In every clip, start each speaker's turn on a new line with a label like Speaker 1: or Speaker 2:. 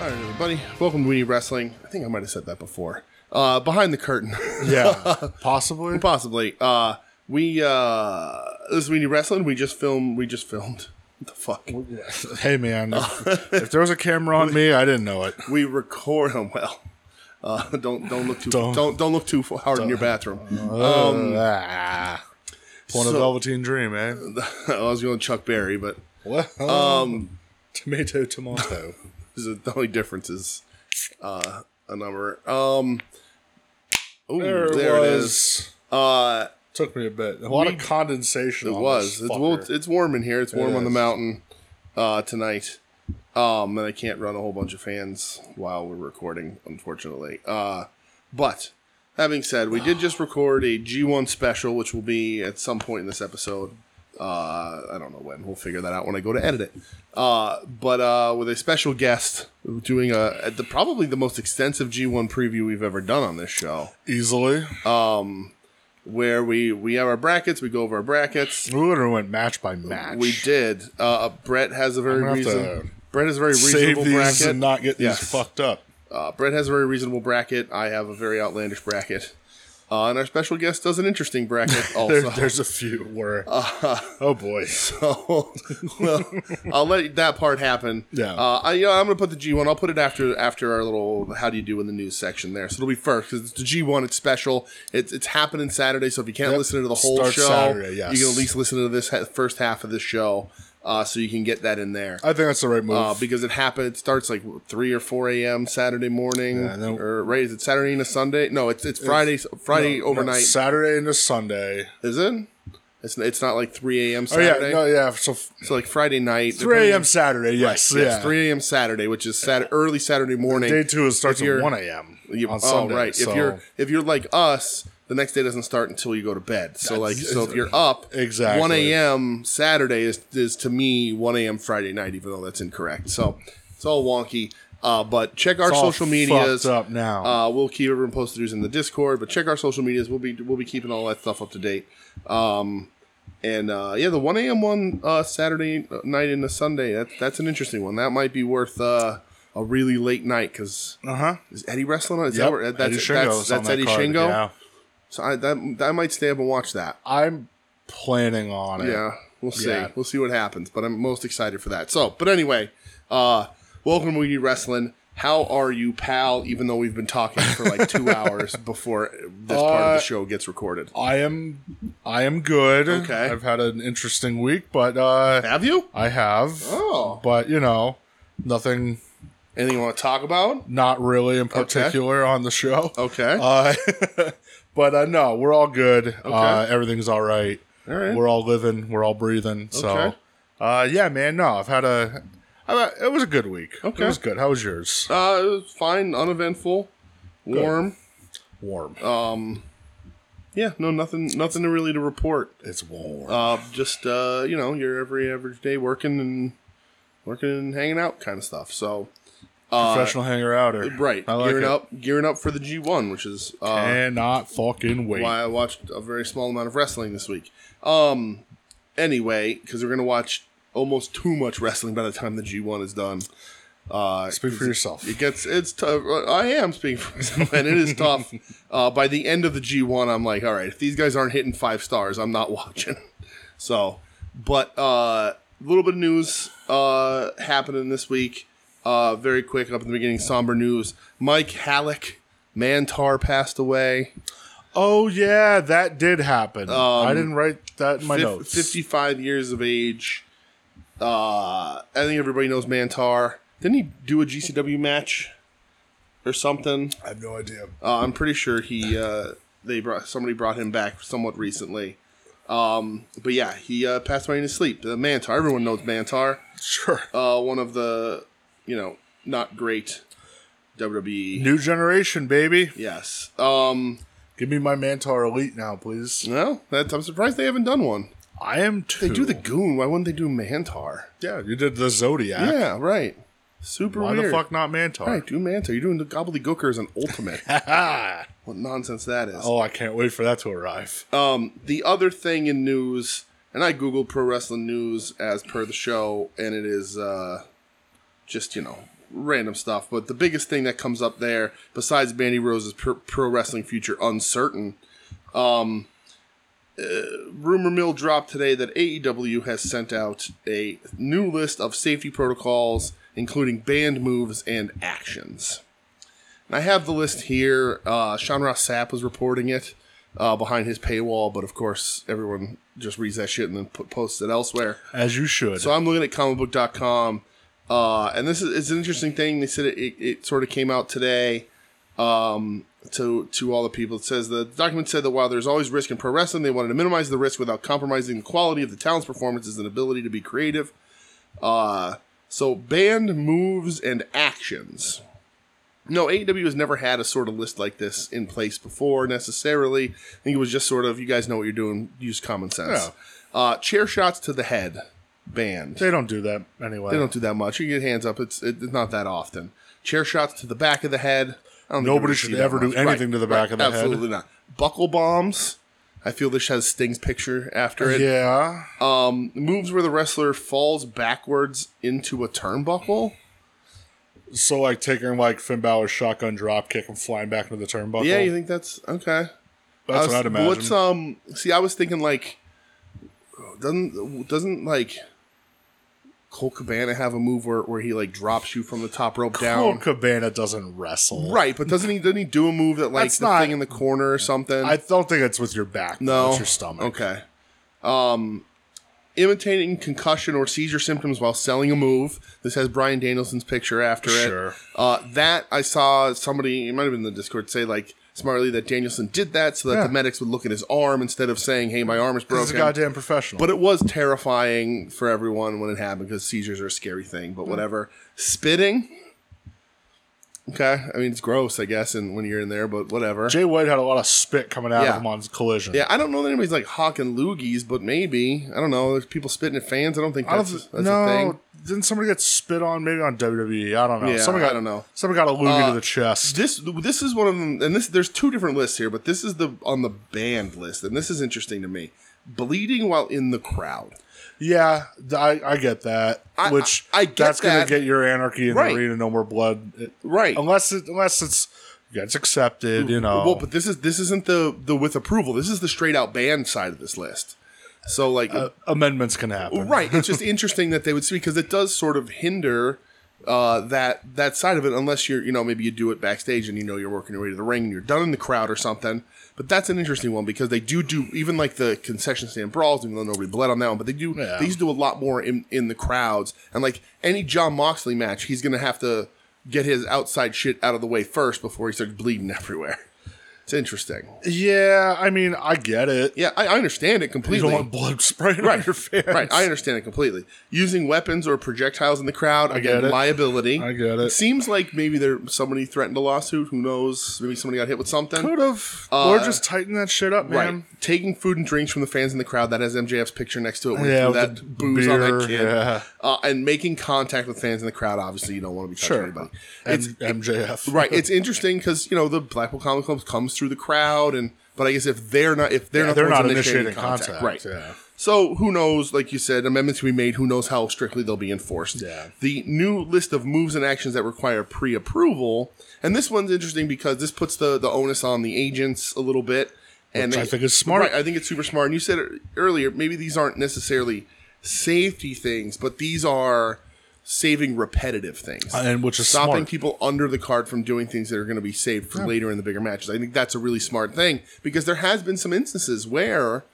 Speaker 1: All right, everybody. Welcome to Weenie Wrestling. I think I might have said that before. Uh, behind the curtain,
Speaker 2: Yeah, possibly.
Speaker 1: possibly. Uh, we uh, this is Weenie Wrestling. We just filmed. We just filmed. What the fuck?
Speaker 2: Hey, man, if, if there was a camera on me, I didn't know it.
Speaker 1: We record them well. Uh, don't don't look too don't
Speaker 2: Don't.
Speaker 1: don't, look too hard in your bathroom.
Speaker 2: Um, ah, pulling
Speaker 1: Oh, so-
Speaker 2: a Velveteen Dream, eh?
Speaker 1: I was going Chuck Berry, but
Speaker 2: What? Um, tomato, tomato.
Speaker 1: this is the only difference is uh, a number. Um, ooh, there, it is. Uh,
Speaker 2: Took me a bit. A lot of condensation.
Speaker 1: It was. It's, well, it's, it's warm in here. It's warm on the
Speaker 2: is.
Speaker 1: mountain uh, tonight. Um, and I can't run a whole bunch of fans while we're recording, unfortunately. Uh, but having said, we did just record a G1 special, which will be at some point in this episode. Uh, I don't know when. We'll figure that out when I go to edit it. Uh, but uh, with a special guest doing a, the, probably the most extensive G1 preview we've ever done on this show,
Speaker 2: easily.
Speaker 1: Uh, where we we have our brackets, we go over our brackets.
Speaker 2: we literally went match by match.
Speaker 1: We did. Uh, Brett has a very
Speaker 2: gonna have to
Speaker 1: reason. Brett has a very
Speaker 2: save
Speaker 1: reasonable
Speaker 2: these
Speaker 1: bracket.
Speaker 2: and not get these
Speaker 1: Yes.
Speaker 2: fucked up.
Speaker 1: uh, Brett has a very reasonable bracket. I have a very outlandish bracket. Uh, and our special guest does an interesting bracket
Speaker 2: There,
Speaker 1: also. Uh-huh.
Speaker 2: there's a few where. oh boy.
Speaker 1: so, well, I'll let that part happen.
Speaker 2: Yeah.
Speaker 1: Uh, I, you know, I'm going to put the G1. I'll put it after after our little how do you do in the news section there. So it'll be first because it's the G1. It's special. It's it's happening Saturday. So if you can't
Speaker 2: Yep.
Speaker 1: listen to the whole
Speaker 2: Starts
Speaker 1: show,
Speaker 2: Saturday, yes.
Speaker 1: you can at least listen to this ha- first half of the show. Uh, so you can get that in there.
Speaker 2: I think that's the right move.
Speaker 1: uh, because it happened. It starts like three or four a.m. Saturday morning,
Speaker 2: Yeah, no-
Speaker 1: or right? Is it Saturday into Sunday? No, it's it's Friday. Friday
Speaker 2: No,
Speaker 1: overnight,
Speaker 2: Saturday into Sunday.
Speaker 1: is it? It's it's not like three a.m.
Speaker 2: Oh yeah,
Speaker 1: Saturday.
Speaker 2: no, yeah. So f-
Speaker 1: So like Friday night,
Speaker 2: 3 a.m.
Speaker 1: depending-
Speaker 2: Saturday. Yes,
Speaker 1: Yes,
Speaker 2: yeah.
Speaker 1: three a.m. Saturday, which is Sat early Saturday morning.
Speaker 2: Day two is starts
Speaker 1: If you're-
Speaker 2: at 1 a.m.
Speaker 1: You-
Speaker 2: on
Speaker 1: oh,
Speaker 2: Sunday.
Speaker 1: right.
Speaker 2: so-
Speaker 1: If you're if you're like us, the next day doesn't start until you go to bed. So like, so if you're up,
Speaker 2: Exactly.
Speaker 1: one a.m. Saturday is is to me one a.m. Friday night, even though that's incorrect. So it's all wonky. Uh, but check our
Speaker 2: It's all
Speaker 1: social medias.
Speaker 2: fucked up now.
Speaker 1: Uh, we'll keep everyone posted who's in the Discord, but check our social medias. We'll be we'll be keeping all that stuff up to date. Um, and uh, yeah, the one a.m. one uh, Saturday night into Sunday. That, that's an interesting one. That might be worth uh, a really late night because
Speaker 2: uh huh.
Speaker 1: is Eddie wrestling on? Is Uh-huh. that
Speaker 2: Yep.
Speaker 1: where, that's
Speaker 2: Eddie
Speaker 1: that's,
Speaker 2: Shingo's on
Speaker 1: that's
Speaker 2: that
Speaker 1: Eddie
Speaker 2: card,
Speaker 1: Shingo.
Speaker 2: yeah.
Speaker 1: So I that, I might stay up and watch that.
Speaker 2: I'm planning on it.
Speaker 1: Yeah, we'll see.
Speaker 2: Yeah.
Speaker 1: We'll see what happens. But I'm most excited for that. So, but anyway, uh, welcome to Weedy Wrestling. How are you, pal? Even though we've been talking for like two hours before this part of the
Speaker 2: Uh,
Speaker 1: show gets recorded.
Speaker 2: I am. I am good.
Speaker 1: Okay.
Speaker 2: I've had an interesting week, but uh,
Speaker 1: Have you?
Speaker 2: I have.
Speaker 1: Oh.
Speaker 2: But you know, nothing.
Speaker 1: Anything you want to talk about?
Speaker 2: Not really in particular on the show.
Speaker 1: Okay.
Speaker 2: Uh, but uh, no, we're all good. Uh,
Speaker 1: Okay.
Speaker 2: everything's all right.
Speaker 1: All right.
Speaker 2: We're all living. We're all breathing. So,
Speaker 1: Okay.
Speaker 2: uh, yeah, man. No, I've had a. I, it was a good week.
Speaker 1: Okay.
Speaker 2: It was good. How was yours?
Speaker 1: Uh, it was fine, uneventful, warm.
Speaker 2: Warm.
Speaker 1: Uh, Yeah, no, nothing, nothing to really to report.
Speaker 2: it's warm.
Speaker 1: Uh, just uh, you know, your every average day working and working and hanging out kind of stuff. So
Speaker 2: Professional hanger outer.
Speaker 1: right,
Speaker 2: I like
Speaker 1: gearing
Speaker 2: it.
Speaker 1: up, gearing up for the G one, which is uh,
Speaker 2: Cannot fucking wait.
Speaker 1: why I watched a very small amount of wrestling this week. Um, anyway, because we're gonna watch almost too much wrestling by the time the G one is done. Uh,
Speaker 2: Speak for yourself.
Speaker 1: it gets it's tough. I am speaking for myself, and it is tough. Uh, by the end of the G one, I'm like, all right, if these guys aren't hitting five stars, I'm not watching. So, but a uh, little bit of news uh, happening this week. Uh, very quick up in the beginning, somber news. Mike Halleck, Mantar passed away.
Speaker 2: Oh yeah, that did happen. I didn't write that in my
Speaker 1: Um, Fif-
Speaker 2: notes.
Speaker 1: 55 years of age. Uh, I think everybody knows Mantar. Didn't he do a GCW match or something?
Speaker 2: I have no idea.
Speaker 1: Uh, I'm pretty sure he uh, they brought somebody brought him back somewhat recently. Um, but yeah, he uh, passed away in his sleep. The Mantar, everyone knows Mantar.
Speaker 2: Sure.
Speaker 1: Uh, one of the you know not great WWE.
Speaker 2: New generation, baby.
Speaker 1: Yes. Um,
Speaker 2: Give me my Mantar Elite now, please.
Speaker 1: no, that's, I'm surprised they haven't done one.
Speaker 2: I am too.
Speaker 1: They do the Goon. Why wouldn't they do Mantar?
Speaker 2: yeah. You did the Zodiac.
Speaker 1: Yeah, right. Super
Speaker 2: Why
Speaker 1: weird.
Speaker 2: the fuck not Mantar?
Speaker 1: Right, do Manta. You're doing the gobbledygook as an ultimate. what nonsense that is.
Speaker 2: Ah. Oh, I can't wait for that to arrive.
Speaker 1: Um, the other thing in news, and I googled pro wrestling news as per the show, and it is uh, just you know random stuff. But the biggest thing that comes up there, besides Mandy Rose's pro, pro wrestling future uncertain, um, uh, rumor mill dropped today that AEW has sent out a new list of safety protocols, including banned moves and actions. And I have the list here. Uh, Sean Ross Sapp was reporting it. Uh, behind his paywall, but of course, everyone just reads that shit and then put, posts it elsewhere.
Speaker 2: as you should.
Speaker 1: So I'm looking at comicbook.com, uh, and this is it's an interesting thing. They said it, it, it sort of came out today um, to to all the people. It says the document said that while there's always risk in pro wrestling, they wanted to minimize the risk without compromising the quality of the talent's performances and ability to be creative. Uh, so banned moves and actions. No, AEW has never had a sort of list like this in place before necessarily. I think it was just sort of you guys know what you're doing, use common sense. Uh, chair shots to the head banned.
Speaker 2: they don't do that anyway.
Speaker 1: They don't do that much. You get hands up. It's it's not that often. Chair shots to the back of the head. I don't think
Speaker 2: Nobody
Speaker 1: we
Speaker 2: should
Speaker 1: see that
Speaker 2: ever do
Speaker 1: much.
Speaker 2: anything to the back of the head.
Speaker 1: Absolutely not. Buckle bombs. I feel this has Sting's picture after it.
Speaker 2: yeah.
Speaker 1: Um, moves where the wrestler falls backwards into a turnbuckle.
Speaker 2: So like taking like Finn Balor's shotgun drop kick and flying back into the turnbuckle.
Speaker 1: Yeah, you think that's okay?
Speaker 2: that's
Speaker 1: I was-
Speaker 2: what I'd imagine.
Speaker 1: What's um? See, I was thinking like, doesn't doesn't like Cole Cabana have a move where, where he like drops you from the top rope
Speaker 2: Cole
Speaker 1: down?
Speaker 2: Cabana doesn't wrestle.
Speaker 1: Right, but doesn't he doesn't he do a move that like
Speaker 2: That's
Speaker 1: the
Speaker 2: not-
Speaker 1: thing in the corner or something?
Speaker 2: I don't think it's with your back.
Speaker 1: No.
Speaker 2: it's your stomach.
Speaker 1: Okay. Um, imitating concussion or seizure symptoms while selling a move. This has Brian Danielson's picture after it.
Speaker 2: Sure.
Speaker 1: Uh, that I saw somebody. It might have been in the Discord say like smartly that Danielson did that so that
Speaker 2: Yeah.
Speaker 1: the medics would look at his arm instead of saying, "Hey, my arm is
Speaker 2: He's a
Speaker 1: broken."
Speaker 2: goddamn professional.
Speaker 1: But it was terrifying for everyone when it happened because seizures are a scary thing. But whatever. Spitting. Okay, I mean it's gross, I guess, and when you're in there, but whatever.
Speaker 2: Jay White had a lot of spit coming out
Speaker 1: Yeah.
Speaker 2: of him on collision.
Speaker 1: Yeah, I don't know that anybody's like hawking loogies, but maybe I don't know. There's people spitting at fans. I don't think
Speaker 2: I don't
Speaker 1: that's,
Speaker 2: th-
Speaker 1: that's
Speaker 2: no,
Speaker 1: a thing.
Speaker 2: didn't somebody get spit on? Maybe on WWE. I don't know.
Speaker 1: Yeah,
Speaker 2: Someone got,
Speaker 1: I don't know. Uh,
Speaker 2: Someone got a loogie to the chest.
Speaker 1: This this is one of them, and this there's two different lists here, but this is the on the banned list, and this is interesting to me. Bleeding while in the crowd.
Speaker 2: Yeah, th- I, I get that.
Speaker 1: I-
Speaker 2: Which
Speaker 1: I- I get
Speaker 2: that's
Speaker 1: that.
Speaker 2: gonna get your anarchy in
Speaker 1: Right.
Speaker 2: the arena. No more blood. It-
Speaker 1: Right.
Speaker 2: Unless it, unless it's yeah, it's accepted. Oh, You know.
Speaker 1: Well, but this is this isn't the the with approval. This is the straight out banned side of this list. So like
Speaker 2: Uh, amendments can happen.
Speaker 1: right it's just interesting that they would see because it does sort of hinder uh, that that side of it unless you're you know maybe you do it backstage and you know you're working your way to the ring and you're done in the crowd or something but that's an interesting one because they do do even like the concession stand brawls even though nobody bled on that one but they do
Speaker 2: Yeah.
Speaker 1: they used to do a lot more in in the crowds and like any john moxley match he's gonna have to get his outside shit out of the way first before he starts bleeding everywhere it's interesting
Speaker 2: Yeah, I mean, I get it.
Speaker 1: yeah i, I understand it
Speaker 2: You
Speaker 1: completely
Speaker 2: don't want blood spraying on your fans.
Speaker 1: Right, I understand it completely. Using weapons or projectiles in the crowd, again,
Speaker 2: get it.
Speaker 1: liability.
Speaker 2: I get it.
Speaker 1: Seems like maybe there somebody threatened a lawsuit. Who knows? Maybe somebody got hit with something.
Speaker 2: Could have. or just tighten that shit up,
Speaker 1: Uh, Right.
Speaker 2: man.
Speaker 1: Taking food and drinks from the fans in the crowd. That has MJF's picture next to it. When
Speaker 2: Yeah,
Speaker 1: yeah,
Speaker 2: with
Speaker 1: that
Speaker 2: the
Speaker 1: booze on
Speaker 2: beer,
Speaker 1: that kid.
Speaker 2: yeah.
Speaker 1: Uh, and making contact with fans in the crowd. Obviously, you don't want to be touching
Speaker 2: Sure.
Speaker 1: anybody.
Speaker 2: And
Speaker 1: It's
Speaker 2: MJF.
Speaker 1: right. It's interesting because you know the Blackpool Comic Club comes through the crowd, and but I guess if they're not, if they're not, the
Speaker 2: They're
Speaker 1: ones
Speaker 2: not initiating contact.
Speaker 1: right?
Speaker 2: Yeah.
Speaker 1: So who knows? Like you said, amendments we made. Who knows how strictly they'll be enforced?
Speaker 2: Yeah.
Speaker 1: The new list of moves and actions that require pre-approval, and this one's interesting because this puts the the onus on the agents a little bit. And
Speaker 2: Which I
Speaker 1: they-
Speaker 2: think is smart.
Speaker 1: Right, I think it's super smart. And you said it earlier, maybe these aren't necessarily safety things, but these are saving repetitive things
Speaker 2: And which is
Speaker 1: stopping
Speaker 2: smart.
Speaker 1: people under the card from doing things that are going to be saved for later in the bigger matches. I think that's a really smart thing because there has been some instances where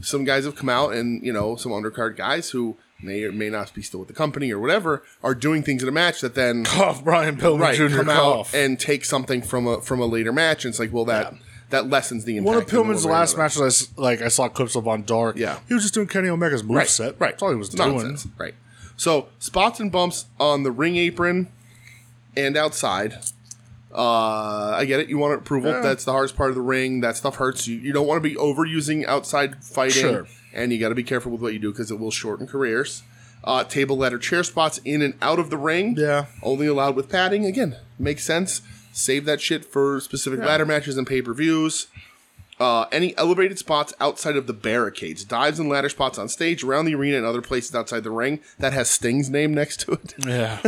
Speaker 1: some guys have come out and you know some undercard guys who may or may not be still with the company or whatever are doing things in a match that then
Speaker 2: Cough, Brian Pillman
Speaker 1: right
Speaker 2: Jr.
Speaker 1: come
Speaker 2: Cough.
Speaker 1: out and take something from a from a later match. And it's like well that that lessens the impact.
Speaker 2: One of
Speaker 1: in one
Speaker 2: Pillman's
Speaker 1: way or
Speaker 2: last
Speaker 1: another.
Speaker 2: matches, I s- like I saw clips of on Dark.
Speaker 1: Yeah.
Speaker 2: he was just doing Kenny Omega's moveset.
Speaker 1: Right,
Speaker 2: That's all he was
Speaker 1: Nonsense. Right. So spots and bumps on the ring apron and outside. Uh, I get it. You want approval. That's the hardest part of the ring. That stuff hurts. You, you don't want to be overusing outside fighting,
Speaker 2: Sure.
Speaker 1: and you got to be careful with what you do because it will shorten careers. Uh, table, ladder, chair spots in and out of the ring.
Speaker 2: Yeah.
Speaker 1: Only allowed with padding. Again, makes sense. Save that shit for specific ladder matches and pay per views. Uh, any elevated spots outside of the barricades, dives and ladder spots on stage, around the arena, and other places outside the ring that has Sting's name next to it.
Speaker 2: Yeah.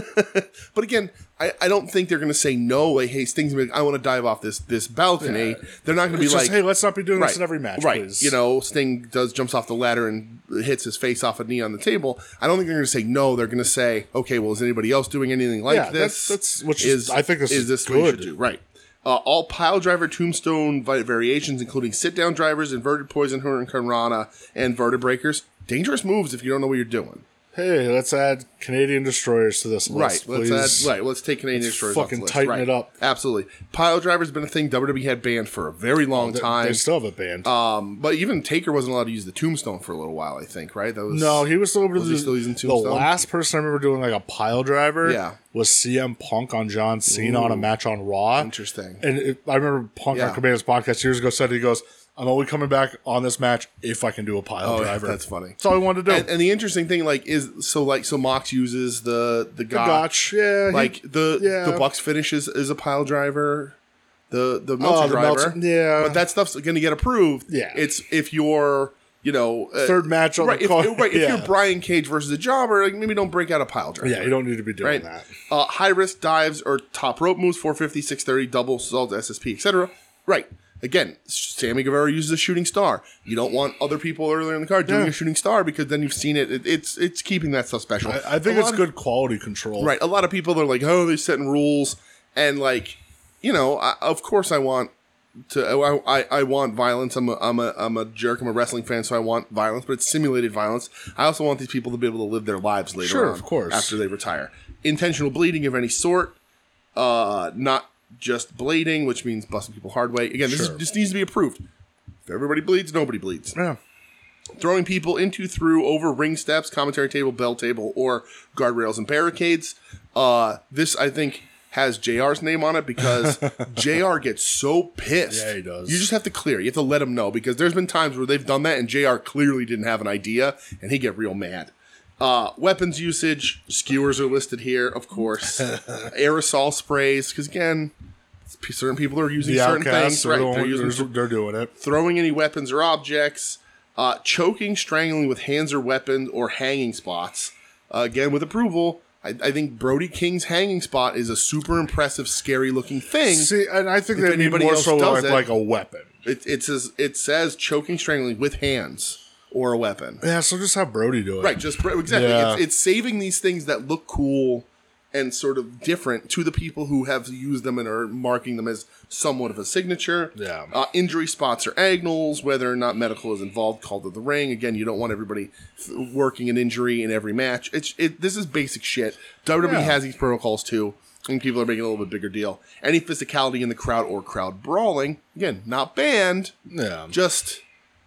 Speaker 1: But again, I, I don't think they're going to say no. Like, hey, Sting's, gonna be like, I want to dive off this this balcony. They're not going to be
Speaker 2: It's
Speaker 1: like,
Speaker 2: just, hey, let's not be doing this in every match,
Speaker 1: right?
Speaker 2: please.
Speaker 1: You know, Sting does jumps off the ladder and hits his face off a knee on the table. I don't think they're going to say no. They're going to say, okay, well, is anybody else doing anything like
Speaker 2: Yeah,
Speaker 1: this?
Speaker 2: that's- that's- which is- I think this is
Speaker 1: what you should
Speaker 2: good.
Speaker 1: do? Right. Uh, all pile driver tombstone vi- variations, including sit down drivers, inverted poison hurricanrana, and vertebreakers. Dangerous moves if you don't know what you're doing.
Speaker 2: hey, let's add Canadian destroyers to this
Speaker 1: Right.
Speaker 2: list,
Speaker 1: Let's
Speaker 2: please.
Speaker 1: add, right. Let's take Canadian Destroyers off
Speaker 2: fucking
Speaker 1: the list.
Speaker 2: tighten
Speaker 1: right.
Speaker 2: it up.
Speaker 1: Absolutely. Pile driver's been a thing WWE had banned for a very long time.
Speaker 2: They still have a band.
Speaker 1: um, but even Taker wasn't allowed to use the tombstone for a little while. I think right. That was
Speaker 2: no, he was still able to
Speaker 1: was
Speaker 2: do-
Speaker 1: he still using
Speaker 2: the
Speaker 1: Tombstone?
Speaker 2: last person I remember doing like a pile driver.
Speaker 1: Yeah.
Speaker 2: was CM Punk on John Cena on a match on Raw.
Speaker 1: Interesting.
Speaker 2: And it, I remember Punk
Speaker 1: Yeah.
Speaker 2: on Commander's podcast years ago said he goes, "I'm only coming back on this match if I can do a pile
Speaker 1: Oh, yeah,
Speaker 2: driver."
Speaker 1: that's funny.
Speaker 2: That's all I wanted to do.
Speaker 1: And, and the interesting thing, like, is so like so Mox uses the the gotch,
Speaker 2: Gotch, yeah, he-
Speaker 1: uh, like the
Speaker 2: yeah.
Speaker 1: the Bucks finish is, is a pile driver. The the Meltzer
Speaker 2: Oh, the
Speaker 1: driver,
Speaker 2: Meltzer- yeah.
Speaker 1: But that stuff's going to get approved.
Speaker 2: Yeah.
Speaker 1: it's if you're you know uh,
Speaker 2: Third match on
Speaker 1: right,
Speaker 2: the
Speaker 1: if,
Speaker 2: card.
Speaker 1: right, if
Speaker 2: Yeah.
Speaker 1: you're Brian Cage versus a jobber, like maybe don't break out a pile driver.
Speaker 2: yeah, you don't need to be doing
Speaker 1: right?
Speaker 2: that.
Speaker 1: Uh, high risk dives or top rope moves, 450, 630, double salt, SSP, etc. Right. Again, Sammy Guevara uses a shooting star. You don't want other people earlier in the card doing
Speaker 2: Yeah.
Speaker 1: a shooting star because then you've seen it. It- It's it's keeping that stuff special.
Speaker 2: I, I think
Speaker 1: A
Speaker 2: it's
Speaker 1: lot of-
Speaker 2: good quality control.
Speaker 1: right. A lot of people are like, oh, they're setting rules, and like, you know, I, of course I want to. I, I, I want violence. I'm a, I'm a I'm a jerk. I'm a wrestling fan, so I want violence, but it's simulated violence. I also want these people to be able to live their lives later.
Speaker 2: Sure,
Speaker 1: on
Speaker 2: of course.
Speaker 1: After they retire, intentional bleeding of any sort, uh, not just blading, which means busting people hard way. Again, this, is,
Speaker 2: Sure.
Speaker 1: this needs to be approved. If everybody bleeds, nobody bleeds
Speaker 2: Yeah.
Speaker 1: throwing people into, through, over ring steps, commentary table, bell table, or guardrails and barricades. Uh, this, I think, has JR's name on it because JR gets so pissed.
Speaker 2: Yeah, he does.
Speaker 1: You just have to clear. You have to let him know because there's been times where they've done that and JR clearly didn't have an idea and he get real mad. Uh, weapons usage, skewers are listed here, of course. Aerosol sprays, because again, certain people are using
Speaker 2: The
Speaker 1: certain
Speaker 2: outcasts
Speaker 1: things, right?
Speaker 2: are
Speaker 1: They're
Speaker 2: doing,
Speaker 1: using Mm-hmm.
Speaker 2: they're, they're doing it.
Speaker 1: throwing any weapons or objects, uh, choking, strangling with hands or weapons, or hanging spots. Uh, again, with approval, I, I think Brody King's hanging spot is a super impressive, scary looking thing.
Speaker 2: See, and I think they need
Speaker 1: anybody
Speaker 2: more
Speaker 1: else
Speaker 2: so
Speaker 1: does
Speaker 2: like,
Speaker 1: it-
Speaker 2: like a weapon.
Speaker 1: It, it says it says choking, strangling with hands or a weapon.
Speaker 2: Yeah, so just have Brody do it.
Speaker 1: Right, just bro- exactly.
Speaker 2: Yeah.
Speaker 1: It's, it's saving these things that look cool and sort of different to the people who have used them and are marking them as somewhat of a signature.
Speaker 2: Yeah.
Speaker 1: Uh, injury spots or agnals, whether or not medical is involved, call to the ring. Again, you don't want everybody th- working an injury in every match. It's it, this is basic shit. WWE
Speaker 2: Yeah.
Speaker 1: has these protocols too. And people are making a little bit bigger deal. Any physicality in the crowd or crowd brawling, again, not banned.
Speaker 2: Yeah.
Speaker 1: Just,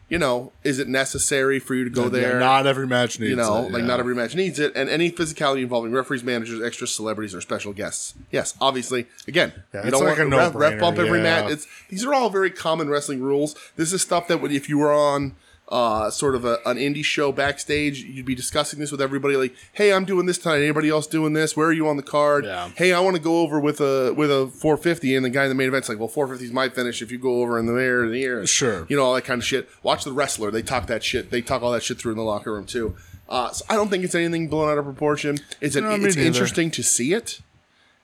Speaker 1: you know, is it necessary for you to go
Speaker 2: Yeah,
Speaker 1: there?
Speaker 2: not every match needs
Speaker 1: you know,
Speaker 2: it,
Speaker 1: like
Speaker 2: yeah.
Speaker 1: not every match needs it, and any physicality involving referees, managers, extra celebrities, or special guests. Yes, obviously. Again, you
Speaker 2: it's
Speaker 1: don't
Speaker 2: like
Speaker 1: want to
Speaker 2: a
Speaker 1: ref, ref
Speaker 2: no-brainer,
Speaker 1: bump every
Speaker 2: yeah.
Speaker 1: match. It's these are all very common wrestling rules. This is stuff that would, if you were on uh, sort of a, an indie show backstage, you'd be discussing this with everybody. Like, hey, I'm doing this tonight. Anybody else doing this? Where are you on the card?
Speaker 2: Yeah.
Speaker 1: Hey, I want to go over with a with a 450, and the guy in the main event's like, well, 450 is my finish. If you go over in the air, in the air,
Speaker 2: Sure.
Speaker 1: you know all that kind of shit. Watch the wrestler; they talk that shit. They talk all that shit through in the locker room too. Uh, so I don't think it's anything blown out of proportion. It's an,
Speaker 2: No, me
Speaker 1: it's
Speaker 2: neither.
Speaker 1: interesting to see it,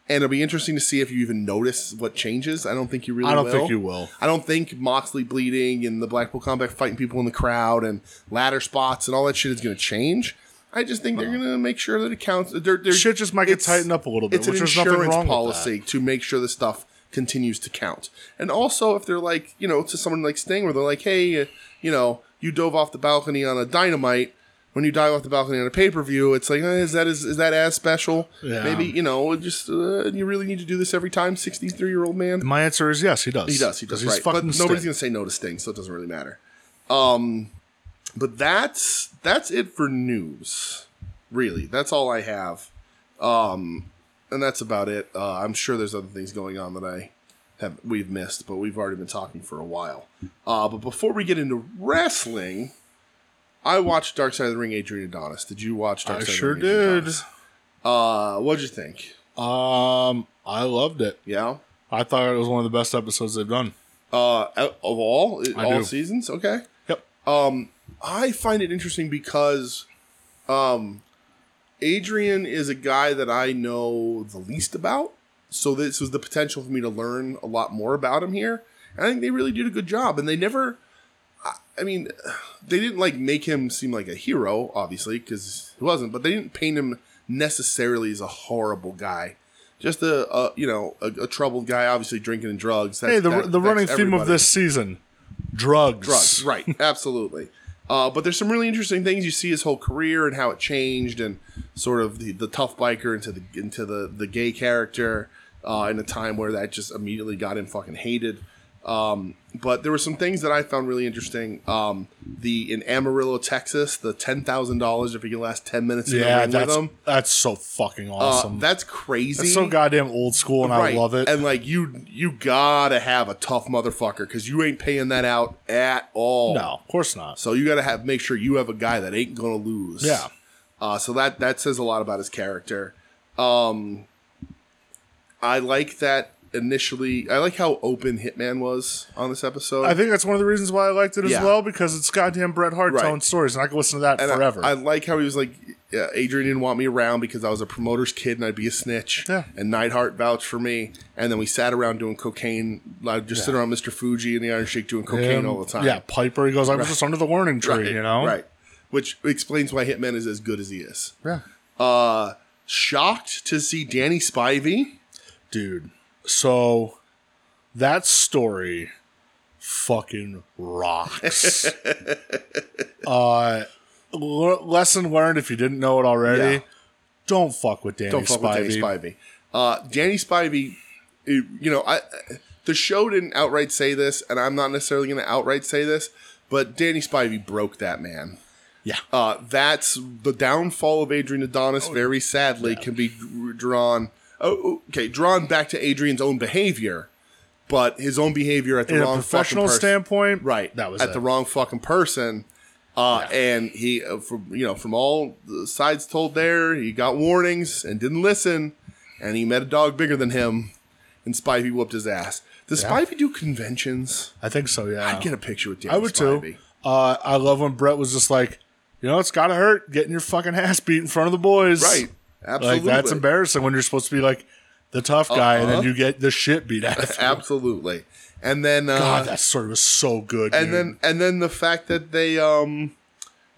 Speaker 1: and it'll be interesting to see if you even notice what changes. I don't think you really.
Speaker 2: I don't
Speaker 1: will.
Speaker 2: think you will.
Speaker 1: I don't think Moxley bleeding and the Blackpool Combat fighting people in the crowd and ladder spots and all that shit is going to change. I just think they're going to make sure that it counts. They're, they're,
Speaker 2: Shit just might get
Speaker 1: it's-
Speaker 2: tightened up a little bit,
Speaker 1: It's an
Speaker 2: which there's nothing
Speaker 1: insurance
Speaker 2: wrong with
Speaker 1: policy to make sure the stuff continues to count. And also, if they're like, you know, to someone like Sting, where they're like, hey, uh, you know, you dove off the balcony on a dynamite. When you dive off the balcony on a pay per view, it's like, eh, is that is, is that as special?
Speaker 2: Yeah.
Speaker 1: Maybe you know, it just uh, you really need to do this every time. Sixty three year old man.
Speaker 2: My answer is yes, he does.
Speaker 1: He does. He does.
Speaker 2: He's
Speaker 1: Right. But
Speaker 2: fucking
Speaker 1: nobody's
Speaker 2: Sting.
Speaker 1: going to say no to Sting, so it doesn't really matter. Um, but that's that's it for news. Really, that's all I have. Um, and that's about it. Uh, I'm sure there's other things going on that I have we've missed, but we've already been talking for a while. Uh, but before we get into wrestling, I watched Dark Side of the Ring. Adrian Adonis. Did you watch Dark
Speaker 2: I
Speaker 1: Side?
Speaker 2: sure
Speaker 1: of the Ring, Adrian
Speaker 2: did.
Speaker 1: Adonis? Uh, what'd you think?
Speaker 2: Um, I loved it.
Speaker 1: Yeah.
Speaker 2: I thought it was one of the best episodes they've done.
Speaker 1: uh, out of all uh,
Speaker 2: I
Speaker 1: all
Speaker 2: do.
Speaker 1: seasons. Okay, Um,
Speaker 2: Yep.
Speaker 1: I find it interesting because, um, Adrian is a guy that I know the least about, so this was the potential for me to learn a lot more about him here. And I think they really did a good job, and they never. I- I mean, they didn't like make him seem like a hero, obviously, because he wasn't. But they didn't paint him necessarily as a horrible guy, just a, a you know a, a troubled guy, obviously drinking and drugs. That,
Speaker 2: Hey, the,
Speaker 1: that affects
Speaker 2: the running theme of
Speaker 1: everybody
Speaker 2: this season drugs.
Speaker 1: drugs. Right. Absolutely. Uh, but there's some really interesting things you see his whole career and how it changed, and sort of the, the tough biker into the into the the gay character uh, in a time where that just immediately got him fucking hated. Um, but there were some things that I found really interesting. Um, the in Amarillo, Texas, the ten thousand dollars if you can last ten minutes in the
Speaker 2: Yeah,
Speaker 1: ring with
Speaker 2: that's,
Speaker 1: them.
Speaker 2: that's so fucking
Speaker 1: Uh,
Speaker 2: awesome.
Speaker 1: that's crazy.
Speaker 2: that's so goddamn old school, and
Speaker 1: Right.
Speaker 2: I love it.
Speaker 1: And like you, you gotta have a tough motherfucker because you ain't paying that out at all.
Speaker 2: no, of course not.
Speaker 1: So you got to have make sure you have a guy that ain't gonna lose.
Speaker 2: Yeah.
Speaker 1: Uh, so that that says a lot about his character. Um, I like that initially. I like how open Hitman was on this episode.
Speaker 2: I think that's one of the reasons why I liked it as
Speaker 1: Yeah.
Speaker 2: well because it's goddamn Bret Hart
Speaker 1: Right.
Speaker 2: telling stories, and I can listen to that
Speaker 1: And I-
Speaker 2: forever.
Speaker 1: I, like how he was like, yeah, Adrian didn't want me around because I was a promoter's kid and I'd be a snitch.
Speaker 2: Yeah.
Speaker 1: And Neidhart vouched for me. And then we sat around doing cocaine. I'd just sit around Mr. Fuji and the Iron Sheik doing cocaine
Speaker 2: Him-
Speaker 1: all the time.
Speaker 2: Yeah, Piper. He goes, I was just under the warning tree,
Speaker 1: Right,
Speaker 2: you know.
Speaker 1: Right. Which explains why Hitman is as good as he is.
Speaker 2: Yeah,
Speaker 1: uh shocked to see Danny Spivey.
Speaker 2: dude. So that story fucking rocks. uh, le- lesson learned if you didn't know it already.
Speaker 1: Yeah.
Speaker 2: Don't fuck with Danny
Speaker 1: Don't fuck
Speaker 2: Spivey.
Speaker 1: with Danny Spivey. Uh Danny Spivey, it- you know, I the show didn't outright say this, and I'm not necessarily gonna outright say this, but Danny Spivey broke that man.
Speaker 2: Yeah,
Speaker 1: Uh that's the downfall of Adrian
Speaker 2: Oh,
Speaker 1: Adonis, very sadly, can be drawn oh, okay, drawn back to Adrian's own behavior, but his own behavior at the
Speaker 2: in a
Speaker 1: wrong fucking
Speaker 2: professional
Speaker 1: person.
Speaker 2: standpoint,
Speaker 1: right
Speaker 2: That was
Speaker 1: at
Speaker 2: it.
Speaker 1: the wrong fucking person uh, and he uh, from you know from all the sides told there he got warnings and didn't listen and he met a dog bigger than him and spivey whooped his ass does spivey do conventions
Speaker 2: I think so. Yeah,
Speaker 1: i get a picture with Danny
Speaker 2: I would
Speaker 1: spivey.
Speaker 2: too. Uh, I love when Brett was just like, you know, it's gotta hurt getting your fucking ass beat in front of the boys.
Speaker 1: right absolutely
Speaker 2: Like that's embarrassing when you're supposed to be like the tough guy and then
Speaker 1: Uh-huh.
Speaker 2: you get the shit beat out of you.
Speaker 1: absolutely and then uh,
Speaker 2: God, that story was so good.
Speaker 1: and
Speaker 2: dude.
Speaker 1: then and then the fact that they um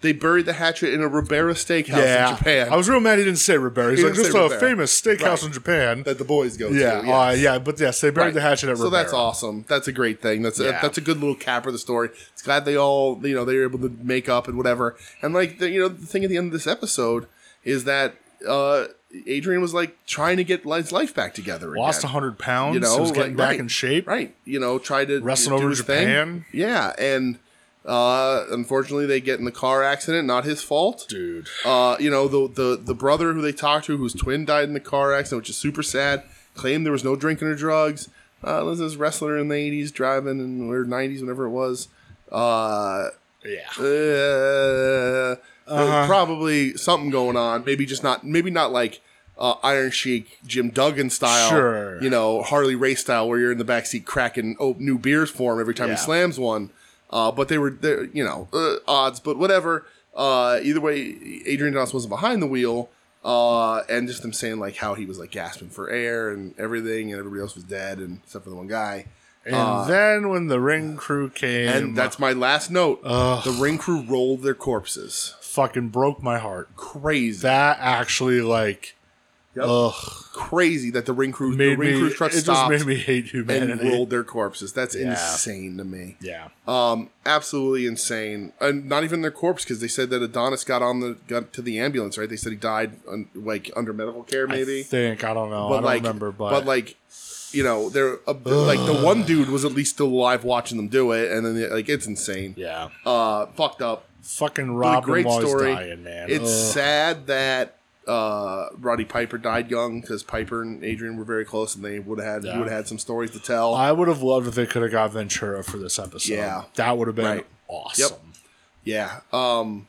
Speaker 1: they buried the hatchet in a Ribera steakhouse in Japan
Speaker 2: I was real mad he didn't say Ribera. He's
Speaker 1: He
Speaker 2: like
Speaker 1: didn't
Speaker 2: just
Speaker 1: say
Speaker 2: a
Speaker 1: Ribera.
Speaker 2: famous steakhouse in Japan.
Speaker 1: that the boys go
Speaker 2: yeah,
Speaker 1: to.
Speaker 2: uh, yeah, but yes, they buried the hatchet at Ribera.
Speaker 1: So that's awesome. That's a great thing. That's a,
Speaker 2: Yeah.
Speaker 1: that's a good little cap of the story. It's glad they all you know they were able to make up and whatever. And like the, you know the thing at the end of this episode is that uh Adrian was like trying to get his life back together. Again.
Speaker 2: Lost hundred pounds.
Speaker 1: You know,
Speaker 2: so was getting
Speaker 1: like,
Speaker 2: back
Speaker 1: right,
Speaker 2: in shape.
Speaker 1: right? You know, tried to
Speaker 2: Wrestling
Speaker 1: do
Speaker 2: over
Speaker 1: his
Speaker 2: Japan.
Speaker 1: Thing. Yeah, and uh unfortunately they get in the car accident. Not his fault.
Speaker 2: Dude.
Speaker 1: Uh, you know, the, the the brother who they talked to, whose twin died in the car accident, which is super sad, claimed there was no drinking or drugs. Uh, was this wrestler in the 80s driving and or 90s, whenever it was. Uh,
Speaker 2: Yeah.
Speaker 1: uh,
Speaker 2: Uh-huh.
Speaker 1: Probably something going on. Maybe just not, maybe not like uh, Iron Sheik, Jim Duggan style.
Speaker 2: Sure.
Speaker 1: You know, Harley Race style, where you're in the backseat cracking oh, new beers for him every time
Speaker 2: Yeah.
Speaker 1: he slams one. Uh, but they were, they're, you know, uh, odds, but whatever. Uh, either way, Adrian Doss wasn't behind the wheel. Uh, and just them saying like how he was like gasping for air and everything, and everybody else was dead, and except for the one guy.
Speaker 2: And then when the ring crew came
Speaker 1: Uh, And that's my last note. The ring crew rolled their corpses.
Speaker 2: fucking broke my heart.
Speaker 1: Crazy,
Speaker 2: That actually like
Speaker 1: Yep.
Speaker 2: ugh
Speaker 1: crazy that the ring crew, the
Speaker 2: made
Speaker 1: ring
Speaker 2: me
Speaker 1: crew truck
Speaker 2: it just
Speaker 1: stopped
Speaker 2: made me hate humanity.
Speaker 1: and rolled their corpses. That's
Speaker 2: Yeah.
Speaker 1: insane to me.
Speaker 2: Yeah.
Speaker 1: Um, absolutely insane. And not even their corpse because they said that Adonis got on the got to the ambulance. Right? They said he died un, like under medical care,
Speaker 2: I
Speaker 1: maybe.
Speaker 2: think I don't know. I
Speaker 1: But
Speaker 2: don't
Speaker 1: like,
Speaker 2: remember, but,
Speaker 1: like. You know, they're uh, like the one dude was at least still alive watching them do it, and then they- like it's insane.
Speaker 2: yeah,
Speaker 1: Uh, fucked up.
Speaker 2: fucking
Speaker 1: really
Speaker 2: Robin
Speaker 1: great
Speaker 2: was
Speaker 1: story.
Speaker 2: dying, man.
Speaker 1: It's
Speaker 2: Ugh.
Speaker 1: sad that uh, Roddy Piper died young because Piper and Adrian were very close, and they would have had
Speaker 2: Yeah.
Speaker 1: would have had some stories to tell.
Speaker 2: I would have loved if they could have got Ventura for this episode.
Speaker 1: Yeah.
Speaker 2: that would have been
Speaker 1: Right.
Speaker 2: awesome.
Speaker 1: yeah. Um,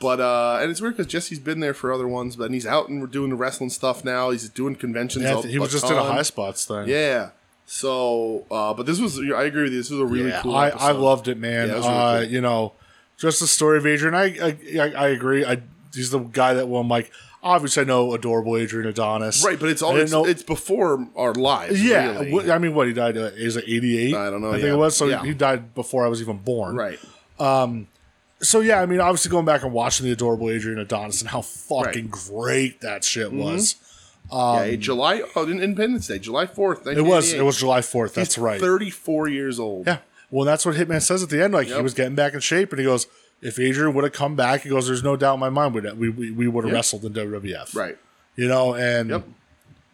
Speaker 1: but uh, and it's weird because Jesse's been there for other ones, but and he's out and we're doing the wrestling stuff now. He's doing conventions.
Speaker 2: Yeah,
Speaker 1: all-
Speaker 2: he was
Speaker 1: a
Speaker 2: just in a
Speaker 1: ton.
Speaker 2: high spots thing.
Speaker 1: Yeah. So, uh, but this was, I agree with you. This was a really
Speaker 2: Yeah,
Speaker 1: cool
Speaker 2: I, I
Speaker 1: episode.
Speaker 2: loved it, man.
Speaker 1: Yeah, it was really
Speaker 2: uh,
Speaker 1: cool.
Speaker 2: You know, just the story of Adrian. I I, I, I agree. I, he's the guy that won. Like, obviously, I know adorable Adrian Adonis.
Speaker 1: Right, but it's
Speaker 2: I
Speaker 1: all
Speaker 2: didn't
Speaker 1: it's,
Speaker 2: know-
Speaker 1: it's before our lives.
Speaker 2: yeah.
Speaker 1: really.
Speaker 2: what- I mean, what he died? uh, At, he was like eighty eight.
Speaker 1: I don't know,
Speaker 2: I think
Speaker 1: yeah.
Speaker 2: it was. So
Speaker 1: Yeah.
Speaker 2: he died before I was even born.
Speaker 1: right.
Speaker 2: So yeah, I mean, obviously, going back and watching the adorable Adrian Adonis and how fucking great that shit
Speaker 1: Mm-hmm.
Speaker 2: was.
Speaker 1: yeah, July oh, Independence Day, July fourth.
Speaker 2: Um, It was. It was July fourth. That's right.
Speaker 1: Thirty four years old.
Speaker 2: Yeah. Well, that's what Hitman says at the end. Like he
Speaker 1: Yep.
Speaker 2: was getting back in shape, and he goes, "If Adrian would have come back, he goes, there's no doubt in my mind would we we, we would have wrestled in WWF,
Speaker 1: Right.
Speaker 2: You know, and
Speaker 1: Yep.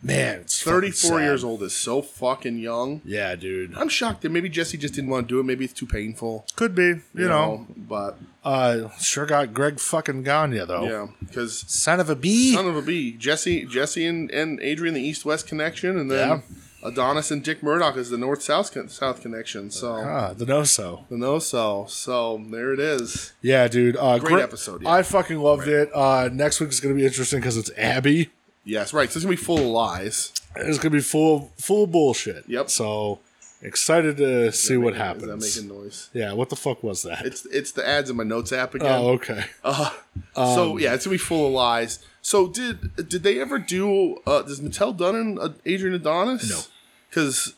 Speaker 2: man, it's
Speaker 1: Thirty four years old is so fucking young.
Speaker 2: Yeah, dude,
Speaker 1: I'm shocked that maybe Jesse just didn't want to do it. Maybe it's too painful.
Speaker 2: could be. You, know,
Speaker 1: but
Speaker 2: uh, sure got Greg fucking Gagne though.
Speaker 1: yeah, because
Speaker 2: Son of a bee.
Speaker 1: son of a b, Jesse, Jesse, and, and Adrian, the East West connection, and then Adonis and Dick Murdoch is the North South con- South connection. So
Speaker 2: ah, the no so.
Speaker 1: the no so so there it is.
Speaker 2: Yeah, dude. Uh,
Speaker 1: Great episode, yeah.
Speaker 2: I fucking loved it. Uh, next week is gonna be interesting because it's Abby.
Speaker 1: Yes, right. So it's gonna be full of lies.
Speaker 2: It's gonna be full full bullshit.
Speaker 1: Yep.
Speaker 2: So excited to see what
Speaker 1: Is that
Speaker 2: happens.
Speaker 1: making noise?
Speaker 2: Yeah, what the fuck was that?
Speaker 1: It's um, it's the ads in my notes app again.
Speaker 2: oh, okay.
Speaker 1: Uh, so yeah, it's gonna be full of lies. So did did they ever do? Uh, does Mattel Dunn uh, Adrian Adonis?
Speaker 2: No.
Speaker 1: because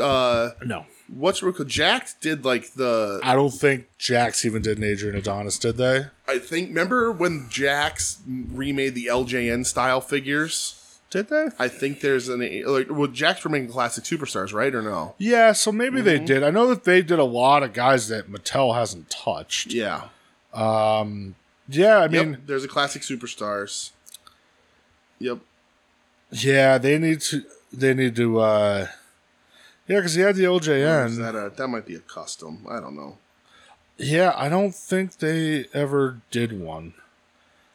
Speaker 1: uh,
Speaker 2: no.
Speaker 1: what's Rico Jack did like the
Speaker 2: I don't think Jax even did an Adrian Adonis, did they?
Speaker 1: I think remember when Jax remade the LJN style figures.
Speaker 2: Did they?
Speaker 1: I think there's an like well Jax were making classic superstars right or no?
Speaker 2: Yeah, so maybe they
Speaker 1: Mm-hmm.
Speaker 2: did. I know that they did a lot of guys that Mattel hasn't touched.
Speaker 1: Yeah,
Speaker 2: Yeah, I
Speaker 1: yep.
Speaker 2: mean,
Speaker 1: there's a classic superstars. Yep.
Speaker 2: yeah, they need to they need to uh Yeah, cuz he had the
Speaker 1: Is
Speaker 2: OJN.
Speaker 1: that a, that might be a custom. I don't know.
Speaker 2: Yeah, I don't think they ever did one.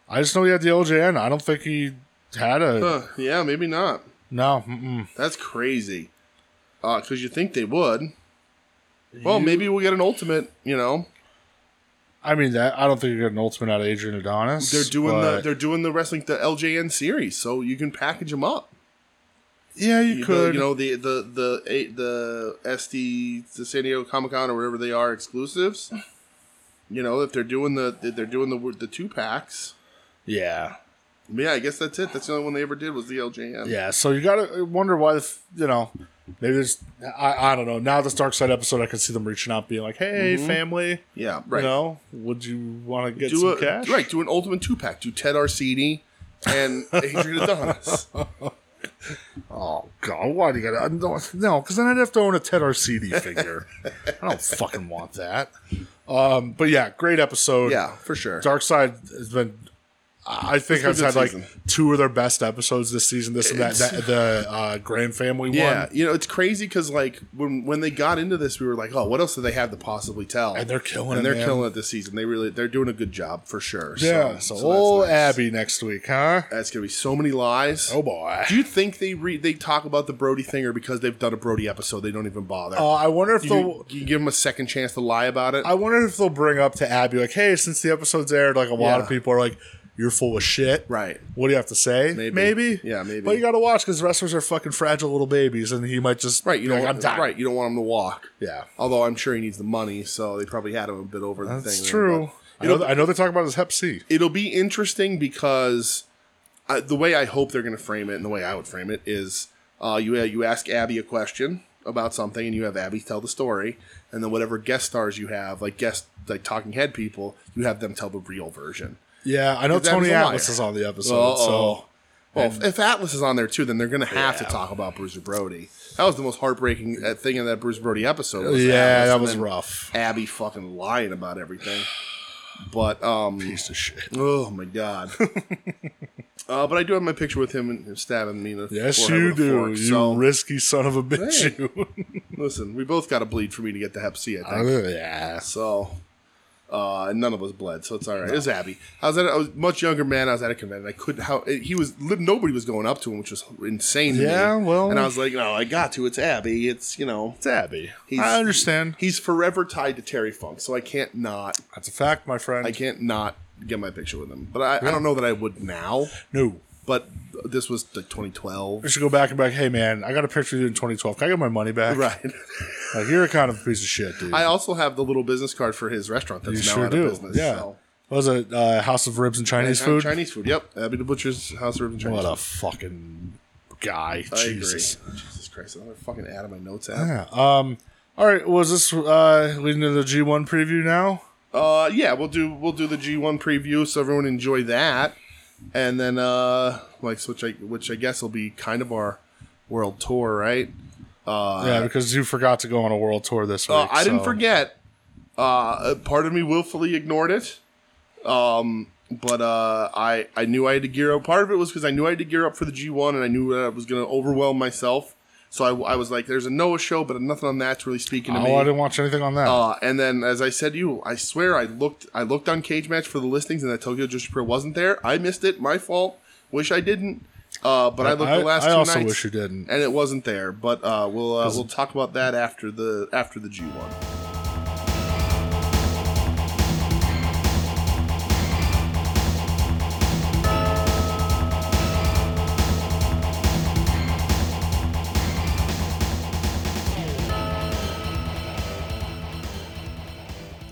Speaker 2: I just know he had the OJN. I don't think he had a
Speaker 1: Huh, Uh, yeah, maybe not.
Speaker 2: No. Mm-mm.
Speaker 1: That's crazy. Because you think they would. Well, maybe we'll get an ultimate. You know,
Speaker 2: I mean that I don't think you got an ultimate out of Adrian Adonis.
Speaker 1: they're doing the
Speaker 2: but-
Speaker 1: they're doing the wrestling the LJN series, so you can package them up.
Speaker 2: Yeah, you,
Speaker 1: You know,
Speaker 2: could.
Speaker 1: you know the the the a- the SD the San Diego Comic Con or wherever they are exclusives. You know, if they're doing the if they're doing the the two packs.
Speaker 2: yeah.
Speaker 1: Yeah, I guess that's it. That's the only one they ever did was the LJN.
Speaker 2: Yeah, so you gotta wonder why, the, f- you know, maybe there's, I, I don't know. Now this Dark Side episode, I can see them reaching out, being like, "Hey, family,
Speaker 1: yeah, Mm-hmm. right.
Speaker 2: you know, would you want to get
Speaker 1: do
Speaker 2: some
Speaker 1: a
Speaker 2: cash?"
Speaker 1: right. Do an ultimate two pack. Do Ted Arcidi and Adrian Adonis.
Speaker 2: Oh God, why do you gotta? No, because then I'd have to own a Ted RCD figure. I don't fucking want that. Um, but yeah, great episode.
Speaker 1: Yeah, for sure.
Speaker 2: Dark Side has been. I I think I've
Speaker 1: It's been a
Speaker 2: had
Speaker 1: good
Speaker 2: like
Speaker 1: season.
Speaker 2: two of their best episodes this season. This and that, that the uh, Grand Family
Speaker 1: Yeah,
Speaker 2: one,
Speaker 1: you know it's crazy because like when when they got into this, we were like, oh, what else do they have to possibly tell?
Speaker 2: and they're killing.
Speaker 1: and
Speaker 2: it,
Speaker 1: they're
Speaker 2: man.
Speaker 1: killing it this season. They really they're doing a good job for sure.
Speaker 2: Yeah, so,
Speaker 1: that's
Speaker 2: old
Speaker 1: nice.
Speaker 2: Abby next week, huh?
Speaker 1: That's gonna be so many lies.
Speaker 2: Oh boy.
Speaker 1: Do you think they re- they talk about the Brody thing, or because they've done a Brody episode, they don't even bother?
Speaker 2: Uh, I wonder if
Speaker 1: you,
Speaker 2: they'll.
Speaker 1: you give them a second chance to lie about it.
Speaker 2: I wonder if they'll bring up to Abby like, hey, since the episode's aired, like a lot of
Speaker 1: Yeah.
Speaker 2: people are like, you're full of shit.
Speaker 1: right.
Speaker 2: What do you have to say?
Speaker 1: Maybe. Yeah, maybe.
Speaker 2: But you got to watch because wrestlers are fucking fragile little babies, and he might just
Speaker 1: Right. You
Speaker 2: be
Speaker 1: don't.
Speaker 2: like, I'm
Speaker 1: Want,
Speaker 2: done.
Speaker 1: right. You don't want him to walk.
Speaker 2: Yeah,
Speaker 1: Although I'm sure he needs the money, so they probably had him a bit over the thing.
Speaker 2: that's
Speaker 1: there,
Speaker 2: true.
Speaker 1: but-
Speaker 2: I know, I know they're talking about his Hep C.
Speaker 1: it'll be interesting because uh, the way I hope they're going to frame it and the way I would frame it is uh, you you ask Abby a question about something and you have Abby tell the story and then whatever guest stars you have like guest like talking head people you have them tell the real version.
Speaker 2: Yeah, I know
Speaker 1: That was
Speaker 2: Tony
Speaker 1: a liar.
Speaker 2: Atlas is on the episode. So
Speaker 1: Uh-oh. Well, if, if Atlas is on there too, then they're going to have to talk about Bruiser Brody. That was the most heartbreaking uh, thing in that Bruiser Brody episode. was
Speaker 2: yeah,
Speaker 1: Atlas
Speaker 2: that
Speaker 1: and
Speaker 2: was
Speaker 1: then
Speaker 2: rough.
Speaker 1: Abby fucking lying about everything. But um,
Speaker 2: Piece of shit.
Speaker 1: Oh my god. uh, but I do have my picture with him and stabbing me in the
Speaker 2: Yes,
Speaker 1: forehead
Speaker 2: you
Speaker 1: with a
Speaker 2: do.
Speaker 1: fork,
Speaker 2: you
Speaker 1: so
Speaker 2: risky son of a bitch. You.
Speaker 1: listen, we both got to bleed for me to get the Hep C. I think
Speaker 2: yeah.
Speaker 1: so. Uh, and none of us bled, so it's all right. It was Abby. I was at a, I was a much younger man. I was at a convention. I couldn't. How he was? li- Nobody was going up to him, which was insane. to me.
Speaker 2: Yeah, well-
Speaker 1: and I was like, no, I got to. It's Abby. It's you know,
Speaker 2: It's Abby.
Speaker 1: He's-
Speaker 2: I understand.
Speaker 1: he's forever tied to Terry Funk, so I can't not.
Speaker 2: That's a fact, my friend.
Speaker 1: I can't not get my picture with him. But I, I don't know that I would now.
Speaker 2: no.
Speaker 1: But this was like 2012.
Speaker 2: I should go back and be like, hey man, I got a picture of you in 2012. Can I get my money back?
Speaker 1: Right.
Speaker 2: Like, you're a kind of a piece of shit, dude.
Speaker 1: I also have the little business card for his restaurant that's
Speaker 2: you
Speaker 1: now
Speaker 2: sure
Speaker 1: out
Speaker 2: do.
Speaker 1: of business.
Speaker 2: yeah.
Speaker 1: so.
Speaker 2: What was it? Uh, House of Ribs and Chinese
Speaker 1: Uh,
Speaker 2: food.
Speaker 1: Chinese food. Yep. Abby the Butcher's House of Urban Chinese.
Speaker 2: What a fucking guy.
Speaker 1: I agree.
Speaker 2: Jesus.
Speaker 1: Jesus Christ. I'm going to fucking add my notes app.
Speaker 2: Yeah. Um. All right. Was this uh leading to the G1 preview now?
Speaker 1: Uh, yeah, we'll do we'll do the G1 preview, so everyone enjoy that, and then uh, like which I which I guess will be kind of our world tour, right? Uh,
Speaker 2: yeah, because you forgot to go on a world tour this week.
Speaker 1: uh, I didn't
Speaker 2: so-
Speaker 1: forget. Uh, part of me willfully ignored it, um, but uh, I I knew I had to gear up. Part of it was because I knew I had to gear up for the G1, and I knew that I was going to overwhelm myself. So I, I was like, "There's a Noah show, but nothing on that's really speaking to me."
Speaker 2: Oh, I didn't watch anything on that.
Speaker 1: Uh, and then, as I said to you, I swear I looked I looked on Cage Match for the listings, and that Tokyo Joshi Pro wasn't there. I missed it. My fault. Wish I didn't. Uh, but I looked
Speaker 2: I,
Speaker 1: the last
Speaker 2: I
Speaker 1: two
Speaker 2: also
Speaker 1: nights,
Speaker 2: wish you didn't.
Speaker 1: and it wasn't there. But uh, we'll uh, we'll talk about that after the after the G one.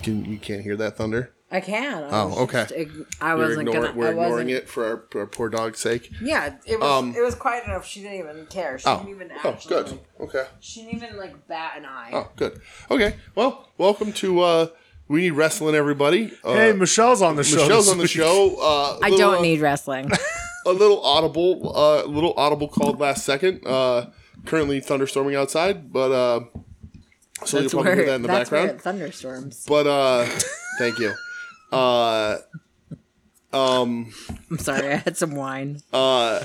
Speaker 1: Can you can't hear that thunder?
Speaker 3: I can. I
Speaker 1: Oh,
Speaker 3: was
Speaker 1: okay.
Speaker 3: just ig- I
Speaker 1: We're
Speaker 3: wasn't
Speaker 1: ignore-
Speaker 3: gonna.
Speaker 1: we're
Speaker 3: I
Speaker 1: ignoring
Speaker 3: wasn't.
Speaker 1: it for our, our poor dog's sake.
Speaker 3: Yeah, it was.
Speaker 1: Um,
Speaker 3: it was quiet enough. She didn't even care. She
Speaker 1: Oh,
Speaker 3: didn't even
Speaker 1: oh,
Speaker 3: actually.
Speaker 1: good. Okay.
Speaker 3: She didn't even like bat an eye.
Speaker 1: Oh, good. Okay. Well, welcome to uh, we need wrestling, everybody. Uh,
Speaker 2: hey, Michelle's on the show.
Speaker 1: Michelle's
Speaker 2: this
Speaker 1: on the
Speaker 2: week.
Speaker 1: show. Uh,
Speaker 3: I
Speaker 1: little,
Speaker 3: don't
Speaker 1: uh,
Speaker 3: need wrestling.
Speaker 1: a little audible, uh, little audible called last second. Uh, currently thunderstorming outside, but uh, so
Speaker 3: That's
Speaker 1: you'll probably hear
Speaker 3: where
Speaker 1: that in the
Speaker 3: that's where
Speaker 1: background.
Speaker 3: it thunderstorms.
Speaker 1: But uh, thank you. Uh,
Speaker 3: I'm sorry. I had some wine.
Speaker 1: uh,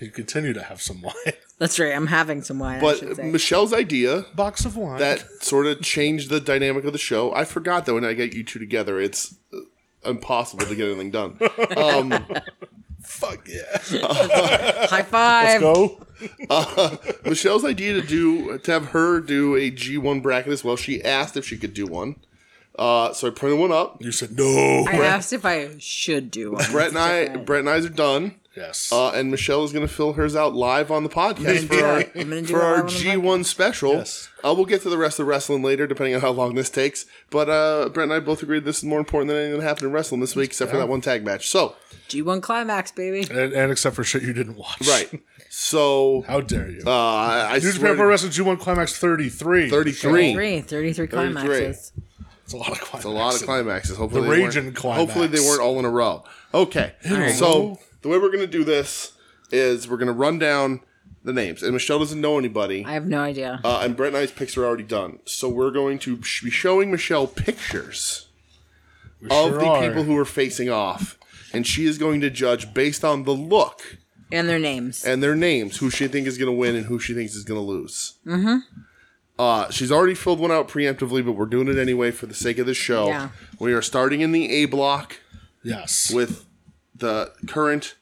Speaker 2: You continue to have some wine.
Speaker 3: That's right. I'm having some wine. I should
Speaker 1: but uh,
Speaker 3: say.
Speaker 1: Michelle's idea
Speaker 2: Box of wine.
Speaker 1: that sort of changed the dynamic of the show. I forgot that when I get you two together, it's uh, impossible to get anything done. Um, fuck yeah.
Speaker 3: High five.
Speaker 2: go.
Speaker 1: Michelle's idea to do to have her do a G1 bracket as well. She asked if she could do one, uh, so I printed one up.
Speaker 2: You said no.
Speaker 3: I asked if I should do one.
Speaker 1: Brett and I, Brett and I's are done,
Speaker 2: yes.
Speaker 1: uh, and Michelle is going to fill hers out live on the podcast for our
Speaker 3: I'm gonna do
Speaker 1: for
Speaker 3: it live
Speaker 1: our
Speaker 3: on the
Speaker 1: G1 special.
Speaker 2: Yes.
Speaker 1: Uh, we'll get to the rest of wrestling later, depending on how long this takes. But uh, Brett and I both agreed this is more important than anything that happened in wrestling this week, except for that one tag match. So
Speaker 3: G1 climax, baby.
Speaker 2: and, and except for shit you didn't watch.
Speaker 1: right, so uh,
Speaker 2: How dare you?
Speaker 1: I, I
Speaker 2: New
Speaker 1: swear
Speaker 2: Japan
Speaker 1: to-
Speaker 2: Pro Wrestling G1 Climax 33.
Speaker 1: 33.
Speaker 3: Three, 33 climaxes.
Speaker 2: It's a lot of climax.
Speaker 1: It's a lot of climaxes. Hopefully,
Speaker 2: The
Speaker 1: they
Speaker 2: raging
Speaker 1: weren't-
Speaker 2: climax.
Speaker 1: Hopefully, they weren't all in a row. Okay, so the way we're gonna do this is we're gonna run down the names, and Michelle doesn't know anybody,
Speaker 3: I have no idea.
Speaker 1: uh, and Brett and I's picks are already done. So we're going to sh- be showing Michelle pictures
Speaker 2: We
Speaker 1: of
Speaker 2: sure
Speaker 1: the
Speaker 2: are.
Speaker 1: people who are facing off, and she is going to judge based on the look
Speaker 3: and their names.
Speaker 1: and their names who she thinks is going to win and who she thinks is going to lose. Mm-hmm. Uh, she's already filled one out preemptively, but we're doing it anyway for the sake of the show.
Speaker 3: Yeah.
Speaker 1: We are starting in the A block
Speaker 2: Yes.
Speaker 1: with the current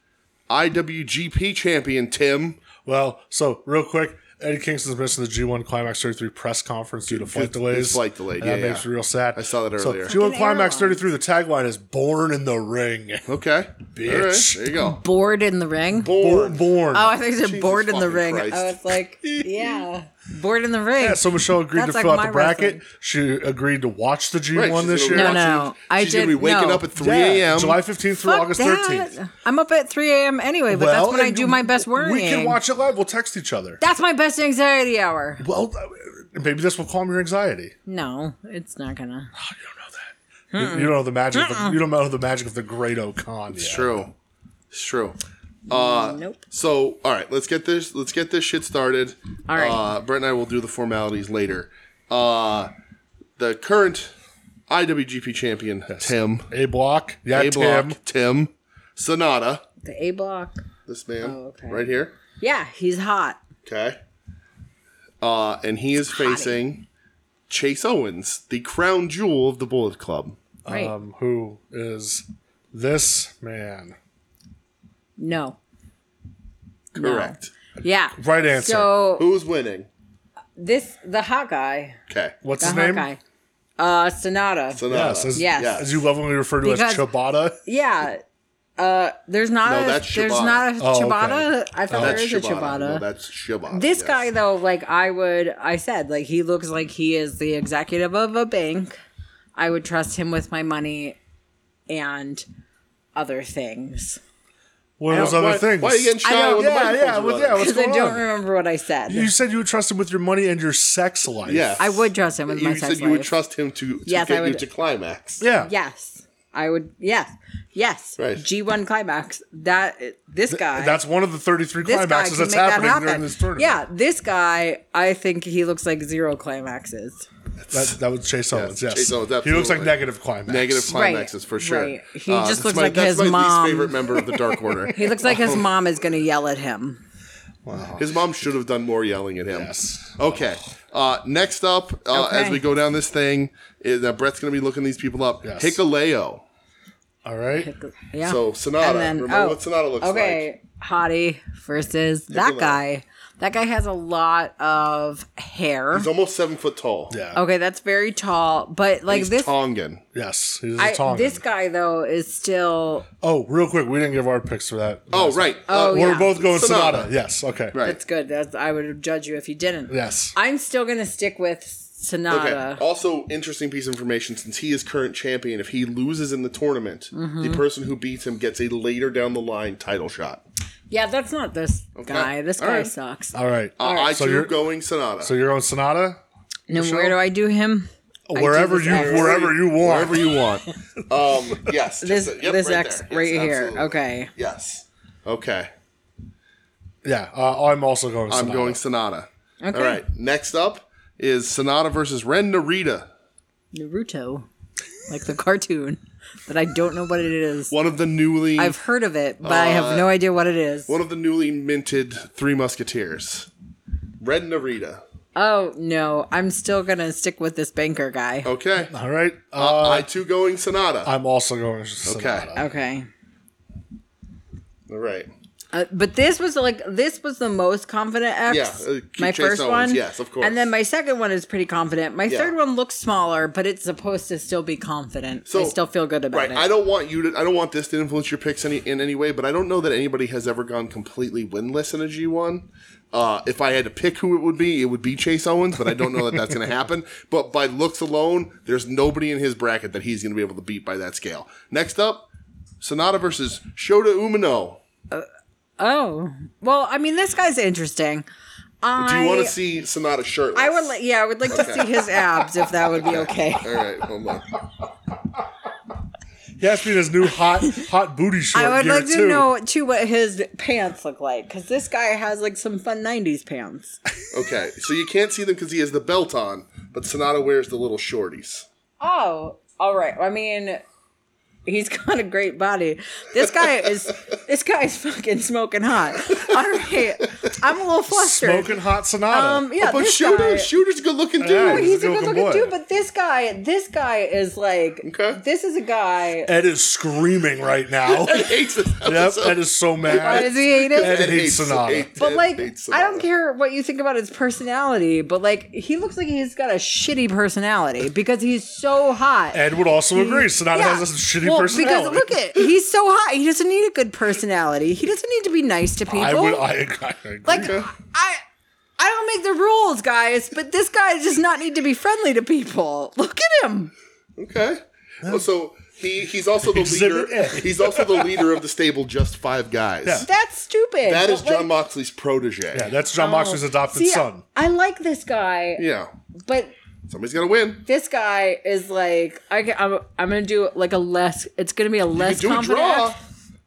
Speaker 1: IWGP champion Tim.
Speaker 2: Well, so real quick, Eddie Kingston's missing the G1 Climax 33 press conference due to flight
Speaker 1: to-
Speaker 2: delays.
Speaker 1: flight delay,
Speaker 2: and
Speaker 1: yeah,
Speaker 2: That makes
Speaker 1: yeah.
Speaker 2: me real sad. I
Speaker 1: saw that earlier.
Speaker 2: So G1
Speaker 3: Fucking
Speaker 2: Climax
Speaker 3: airline.
Speaker 2: 33, the tagline is born in the ring.
Speaker 1: Okay,
Speaker 2: Bitch.
Speaker 1: there you go.
Speaker 3: bored in the ring.
Speaker 2: Born. born.
Speaker 3: Oh, I think you
Speaker 1: Jesus
Speaker 3: said bored in the
Speaker 1: fucking
Speaker 3: ring.
Speaker 1: Christ.
Speaker 3: I was Oh, like, yeah, bored in the ring.
Speaker 2: yeah, so Michelle agreed to
Speaker 3: That's
Speaker 2: fill
Speaker 3: like
Speaker 2: out the
Speaker 3: my
Speaker 2: bracket.
Speaker 3: wrestling.
Speaker 2: She agreed to watch the G1
Speaker 1: Right, she's
Speaker 2: this year.
Speaker 1: gonna
Speaker 3: No,
Speaker 1: watch
Speaker 3: no,
Speaker 1: it.
Speaker 3: I
Speaker 1: she's gonna be
Speaker 3: did-
Speaker 1: waking
Speaker 3: no.
Speaker 1: up at three
Speaker 2: Yeah,
Speaker 1: a.m.
Speaker 2: July 15th through
Speaker 3: Fuck
Speaker 2: August
Speaker 3: that.
Speaker 2: 13th.
Speaker 3: I'm up at 3 a.m. anyway, but that's when I
Speaker 2: and
Speaker 3: do my best worrying.
Speaker 2: We can watch it live. We'll text each other.
Speaker 3: That's my best anxiety hour.
Speaker 2: Well, maybe this will calm your anxiety.
Speaker 3: No, it's not gonna.
Speaker 2: Oh, you don't know that. You, you don't know the magic. Of the, you don't know the magic of the Great O'Con.
Speaker 1: It's true. It's true.
Speaker 3: nope.
Speaker 1: So, all right, let's get this let's get this shit started.
Speaker 3: All right.
Speaker 1: Uh, Brett and I will do the formalities later. Uh, the current IWGP champion Tim
Speaker 2: A block. Yeah,
Speaker 1: A
Speaker 2: Tim.
Speaker 1: Block Tim Sonata.
Speaker 3: The A block.
Speaker 1: This man
Speaker 3: Oh, okay.
Speaker 1: right here.
Speaker 3: Yeah, he's hot.
Speaker 1: Okay. Uh, and he is facing Chase Owens, the crown jewel of the Bullet Club.
Speaker 3: Right.
Speaker 2: Um, who is this man?
Speaker 3: no.
Speaker 1: Correct.
Speaker 3: Yeah.
Speaker 2: Right answer.
Speaker 3: So
Speaker 1: Who's winning?
Speaker 3: this the hot guy.
Speaker 1: Okay.
Speaker 2: What's
Speaker 3: The
Speaker 2: his
Speaker 3: hot
Speaker 2: name?
Speaker 3: guy. Uh Sonata.
Speaker 1: Sonata.
Speaker 2: Yes. As,
Speaker 3: Yes.
Speaker 2: as you lovingly refer to
Speaker 3: Because-
Speaker 2: as Chobata.
Speaker 3: yeah. Uh, there's not
Speaker 1: No,
Speaker 3: a
Speaker 1: that's
Speaker 3: there's
Speaker 1: ciabatta.
Speaker 3: not a
Speaker 2: Oh, okay.
Speaker 3: ciabatta. I thought there
Speaker 1: That's
Speaker 3: is a ciabatta.
Speaker 1: Shibata. No, that's Shibata.
Speaker 3: this
Speaker 1: yes.
Speaker 3: guy though, like I would, I said, like he looks like he is the executive of a bank. I would trust him with my money and other things
Speaker 2: What are those
Speaker 1: Why-
Speaker 2: other things?
Speaker 1: Why are you getting shy
Speaker 3: I know,
Speaker 1: with the
Speaker 2: yeah,
Speaker 1: microphones,
Speaker 2: yeah, with-
Speaker 1: brother?
Speaker 2: yeah, with- What's
Speaker 3: because I
Speaker 2: going
Speaker 3: don't
Speaker 2: on?
Speaker 3: remember what I said.
Speaker 2: you said you would trust him with your money and your sex life.
Speaker 1: Yes.
Speaker 3: I would trust him with my
Speaker 1: You
Speaker 3: sex
Speaker 1: said you would
Speaker 3: life.
Speaker 1: trust him to, to
Speaker 3: Yes, I
Speaker 1: get you
Speaker 3: would.
Speaker 1: to climax.
Speaker 2: Yeah.
Speaker 3: yes, I would. Yes, yes.
Speaker 1: Right.
Speaker 3: G one climax. That this guy.
Speaker 2: That's one of the 33
Speaker 3: this guy
Speaker 2: climaxes
Speaker 3: can
Speaker 2: that's
Speaker 3: make that
Speaker 2: happening
Speaker 3: happen.
Speaker 2: during this tournament.
Speaker 3: Yeah, this guy. I think he looks like zero climaxes.
Speaker 2: That, that was Chase Owens, yes.
Speaker 1: Chase Owens,
Speaker 2: he looks like
Speaker 1: absolutely.
Speaker 2: negative climax.
Speaker 1: Negative climaxes
Speaker 3: Right,
Speaker 1: for sure.
Speaker 3: right. He just
Speaker 1: that's
Speaker 3: looks
Speaker 1: my-
Speaker 3: like
Speaker 1: that's
Speaker 3: his
Speaker 1: my
Speaker 3: mom.
Speaker 1: least favorite member of the Dark Order.
Speaker 3: He looks like
Speaker 2: Oh.
Speaker 3: his mom is going to yell at him.
Speaker 1: His mom should have done more yelling at him.
Speaker 2: Yes.
Speaker 1: Okay. Uh, next up, uh, as
Speaker 3: Okay.
Speaker 1: we go down this thing, is that Brett's going to be looking these people up.
Speaker 2: Yes.
Speaker 1: Hikaleo.
Speaker 2: All right.
Speaker 3: Yeah.
Speaker 1: So Sonata.
Speaker 3: And then- oh,
Speaker 1: Remember what Sonata looks like.
Speaker 3: okay, hottie versus that
Speaker 1: Nicola.
Speaker 3: guy. That guy has a lot of hair.
Speaker 1: He's almost seven foot tall.
Speaker 2: Yeah.
Speaker 3: Okay, that's very tall, but like
Speaker 1: He's
Speaker 3: this,
Speaker 1: Tongan.
Speaker 2: Yes. He's a
Speaker 3: I,
Speaker 2: Tongan.
Speaker 3: this guy though is still.
Speaker 2: oh, real quick, we didn't give our picks for that.
Speaker 1: Oh, right.
Speaker 3: Oh,
Speaker 2: We're
Speaker 3: yeah.
Speaker 2: both going
Speaker 1: Sonata.
Speaker 2: Sonata. Yes. Okay.
Speaker 1: Right.
Speaker 3: That's good. That's I would judge you if you didn't.
Speaker 2: Yes.
Speaker 3: I'm still going to stick with Sonata.
Speaker 1: Okay. Oh. Also, interesting piece of information since he is current champion, if he loses in the tournament,
Speaker 3: Mm-hmm.
Speaker 1: the person who beats him gets a later down the line title shot.
Speaker 3: Yeah, that's not this guy. This
Speaker 1: All
Speaker 3: guy
Speaker 1: right.
Speaker 3: sucks.
Speaker 2: All right.
Speaker 1: Uh, I
Speaker 2: So
Speaker 1: too
Speaker 2: you're-
Speaker 1: going Sonata.
Speaker 2: So you're on Sonata?
Speaker 3: And where do I do him? I do
Speaker 2: Wherever
Speaker 3: this
Speaker 2: you
Speaker 3: X.
Speaker 2: wherever you want.
Speaker 1: Wherever you want. um, yes.
Speaker 3: This
Speaker 1: just- yep,
Speaker 3: this
Speaker 1: right
Speaker 3: X
Speaker 1: there.
Speaker 3: right
Speaker 1: Yes,
Speaker 3: here.
Speaker 1: absolutely.
Speaker 3: Okay.
Speaker 1: Yes. Okay.
Speaker 2: Yeah. Uh, I'm also going
Speaker 1: I'm
Speaker 2: Sonata.
Speaker 1: going Sonata.
Speaker 3: Okay.
Speaker 1: All right. Next up is Sonata versus Ren Narita.
Speaker 3: Naruto, like the cartoon that I don't know what it is.
Speaker 1: One of the newly
Speaker 3: I've heard of it, but I
Speaker 1: uh,
Speaker 3: have no idea what it is.
Speaker 1: one of the newly minted Three Musketeers. Ren Narita.
Speaker 3: oh no, I'm still gonna stick with this banker guy.
Speaker 1: Okay.
Speaker 2: All right. Uh,
Speaker 1: I too going Sonata.
Speaker 2: I'm also going Sonata.
Speaker 3: Okay.
Speaker 1: All right.
Speaker 3: Uh, but this was like this was the most confident X.
Speaker 1: Yeah, uh, keep
Speaker 3: my
Speaker 1: Chase
Speaker 3: first
Speaker 1: Owens,
Speaker 3: one,
Speaker 1: yes, of course.
Speaker 3: And then my second one is pretty confident. My
Speaker 1: Yeah.
Speaker 3: third one looks smaller, but it's supposed to still be confident. I still feel good about
Speaker 1: right,
Speaker 3: it.
Speaker 1: I don't want you to. I don't want this to influence your picks any in any way. But I don't know that anybody has ever gone completely winless in a G one. Uh, if I had to pick who it would be, it would be Chase Owens. But I don't know that that's going to happen. But by looks alone, there's nobody in his bracket that he's going to be able to beat by that scale. Next up, Sonata versus Shota Umino.
Speaker 3: oh well, I mean, this guy's interesting. I,
Speaker 1: Do you want to see Sonata shirtless?
Speaker 3: I would like, yeah, I would like to see his abs if that would be okay.
Speaker 1: All right, hold on.
Speaker 2: He has to be in his new hot hot booty short.
Speaker 3: I would
Speaker 2: gear,
Speaker 3: like to
Speaker 2: too.
Speaker 3: know too what his pants look like because this guy has like some fun '90s pants.
Speaker 1: Okay, so you can't see them because he has the belt on, but Sonata wears the little shorties.
Speaker 3: Oh, all right. I mean, he's got a great body. This guy is this guy's fucking smoking hot. All right, I'm a little flustered.
Speaker 2: Smoking hot Sonata.
Speaker 3: Um, yeah,
Speaker 1: But
Speaker 3: this
Speaker 1: Shooter,
Speaker 3: guy.
Speaker 1: Shooter's a good looking dude.
Speaker 2: Yeah,
Speaker 3: Oh, he's
Speaker 2: He's a
Speaker 3: a good
Speaker 2: good-looking
Speaker 3: looking
Speaker 2: boy.
Speaker 3: dude, but this guy, this guy is like,
Speaker 1: Okay.
Speaker 3: this is a guy.
Speaker 2: Ed is screaming right now.
Speaker 1: He hates this
Speaker 2: yep,
Speaker 1: episode.
Speaker 2: Ed is so
Speaker 3: Why
Speaker 2: mad.
Speaker 3: does he hate it?
Speaker 2: Ed hates Sonata.
Speaker 3: But
Speaker 1: Ed
Speaker 3: like,
Speaker 1: hates
Speaker 3: I don't
Speaker 1: Sonata.
Speaker 3: care what you think about his personality, but like, he looks like he's got a shitty personality because he's so hot.
Speaker 2: Ed would also agree. Sonata
Speaker 3: Mm. Yeah.
Speaker 2: has a shitty
Speaker 3: Well,
Speaker 2: personality.
Speaker 3: Because look at he's so hot. He doesn't need a good personality. He doesn't need to be nice to people.
Speaker 2: I would. I, I agree.
Speaker 3: like I. I don't make the rules, guys, but this guy does not need to be friendly to people. Look at him.
Speaker 1: Okay. Well, so he, he's also the
Speaker 2: Exhibit
Speaker 1: leader.
Speaker 2: A.
Speaker 1: He's also the leader of the stable Just Five Guys.
Speaker 2: Yeah.
Speaker 3: That's stupid.
Speaker 1: That
Speaker 3: But,
Speaker 1: is John
Speaker 3: like,
Speaker 1: Moxley's protege.
Speaker 2: yeah, that's John Moxley's adopted
Speaker 3: oh, see,
Speaker 2: son.
Speaker 3: I like this guy,
Speaker 1: Yeah.
Speaker 3: but
Speaker 1: Somebody's gonna win.
Speaker 3: this guy is like I can, I'm I'm gonna do like a less. It's gonna be a
Speaker 1: You
Speaker 3: less
Speaker 1: do a
Speaker 3: confident.
Speaker 1: draw.
Speaker 3: act.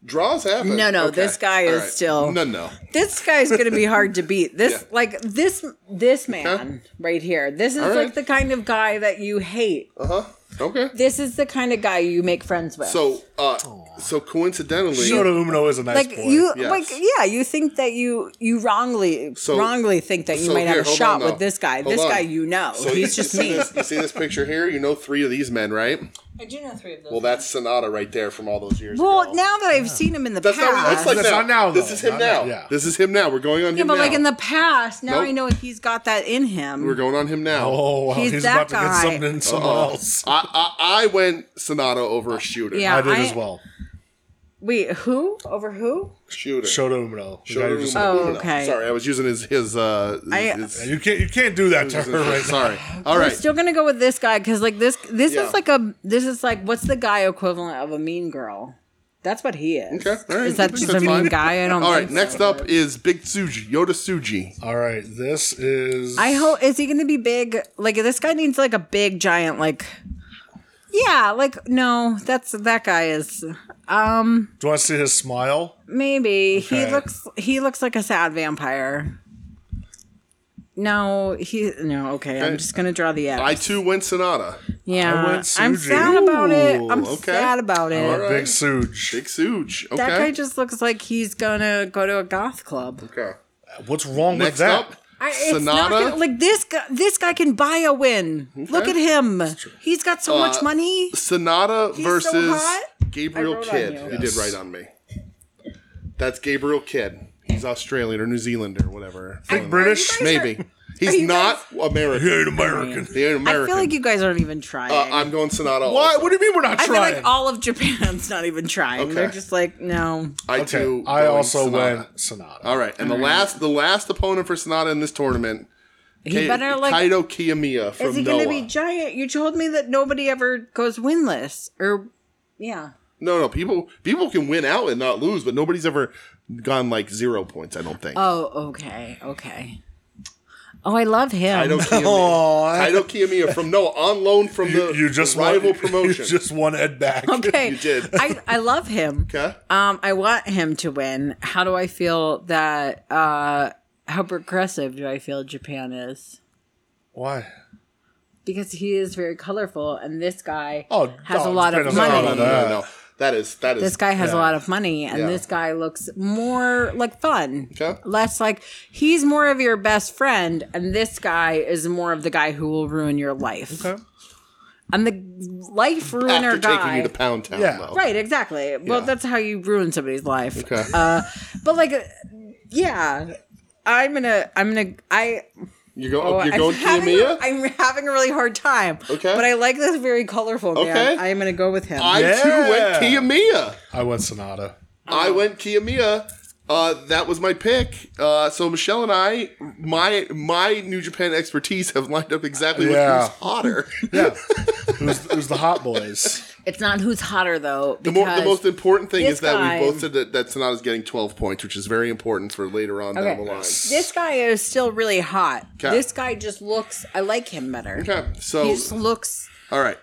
Speaker 1: Draws happen.
Speaker 3: No, no, this guy
Speaker 1: All
Speaker 3: is still-
Speaker 1: No, no.
Speaker 3: This guy's gonna be hard to beat. This
Speaker 1: Yeah.
Speaker 3: like this this man right here. This is
Speaker 1: All right.
Speaker 3: like the kind of guy that you hate.
Speaker 1: Uh huh. Okay.
Speaker 3: this is the kind of guy you make friends with.
Speaker 1: So, uh, so coincidentally,
Speaker 2: Shota Umino is a nice
Speaker 3: like
Speaker 2: boy.
Speaker 3: you,
Speaker 1: yes.
Speaker 3: like yeah, you think that you you wrongly
Speaker 1: So-
Speaker 3: wrongly think that you
Speaker 1: so
Speaker 3: might
Speaker 1: here,
Speaker 3: have a
Speaker 1: hold
Speaker 3: shot
Speaker 1: on, though.
Speaker 3: with this guy.
Speaker 1: Hold
Speaker 3: this
Speaker 1: on.
Speaker 3: guy, you know,
Speaker 1: so
Speaker 3: he's
Speaker 1: you
Speaker 3: just
Speaker 1: see
Speaker 3: me.
Speaker 1: this- you see this picture here? You know three of these men, right?
Speaker 3: I do know three of those.
Speaker 1: Well, that's Sonata right there from all those years.
Speaker 3: Well,
Speaker 1: ago.
Speaker 3: now that I've seen him in the
Speaker 1: That's
Speaker 3: past,
Speaker 1: not what he looks like
Speaker 2: That's
Speaker 1: now.
Speaker 2: not now,
Speaker 1: This
Speaker 2: though.
Speaker 1: is him
Speaker 2: Not
Speaker 1: now.
Speaker 2: now, yeah.
Speaker 1: This is him now. We're going on
Speaker 3: yeah,
Speaker 1: him
Speaker 3: but
Speaker 1: now.
Speaker 3: like in the past, now
Speaker 1: Nope.
Speaker 3: I know he's got that in him.
Speaker 1: We're going on him now.
Speaker 2: oh wow,
Speaker 3: he's
Speaker 2: he's, about
Speaker 3: that
Speaker 2: to get
Speaker 3: guy.
Speaker 2: something in
Speaker 1: Oh,
Speaker 2: someone else.
Speaker 1: I, I I went Sonata over a shooter.
Speaker 3: Yeah.
Speaker 2: I did
Speaker 3: I-
Speaker 2: as well.
Speaker 3: Wait, who over who?
Speaker 1: Shooter.
Speaker 2: Shoto Umino. The guy
Speaker 1: Shota
Speaker 2: who just-
Speaker 1: Umino.
Speaker 3: Oh, okay.
Speaker 1: Sorry, I was using his his. uh his-
Speaker 3: I-
Speaker 1: his-
Speaker 2: You can't you can't do that to her right now.
Speaker 1: sorry. All right.
Speaker 3: We're still gonna go with this guy because like this this
Speaker 1: Yeah.
Speaker 3: is like a this is like what's the guy equivalent of a mean girl? That's what he is.
Speaker 1: Okay, all right.
Speaker 3: Is that
Speaker 1: I think
Speaker 3: just a
Speaker 1: that's
Speaker 3: mean
Speaker 1: fine.
Speaker 3: guy? I don't.
Speaker 1: All right.
Speaker 3: think so.
Speaker 1: Next up is Big Tsuji, Yoda Tsuji.
Speaker 2: All right, this is
Speaker 3: I hope is he gonna be big? Like this guy needs like a big giant like. Yeah, like no, that's that guy is um,
Speaker 2: Do you want to see his smile?
Speaker 3: maybe
Speaker 2: Okay.
Speaker 3: he looks he looks like a sad vampire. No, he no. Okay,
Speaker 1: Okay.
Speaker 3: I'm just gonna draw the X.
Speaker 1: Uh, I too went Sonata.
Speaker 2: I
Speaker 3: yeah,
Speaker 2: went
Speaker 3: I'm
Speaker 2: Suji.
Speaker 3: sad about it.
Speaker 1: Ooh,
Speaker 3: I'm
Speaker 1: okay.
Speaker 3: sad about it.
Speaker 1: All right.
Speaker 2: Big Suge.
Speaker 1: Big Tsuji. Okay.
Speaker 3: That guy just looks like he's gonna go to a goth club.
Speaker 1: okay.
Speaker 2: What's wrong with
Speaker 1: Next
Speaker 2: that?
Speaker 1: up,
Speaker 3: I, it's not
Speaker 1: Sonata.
Speaker 3: gonna, like this guy. This guy can buy a win. Look at him. He's got so
Speaker 1: Uh,
Speaker 3: much money.
Speaker 1: Sonata
Speaker 3: so
Speaker 1: versus
Speaker 3: hot. I
Speaker 1: Gabriel
Speaker 3: wrote on
Speaker 1: Kidd.
Speaker 3: you.
Speaker 1: You did right on me. That's Gabriel Kidd. He's Australian or New Zealander, whatever.
Speaker 2: Big British.
Speaker 3: Are you guys-
Speaker 1: Maybe. He's
Speaker 3: you
Speaker 1: not American.
Speaker 2: He ain't American.
Speaker 1: He ain't
Speaker 3: I
Speaker 1: American.
Speaker 3: feel like you guys aren't even trying.
Speaker 1: uh, I'm going Sonata.
Speaker 2: Why?
Speaker 1: also.
Speaker 2: What do you mean we're not
Speaker 3: I feel
Speaker 2: trying?
Speaker 3: like all of Japan's not even trying.
Speaker 1: Okay.
Speaker 3: They're just like, no.
Speaker 1: I
Speaker 2: okay,
Speaker 1: too.
Speaker 2: I
Speaker 1: going
Speaker 2: also
Speaker 1: Sonata.
Speaker 2: went Sonata.
Speaker 1: All right, and the last, the last opponent for Sonata in this tournament,
Speaker 3: He
Speaker 1: Ka-
Speaker 3: better like.
Speaker 1: Kaido Kiyomiya from
Speaker 3: is he
Speaker 1: Noah.
Speaker 3: gonna be giant? You told me that nobody ever goes winless. Or, yeah.
Speaker 1: no, no, people, people can win out and not lose, but nobody's ever gone like zero points. I don't think.
Speaker 3: Oh, okay, okay. Oh, I love him.
Speaker 1: Kaido
Speaker 3: Oh,
Speaker 1: Kiyomiya.
Speaker 2: Aw,
Speaker 1: Kaido Kiyomiya from Noah on loan from the
Speaker 2: you, you just
Speaker 1: the rival
Speaker 2: won,
Speaker 1: promotion.
Speaker 2: You just won Ed back.
Speaker 3: okay,
Speaker 1: You did.
Speaker 3: I, I love him.
Speaker 1: okay.
Speaker 3: Um, I want him to win. How do I feel that? Uh, how progressive do I feel Japan is?
Speaker 2: Why?
Speaker 3: Because he is very colorful, and this guy
Speaker 2: Oh,
Speaker 3: has a
Speaker 2: oh,
Speaker 3: lot of
Speaker 2: Japan is all
Speaker 1: No,
Speaker 3: money.
Speaker 1: no, no, no, no. That is that is
Speaker 3: This guy has
Speaker 2: Yeah.
Speaker 3: a lot of money, and
Speaker 1: Yeah.
Speaker 3: this guy looks more like fun.
Speaker 1: Okay.
Speaker 3: Less like he's more of your best friend, and this guy is more of the guy who will ruin your life.
Speaker 2: Okay.
Speaker 3: And the life
Speaker 1: after
Speaker 3: ruiner
Speaker 1: taking
Speaker 3: guy.
Speaker 1: you to Pound Town.
Speaker 2: Yeah.
Speaker 1: though.
Speaker 3: Right, exactly. Well,
Speaker 1: Yeah.
Speaker 3: that's how you ruin somebody's life.
Speaker 1: Okay.
Speaker 3: But like, uh, yeah, I'm gonna, I'm gonna, I.
Speaker 1: you go.
Speaker 3: oh,
Speaker 1: you're
Speaker 3: I'm
Speaker 1: going
Speaker 3: having,
Speaker 1: Kiyomiya. I,
Speaker 3: I'm having a really hard time.
Speaker 1: Okay.
Speaker 3: But I like this very colorful man.
Speaker 1: Okay.
Speaker 3: I'm gonna go with him.
Speaker 1: too
Speaker 2: Yeah.
Speaker 1: went Kiyomiya.
Speaker 2: I went Sonata.
Speaker 1: I went Kiyomiya. Uh, that was my pick. Uh, so Michelle and I, my my New Japan expertise, have lined up exactly
Speaker 2: Yeah.
Speaker 1: who's hotter.
Speaker 2: Yeah, who's, who's the hot boys?
Speaker 3: it's not who's hotter though.
Speaker 1: The, more, the most important thing
Speaker 3: this
Speaker 1: is that
Speaker 3: guy-
Speaker 1: we both said that, that Sonata's getting 12 points, which is very important for later on down
Speaker 3: Okay.
Speaker 1: the line.
Speaker 3: This guy is still really hot.
Speaker 1: Okay.
Speaker 3: This guy just looks. I like him better.
Speaker 1: Okay, so
Speaker 3: He just looks.
Speaker 1: all right.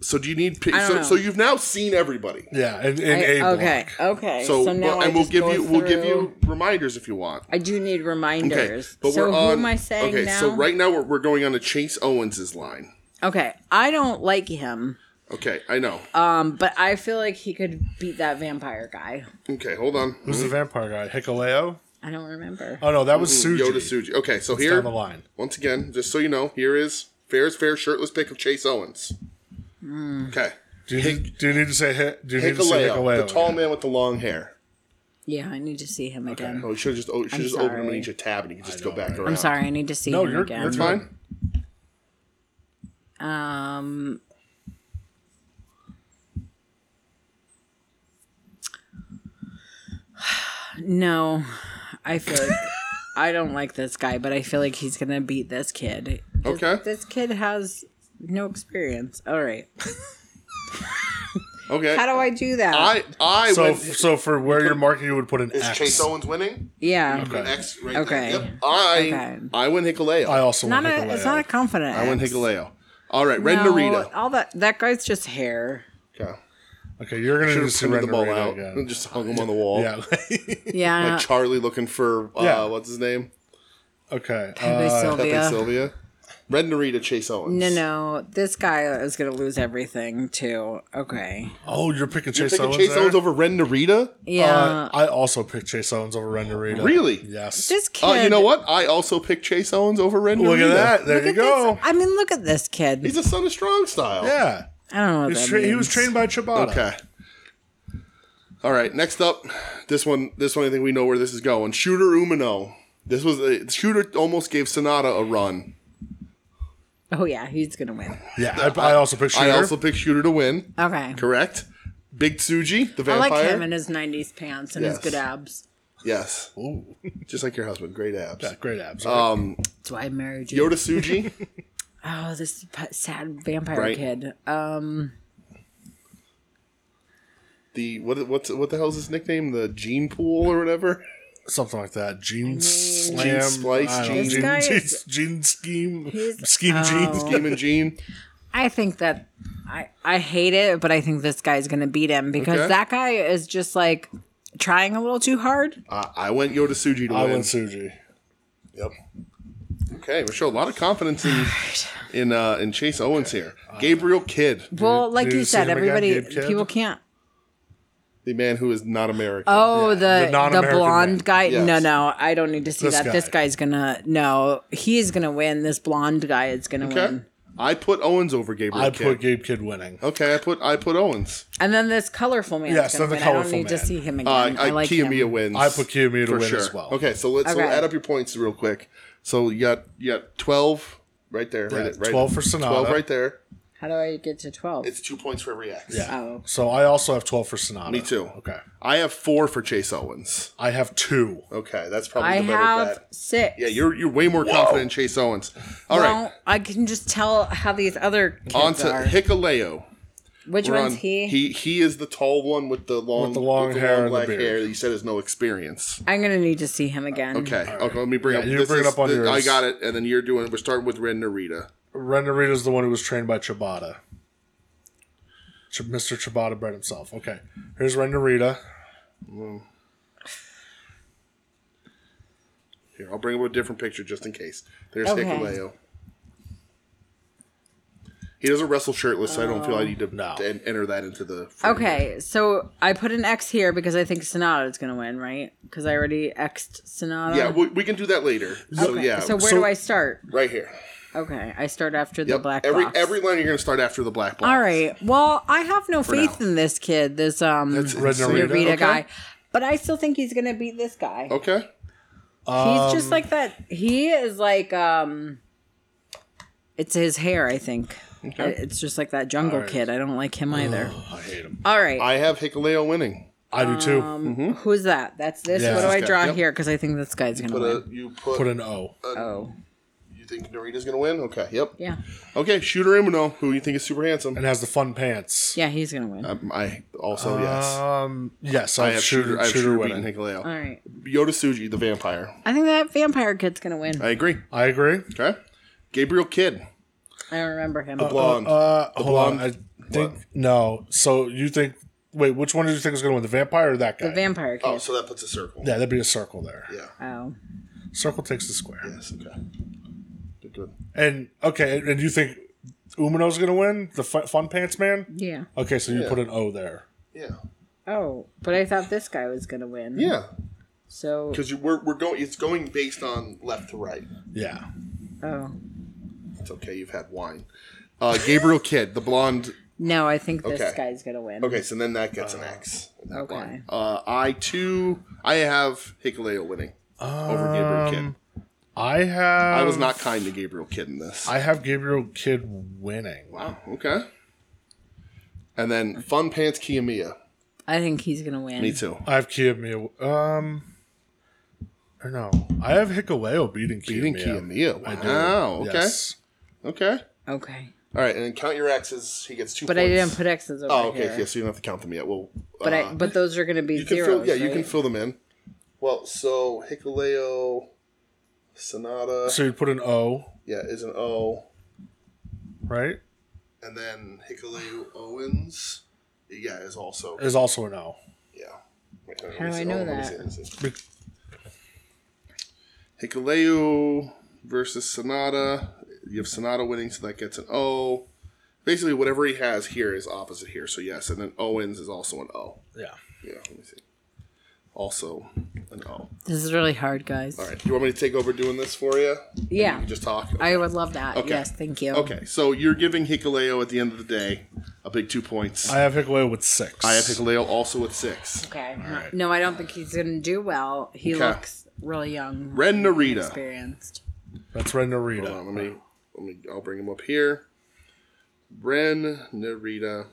Speaker 1: So do you need? Pick,
Speaker 3: I don't
Speaker 1: so,
Speaker 3: know.
Speaker 1: so you've now seen everybody.
Speaker 2: Yeah, in, in
Speaker 3: I-
Speaker 2: A block.
Speaker 3: okay. Okay.
Speaker 1: So,
Speaker 3: So, now
Speaker 1: well,
Speaker 3: I
Speaker 1: and we'll
Speaker 3: just
Speaker 1: give
Speaker 3: go
Speaker 1: you we'll give
Speaker 3: through-
Speaker 1: you reminders if you want.
Speaker 3: I do need
Speaker 1: Okay,
Speaker 3: reminders.
Speaker 1: but
Speaker 3: so
Speaker 1: we're
Speaker 3: who
Speaker 1: on.
Speaker 3: am I saying
Speaker 1: okay,
Speaker 3: now?
Speaker 1: so right now we're, we're going on to Chase Owens's line.
Speaker 3: Okay, I don't like him.
Speaker 1: Okay, I know.
Speaker 3: Um, but I feel like he could beat that vampire guy.
Speaker 1: okay, hold on.
Speaker 2: Who's the vampire guy? Hikaleo?
Speaker 3: I don't remember.
Speaker 2: Oh no, that was Suji.
Speaker 1: Mm-hmm. Yoda Suji. Okay, so here
Speaker 2: down the line.
Speaker 1: once again, just so you know, here is fair's fair shirtless pick of Chase Owens.
Speaker 3: Hmm.
Speaker 1: Okay,
Speaker 2: Do you, need, do you need to say hi, Do you need to say
Speaker 1: Hikaleo, the
Speaker 2: Hikaleo?
Speaker 1: tall man with the long hair.
Speaker 3: Yeah, I need to see him again.
Speaker 1: Oh, you should have just oh, should
Speaker 3: I'm
Speaker 1: just opened him in
Speaker 3: sorry.
Speaker 1: each tab and you could just go
Speaker 2: know,
Speaker 1: back
Speaker 2: right?
Speaker 1: around.
Speaker 3: I'm sorry, I need to see
Speaker 2: No,
Speaker 3: him
Speaker 2: you're-
Speaker 3: again.
Speaker 2: you're
Speaker 1: It's fine.
Speaker 3: Um, no, I feel like I don't like this guy, but I feel like he's gonna beat this kid. This-
Speaker 1: Okay.
Speaker 3: this kid has no experience. All right,
Speaker 1: Okay.
Speaker 3: how do I do that?
Speaker 1: I I
Speaker 2: So,
Speaker 1: went,
Speaker 2: so for where you're marking, you would put an
Speaker 1: is
Speaker 2: X.
Speaker 1: Chase Owens winning?
Speaker 3: yeah,
Speaker 1: Put an X right
Speaker 3: Okay.
Speaker 1: there. Yep. I
Speaker 3: Okay.
Speaker 1: I went Hikaleo.
Speaker 2: I also
Speaker 3: not
Speaker 2: went Hikaleo.
Speaker 3: a, it's not a confident.
Speaker 1: I went
Speaker 3: X.
Speaker 1: Hikaleo. All right, Ren
Speaker 3: No, uh,
Speaker 1: Narita.
Speaker 3: All that that guy's just hair.
Speaker 1: Okay.
Speaker 2: okay, you're gonna
Speaker 1: Should
Speaker 2: need to
Speaker 1: have
Speaker 2: see
Speaker 1: printed the ball out and
Speaker 2: Again.
Speaker 1: just hung him on the wall.
Speaker 2: Yeah.
Speaker 3: Yeah.
Speaker 1: Like Charlie looking for uh,
Speaker 2: Yeah.
Speaker 1: what's his name?
Speaker 2: okay.
Speaker 3: Pepe
Speaker 1: Pepe
Speaker 2: uh,
Speaker 3: Sylvia.
Speaker 1: Sylvia. Red Narita Chase Owens.
Speaker 3: No, no, this guy is gonna lose everything too. Okay.
Speaker 2: oh, you're picking
Speaker 1: You're
Speaker 2: Chase
Speaker 1: picking
Speaker 2: Owens.
Speaker 1: Chase
Speaker 2: there?
Speaker 1: Owens over Ren Narita?
Speaker 3: Yeah.
Speaker 2: Uh, I also picked Chase Owens over Ren Narita.
Speaker 1: Really?
Speaker 2: Yes.
Speaker 3: this kid.
Speaker 1: Oh, you know what? I also picked Chase Owens over Ren
Speaker 2: Look
Speaker 1: Narita.
Speaker 2: at that. There
Speaker 3: Look
Speaker 2: you
Speaker 3: at this-
Speaker 2: go.
Speaker 3: I mean, look at this kid.
Speaker 1: He's a son of strong style.
Speaker 2: Yeah.
Speaker 3: I don't know what
Speaker 2: He was,
Speaker 3: Oh, that
Speaker 2: tra- he was
Speaker 3: means.
Speaker 2: trained by Chibata.
Speaker 1: Okay. All right. Next up, this one. This one. I think we know where this is going. Shooter Umino. This was a, Shooter almost gave Sonata a run.
Speaker 3: Oh yeah, he's gonna win.
Speaker 2: Yeah. I, I also picked Shooter.
Speaker 1: I also picked Shooter to win.
Speaker 3: Okay.
Speaker 1: Correct. Big Tsuji, the
Speaker 3: I
Speaker 1: vampire.
Speaker 3: like him in his 90s pants and
Speaker 1: Yes.
Speaker 3: his good abs.
Speaker 1: yes,
Speaker 2: Ooh,
Speaker 1: just like your husband, great abs.
Speaker 2: yeah, great abs.
Speaker 1: Uh,
Speaker 3: That's why I married you.
Speaker 1: Yoda Tsuji,
Speaker 3: Oh, this p- sad vampire
Speaker 1: Right.
Speaker 3: kid. Um,
Speaker 1: the what what's what the hell's his nickname? The gene pool or whatever.
Speaker 2: Something like that. Gene slam.
Speaker 1: splice,
Speaker 2: I don't know,
Speaker 1: gene-
Speaker 2: Gene,
Speaker 3: This guy
Speaker 2: gene,
Speaker 3: is-
Speaker 2: gene scheme.
Speaker 3: He's-
Speaker 2: Scheme
Speaker 3: oh.
Speaker 2: gene.
Speaker 1: Game and Gene.
Speaker 3: I think that I I hate it, but I think this guy's gonna beat him because
Speaker 1: Okay.
Speaker 3: that guy is just like trying a little too hard.
Speaker 2: Uh,
Speaker 1: I, Uh, I went Yoda Suji to
Speaker 2: I
Speaker 1: win.
Speaker 2: went Suji.
Speaker 1: Yep. Okay, Michelle, a lot of confidence in in uh, in Chase Owens here. Gabriel Kidd,
Speaker 3: Well, like
Speaker 2: did
Speaker 3: you
Speaker 2: you see
Speaker 3: said,
Speaker 2: him again,
Speaker 3: everybody
Speaker 2: Gabe Kidd?
Speaker 3: people can't.
Speaker 1: the man who is not American.
Speaker 3: Oh,
Speaker 2: the
Speaker 3: the the
Speaker 2: non-American
Speaker 3: blonde
Speaker 2: man.
Speaker 3: guy. No,
Speaker 1: Yes.
Speaker 3: no, I don't need to see
Speaker 2: This
Speaker 3: that.
Speaker 2: guy.
Speaker 3: This guy's gonna no. He's gonna win. This blonde guy is gonna
Speaker 1: okay.
Speaker 3: win.
Speaker 1: I put Owens over Gabriel
Speaker 2: I
Speaker 1: Kidd.
Speaker 2: put Gabe Kid winning.
Speaker 1: okay, I put I put Owens.
Speaker 3: And then this colorful man.
Speaker 2: Yes,
Speaker 3: gonna
Speaker 2: then
Speaker 3: win.
Speaker 2: the
Speaker 3: I don't
Speaker 2: colorful
Speaker 3: need to
Speaker 2: man.
Speaker 3: see him again.
Speaker 1: Uh,
Speaker 3: I, like him.
Speaker 1: Kiyomiya wins.
Speaker 2: I put Kiyomiya to
Speaker 1: for
Speaker 2: win
Speaker 1: sure.
Speaker 2: as well.
Speaker 1: Okay, so let's so
Speaker 3: Okay.
Speaker 1: add up your points real quick. So you got you got twelve right there.
Speaker 2: Yeah,
Speaker 1: right, right,
Speaker 2: 12 for Sonata.
Speaker 1: Twelve right there.
Speaker 3: How do I get to twelve?
Speaker 1: It's two points for every X.
Speaker 2: Yeah.
Speaker 3: Oh.
Speaker 2: So I also have 12 for Sonata.
Speaker 1: Me too.
Speaker 2: Okay.
Speaker 1: I have four for Chase Owens.
Speaker 2: I have two.
Speaker 1: Okay, that's probably
Speaker 3: I
Speaker 1: the better
Speaker 3: have
Speaker 1: bet.
Speaker 3: six.
Speaker 1: Yeah, you're you're way more confident in Chase Owens. All right.
Speaker 3: well, I can just tell how these other kids
Speaker 1: On to
Speaker 3: are.
Speaker 1: Hikaleo.
Speaker 3: Which
Speaker 1: We're
Speaker 3: one's
Speaker 1: on-
Speaker 3: he?
Speaker 1: He he is the tall one with the long
Speaker 2: With the long hair and the
Speaker 1: black
Speaker 2: beard.
Speaker 1: hair that you said is no experience.
Speaker 3: I'm gonna need to see him again.
Speaker 1: Okay, okay. Let me bring
Speaker 2: Yeah,
Speaker 1: up.
Speaker 2: you
Speaker 1: this
Speaker 2: bring it
Speaker 1: is
Speaker 2: up on
Speaker 1: the-
Speaker 2: yours.
Speaker 1: I got it, and then you're doing. We're starting with Ren Narita.
Speaker 2: Ren Narita's the one who was trained by Chibata. Ch- Mr. Chibata bred himself. Okay. Here's Ren Narita.
Speaker 1: Here, I'll bring up a different picture just in case. There's
Speaker 3: Okay.
Speaker 1: Hikaleo. He doesn't wrestle shirtless, so I don't feel I need to,
Speaker 2: No.
Speaker 1: to en- enter that into the. frame.
Speaker 3: Oh. Okay, so I put an X here because I think Sonata is gonna win, right? Because I already X'd Sonata.
Speaker 1: Yeah, we, we can do that later. So
Speaker 3: Okay,
Speaker 1: yeah,
Speaker 3: So where
Speaker 2: so-
Speaker 3: do I start?
Speaker 1: right here.
Speaker 3: Okay, I start after the
Speaker 1: Yep.
Speaker 3: black
Speaker 1: every
Speaker 3: box.
Speaker 1: every line you're going to start after the black box.
Speaker 3: All right. Well, I have no faith
Speaker 1: now.
Speaker 3: in this kid, this um
Speaker 1: That's
Speaker 2: Red
Speaker 1: insane.
Speaker 2: Narita,
Speaker 3: Narita
Speaker 2: okay.
Speaker 3: guy, but I still think he's gonna beat this guy.
Speaker 1: Okay.
Speaker 3: He's
Speaker 1: Um,
Speaker 3: just like that. He is like um. It's his hair, I think. I- It's just like that jungle
Speaker 2: All right.
Speaker 3: kid. I don't like him either.
Speaker 2: I hate him.
Speaker 3: All right.
Speaker 1: I have Hikaleo winning.
Speaker 2: I do too.
Speaker 3: Who's that? That's this.
Speaker 2: Yeah.
Speaker 3: what do
Speaker 2: This
Speaker 3: I
Speaker 1: guy.
Speaker 3: draw
Speaker 1: Yep.
Speaker 3: here? Because I think this guy's gonna
Speaker 1: But uh,
Speaker 3: win.
Speaker 1: you put,
Speaker 2: Put an O.
Speaker 3: oh,
Speaker 1: You think Narita's gonna win? Okay. Yep.
Speaker 3: yeah,
Speaker 1: Okay. Shooter Imano, who you think is super handsome.
Speaker 2: And has the fun pants.
Speaker 3: yeah, he's gonna win.
Speaker 1: Um, I also yes.
Speaker 2: Um, yes, I,
Speaker 1: I
Speaker 2: have shooter,
Speaker 1: I have
Speaker 2: shooter,
Speaker 1: shooter
Speaker 2: winning.
Speaker 1: beating Hikaleo.
Speaker 3: All right,
Speaker 1: Yoda Suji, the vampire.
Speaker 3: I think that vampire kid's gonna win. I,
Speaker 1: I agree.
Speaker 2: I agree.
Speaker 1: Okay. Gabriel Kidd,
Speaker 3: don't remember him.
Speaker 1: blonde.
Speaker 2: Uh, hold
Speaker 1: blonde-
Speaker 2: on. I think no. So you think? Wait, which one did you think was going to win? The vampire or that guy?
Speaker 3: the vampire kid.
Speaker 1: oh,
Speaker 3: Oh,
Speaker 1: so that puts a circle.
Speaker 2: yeah, that'd be a circle there.
Speaker 1: Yeah.
Speaker 2: Circle takes the square.
Speaker 1: Yes. Okay. Good, Good.
Speaker 2: And okay, and, and you think Umino's going to win? The fu- fun pants man?
Speaker 3: yeah.
Speaker 2: Okay, so you put an O there.
Speaker 1: Yeah.
Speaker 3: Oh, but I thought this guy was gonna win.
Speaker 1: Yeah.
Speaker 3: So
Speaker 1: Because we're we're going. It's going based on left to right.
Speaker 2: Yeah.
Speaker 3: oh
Speaker 1: It's okay. You've had wine. Uh, Gabriel Kidd, the blonde.
Speaker 3: no, I think this
Speaker 1: Okay.
Speaker 3: guy's gonna win.
Speaker 1: Okay, so then that gets
Speaker 2: Uh.
Speaker 1: an X. That
Speaker 3: okay.
Speaker 1: one. Uh, I too. I have Hikaleo winning over Gabriel Kidd.
Speaker 2: Um, I have.
Speaker 1: I was not kind to Gabriel Kidd in this.
Speaker 2: I have Gabriel Kidd winning.
Speaker 1: wow. Okay. And then Fun Pants Kiyomiya.
Speaker 3: I think he's gonna win.
Speaker 1: Me too.
Speaker 2: I have Kiyomiya. Um, or no, I have Hikaleo beating Kiyomiya.
Speaker 1: Beating Kiyomiya. Wow.
Speaker 2: I do.
Speaker 1: Okay.
Speaker 2: Yes.
Speaker 1: Okay.
Speaker 3: Okay,
Speaker 1: All right. And then count your X's. He gets two.
Speaker 3: but I
Speaker 1: points.
Speaker 3: didn't put X's over
Speaker 1: Oh, okay.
Speaker 3: here.
Speaker 1: Yeah, so you don't have to count them yet. Well,
Speaker 3: But
Speaker 1: uh,
Speaker 3: I but those are gonna be
Speaker 1: you can
Speaker 3: zeros.
Speaker 1: fill. Yeah, you
Speaker 3: right?
Speaker 1: can fill them in. Well, so Hikaleo, Sonata.
Speaker 2: So you put an O,
Speaker 1: yeah, is an O,
Speaker 2: right?
Speaker 1: and then Hikaleo Owens. Yeah, is also
Speaker 2: Is also an O.
Speaker 1: Yeah. Wait, let me
Speaker 3: How do
Speaker 1: see- Oh,
Speaker 3: I know
Speaker 1: let me
Speaker 3: that?
Speaker 1: see, let me see.
Speaker 2: Be-
Speaker 1: Hikaleo versus Sonata. You have Sonata winning, so that gets an O. Basically, whatever he has here is opposite here. So yes, and then Owens is also an O.
Speaker 2: Yeah.
Speaker 1: Yeah, let me see. Also an O.
Speaker 3: This is really hard, guys.
Speaker 1: All right, you want me to take over doing this for you?
Speaker 3: Yeah,
Speaker 1: Just talk.
Speaker 3: I would love that.
Speaker 1: Okay.
Speaker 3: Yes, thank you.
Speaker 1: Okay, so you're giving Hikaleo at the end of the day a big two points.
Speaker 2: I
Speaker 1: I,
Speaker 2: have Hikaleo with six.
Speaker 1: have Hikaleo also with six.
Speaker 3: Okay. No, I don't think he's gonna do well. He
Speaker 1: Okay.
Speaker 3: looks really young,
Speaker 1: Ren Narita.
Speaker 3: experienced.
Speaker 2: That's Ren
Speaker 1: Hold on,
Speaker 2: Narita.
Speaker 1: let me, let me. I'll bring him up here. Ren Narita.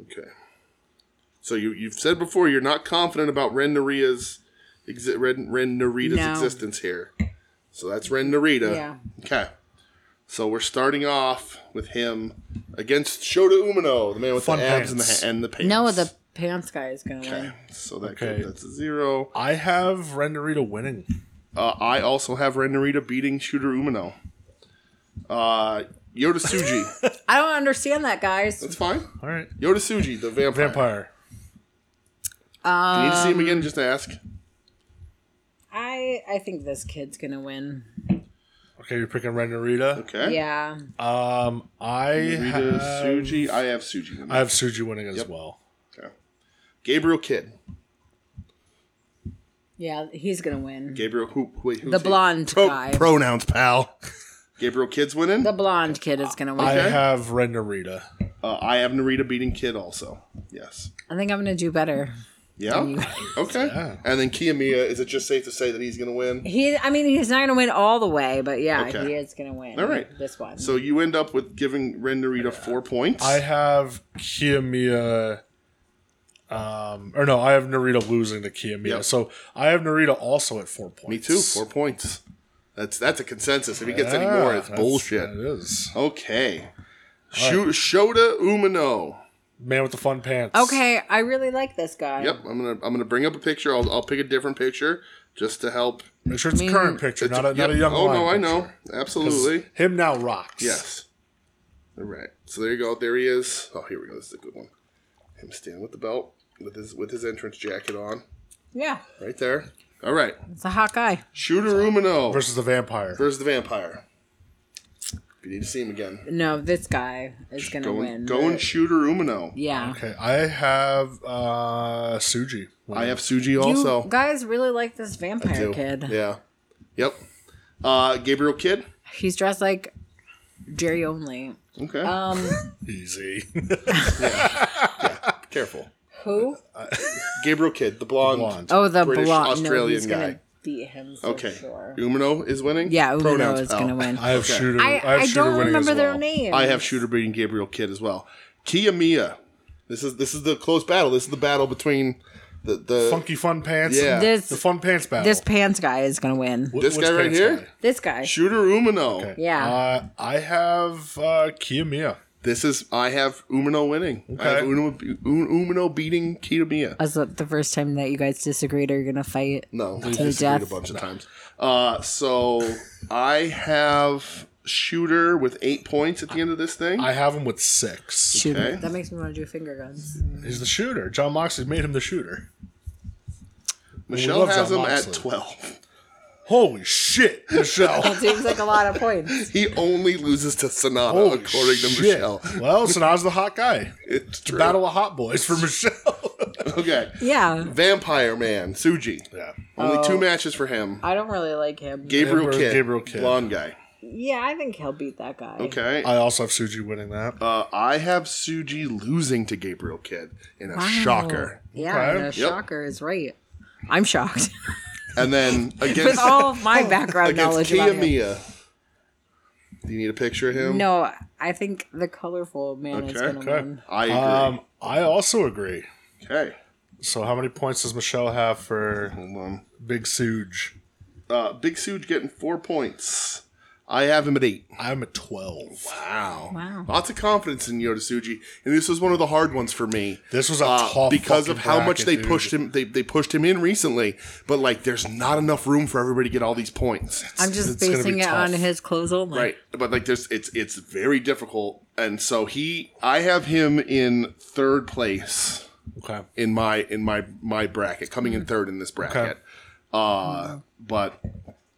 Speaker 1: Okay. So you you've said before you're not confident about Ren Narita's exi- Ren, Ren Narita's
Speaker 3: No.
Speaker 1: existence here. So that's Ren Narita.
Speaker 3: Yeah.
Speaker 1: Okay. So we're starting off with him against Shota Umino, the man with
Speaker 2: Fun
Speaker 1: the abs and the,
Speaker 2: pants.
Speaker 1: ha- and the pants.
Speaker 3: No, the pants guy is gonna
Speaker 1: Okay.
Speaker 3: win.
Speaker 1: So that
Speaker 2: Okay.
Speaker 1: that's a zero.
Speaker 2: I have Renderita winning.
Speaker 1: Uh, I also have Ren Narita beating Shooter Umino. Uh, Yoda Suji.
Speaker 3: I don't understand that, guys.
Speaker 1: that's fine.
Speaker 2: All right.
Speaker 1: Yoda Suji, the vampire.
Speaker 2: Vampire.
Speaker 1: Do you need to
Speaker 3: Um,
Speaker 1: see him again just to ask?
Speaker 3: I I think this kid's gonna win.
Speaker 2: Okay, you're picking Renderita.
Speaker 1: Okay.
Speaker 3: Yeah.
Speaker 2: Um, I
Speaker 1: Rita,
Speaker 2: have,
Speaker 1: Suji. I have Suji.
Speaker 2: I have Suji winning as well.
Speaker 1: Okay. Gabriel Kidd.
Speaker 3: Yeah, he's gonna win.
Speaker 1: Gabriel who? Wait, who's
Speaker 3: The
Speaker 1: he?
Speaker 3: blonde
Speaker 2: Pro-
Speaker 3: guy.
Speaker 2: pronouns, pal.
Speaker 1: Gabriel Kidd's winning.
Speaker 3: the blonde kid is gonna win.
Speaker 2: I
Speaker 3: I,
Speaker 1: Okay.
Speaker 2: have Renderita.
Speaker 1: Uh, I have Narita beating Kidd also. Yes.
Speaker 3: think I'm gonna do better.
Speaker 1: Yeah. Okay. And then Kiyomiya. Is it just safe to say that he's going to win?
Speaker 3: He I mean he's not gonna win all the way, but yeah,
Speaker 1: Okay.
Speaker 3: he is gonna win.
Speaker 1: All right.
Speaker 3: This one.
Speaker 1: So you end up with giving Ren Narita four points.
Speaker 2: I have Kiyomiya. Um, or no, I have Narita losing to Kiyomiya.
Speaker 1: Yep.
Speaker 2: So I have Narita also at four points.
Speaker 1: Me too. Four points. That's that's a consensus. If he gets any
Speaker 2: Yeah,
Speaker 1: more, it's
Speaker 2: Ah, that's- It
Speaker 1: bullshit.
Speaker 2: is.
Speaker 1: Okay. Sho Shota Umino.
Speaker 2: Man with the fun pants.
Speaker 3: Okay, I really like this guy.
Speaker 1: Yep. I'm gonna I'm gonna bring up a picture. I'll I'll pick a different picture just to help.
Speaker 2: Make sure it's a current picture, not a, not a
Speaker 1: Yep.
Speaker 2: young
Speaker 1: Oh no,
Speaker 2: line
Speaker 1: I know.
Speaker 2: picture.
Speaker 1: Absolutely.
Speaker 2: Him now rocks.
Speaker 1: Yes. All right. So there you go. There he is. Oh, here we go. This is a good one. Him standing with the belt with his with his entrance jacket on.
Speaker 3: Yeah.
Speaker 1: Right there. All right.
Speaker 3: It's a hot guy.
Speaker 1: Shooter Umino versus,
Speaker 2: Versus the vampire.
Speaker 1: the vampire. If you need to see him again,
Speaker 3: No, this guy is gonna
Speaker 1: go
Speaker 3: win.
Speaker 1: and, go and Shooter Umino.
Speaker 3: yeah.
Speaker 2: Okay, I have uh Suji.
Speaker 1: I have Suji
Speaker 3: You
Speaker 1: also.
Speaker 3: guys really like this vampire
Speaker 1: Too.
Speaker 3: kid.
Speaker 1: Yeah. Yep. Uh, Gabriel Kid.
Speaker 3: He's dressed like Jerry only.
Speaker 1: Okay.
Speaker 3: Um,
Speaker 2: easy.
Speaker 1: Careful.
Speaker 3: who?
Speaker 1: Gabriel Kidd, the blonde.
Speaker 2: Blonde.
Speaker 3: Oh, the
Speaker 1: British
Speaker 3: blonde. no,
Speaker 1: Australian
Speaker 3: he's gonna
Speaker 1: guy.
Speaker 3: beat him for
Speaker 1: Okay.
Speaker 3: sure.
Speaker 1: Umino is winning.
Speaker 3: Yeah, Umino
Speaker 1: Pronouns,
Speaker 3: is
Speaker 1: pal.
Speaker 3: gonna win.
Speaker 2: I have
Speaker 1: Okay.
Speaker 2: shooter.
Speaker 3: I,
Speaker 2: have
Speaker 3: I
Speaker 2: shooter
Speaker 3: don't
Speaker 2: winning as
Speaker 3: remember their
Speaker 2: well.
Speaker 3: name.
Speaker 1: I have Shooter beating Gabriel Kidd as well. Kiyomiya. This is this is the close battle. This is the battle between the the
Speaker 2: Funky fun pants.
Speaker 1: Yeah.
Speaker 3: This-
Speaker 2: the fun pants battle.
Speaker 3: This pants guy is gonna win.
Speaker 2: Wh-
Speaker 1: this
Speaker 2: which
Speaker 1: guy right
Speaker 2: pants
Speaker 1: here?
Speaker 2: guy?
Speaker 3: This guy.
Speaker 1: Shooter Umino.
Speaker 2: Okay.
Speaker 3: Yeah.
Speaker 2: Uh, I have uh Kiyomiya.
Speaker 1: This is I have Umino winning. I have
Speaker 2: Okay.
Speaker 1: Umino, be- Um- Umino beating Kiyomiya.
Speaker 3: Is that the first time that you guys disagreed or you're gonna fight?
Speaker 1: No, we
Speaker 3: To
Speaker 1: disagreed
Speaker 3: death.
Speaker 1: a bunch of times. Uh, so I have Shooter with eight points at the end of this thing.
Speaker 2: I have him with six.
Speaker 3: Shoot,
Speaker 1: Okay.
Speaker 3: that makes me want to do finger guns.
Speaker 2: He's the shooter. John Moxley made him the shooter.
Speaker 1: Michelle
Speaker 2: love
Speaker 1: has
Speaker 2: John
Speaker 1: him at
Speaker 2: Moxley.
Speaker 1: twelve.
Speaker 2: Holy shit, Michelle.
Speaker 3: Seems like a lot of points.
Speaker 1: He only loses to Sonata,
Speaker 2: Holy
Speaker 1: according to
Speaker 2: shit.
Speaker 1: Michelle.
Speaker 2: Well, Sanaa's the hot guy.
Speaker 1: It's true.
Speaker 2: Battle of hot boys for Michelle.
Speaker 1: Okay.
Speaker 3: Yeah,
Speaker 1: Vampire Man, Suji.
Speaker 2: yeah.
Speaker 1: Only two matches for him.
Speaker 3: Oh. I don't really like him.
Speaker 1: Gabriel
Speaker 2: Gabriel-
Speaker 1: Kidd,
Speaker 2: Gabriel Kidd.
Speaker 1: blonde guy.
Speaker 3: Yeah, I think he'll beat that guy.
Speaker 1: Okay.
Speaker 2: I also have Suji winning that.
Speaker 1: Uh, I have Suji losing to Gabriel Kidd in a shocker,
Speaker 3: Yeah,
Speaker 2: Okay.
Speaker 3: the
Speaker 2: Yep.
Speaker 3: shocker is right. I'm shocked.
Speaker 1: and then
Speaker 3: With
Speaker 1: against
Speaker 3: all of my background
Speaker 1: against
Speaker 3: knowledge about him.
Speaker 1: Kiyomiya. Do you need a picture of him?
Speaker 3: No, I think the colorful man is
Speaker 1: Okay,
Speaker 3: going to
Speaker 2: okay.
Speaker 3: win.
Speaker 1: I agree.
Speaker 2: Um, I also agree.
Speaker 1: okay,
Speaker 2: So how many points does Michelle have for
Speaker 1: hold on.
Speaker 2: Big Suge?
Speaker 1: Uh, Big Suji getting four points. I have him at eight.
Speaker 2: I'm at twelve.
Speaker 1: Wow.
Speaker 2: Hmm.
Speaker 3: Wow.
Speaker 1: Lots of confidence in Yoda Suji, and this was one of the hard ones for me.
Speaker 2: This was a
Speaker 1: Uh,
Speaker 2: tough
Speaker 1: because
Speaker 2: fucking
Speaker 1: of how much
Speaker 2: bracket,
Speaker 1: they
Speaker 2: dude.
Speaker 1: pushed him. They, they pushed him in recently, but like, there's not enough room for everybody to get all these points.
Speaker 3: I'm just
Speaker 2: it's gonna
Speaker 3: basing
Speaker 2: be
Speaker 3: it on
Speaker 2: tough.
Speaker 3: his clothes only.
Speaker 1: Right, but like there's it's it's very difficult, and so he I have him in third place
Speaker 2: Okay.
Speaker 1: in my in my my bracket, coming in third in this bracket.
Speaker 2: Mm-hmm. Okay.
Speaker 1: Uh, but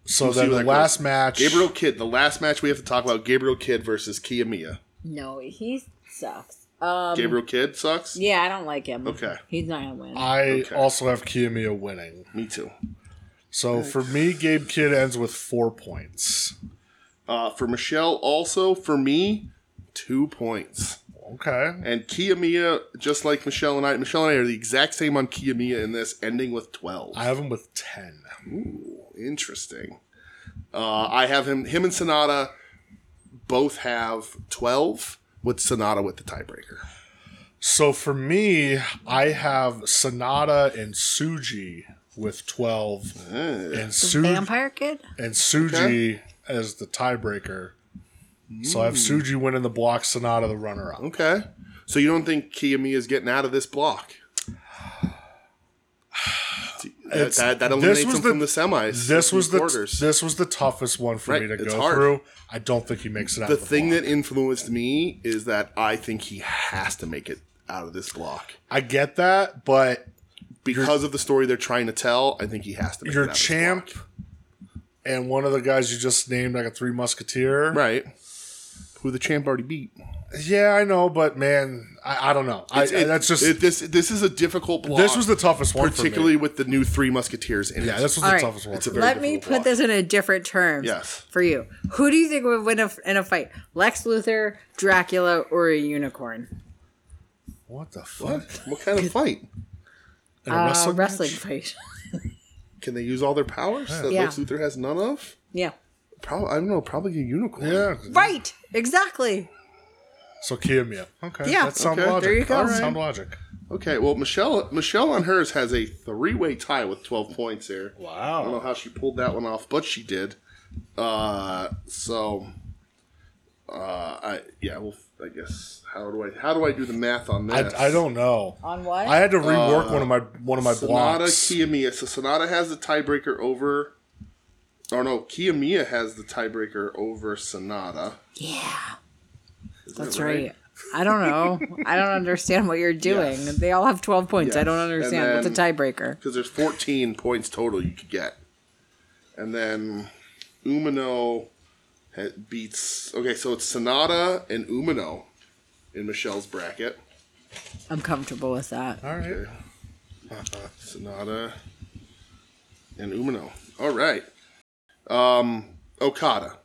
Speaker 2: So
Speaker 1: see
Speaker 2: then
Speaker 1: where
Speaker 2: the
Speaker 1: that
Speaker 2: last
Speaker 1: goes.
Speaker 2: match,
Speaker 1: Gabriel Kidd, the last match we have to talk about, Gabriel Kidd versus Kiyomiya.
Speaker 3: No, he sucks. Um,
Speaker 1: Gabriel Kidd sucks.
Speaker 3: yeah, I don't like him.
Speaker 1: Okay.
Speaker 3: He's not going to win.
Speaker 2: I
Speaker 1: Okay.
Speaker 2: also have Kiyomiya winning.
Speaker 1: Me too.
Speaker 2: So for me, Gabe Kidd ends with four points.
Speaker 1: Uh, for Michelle, also for me, two points.
Speaker 2: Okay.
Speaker 1: And Kiyomiya, just like Michelle and I, Michelle and I are the exact same on Kiyomiya in this, ending with twelve.
Speaker 2: I have him with ten.
Speaker 1: Interesting. Uh, I have him. Him and Sonata both have twelve. With Sonata with the tiebreaker.
Speaker 2: So for me, I have Sonata and Suji with 12
Speaker 1: Mm.
Speaker 2: and Su-
Speaker 3: Vampire Kid?
Speaker 2: and Suji as the tiebreaker. So I have Suji winning the block, Sonata the runner up.
Speaker 1: Hmm. Okay. So you don't think Kiyomi is getting out of this block? That,
Speaker 2: It's-
Speaker 1: that, that
Speaker 2: this
Speaker 1: eliminates
Speaker 2: was
Speaker 1: him
Speaker 2: the-
Speaker 1: from the semis.
Speaker 2: This was the
Speaker 1: quarters.
Speaker 2: this was the toughest one for me
Speaker 1: Right,
Speaker 2: to
Speaker 1: it's
Speaker 2: go
Speaker 1: hard.
Speaker 2: through. I don't think he makes it out.
Speaker 1: the
Speaker 2: of the
Speaker 1: thing
Speaker 2: block.
Speaker 1: that influenced me is that I think he has to make it out of this block
Speaker 2: I get that, but
Speaker 1: because of the story they're trying to tell. I think he has to. Make
Speaker 2: your
Speaker 1: it out of this
Speaker 2: champ
Speaker 1: block.
Speaker 2: and one of the guys you just named, like a three musketeer,
Speaker 1: right? Who the champ already beat.
Speaker 2: Yeah, I know, but man, I, I don't know. I,
Speaker 1: It-
Speaker 2: that's just
Speaker 1: it- this. This is a difficult block.
Speaker 2: this was the toughest one,
Speaker 1: particularly
Speaker 2: particularly.
Speaker 1: with the new Three Musketeers in
Speaker 2: Yeah,
Speaker 1: it.
Speaker 2: this was
Speaker 3: All
Speaker 2: the
Speaker 3: right.
Speaker 2: toughest one.
Speaker 1: It's a
Speaker 2: for
Speaker 1: very-
Speaker 3: Let me
Speaker 1: difficult
Speaker 3: put
Speaker 1: plot.
Speaker 3: this in a different terms
Speaker 1: Yes.
Speaker 3: for you. Who do you think would win a, in a fight? Lex Luthor, Dracula, or a unicorn?
Speaker 2: me. What the fuck?
Speaker 1: what kind of fight?
Speaker 2: In a
Speaker 3: Uh,
Speaker 2: wrestling match?
Speaker 3: wrestling fight.
Speaker 1: Can they use all their powers that
Speaker 3: Yeah.
Speaker 1: Lex Luthor has none of?
Speaker 3: yeah.
Speaker 1: Probably, I don't know. Probably a unicorn.
Speaker 2: Yeah.
Speaker 3: Right. Exactly.
Speaker 2: So Kiyomiya. Okay.
Speaker 3: Yeah,
Speaker 2: That's sound
Speaker 1: okay, there
Speaker 2: logic.
Speaker 3: you go.
Speaker 2: That's
Speaker 3: Alright.
Speaker 2: sound logic.
Speaker 1: Okay. Well, Michelle, Michelle on hers has a three-way tie with twelve points here. I don't know
Speaker 2: Wow.
Speaker 1: how she pulled that one off, but she did. Uh, so, uh, I yeah. Well, I guess how do I how do I do the math on
Speaker 2: I,
Speaker 1: this?
Speaker 2: I don't know.
Speaker 3: On what?
Speaker 2: I had to rework one of my one of my
Speaker 1: Uh, Sonata
Speaker 2: blocks.
Speaker 1: Kiyomiya. So Sonata has the tiebreaker over. Oh no, Kiyomiya has the tiebreaker over Sonata.
Speaker 3: yeah.
Speaker 1: Is
Speaker 3: That's
Speaker 1: that
Speaker 3: right. I don't know. I don't understand what you're doing. They all have 12 points. I
Speaker 1: Yes.
Speaker 3: don't understand. What's a
Speaker 1: And then-
Speaker 3: tiebreaker?
Speaker 1: because there's 14 points total you could get. And then Umino ha- beats. Okay, so it's Sonata and Umino in Michelle's bracket.
Speaker 3: I'm comfortable with that.
Speaker 2: All right.
Speaker 1: Sonata and Umino. All right. Um, Okada.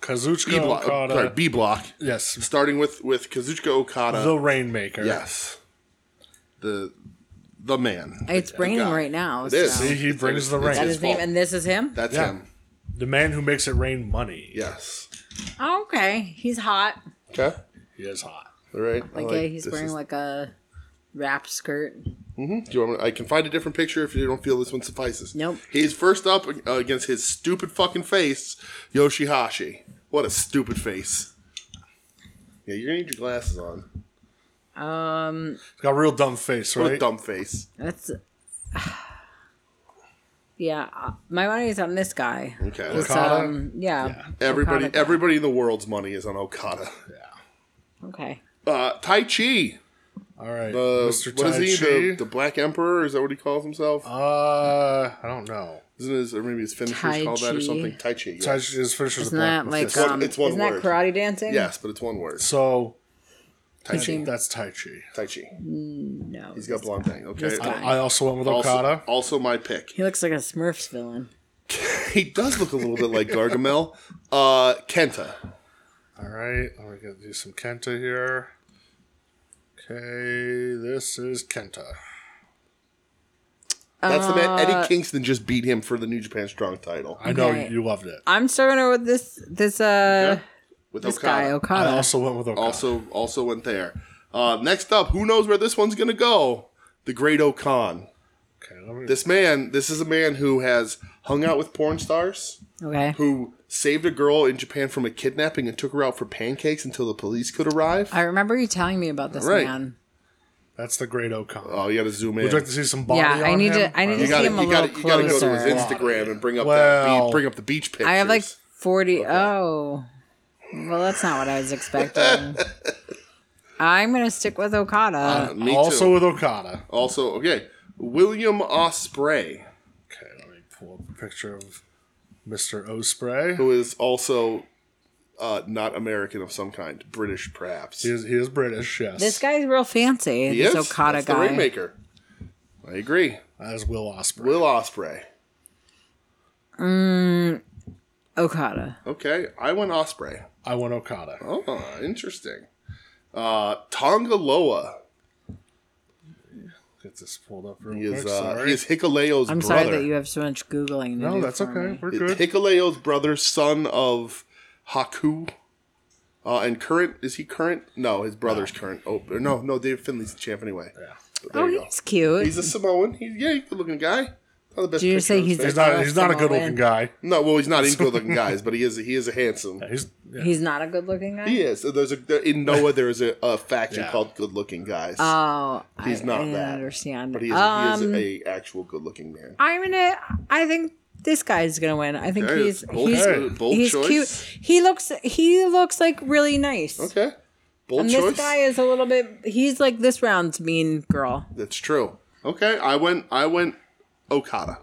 Speaker 2: Kazuchika
Speaker 1: B block. oh,
Speaker 2: Okada.
Speaker 1: uh, Sorry, B block.
Speaker 2: yes.
Speaker 1: Starting with with Kazuchika Okada.
Speaker 2: The Rainmaker.
Speaker 1: yes. The the man.
Speaker 3: It's
Speaker 1: The
Speaker 3: raining
Speaker 1: guy.
Speaker 3: right now.
Speaker 1: It is.
Speaker 3: so-
Speaker 2: See, he brings the
Speaker 1: It's-
Speaker 3: That
Speaker 2: rain.
Speaker 1: it's-
Speaker 3: is name, and this is him.
Speaker 1: That's
Speaker 2: Yeah.
Speaker 1: him.
Speaker 2: The man who makes it rain money.
Speaker 1: Yes.
Speaker 3: Oh, okay, he's hot.
Speaker 1: Okay.
Speaker 2: He is hot.
Speaker 1: All right. I
Speaker 3: Like, yeah, he's
Speaker 1: this
Speaker 3: wearing
Speaker 1: is-
Speaker 3: like a wrap skirt.
Speaker 1: Do you want me, I can find a different picture if you don't feel this one suffices.
Speaker 3: Nope.
Speaker 1: He's first up uh, against his stupid fucking face, Yoshihashi. What a stupid face. Yeah, you're gonna need your glasses on.
Speaker 3: Um,
Speaker 2: He's got a real dumb face,
Speaker 1: What
Speaker 2: right?
Speaker 1: a dumb face.
Speaker 3: that's yeah. uh, My money is on this guy.
Speaker 1: Okay.
Speaker 3: This,
Speaker 2: Okada?
Speaker 3: um, yeah.
Speaker 1: everybody
Speaker 3: Okada guy.
Speaker 1: everybody in the world's money is on Okada.
Speaker 3: Okay.
Speaker 1: Uh, tai Chi.
Speaker 2: All right.
Speaker 1: Uh,
Speaker 2: Mr.
Speaker 1: what
Speaker 2: Tai
Speaker 1: is he? The,
Speaker 2: Chi.
Speaker 1: the Black Emperor? Is that what he calls himself?
Speaker 2: Uh, I don't know.
Speaker 1: Isn't his or maybe his finishers
Speaker 3: Tai
Speaker 1: called that or
Speaker 3: Chi.
Speaker 1: something? Tai Chi. yeah.
Speaker 2: Tai Chi is finishes
Speaker 3: Isn't
Speaker 2: the black.
Speaker 3: that like
Speaker 1: It's one-
Speaker 3: um?
Speaker 1: it's one
Speaker 3: isn't
Speaker 1: word.
Speaker 3: that karate dancing?
Speaker 1: Yes, but it's one word.
Speaker 2: so.
Speaker 1: Tai Chi.
Speaker 2: That's Tai Chi.
Speaker 1: Tai Chi.
Speaker 3: No.
Speaker 1: He's got blonde bang. Okay.
Speaker 3: This guy.
Speaker 2: I also went with
Speaker 1: Also,
Speaker 2: Okada.
Speaker 1: also my pick.
Speaker 3: He looks like a Smurfs villain.
Speaker 1: He does look a little bit like Gargamel. Uh, Kenta.
Speaker 2: All right, let me get do some Kenta here. Okay, this is Kenta.
Speaker 1: That's the man. Eddie
Speaker 3: Uh,
Speaker 1: Kingston just beat him for the New Japan Strong title.
Speaker 2: I know
Speaker 3: Okay.
Speaker 2: you loved it.
Speaker 3: I'm starting with this this uh
Speaker 1: Yeah. With
Speaker 3: this
Speaker 1: Okada.
Speaker 3: guy
Speaker 2: I
Speaker 3: Okada.
Speaker 2: also went with Okada.
Speaker 1: Also, also went there. Uh, next up, who knows where this one's going to go? The Great Okan.
Speaker 2: okay, let me,
Speaker 1: This man, this is a man who has hung out with porn stars,
Speaker 3: okay.
Speaker 1: Uh, who saved a girl in Japan from a kidnapping and took her out for pancakes until the police could arrive.
Speaker 3: I remember you telling me about this
Speaker 1: Right.
Speaker 3: man.
Speaker 2: that's the great Okada.
Speaker 1: oh, you got to zoom in.
Speaker 2: Would you like to see some body?
Speaker 3: Yeah, I
Speaker 2: on
Speaker 3: need
Speaker 2: him?
Speaker 3: to- I need to
Speaker 1: You
Speaker 3: see
Speaker 1: gotta-
Speaker 3: him a
Speaker 1: you gotta-
Speaker 3: little
Speaker 1: you gotta go to his
Speaker 3: closer.
Speaker 1: Instagram and bring up that
Speaker 2: Well-
Speaker 1: beat, bring up the beach pictures.
Speaker 3: I have like 40. Oh. Well, that's not what I was expecting. I'm going to stick with Okada.
Speaker 1: me
Speaker 2: also
Speaker 1: too.
Speaker 2: with Okada.
Speaker 1: Also, okay, William Osprey,
Speaker 2: Okay, let me pull up a picture of Mr. Osprey.
Speaker 1: who is also uh, not American of some kind, British perhaps.
Speaker 2: He is, he is British, yes.
Speaker 3: this guy's real fancy.
Speaker 1: He
Speaker 3: this
Speaker 1: is?
Speaker 3: Okada
Speaker 1: That's
Speaker 3: guy.
Speaker 1: the Rainmaker. I agree.
Speaker 2: That is Will Osprey.
Speaker 1: Will Osprey.
Speaker 3: Okada.
Speaker 1: Okay, I went Osprey.
Speaker 2: I went Okada.
Speaker 1: Oh, interesting. Uh, Tonga Loa
Speaker 2: Get this pulled up real
Speaker 1: He is
Speaker 2: quick.
Speaker 1: uh,
Speaker 2: sorry.
Speaker 1: he is Hikaleo's
Speaker 3: I'm
Speaker 1: brother.
Speaker 3: sorry that you have so much Googling. To
Speaker 2: no,
Speaker 3: do
Speaker 2: that's
Speaker 3: for
Speaker 2: okay.
Speaker 3: me.
Speaker 2: We're good.
Speaker 1: Hikaleo's brother, son of Haku, Uh, and current is he current? No, his brother's current. Oh no, no, David Finley's the champ anyway. Yeah.
Speaker 3: Oh, he's cute.
Speaker 1: He's a Samoan. He's yeah, he's a good looking guy. Not the best.
Speaker 3: Did you
Speaker 1: picture
Speaker 3: say
Speaker 1: of his
Speaker 3: he's
Speaker 1: face.
Speaker 2: He's not. He's not a good looking guy.
Speaker 1: no? Well, he's not in good looking guys, but he is. He is a handsome.
Speaker 2: He's yeah.
Speaker 3: He's not a good looking guy.
Speaker 1: He is. There's a there, in Noah. There is a, a faction
Speaker 2: Yeah.
Speaker 1: called good looking guys,
Speaker 3: Oh,
Speaker 1: He's
Speaker 3: I,
Speaker 1: not
Speaker 3: I didn't
Speaker 1: that.
Speaker 3: understand.
Speaker 1: but he is,
Speaker 3: um,
Speaker 1: he is a actual good looking man.
Speaker 3: I'm gonna. I think this guy's gonna win. I think
Speaker 1: Okay,
Speaker 3: he's
Speaker 1: bold
Speaker 3: he's
Speaker 1: cho- bold
Speaker 3: he's
Speaker 1: choice.
Speaker 3: cute. He looks he looks like really nice.
Speaker 1: Okay, bold
Speaker 3: And
Speaker 1: choice.
Speaker 3: this guy is a little bit. He's like this round's mean girl.
Speaker 1: That's true. Okay, I went. I went. Okada.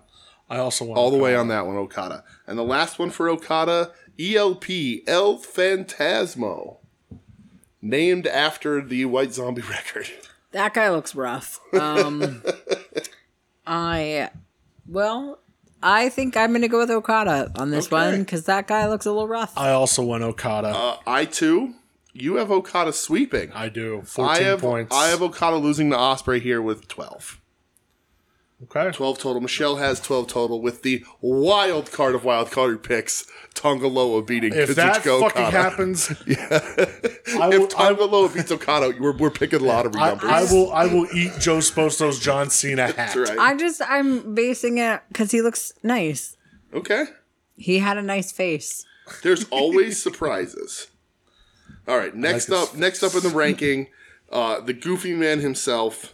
Speaker 2: I also want
Speaker 1: all the way on that one, Okada. And the last one for Okada, ELP, El Fantasmo, named after the White Zombie record.
Speaker 3: That guy looks rough. Um, I well, I think I'm gonna go with Okada on this
Speaker 1: Okay.
Speaker 3: one because that guy looks a little rough.
Speaker 2: I also want Okada.
Speaker 1: Uh, I too, you have Okada sweeping.
Speaker 2: I do.
Speaker 1: I
Speaker 2: Fourteen
Speaker 1: have
Speaker 2: points.
Speaker 1: I have Okada losing to Osprey here with twelve.
Speaker 2: okay.
Speaker 1: 12 total. Michelle has 12 total with the wild card of wild card picks. Tongaloa beating
Speaker 2: If that
Speaker 1: Kazuchika
Speaker 2: fucking
Speaker 1: Okada.
Speaker 2: happens, I will.
Speaker 1: If
Speaker 2: I will
Speaker 1: Tongaloa beats Okada, we're, we're picking lottery
Speaker 2: I,
Speaker 1: numbers.
Speaker 2: I will. I will eat Joe Sposto's John Cena hat.
Speaker 1: That's right.
Speaker 3: I just I'm basing it because he looks nice.
Speaker 1: okay.
Speaker 3: He had a nice face.
Speaker 1: There's always surprises. All right, next
Speaker 2: this.
Speaker 1: up, next up in the ranking, uh, the Goofy Man himself.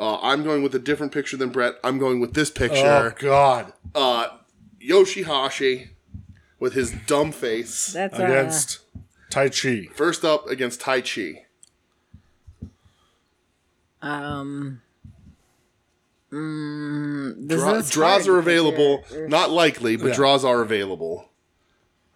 Speaker 1: Uh, I'm going with a different picture than Brett. I'm going with this
Speaker 2: Oh
Speaker 1: picture, Uh,
Speaker 2: God!
Speaker 1: Yoshihashi, with his dumb face.
Speaker 3: That's uh,
Speaker 2: Against Tai Chi.
Speaker 1: First up against Tai Chi.
Speaker 3: um. Mm, this
Speaker 1: Dra-
Speaker 3: is
Speaker 1: draws
Speaker 3: hard
Speaker 1: are
Speaker 3: because
Speaker 1: available,
Speaker 3: you're- you're-
Speaker 1: not likely, but
Speaker 2: Yeah.
Speaker 1: draws are available.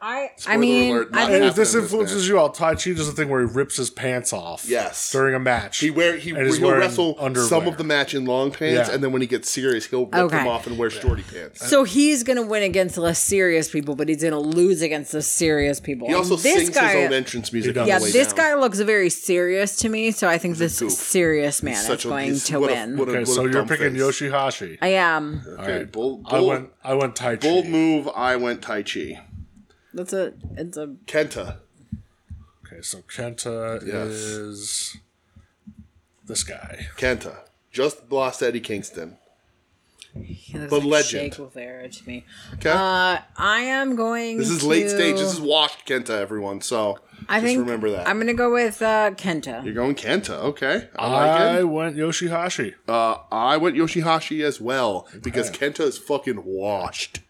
Speaker 3: I I
Speaker 1: Spoiler
Speaker 3: mean
Speaker 1: alert,
Speaker 3: I
Speaker 1: not
Speaker 2: And
Speaker 3: think
Speaker 2: if this
Speaker 1: Happening in this
Speaker 2: influences you out, Tai Chi does a thing where he rips his pants off.
Speaker 1: Yes.
Speaker 2: During a match.
Speaker 1: He wear he
Speaker 2: And he's
Speaker 1: he'll
Speaker 2: wearing
Speaker 1: wrestle
Speaker 2: underwear.
Speaker 1: some of the match in long pants,
Speaker 2: Yeah.
Speaker 1: and then when he gets serious, he'll rip
Speaker 3: Okay.
Speaker 1: them off and wear shorty pants.
Speaker 3: so he's gonna win against less serious people, but he's gonna lose against the serious people.
Speaker 1: He also
Speaker 3: this
Speaker 1: sings
Speaker 3: guy,
Speaker 1: his own entrance music.
Speaker 2: does.
Speaker 1: on the
Speaker 3: yeah,
Speaker 1: way
Speaker 3: this
Speaker 1: down.
Speaker 3: guy looks very serious to me, so I think this
Speaker 1: goof.
Speaker 3: serious man is
Speaker 1: Such a-
Speaker 3: going
Speaker 1: he's-
Speaker 3: to
Speaker 1: what a-
Speaker 3: win.
Speaker 1: what a-
Speaker 2: Okay,
Speaker 1: what a
Speaker 2: so you're
Speaker 1: dumb
Speaker 2: picking
Speaker 1: face.
Speaker 2: Yoshihashi.
Speaker 3: I am.
Speaker 1: Okay, bold,
Speaker 2: I
Speaker 1: bold-
Speaker 2: went. I went Tai Chi.
Speaker 1: bold move. I went Tai Chi.
Speaker 3: That's a. It's a.
Speaker 1: Kenta.
Speaker 2: Okay, so Kenta
Speaker 1: Yes.
Speaker 2: is this guy.
Speaker 1: Kenta. Just lost Eddie Kingston.
Speaker 3: He looks
Speaker 1: The
Speaker 3: like
Speaker 1: legend.
Speaker 3: Shea Guevara to me.
Speaker 1: Okay.
Speaker 3: Uh, I am going.
Speaker 1: this is late
Speaker 3: to-
Speaker 1: stage. This is washed Kenta, everyone. So
Speaker 3: I
Speaker 1: just
Speaker 3: think
Speaker 1: remember that.
Speaker 3: I'm gonna go with uh, Kenta.
Speaker 1: You're going Kenta. Okay. I like
Speaker 2: I
Speaker 1: it.
Speaker 2: went Yoshihashi.
Speaker 1: Uh, I went Yoshihashi as well because Kenta is fucking washed.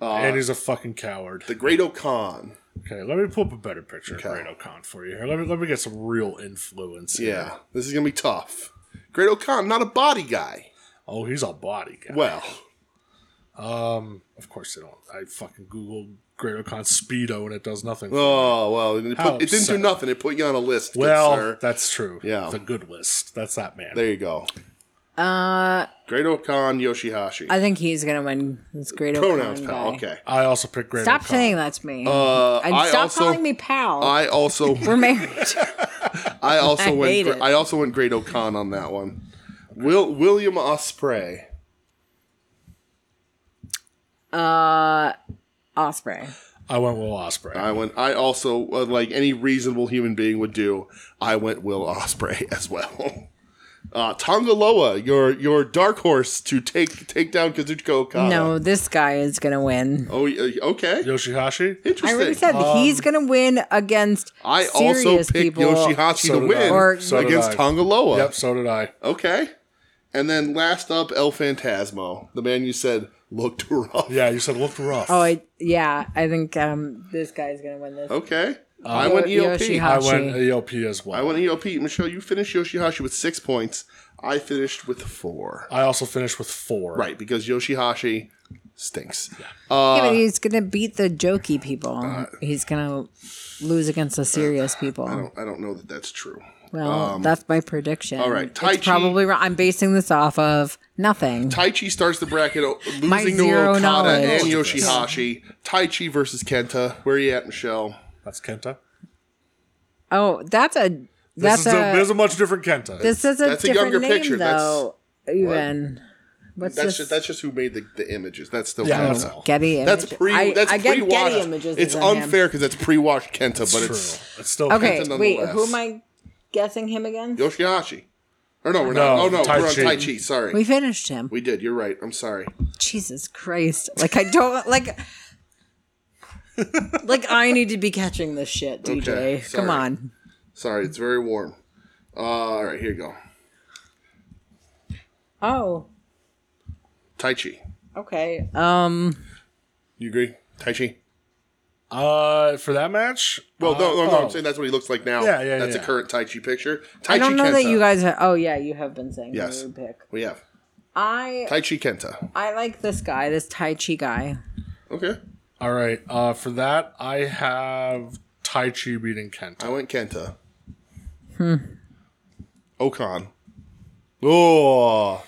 Speaker 2: and he's a fucking coward.
Speaker 1: The Great Okan.
Speaker 2: Okay, let me pull up a better picture of Great Okan for you here. Let me let me get some real influence. here.
Speaker 1: Yeah. This is going to be tough. Great Okan, not a body guy.
Speaker 2: Oh, he's a body guy.
Speaker 1: Well,
Speaker 2: Of course they don't. I fucking googled Great Okan Speedo and it does nothing.
Speaker 1: oh, well. It,
Speaker 2: How
Speaker 1: put, it didn't do
Speaker 2: upsetting.
Speaker 1: nothing. It put you on a list. good
Speaker 2: well,
Speaker 1: sir.
Speaker 2: that's true.
Speaker 1: Yeah.
Speaker 2: It's a good list. That's that man.
Speaker 1: there you go.
Speaker 3: Uh,
Speaker 1: Great Okan, Yoshihashi.
Speaker 3: I think he's gonna win. It's great.
Speaker 1: Pronouns,
Speaker 3: Okan
Speaker 1: pal.
Speaker 3: guy.
Speaker 1: Okay.
Speaker 2: I also picked Great
Speaker 3: Stop
Speaker 2: Okan.
Speaker 3: saying that's me.
Speaker 1: Uh,
Speaker 3: and
Speaker 1: I
Speaker 3: stop
Speaker 1: also,
Speaker 3: calling me pal.
Speaker 1: I also,
Speaker 3: We're married.
Speaker 1: I also
Speaker 3: I hate
Speaker 1: went.
Speaker 3: it.
Speaker 1: Gra- I also went Great O'Con on that one. Will William Osprey.
Speaker 3: Osprey.
Speaker 2: I went Will Osprey.
Speaker 1: I went. I also uh, like any reasonable human being would do. I went Will Osprey as well. Uh, Tongaloa, your your dark horse to take take down Kazuchika Okada.
Speaker 3: no, this guy is gonna win.
Speaker 1: Oh, y- okay.
Speaker 2: Yoshihashi.
Speaker 3: I
Speaker 1: Interesting. I,
Speaker 3: already said he's gonna win against
Speaker 1: also
Speaker 3: serious
Speaker 1: picked
Speaker 3: people.
Speaker 1: Yoshihashi
Speaker 2: So
Speaker 1: to
Speaker 2: did I.
Speaker 1: win
Speaker 3: Or-
Speaker 2: So did
Speaker 1: against
Speaker 2: I.
Speaker 1: Tongaloa.
Speaker 2: Yep, so did I.
Speaker 1: Okay. And then last up, El Fantasmo, the man you said looked rough.
Speaker 2: Yeah, you said it looked rough.
Speaker 3: Oh, I, yeah. I think um, this guy's gonna win this.
Speaker 1: Okay.
Speaker 2: Uh,
Speaker 1: I went EOP.
Speaker 3: Yoshihashi.
Speaker 2: I went ELP as well.
Speaker 1: I went EOP. Michelle, you finished Yoshihashi with six points. I finished with four.
Speaker 2: I also finished with four.
Speaker 1: Right, because Yoshihashi stinks.
Speaker 3: Yeah, but he's gonna beat the jokey people. he's gonna lose against the serious people.
Speaker 1: uh, I don't know that that's true.
Speaker 3: well, that's my prediction. All
Speaker 1: right, Tai
Speaker 3: it's
Speaker 1: Chi-
Speaker 3: probably wrong. I'm basing this off of nothing.
Speaker 1: Tai Chi starts the bracket o-
Speaker 3: My
Speaker 1: losing to
Speaker 3: zero
Speaker 1: Okada
Speaker 3: knowledge.
Speaker 1: and Yoshihashi. Tai Chi versus Kenta. Where are you at, Michelle?
Speaker 2: That's Kenta.
Speaker 3: oh, that's a
Speaker 2: This
Speaker 3: that's
Speaker 2: is a,
Speaker 3: a,
Speaker 2: there's a much different Kenta.
Speaker 3: this is a
Speaker 1: that's a
Speaker 3: different
Speaker 1: younger
Speaker 3: name
Speaker 1: picture. That's-
Speaker 3: though. even What's
Speaker 1: That's
Speaker 3: this?
Speaker 1: just, that's just who made the, the images. That's still
Speaker 2: Yeah, I
Speaker 1: Kenta.
Speaker 2: don't know.
Speaker 3: Getty
Speaker 1: That's
Speaker 3: images.
Speaker 1: pre.
Speaker 3: I,
Speaker 1: that's
Speaker 3: I get
Speaker 1: pre-washed.
Speaker 3: Getty images.
Speaker 1: It's
Speaker 3: as on him.
Speaker 1: unfair because that's pre-washed Kenta, but
Speaker 2: True.
Speaker 1: it's
Speaker 2: It's still
Speaker 3: Okay,
Speaker 1: Kenta
Speaker 3: wait.
Speaker 1: nonetheless.
Speaker 3: Who am I guessing him again?
Speaker 1: Yoshihashi. Or no, we're
Speaker 2: No,
Speaker 1: not. Oh no,
Speaker 2: Tai
Speaker 1: we're on
Speaker 2: Chi.
Speaker 1: Tai Chi. Sorry,
Speaker 3: We finished him.
Speaker 1: we did. You're right. I'm sorry.
Speaker 3: Jesus Christ! Like I don't like. like I need to be catching this shit, DJ.
Speaker 1: Okay, sorry.
Speaker 3: Come on.
Speaker 1: Sorry, it's very warm. Uh, all right, here you go.
Speaker 3: Oh,
Speaker 1: Tai Chi.
Speaker 3: okay. Um,
Speaker 1: You agree? Tai Chi.
Speaker 2: Uh, for that match,
Speaker 1: Well, no, no, no,
Speaker 2: oh.
Speaker 1: I'm saying that's what he looks like now.
Speaker 2: Yeah, yeah,
Speaker 1: That's
Speaker 2: yeah.
Speaker 1: a current Tai Chi picture. Tai
Speaker 3: I don't
Speaker 1: Chi
Speaker 3: know
Speaker 1: Kenta.
Speaker 3: that you guys. Are, oh yeah, you have been saying who
Speaker 1: Yes.
Speaker 3: you would pick.
Speaker 1: We have
Speaker 3: I
Speaker 1: Tai Chi Kenta.
Speaker 3: I like this guy, this Tai Chi guy.
Speaker 1: Okay,
Speaker 2: all right. Uh, for that, I have Tai Chi beating Kenta.
Speaker 1: I went Kenta. Hmm. Okan. Oh.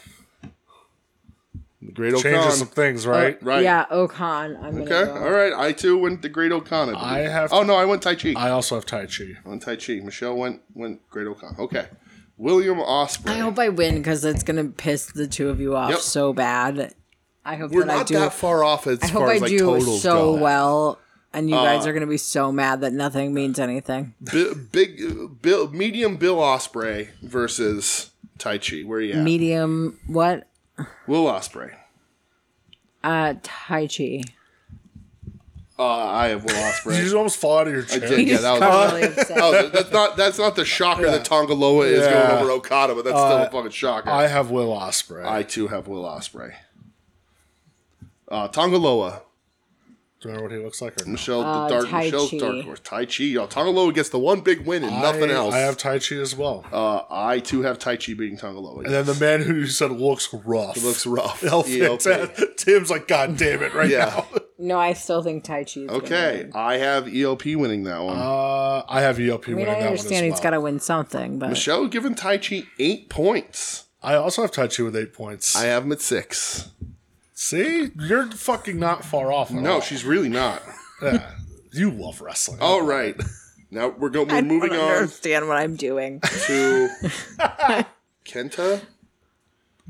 Speaker 1: The great Okan.
Speaker 2: Changes some things, right?
Speaker 1: Right.
Speaker 3: Yeah, Okan. I'm
Speaker 1: Okay.
Speaker 3: gonna go.
Speaker 1: All right. I too went the Great Okan. I,
Speaker 2: I
Speaker 1: believe.
Speaker 2: have-
Speaker 1: Oh no, I went Tai Chi. I
Speaker 2: I also have Tai Chi.
Speaker 1: went Tai Chi. Michelle went went Great Okan. Okay. William Osprey.
Speaker 3: I hope I win because it's gonna piss the two of you off
Speaker 1: Yep.
Speaker 3: so bad. I hope
Speaker 1: We're
Speaker 3: that I
Speaker 1: not
Speaker 3: do.
Speaker 1: that far off as
Speaker 3: I hope
Speaker 1: far
Speaker 3: I
Speaker 1: as like
Speaker 3: do
Speaker 1: totals
Speaker 3: so
Speaker 1: go. Uh,
Speaker 3: well, and you guys are gonna be so mad that nothing means anything.
Speaker 1: Bi- big, uh, Bill, medium Bill Osprey versus Tai Chi. Where you at?
Speaker 3: Medium what?
Speaker 1: Will Osprey.
Speaker 3: Uh, Tai Chi.
Speaker 1: Uh, I have Will Osprey.
Speaker 2: Did you almost fall out of your chair?
Speaker 1: did. Yeah, that was-
Speaker 3: got really upset.
Speaker 1: Oh, th- that's not that's not the shocker that Tongaloa is
Speaker 2: Yeah. Uh,
Speaker 1: going over Okada, but that's still a fucking shocker.
Speaker 2: I
Speaker 1: I,
Speaker 2: have Will Osprey.
Speaker 1: too have Will Osprey. Uh, Tongaloa,
Speaker 2: Do you remember what he looks like? Or no?
Speaker 1: Michelle,
Speaker 3: Uh,
Speaker 1: the dark
Speaker 3: Tai
Speaker 1: Michelle's
Speaker 3: Chi.
Speaker 1: dark horse. Tai Chi, y'all. Tongaloa gets the one big win and nothing
Speaker 2: I-
Speaker 1: else.
Speaker 2: I have Tai Chi as well.
Speaker 1: uh, I too have Tai Chi beating Tongaloa.
Speaker 2: and then the man who you said looks rough.
Speaker 1: looks E rough.
Speaker 2: El
Speaker 1: ELP.
Speaker 2: Fantas- Tim's like, God damn it, right
Speaker 1: Yeah.
Speaker 3: No, I still think Tai Chi.
Speaker 1: Okay, I have ELP winning that one.
Speaker 2: now. Uh, I have ELP
Speaker 3: I
Speaker 2: winning
Speaker 3: mean,
Speaker 2: that
Speaker 3: I
Speaker 2: one as
Speaker 3: understand he's
Speaker 2: well.
Speaker 3: got to win something, but
Speaker 1: Michelle giving Tai Chi eight points.
Speaker 2: I also have Tai Chi with eight points.
Speaker 1: I have him at six.
Speaker 2: See, you're fucking not far off. At
Speaker 1: No,
Speaker 2: all.
Speaker 1: she's really not.
Speaker 2: Yeah. you love wrestling.
Speaker 1: All right. Now we're going. We're
Speaker 3: I
Speaker 1: moving
Speaker 3: don't
Speaker 1: on
Speaker 3: understand what I'm doing.
Speaker 1: to Kenta.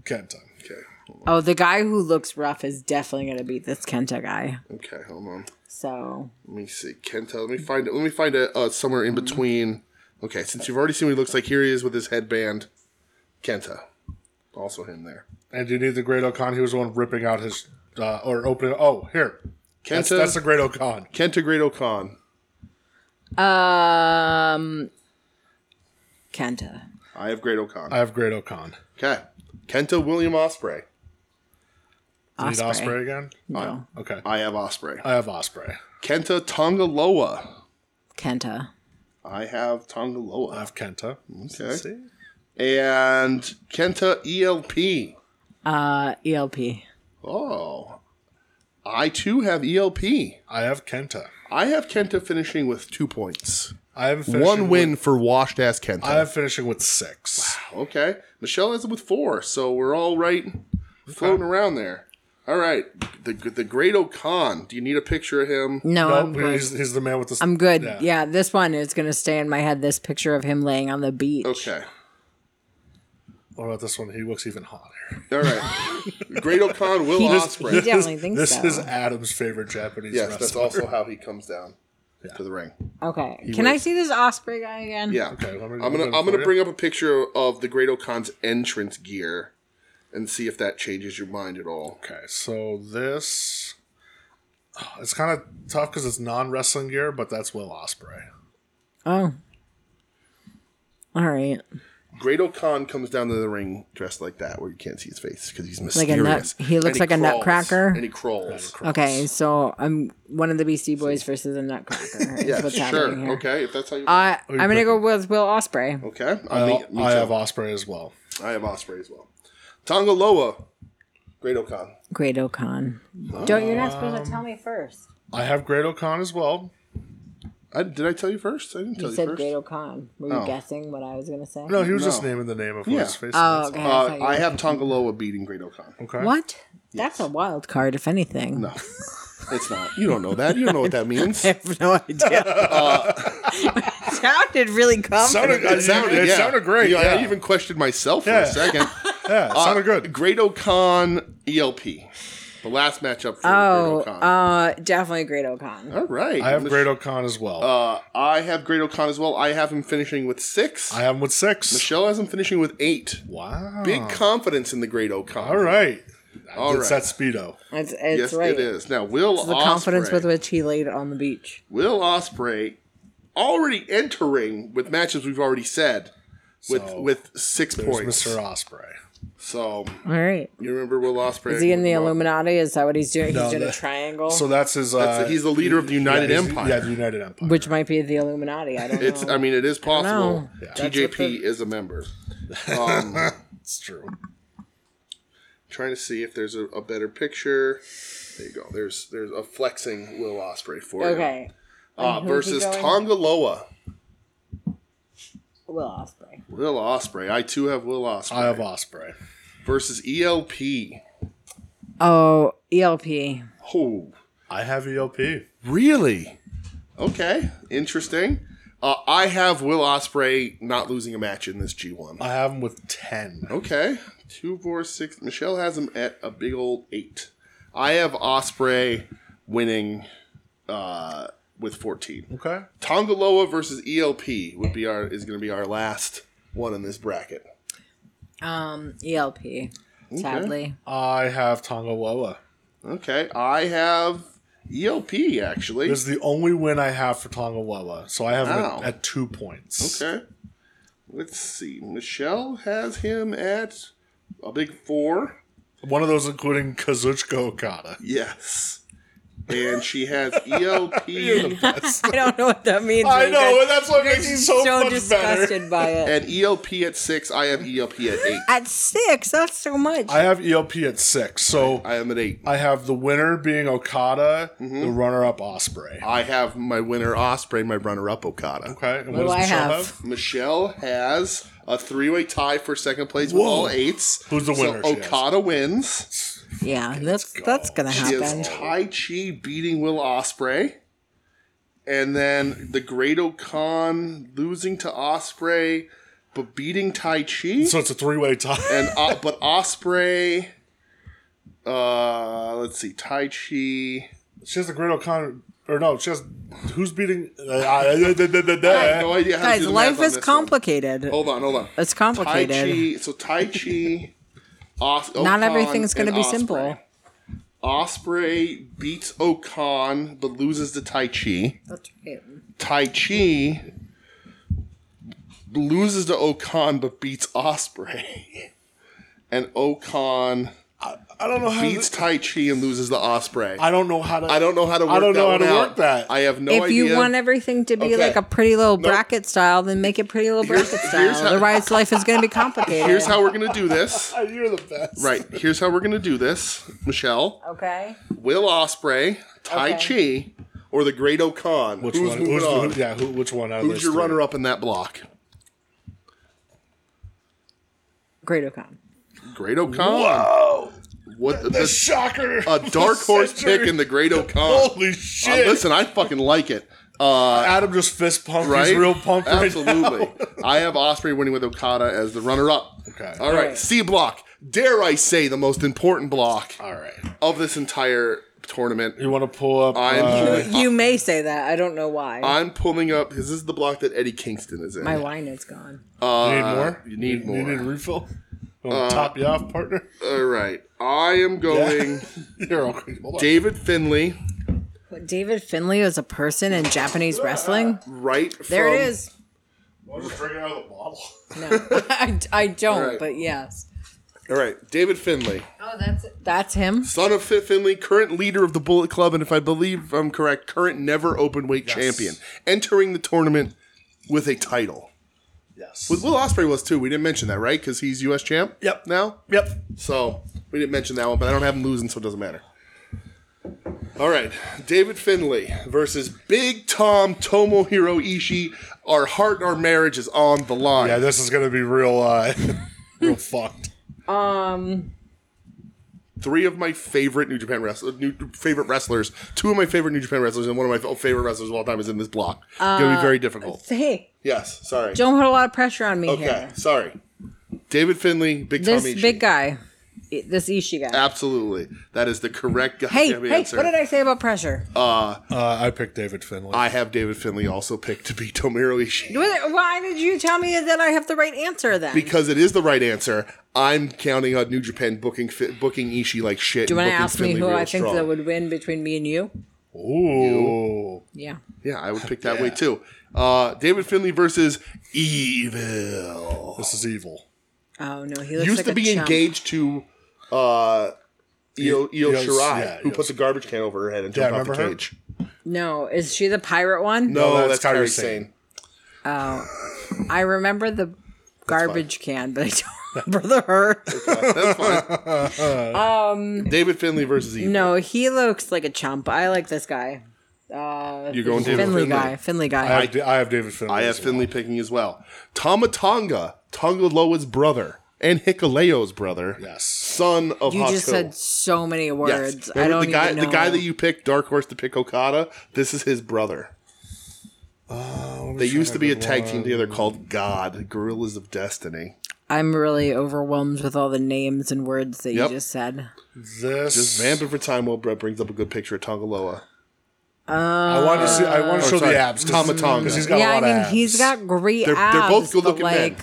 Speaker 2: Kenta.
Speaker 1: Okay.
Speaker 3: oh, the guy who looks rough is definitely gonna beat this Kenta guy.
Speaker 1: Okay. Hold on.
Speaker 3: So
Speaker 1: Let me see. Kenta. Let me find it. Let me find it uh, somewhere in between. Okay. Since you've already seen what he looks like, here he is with his headband. Kenta. Also him there.
Speaker 2: And you need the Great Okan. He was the one ripping out his uh, or opening. Oh, here. That's,
Speaker 1: Kenta.
Speaker 2: that's the Great Okan.
Speaker 1: Kenta Great Okan.
Speaker 3: Um, Kenta.
Speaker 1: I have Great Okan.
Speaker 2: I have Great Okan.
Speaker 1: Okay. Kenta William Osprey.
Speaker 2: You Need
Speaker 3: Osprey.
Speaker 2: Osprey again?
Speaker 3: No.
Speaker 2: Okay.
Speaker 1: I have Osprey.
Speaker 2: I have Osprey.
Speaker 1: Kenta Tongaloa.
Speaker 3: Kenta.
Speaker 1: I have Tongaloa.
Speaker 2: I have Kenta.
Speaker 1: Okay.
Speaker 2: See?
Speaker 1: and Kenta E ELP.
Speaker 3: Uh, ELP.
Speaker 1: Oh, I too have ELP.
Speaker 2: I have Kenta.
Speaker 1: I have Kenta finishing with two points.
Speaker 2: I have finishing
Speaker 1: One
Speaker 2: with-
Speaker 1: win for washed ass Kenta.
Speaker 2: I have finishing with six.
Speaker 1: okay, Michelle has it with four, so we're all right, floating around there. All right, the the Great Okan. Do you need a picture of him?
Speaker 3: No, I'm
Speaker 2: Nope,
Speaker 3: good.
Speaker 2: he's, he's the man with the.
Speaker 3: I'm good.
Speaker 2: Yeah.
Speaker 3: Yeah. this one is gonna stay in my head. This picture of him laying on the beach.
Speaker 1: Okay,
Speaker 2: What about this one? He looks even hotter.
Speaker 1: all right. Great Okan will Osprey.
Speaker 3: He definitely thinks
Speaker 2: This
Speaker 3: so.
Speaker 2: is Adam's favorite Japanese
Speaker 1: yes, that's
Speaker 2: wrestler.
Speaker 1: also how he comes down to the ring.
Speaker 3: okay. Can I see this Osprey guy again?
Speaker 1: Yeah.
Speaker 2: Okay, let me-
Speaker 1: I'm gonna
Speaker 2: let me
Speaker 1: I'm gonna
Speaker 2: put it-
Speaker 1: bring up a picture of the Great Okan's entrance gear, and see if that changes your mind at all.
Speaker 2: Okay, so this. oh, It's kind of tough because it's non wrestling gear, but that's Will Osprey.
Speaker 3: Oh. All right.
Speaker 1: Great Okan comes down to the ring dressed like that, where you can't see his face because he's
Speaker 3: Like a
Speaker 1: mysterious.
Speaker 3: nut. He
Speaker 1: And
Speaker 3: looks like a
Speaker 1: crawls,
Speaker 3: nutcracker.
Speaker 1: and he crawls.
Speaker 3: Okay, so I'm one of the Beastie Boys versus a Nutcracker. Is
Speaker 1: Yeah,
Speaker 3: what's
Speaker 1: sure.
Speaker 3: happening here.
Speaker 1: Okay, if that's how you.
Speaker 3: Uh, I'm gonna go with Will Osprey.
Speaker 1: okay, I,
Speaker 2: I,
Speaker 1: me, me
Speaker 2: Uh, I
Speaker 1: too.
Speaker 2: have Osprey as well.
Speaker 1: I have Osprey as well. Tongaloa, Great Okan.
Speaker 3: Great Okan. Don't you're not
Speaker 1: Um,
Speaker 3: supposed to tell me first.
Speaker 2: I have Great Okan as well.
Speaker 1: I, did I tell you first? I didn't tell
Speaker 3: You
Speaker 1: you,
Speaker 3: said
Speaker 1: first. Oh.
Speaker 3: Great Okan. Were you guessing what I was gonna say?
Speaker 2: No, he was just
Speaker 1: No.
Speaker 2: naming the name of
Speaker 1: Yeah.
Speaker 2: his face.
Speaker 3: Oh,
Speaker 2: that's
Speaker 3: okay.
Speaker 2: all.
Speaker 3: I
Speaker 1: uh,
Speaker 3: thought you
Speaker 1: I
Speaker 3: were
Speaker 1: have Tongaloa beating Great Okan.
Speaker 2: Okay.
Speaker 3: What? That's a wild card, if anything.
Speaker 1: No, it's not. You don't know that. You don't know what that means.
Speaker 3: I have no idea.
Speaker 1: Uh,
Speaker 3: It sounded really confident.
Speaker 2: Uh, Sounded,
Speaker 1: It sounded,
Speaker 2: it
Speaker 1: yeah.
Speaker 2: sounded great.
Speaker 1: Yeah, Uh,
Speaker 2: Yeah,
Speaker 1: I even questioned myself for
Speaker 2: Yeah.
Speaker 1: a second.
Speaker 2: Yeah, it sounded good.
Speaker 1: Great O'Con ELP. The last matchup for
Speaker 3: Oh,
Speaker 1: Great O'Con.
Speaker 3: uh, definitely Great Ocon.
Speaker 1: All right.
Speaker 2: I have Great O'Con as well.
Speaker 1: Uh, I have Great O'Con as well. I have him finishing with six.
Speaker 2: I have him with six.
Speaker 1: Michelle has him finishing with eight.
Speaker 2: Wow.
Speaker 1: Big confidence in the Great O'Con.
Speaker 2: All right.
Speaker 1: All
Speaker 2: it's
Speaker 1: right.
Speaker 2: that speedo.
Speaker 3: It's, it's
Speaker 1: yes,
Speaker 3: right.
Speaker 1: it is. Now, Will
Speaker 3: The
Speaker 1: Osprey,
Speaker 3: confidence with which he laid on the beach.
Speaker 1: Will Osprey already entering with matches we've already said with
Speaker 2: So,
Speaker 1: with six
Speaker 2: There's
Speaker 1: points.
Speaker 2: Mr. Osprey.
Speaker 1: So
Speaker 3: All right.
Speaker 1: you remember Will Osprey?
Speaker 3: Is he in the Illuminati? Is that what he's doing?
Speaker 2: No,
Speaker 3: he's doing a
Speaker 2: that-
Speaker 3: triangle,
Speaker 2: So that's his. Uh,
Speaker 1: Oh. He's the leader of the
Speaker 2: yeah,
Speaker 1: United
Speaker 2: he's-
Speaker 1: Empire.
Speaker 2: Yeah, the United Empire.
Speaker 3: which might be the Illuminati. I don't
Speaker 1: It's.
Speaker 3: know.
Speaker 1: I mean, it is possible.
Speaker 3: know. Yeah.
Speaker 1: TJP
Speaker 3: That's what
Speaker 1: is a member. Um,
Speaker 2: That's true.
Speaker 1: trying to see if there's a, a better picture. There you go. There's there's a flexing Will Osprey for you.
Speaker 3: okay.
Speaker 1: Uh,
Speaker 3: And who's he
Speaker 1: versus
Speaker 3: going?
Speaker 1: Tonga Loa.
Speaker 3: Will Osprey.
Speaker 1: Will Osprey. I too have Will Osprey.
Speaker 2: I have Osprey.
Speaker 1: versus E ELP.
Speaker 3: Oh, ELP.
Speaker 1: Oh,
Speaker 2: I have E ELP.
Speaker 1: really? Okay, interesting. Uh, I have Will Osprey not losing a match in this G1.
Speaker 2: I have him with ten.
Speaker 1: Okay, two, four, six. Michelle has him at a big old eight. I have Osprey winning uh, with fourteen.
Speaker 2: Okay.
Speaker 1: Tongaloa versus ELP would be our is going to be our last one in this bracket.
Speaker 3: Um, ELP. Sadly,
Speaker 2: I have Tongaloa.
Speaker 1: Okay, I have ELP actually.
Speaker 2: This is the only win I have for Tongaloa. So I have him
Speaker 1: Wow.
Speaker 2: at, at two points.
Speaker 1: Okay, let's see. Michelle has him at a big four.
Speaker 2: One of those including Kazuchika Okada.
Speaker 1: Yes, and she has E ELP.
Speaker 3: I don't know what that means.
Speaker 2: I
Speaker 3: but
Speaker 2: know,
Speaker 3: that's-
Speaker 2: and that's what makes it so,
Speaker 3: so
Speaker 2: much
Speaker 3: disgusted
Speaker 2: better.
Speaker 3: by it.
Speaker 1: And ELP at six, I have ELP at eight.
Speaker 3: At six, that's so much.
Speaker 2: I have ELP at six, so
Speaker 1: I am at eight.
Speaker 2: I have the winner being Okada,
Speaker 1: Mm-hmm.
Speaker 2: the runner-up Osprey.
Speaker 1: I have my winner Osprey, my runner-up Okada.
Speaker 2: Okay, and
Speaker 3: What do I
Speaker 2: Michelle
Speaker 3: have?
Speaker 1: Michelle has a three-way tie for second place with
Speaker 2: Whoa.
Speaker 1: all eights.
Speaker 2: Who's the winner,
Speaker 1: So
Speaker 2: she has?
Speaker 1: Okada wins.
Speaker 3: yeah, that's that's gonna
Speaker 1: She has
Speaker 3: happen.
Speaker 1: Tai Chi beating Will Osprey, and then the Great Okan losing to Osprey, but beating Tai Chi.
Speaker 2: So it's a three-way tie.
Speaker 1: and uh, but Osprey, uh, let's see, Tai Chi.
Speaker 2: She has the Great O'Connor, or no? She has who's beating? Uh, I-
Speaker 1: I have no idea how to
Speaker 3: Guys,
Speaker 1: do the math
Speaker 3: life
Speaker 1: on this
Speaker 3: is
Speaker 1: one.
Speaker 3: complicated.
Speaker 1: Hold on, hold on.
Speaker 3: It's
Speaker 1: Tai
Speaker 3: complicated.
Speaker 1: Chi. So Tai Chi. Os-
Speaker 3: Not
Speaker 1: Okan,
Speaker 3: everything's gonna
Speaker 1: and
Speaker 3: be
Speaker 1: Osprey.
Speaker 3: simple.
Speaker 1: Osprey beats Okan but loses to Tai Chi.
Speaker 3: That's right.
Speaker 1: Tai Chi loses to Okan but beats Osprey. And Okan
Speaker 2: I don't know how.
Speaker 1: beats
Speaker 2: To,
Speaker 1: Tai Chi and loses to Osprey. I,
Speaker 2: I don't know how to.
Speaker 1: don't know how to work
Speaker 2: I don't know how
Speaker 1: that
Speaker 2: to
Speaker 1: one
Speaker 2: work
Speaker 1: out.
Speaker 2: that.
Speaker 1: I have no
Speaker 3: If
Speaker 1: idea.
Speaker 3: you want everything to be
Speaker 1: Okay.
Speaker 3: like a pretty little bracket style, then make it pretty little
Speaker 1: Here's-
Speaker 3: bracket style.
Speaker 1: here's how-
Speaker 3: Otherwise, life is gonna be complicated.
Speaker 1: Here's how we're going to do this.
Speaker 2: I, You're the best.
Speaker 1: Right. Here's how we're going to do this, Michelle.
Speaker 3: okay.
Speaker 1: Will Osprey, Tai Chi, or the Great O'Con.
Speaker 2: Which
Speaker 1: who's
Speaker 2: one?
Speaker 1: moving
Speaker 2: Who's,
Speaker 1: on?
Speaker 2: who, yeah. Who, which one? out of
Speaker 1: who's
Speaker 2: those
Speaker 1: your
Speaker 2: three?
Speaker 1: runner up in that block?
Speaker 3: Great Ocon.
Speaker 1: Great O'Con.
Speaker 2: Whoa!
Speaker 1: What the,
Speaker 2: The shocker.
Speaker 1: a dark horse pick in the Great O'Con.
Speaker 2: Holy
Speaker 1: Uh,
Speaker 2: shit!
Speaker 1: listen, I fucking like it. Uh,
Speaker 2: Adam just fist pumped.
Speaker 1: right?
Speaker 2: He's real pumped right now.
Speaker 1: Absolutely. I have Osprey winning with Okada as the runner up.
Speaker 2: Okay.
Speaker 1: All right.
Speaker 3: right.
Speaker 1: C block. Dare I say the most important block
Speaker 2: All right.
Speaker 1: of this entire tournament.
Speaker 2: You want to pull up?
Speaker 1: I'm
Speaker 2: uh,
Speaker 1: pulling,
Speaker 3: You may say that. I don't know why.
Speaker 1: I'm pulling up because this is the block that Eddie Kingston is in.
Speaker 3: My wine is gone.
Speaker 2: you need more.
Speaker 1: uh, you need
Speaker 2: You
Speaker 1: more. Uh,
Speaker 2: need a refill. You want to top you off, partner.
Speaker 1: All right. I am going
Speaker 2: You're okay. Hold on.
Speaker 1: David Finley
Speaker 3: What, David Finley is a person in Japanese wrestling.
Speaker 1: right
Speaker 3: There
Speaker 1: from
Speaker 3: it is.
Speaker 2: I'll just drink it out of the bottle.
Speaker 3: No, I, I don't.
Speaker 1: Alright.
Speaker 3: But yes.
Speaker 1: All right, David Finley,
Speaker 3: Oh, that's that's him.
Speaker 1: son of Fit Finley, current leader of the Bullet Club, and if I believe I'm correct, current never open weight champion, entering the tournament with a title.
Speaker 2: Yes.
Speaker 1: But Will Osprey was too. We didn't mention that, right? Because he's U.S. champ.
Speaker 2: Yep.
Speaker 1: Now,
Speaker 2: yep.
Speaker 1: so we didn't mention that one, but I don't have him losing, so it doesn't matter. All right, David Finley versus Big Tom Tomohiro Ishii. Our heart and our marriage is on the line.
Speaker 2: Yeah, this is gonna be real, uh, real fucked.
Speaker 3: Um,
Speaker 1: three of my favorite New Japan wrestlers, new favorite wrestlers, two of my favorite New Japan wrestlers, and one of my favorite wrestlers of all time is in this block.
Speaker 3: Uh,
Speaker 1: It's gonna be very difficult.
Speaker 3: hey,
Speaker 1: Yes, sorry.
Speaker 3: don't put a lot of pressure on me
Speaker 1: Okay,
Speaker 3: here.
Speaker 1: sorry. David Finley, Big
Speaker 3: This
Speaker 1: Tommy. Ishii.
Speaker 3: big guy, I- this Ishii
Speaker 1: Uh,
Speaker 3: guy.
Speaker 1: Absolutely. That is the correct
Speaker 3: hey,
Speaker 1: goddamn
Speaker 3: hey,
Speaker 1: answer.
Speaker 3: what did I say about pressure?
Speaker 2: Uh, I picked David Finlay.
Speaker 1: I have David Finley also picked to be Tomiro Ishii.
Speaker 3: Why why did you tell me that I have the right answer then?
Speaker 1: Because it is the right answer, I'm counting on New Japan booking fi- booking Ishii like shit.
Speaker 3: Do you
Speaker 1: and
Speaker 3: want to
Speaker 1: booking
Speaker 3: ask
Speaker 1: Finlay
Speaker 3: me who
Speaker 1: real
Speaker 3: I think
Speaker 1: strong.
Speaker 3: that would win between me and you?
Speaker 2: Ooh.
Speaker 3: Yeah.
Speaker 1: Yeah, I would pick that way too. Uh, David Finley versus Evil.
Speaker 2: This is evil.
Speaker 3: Oh no, he looks
Speaker 1: Used
Speaker 3: like
Speaker 1: to
Speaker 3: a
Speaker 1: be
Speaker 3: chump.
Speaker 1: engaged to uh, Io, Io
Speaker 2: Io's-
Speaker 1: Shirai,
Speaker 2: yeah,
Speaker 1: who
Speaker 2: Io's-
Speaker 1: puts a garbage can over her head and
Speaker 2: Yeah,
Speaker 1: jumped off the
Speaker 2: remember her?
Speaker 1: cage.
Speaker 3: No, is she the pirate one?
Speaker 1: No,
Speaker 2: that's
Speaker 1: that's,
Speaker 2: Kairi
Speaker 1: Kairi
Speaker 2: Sane.
Speaker 1: Sane.
Speaker 3: I remember the garbage can, but I don't remember the her.
Speaker 1: David Finley versus Evil.
Speaker 3: No, he looks like a chump. I like this guy. Uh,
Speaker 1: You're going
Speaker 3: Finley,
Speaker 1: David Finley.
Speaker 3: guy. Finley guy.
Speaker 2: I have, I have David Finlay.
Speaker 1: I have
Speaker 2: as well.
Speaker 1: Finley picking as well. Tama Tonga, Tonga Loa's brother, and Hikaleo's brother.
Speaker 2: Yes.
Speaker 1: Son of
Speaker 3: you just
Speaker 1: Haku.
Speaker 3: said so many
Speaker 1: Yes.
Speaker 3: words. I
Speaker 1: Remember
Speaker 3: don't
Speaker 1: the guy
Speaker 3: even know.
Speaker 1: the guy that you picked, Dark Horse to pick Okada, this is his brother.
Speaker 2: Uh,
Speaker 1: they used to be a tag team together called God, Gorillas of Destiny.
Speaker 3: I'm really overwhelmed with all the names and words that
Speaker 1: Yep.
Speaker 3: you just said.
Speaker 2: This.
Speaker 1: Just vamping for time while Brett brings up a good picture of Tonga Loa.
Speaker 2: I want to see. I want to show
Speaker 1: Oh, sorry,
Speaker 2: the abs. 'cause-
Speaker 1: Tama Tonga.
Speaker 2: 'cause He's got a
Speaker 3: yeah, I
Speaker 2: lot
Speaker 3: mean
Speaker 2: of abs.
Speaker 3: he's got great
Speaker 1: They're-
Speaker 3: abs.
Speaker 1: they're both
Speaker 3: but,
Speaker 1: good-looking men.
Speaker 3: like,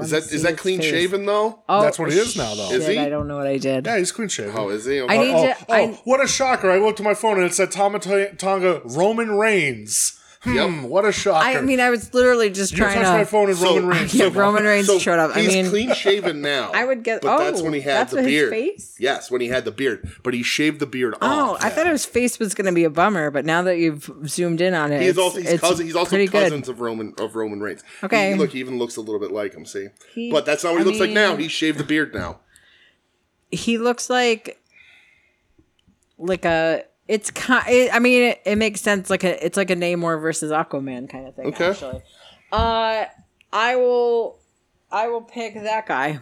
Speaker 1: Is
Speaker 3: me
Speaker 1: that
Speaker 3: see
Speaker 1: is that
Speaker 3: his
Speaker 1: clean
Speaker 3: face.
Speaker 1: shaven though?
Speaker 3: Oh,
Speaker 2: That's what he is now, though.
Speaker 1: Is
Speaker 3: shit,
Speaker 1: he?
Speaker 3: I don't know what I did.
Speaker 2: Yeah, he's clean shaven.
Speaker 1: Oh, is he?
Speaker 3: I need
Speaker 2: Oh,
Speaker 3: to.
Speaker 2: oh,
Speaker 3: I,
Speaker 2: what a shocker! I looked at my phone and it said Tama T- Tonga Roman Reigns. Hmm,
Speaker 1: Yep.
Speaker 2: What a shocker!
Speaker 3: I mean, I was literally just
Speaker 2: you
Speaker 3: trying
Speaker 2: touched my
Speaker 3: to.
Speaker 2: phone and
Speaker 1: So-
Speaker 2: Roman Reigns.
Speaker 3: Yeah, Roman Reigns
Speaker 1: So
Speaker 3: showed up. I
Speaker 1: he's
Speaker 3: mean,
Speaker 1: clean shaven now.
Speaker 3: I would guess-
Speaker 1: but that's
Speaker 3: oh,
Speaker 1: when he had
Speaker 3: that's
Speaker 1: the
Speaker 3: what his
Speaker 1: beard.
Speaker 3: face?
Speaker 1: Yes, when he had the beard, but he shaved the beard
Speaker 3: oh,
Speaker 1: off.
Speaker 3: I thought his face was going to be a bummer, but now that you've zoomed in on it,
Speaker 1: He is
Speaker 3: it's,
Speaker 1: also he's
Speaker 3: it's
Speaker 1: cousin. He's also
Speaker 3: pretty
Speaker 1: cousins
Speaker 3: good.
Speaker 1: of Roman of Roman Reigns.
Speaker 3: Okay.
Speaker 1: He- look, he even looks a little bit like him. See,
Speaker 3: He-
Speaker 1: but that's not what he
Speaker 3: I
Speaker 1: looks like now.
Speaker 3: mean-
Speaker 1: He shaved the beard now.
Speaker 3: He looks like like a. It's kind. It, I mean, it, it makes sense. Like a, it's like a Namor versus Aquaman kind of thing.
Speaker 1: Okay.
Speaker 3: Actually, uh, I will, I will pick that guy,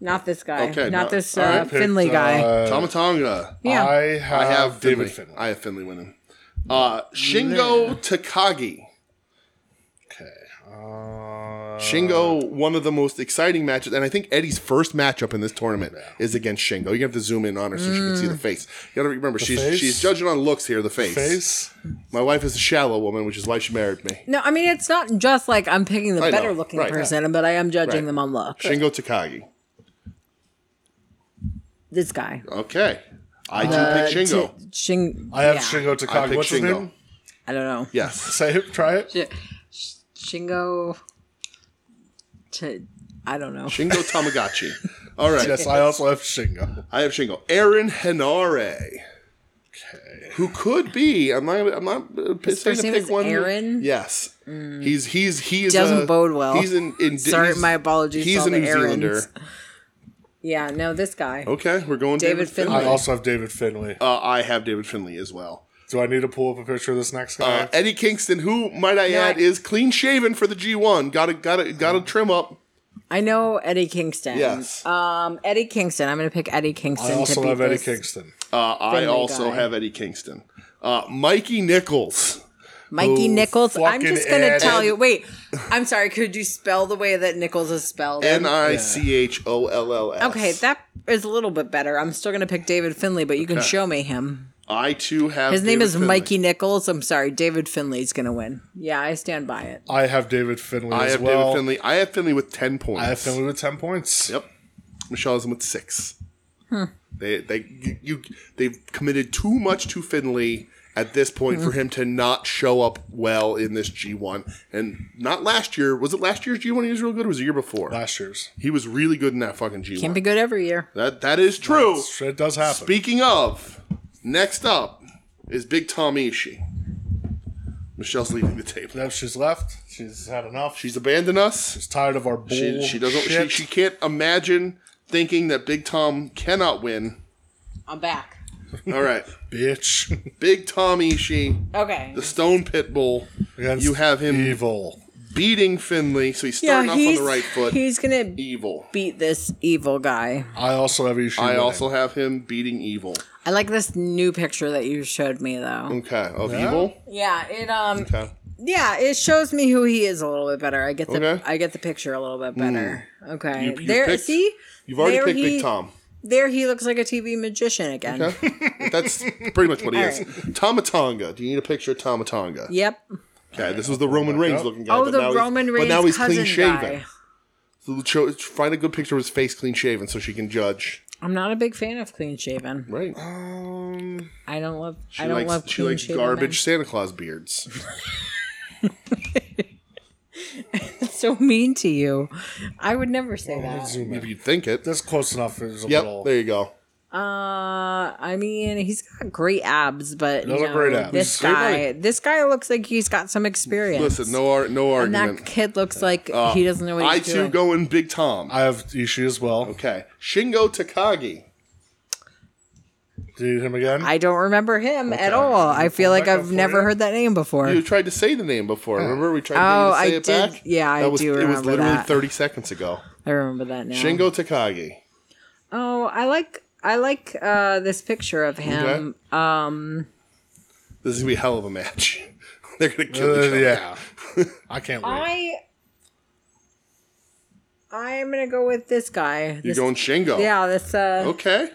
Speaker 3: not this guy,
Speaker 1: Okay,
Speaker 3: not
Speaker 1: no.
Speaker 3: this
Speaker 1: All
Speaker 3: uh,
Speaker 1: right,
Speaker 2: Picked,
Speaker 3: Finley guy.
Speaker 2: uh,
Speaker 1: Tama Tonga.
Speaker 3: yeah.
Speaker 2: I have,
Speaker 1: I have
Speaker 2: David
Speaker 1: Finley.
Speaker 2: Finlay.
Speaker 1: I have Finley winning. Uh, Shingo Takagi.
Speaker 2: Okay. Uh,
Speaker 1: Shingo, one of the most exciting matches, and I think Eddie's first matchup in this tournament is against Shingo. You have to zoom in on her so she can see the face. You gotta remember she's
Speaker 2: face?
Speaker 1: she's judging on looks here, the face.
Speaker 2: Uh, face.
Speaker 1: My wife is a shallow woman, which is why she married me.
Speaker 3: No, I mean it's not just like I'm picking the
Speaker 1: I know.
Speaker 3: better looking
Speaker 1: Right.
Speaker 3: person, but I am judging
Speaker 1: Right.
Speaker 3: them on look.
Speaker 1: Shingo Takagi.
Speaker 3: This guy,
Speaker 1: Okay. I do pick Shingo.
Speaker 3: T- Shing,
Speaker 2: I have
Speaker 3: yeah.
Speaker 2: Shingo
Speaker 1: I
Speaker 2: Takagi.
Speaker 1: pick
Speaker 2: What's his
Speaker 1: Shingo.
Speaker 2: name?
Speaker 3: I don't know.
Speaker 1: Yes.
Speaker 2: Say it. Try it.
Speaker 3: Yeah. Sh- Shingo. T- I don't know.
Speaker 1: Shingo Tamagotchi. All right.
Speaker 2: Yes, I also have Shingo.
Speaker 1: I have Shingo. Aaron Henare. Who could be? I'm not. I'm not uh, saying
Speaker 3: first
Speaker 1: to
Speaker 3: name
Speaker 1: pick
Speaker 3: is
Speaker 1: one.
Speaker 3: Aaron? Mm.
Speaker 1: Yes, he's he's he is
Speaker 3: Doesn't
Speaker 1: a-
Speaker 3: bode well.
Speaker 1: He's an in,
Speaker 3: Sorry,
Speaker 1: he's-
Speaker 3: my apologies to
Speaker 1: He's
Speaker 3: all
Speaker 1: a
Speaker 3: the
Speaker 1: New
Speaker 3: Aarons.
Speaker 1: Zealander.
Speaker 3: Yeah, no, this guy.
Speaker 1: Okay, we're going
Speaker 3: David
Speaker 1: David, Finley.
Speaker 2: I
Speaker 3: Finlay.
Speaker 2: also have David Finlay.
Speaker 1: Uh, I have David Finley as well.
Speaker 2: Do I need to pull up a picture of this next guy?
Speaker 1: Uh, Eddie Kingston, who might I
Speaker 3: No,
Speaker 1: add,
Speaker 3: I- Oh.
Speaker 1: is clean shaven for the G1. Got to got to got to trim up.
Speaker 3: I know Eddie Kingston.
Speaker 1: Yes.
Speaker 3: Um, Eddie Kingston. I'm gonna pick Eddie Kingston.
Speaker 2: I also
Speaker 3: to beat
Speaker 2: have Eddie
Speaker 3: this.
Speaker 2: Kingston.
Speaker 1: Uh, I
Speaker 3: Finlay
Speaker 1: also
Speaker 3: guy.
Speaker 1: have Eddie Kingston. Uh, Mikey Nichols.
Speaker 3: Mikey
Speaker 1: Ooh,
Speaker 3: Nichols. I'm
Speaker 2: Oh, fucking
Speaker 3: just gonna
Speaker 2: Ed.
Speaker 3: tell you. Wait, I'm sorry. Could you spell the way that Nichols is spelled?
Speaker 1: N i c h o l l s.
Speaker 3: Okay, that is a little bit better. I'm still going to pick David Finley, but you can show me him.
Speaker 1: I too have
Speaker 3: His name
Speaker 1: David
Speaker 3: is
Speaker 1: Finlay.
Speaker 3: Mikey Nichols. I'm sorry, David Finley's going to win. Yeah, I stand by it.
Speaker 2: I have David Finlay
Speaker 1: I
Speaker 2: as
Speaker 1: have
Speaker 2: well.
Speaker 1: David Finley. I have Finley with ten points.
Speaker 2: I have Finley with ten points.
Speaker 1: Yep. Michelle is with six. They they you, you they've committed too much to Finley at this point for him to not show up well in this G one and not last year. Was it last year's G one? He was real good. Or was it the year before?
Speaker 2: Last year's.
Speaker 1: He was really good in that fucking G
Speaker 3: Can't
Speaker 1: one.
Speaker 3: be good every year.
Speaker 1: that that is true.
Speaker 2: It does happen.
Speaker 1: Speaking of, next up is Big Tom Ishii. Michelle's leaving the table.
Speaker 2: Yep, she's left. She's had enough. She's
Speaker 1: She's abandoned us.
Speaker 2: tired of our bullshit.
Speaker 1: She, she doesn't. She, she can't imagine thinking that Big Tom cannot win.
Speaker 3: I'm back.
Speaker 1: All right,
Speaker 2: bitch.
Speaker 1: Big Tom Ishii,
Speaker 3: Okay.
Speaker 1: the Stone Pitbull.
Speaker 2: Against
Speaker 1: You have him
Speaker 2: evil.
Speaker 1: beating Finley, so he's starting
Speaker 3: Yeah,
Speaker 1: off on
Speaker 3: he's
Speaker 1: the right foot.
Speaker 3: he's going to
Speaker 1: evil.
Speaker 3: beat this evil guy.
Speaker 2: I also have Ishii.
Speaker 1: I
Speaker 2: winning.
Speaker 1: also have him beating evil.
Speaker 3: I like this new picture that you showed me though.
Speaker 1: Okay, of evil.
Speaker 3: Yeah, it um
Speaker 1: Okay.
Speaker 3: yeah, it shows me who he is a little bit better. I get the
Speaker 1: Okay. Mm.
Speaker 3: I get the picture a little bit better. Okay,
Speaker 1: You- you
Speaker 3: there.
Speaker 1: picked-
Speaker 3: see,
Speaker 1: You've already
Speaker 3: There
Speaker 1: picked
Speaker 3: he-
Speaker 1: Big Tom.
Speaker 3: there he looks like a TV magician again.
Speaker 1: Okay? That's pretty much what he
Speaker 3: All
Speaker 1: is. Tomatonga. Do you need a picture of Tomatonga?
Speaker 3: Yep.
Speaker 1: Okay, this was the Roman Reigns looking guy.
Speaker 3: oh,
Speaker 1: but
Speaker 3: the
Speaker 1: now he's-
Speaker 3: Roman Reigns
Speaker 1: But now he's
Speaker 3: cousin
Speaker 1: clean shaven.
Speaker 3: guy.
Speaker 1: So the cho- find a good picture of his face clean shaven so she can judge.
Speaker 3: I'm not a big fan of clean shaven.
Speaker 1: Right.
Speaker 2: Um,
Speaker 3: I don't love.
Speaker 1: She
Speaker 3: I don't
Speaker 1: likes,
Speaker 3: love
Speaker 1: she
Speaker 3: clean
Speaker 1: likes
Speaker 3: shaven
Speaker 1: garbage Santa Claus beards.
Speaker 3: men. So mean to you. I would never say that.
Speaker 2: zoom
Speaker 1: if
Speaker 2: in.
Speaker 1: you'd think it.
Speaker 2: That's close enough. There's a
Speaker 1: Yep,
Speaker 2: little.
Speaker 1: there you go.
Speaker 3: Uh, I mean, he's got great abs, but you
Speaker 2: Those are
Speaker 3: know,
Speaker 2: great abs.
Speaker 3: this
Speaker 1: Great
Speaker 3: guy,
Speaker 1: body.
Speaker 3: this guy looks like he's got some experience.
Speaker 1: Listen, no ar- no
Speaker 3: and
Speaker 1: argument. Uh,
Speaker 3: that kid looks like he doesn't know what
Speaker 1: I
Speaker 3: he's
Speaker 1: too
Speaker 3: doing.
Speaker 1: go in Big Tom.
Speaker 2: I have Ishii as well.
Speaker 1: Okay. Shingo Takagi.
Speaker 2: Do you need him again?
Speaker 3: I don't remember him at all. I feel like
Speaker 2: back up
Speaker 3: I've
Speaker 2: for
Speaker 3: never
Speaker 2: you.
Speaker 3: heard that name before.
Speaker 1: You tried to say the name before. Remember we tried
Speaker 3: Oh,
Speaker 1: to
Speaker 3: I
Speaker 1: say it
Speaker 3: did-
Speaker 1: back?
Speaker 3: yeah, I
Speaker 1: that was,
Speaker 3: do
Speaker 1: It was
Speaker 3: remember
Speaker 1: literally
Speaker 3: that. Oh.
Speaker 1: 30 seconds ago.
Speaker 3: I remember that now.
Speaker 1: Shingo Takagi.
Speaker 3: Oh, I like I like uh, this picture of him. Um,
Speaker 1: This is going to be a hell of a match. They're going to
Speaker 2: Uh,
Speaker 1: kill each other.
Speaker 2: yeah. I can't wait.
Speaker 3: I I'm gonna go with this guy.
Speaker 1: You're
Speaker 3: This,
Speaker 1: going Shingo.
Speaker 3: yeah, this uh,
Speaker 1: Okay.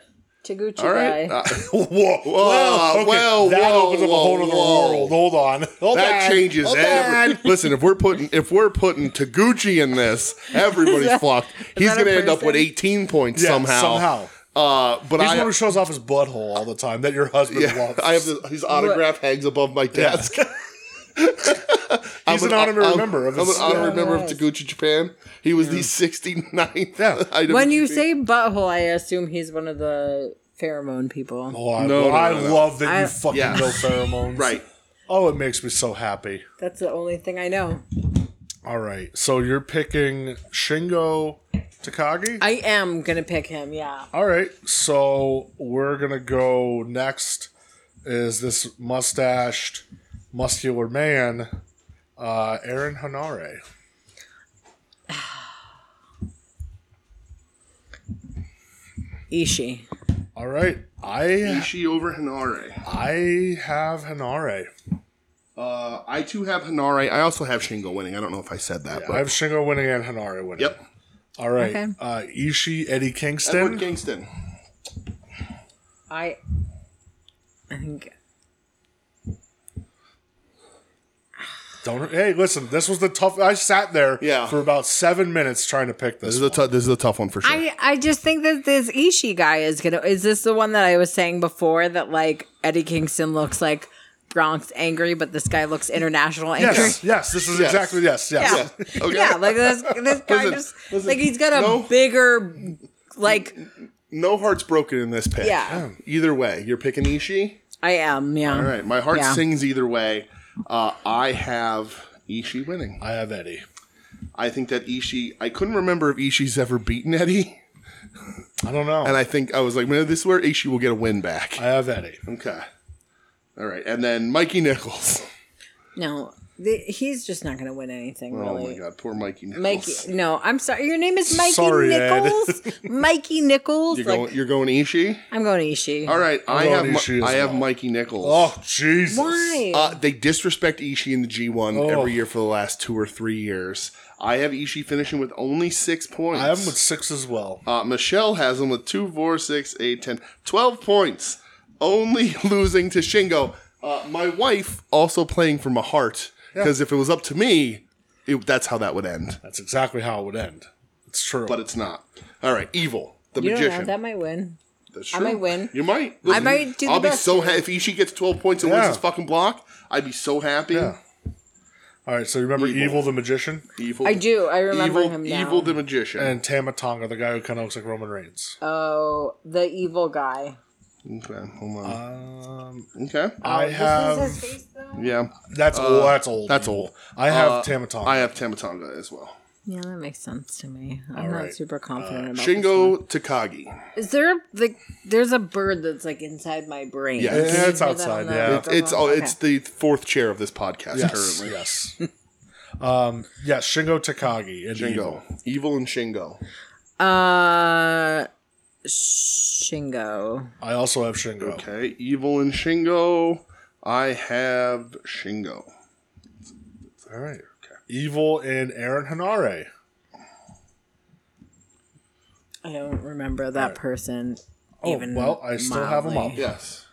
Speaker 3: Taguchi
Speaker 1: Oh. All right.
Speaker 3: guy.
Speaker 1: Uh, whoa. Whoa.
Speaker 2: Well, okay,
Speaker 1: Well,
Speaker 2: that
Speaker 1: whoa,
Speaker 2: opens up a
Speaker 1: whoa,
Speaker 2: whole other
Speaker 1: whoa.
Speaker 2: world. Hold on. Hold
Speaker 1: That
Speaker 2: on.
Speaker 1: changes
Speaker 2: Hold
Speaker 1: every-
Speaker 2: on.
Speaker 1: Listen, if we're putting if we're putting Taguchi in this, everybody's flocked. He's
Speaker 3: that a
Speaker 1: going to end up with
Speaker 3: person?
Speaker 1: 18 points
Speaker 2: Yeah,
Speaker 1: somehow.
Speaker 2: somehow.
Speaker 1: Uh, but
Speaker 2: He's the one
Speaker 1: I,
Speaker 2: who shows off his butthole all the time that your husband
Speaker 1: yeah,
Speaker 2: loves.
Speaker 1: I have the, his autograph hangs above my desk.
Speaker 2: He's an honorary member of
Speaker 1: I'm an
Speaker 2: his-
Speaker 1: honorary
Speaker 3: Yeah,
Speaker 1: member of
Speaker 3: nice.
Speaker 1: Taguchi Japan. He was the 69th
Speaker 2: Yeah.
Speaker 1: item.
Speaker 3: When you
Speaker 1: to be-
Speaker 3: say butthole, I assume he's one of the pheromone people.
Speaker 2: Oh, I,
Speaker 1: No, no,
Speaker 2: I
Speaker 1: no, no.
Speaker 2: love that
Speaker 3: I-
Speaker 2: you fucking
Speaker 1: Yeah.
Speaker 2: know pheromones.
Speaker 1: right,
Speaker 2: Oh, it makes me so happy.
Speaker 3: That's the only thing I know.
Speaker 2: All right. So you're picking Shingo Takagi?
Speaker 3: I am gonna pick him. Yeah.
Speaker 2: All right, so we're gonna go next. Is this mustached, muscular man, uh, Aaron Hanare?
Speaker 3: Ishi.
Speaker 2: All right, I
Speaker 1: Ishii over Hanare.
Speaker 2: I have Hanare.
Speaker 1: Uh, I too have Hanare. I also have Shingo winning. I don't know if I said that,
Speaker 2: I
Speaker 1: but
Speaker 2: have Shingo winning and Hanare winning.
Speaker 1: yep.
Speaker 2: All right,
Speaker 3: Okay.
Speaker 2: uh, Ishii, Eddie
Speaker 1: Edward
Speaker 2: Kingston.
Speaker 1: Kingston.
Speaker 3: I. I think.
Speaker 2: Don't. Hey, listen. This was the tough. I sat there
Speaker 1: Yeah.
Speaker 2: for about seven minutes trying to pick
Speaker 1: This
Speaker 2: this.
Speaker 1: is a tough. This is a tough one for sure.
Speaker 3: I, I just think that this Ishi guy is gonna is this the one that I was saying before that like Eddie Kingston looks like Bronx angry, but this guy looks international angry.
Speaker 2: Yes, yes. This is
Speaker 1: Yes.
Speaker 2: exactly yes, yes.
Speaker 1: Yeah. Okay.
Speaker 3: Yeah, like this this guy
Speaker 1: Listen,
Speaker 3: just
Speaker 1: listen,
Speaker 3: like he's got a
Speaker 1: no-
Speaker 3: bigger like
Speaker 1: no heart's broken in this pick.
Speaker 3: Yeah.
Speaker 1: Either way, you're picking Ishii.
Speaker 3: I am, yeah.
Speaker 1: All right, my heart
Speaker 3: Yeah.
Speaker 1: sings either way. Uh, I have Ishii winning.
Speaker 2: I have Eddie.
Speaker 1: I think that Ishii. I couldn't remember if Ishii's ever beaten Eddie,
Speaker 2: I don't know.
Speaker 1: and I think I was like, man, this is where Ishii will get a win back.
Speaker 2: I have Eddie.
Speaker 1: Okay. All right, and then Mikey Nichols.
Speaker 3: No. The, he's just not gonna win anything
Speaker 1: Oh
Speaker 3: really.
Speaker 1: my God, poor Mikey Nichols.
Speaker 3: Mikey no, I'm sorry. Your name is Mikey
Speaker 2: Sorry, Ed.
Speaker 3: Nichols? Mikey Nichols?
Speaker 1: You're
Speaker 3: like
Speaker 1: going. You're going Ishii.
Speaker 3: I'm going Ishi.
Speaker 1: All right, I have.
Speaker 2: going
Speaker 1: Mi-
Speaker 2: Ishii as
Speaker 1: I have
Speaker 2: well.
Speaker 1: Mikey Nichols.
Speaker 2: Oh Jesus!
Speaker 3: Why?
Speaker 1: Uh, they disrespect Ishii in the G1
Speaker 2: Oh.
Speaker 1: every year for the last two or three years. I have Ishii finishing with only six points.
Speaker 2: I have him with six as well.
Speaker 1: uh, Michelle has him with two, four, six, eight, ten, twelve points. Only losing to Shingo. Uh, my wife also playing from a heart because if it was up to me, it, that's how that would end.
Speaker 2: That's exactly how it would end. It's true.
Speaker 1: But it's not. All right, evil. The
Speaker 3: you don't
Speaker 1: magician.
Speaker 3: know, that might win.
Speaker 1: That's
Speaker 3: I
Speaker 1: true.
Speaker 3: might win.
Speaker 1: You might.
Speaker 3: I might do the
Speaker 1: I'll be
Speaker 3: best
Speaker 1: so
Speaker 3: here.
Speaker 1: happy if Ishii gets twelve points and
Speaker 2: Yeah.
Speaker 1: wins his fucking block. I'd be so happy.
Speaker 2: Yeah. All right, so you remember Evil,
Speaker 1: Evil.
Speaker 2: the Magician
Speaker 1: Evil.
Speaker 3: I do. I remember
Speaker 1: evil,
Speaker 3: him now.
Speaker 1: evil the magician.
Speaker 2: and Tamatonga, the guy who kind of looks like Roman Reigns.
Speaker 3: Oh, the evil guy.
Speaker 1: okay, hold on.
Speaker 3: oh,
Speaker 2: Um,
Speaker 1: okay,
Speaker 2: I
Speaker 1: Um,
Speaker 2: have
Speaker 1: yeah,
Speaker 2: that's old. That's old.
Speaker 1: Uh, that's
Speaker 2: Evil.
Speaker 1: old.
Speaker 2: I have
Speaker 1: Uh,
Speaker 2: Tamatonga.
Speaker 1: I have Tamatanga as well.
Speaker 3: Yeah, that makes sense to me. I'm not
Speaker 2: right.
Speaker 3: super confident about this one.
Speaker 1: Uh, Shingo Takagi.
Speaker 3: Is there like there's a bird that's like inside my brain?
Speaker 1: Yeah.
Speaker 3: Can you
Speaker 1: Yeah,
Speaker 3: hear
Speaker 2: it's
Speaker 3: that
Speaker 2: outside,
Speaker 3: on the
Speaker 2: yeah.
Speaker 1: It's it's oh,
Speaker 3: microphone?
Speaker 1: it's the fourth chair of this podcast
Speaker 2: yes,
Speaker 1: currently.
Speaker 2: yes. um, yes, Shingo Takagi and Evil.
Speaker 1: Shingo, evil and Shingo.
Speaker 3: Okay. Uh, Shingo.
Speaker 2: I also have Shingo.
Speaker 1: Okay, evil and Shingo. I have Shingo.
Speaker 2: All right. Okay. Evil and Aaron Hanare.
Speaker 3: I don't remember that
Speaker 2: Right.
Speaker 3: person.
Speaker 2: Oh,
Speaker 3: even
Speaker 2: well, I still have him
Speaker 3: mildly.
Speaker 2: up.
Speaker 1: Yes.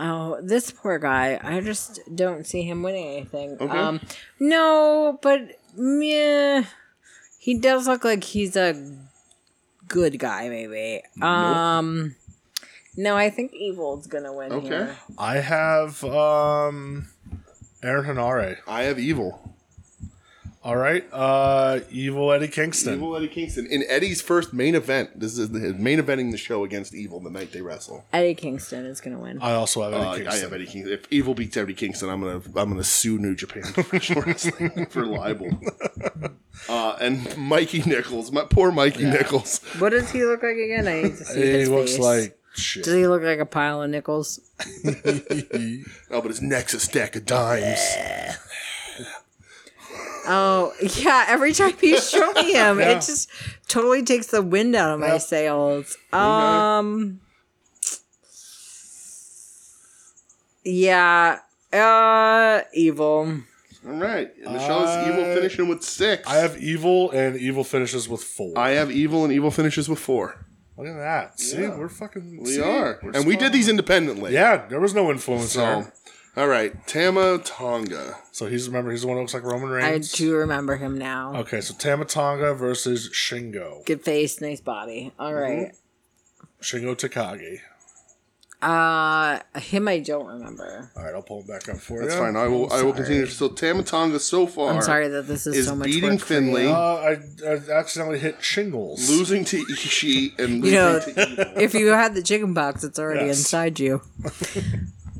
Speaker 3: Oh, this poor guy. I just don't see him winning anything.
Speaker 1: Okay.
Speaker 3: Um, no, but meh, he does look like he's a good guy. Maybe. Um, no, I think evil's gonna win.
Speaker 1: Okay.
Speaker 3: Here.
Speaker 2: I have um, Aaron Hanare.
Speaker 1: I have evil.
Speaker 2: All right. Uh, evil Eddie Kingston.
Speaker 1: Evil Eddie Kingston in Eddie's first main event. This is his main eventing the show against Evil the night they wrestle.
Speaker 3: Eddie Kingston is gonna win.
Speaker 2: I also have Eddie
Speaker 1: Uh, I
Speaker 2: Kingston.
Speaker 1: have Eddie Kingston. If Evil beats Eddie Kingston, I'm gonna I'm gonna sue New Japan Professional Wrestling for libel. Uh, and Mikey Nichols, my poor Mikey Nichols.
Speaker 3: what does he look like again? I need to see
Speaker 2: He
Speaker 3: his
Speaker 2: looks
Speaker 3: face.
Speaker 2: like
Speaker 3: Does
Speaker 2: shit.
Speaker 3: he look like a pile of nickels?
Speaker 1: Oh, but it's next a stack of dimes.
Speaker 3: Oh yeah! Every time you show me him,
Speaker 2: Yeah.
Speaker 3: it just totally takes the wind out of my
Speaker 2: Yeah.
Speaker 3: sails. Um, yeah, uh, evil.
Speaker 1: All right, Michelle's
Speaker 2: I-
Speaker 1: evil finishing with six.
Speaker 2: Uh, I have evil and evil finishes with four.
Speaker 1: I have evil, and evil finishes with four.
Speaker 2: Look at that. See,
Speaker 1: Yeah.
Speaker 2: we're fucking.
Speaker 1: We are, and we did these independently.
Speaker 2: Yeah, there was no influence
Speaker 1: So,
Speaker 2: there.
Speaker 1: all right, Tama Tonga.
Speaker 2: So he's remember he's the one who looks like Roman
Speaker 3: I
Speaker 2: Reigns.
Speaker 3: do remember him now.
Speaker 2: Okay, so Tamatanga versus Shingo.
Speaker 3: Good face, nice body. All right.
Speaker 2: Shingo Takagi.
Speaker 3: Uh, him I don't remember.
Speaker 2: All right, I'll pull him back up for you.
Speaker 1: That's fine. I will. I will continue. So Tama Tonga so far.
Speaker 3: I'm sorry that this is,
Speaker 1: is
Speaker 3: so much
Speaker 1: beating
Speaker 3: work for you.
Speaker 1: Finley.
Speaker 2: Uh, I, I accidentally hit shingles.
Speaker 1: losing to Ishii and losing
Speaker 3: You know-
Speaker 1: to Evil.
Speaker 3: If you had the chicken box, it's already
Speaker 2: Yes.
Speaker 3: inside you.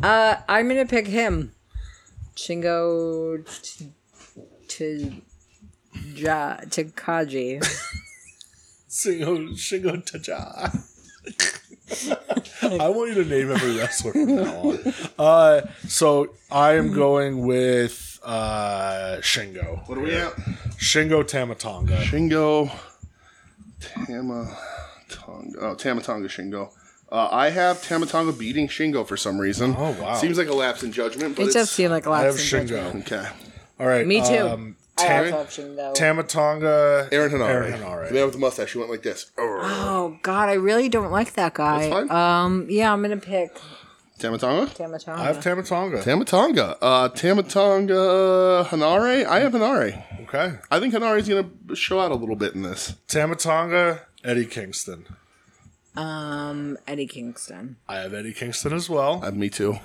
Speaker 3: uh, I'm gonna pick him, Shingo to ja, Takagi.
Speaker 2: Shingo, Shingo Taja. I want you to name every wrestler from now on. Uh, so I am going with uh, Shingo.
Speaker 1: What are we at?
Speaker 2: Shingo Tamatanga.
Speaker 1: Shingo, Tama Tonga. Oh, Tama Tonga Shingo. Uh, I have Tamatonga beating Shingo for some reason.
Speaker 2: Oh, wow.
Speaker 1: Seems like a lapse in judgment, but
Speaker 3: It does
Speaker 1: it's,
Speaker 3: seem like a
Speaker 2: I
Speaker 3: lot
Speaker 2: have
Speaker 3: of Shingo.
Speaker 2: Shingo.
Speaker 1: okay.
Speaker 2: All right.
Speaker 3: Me too.
Speaker 2: Um,
Speaker 3: I
Speaker 2: Tam-
Speaker 3: also have Shingo.
Speaker 2: Tamatanga.
Speaker 1: Aaron Hanare.
Speaker 2: Aaron Hanare.
Speaker 1: The man with the mustache. He went like this. Arr.
Speaker 3: oh God, I really don't like that guy.
Speaker 1: That's fine.
Speaker 3: Um, yeah, I'm gonna pick
Speaker 1: Tamatonga.
Speaker 3: Tamatanga.
Speaker 2: I have Tamatanga.
Speaker 1: Tamatonga. Uh, Tamatonga Hanare. I have Hanare.
Speaker 2: okay.
Speaker 1: I think Hanare's going to show out a little bit in this.
Speaker 2: Tamatanga. Eddie Kingston.
Speaker 3: um, Eddie Kingston.
Speaker 2: I have Eddie Kingston as well.
Speaker 1: Uh, me too.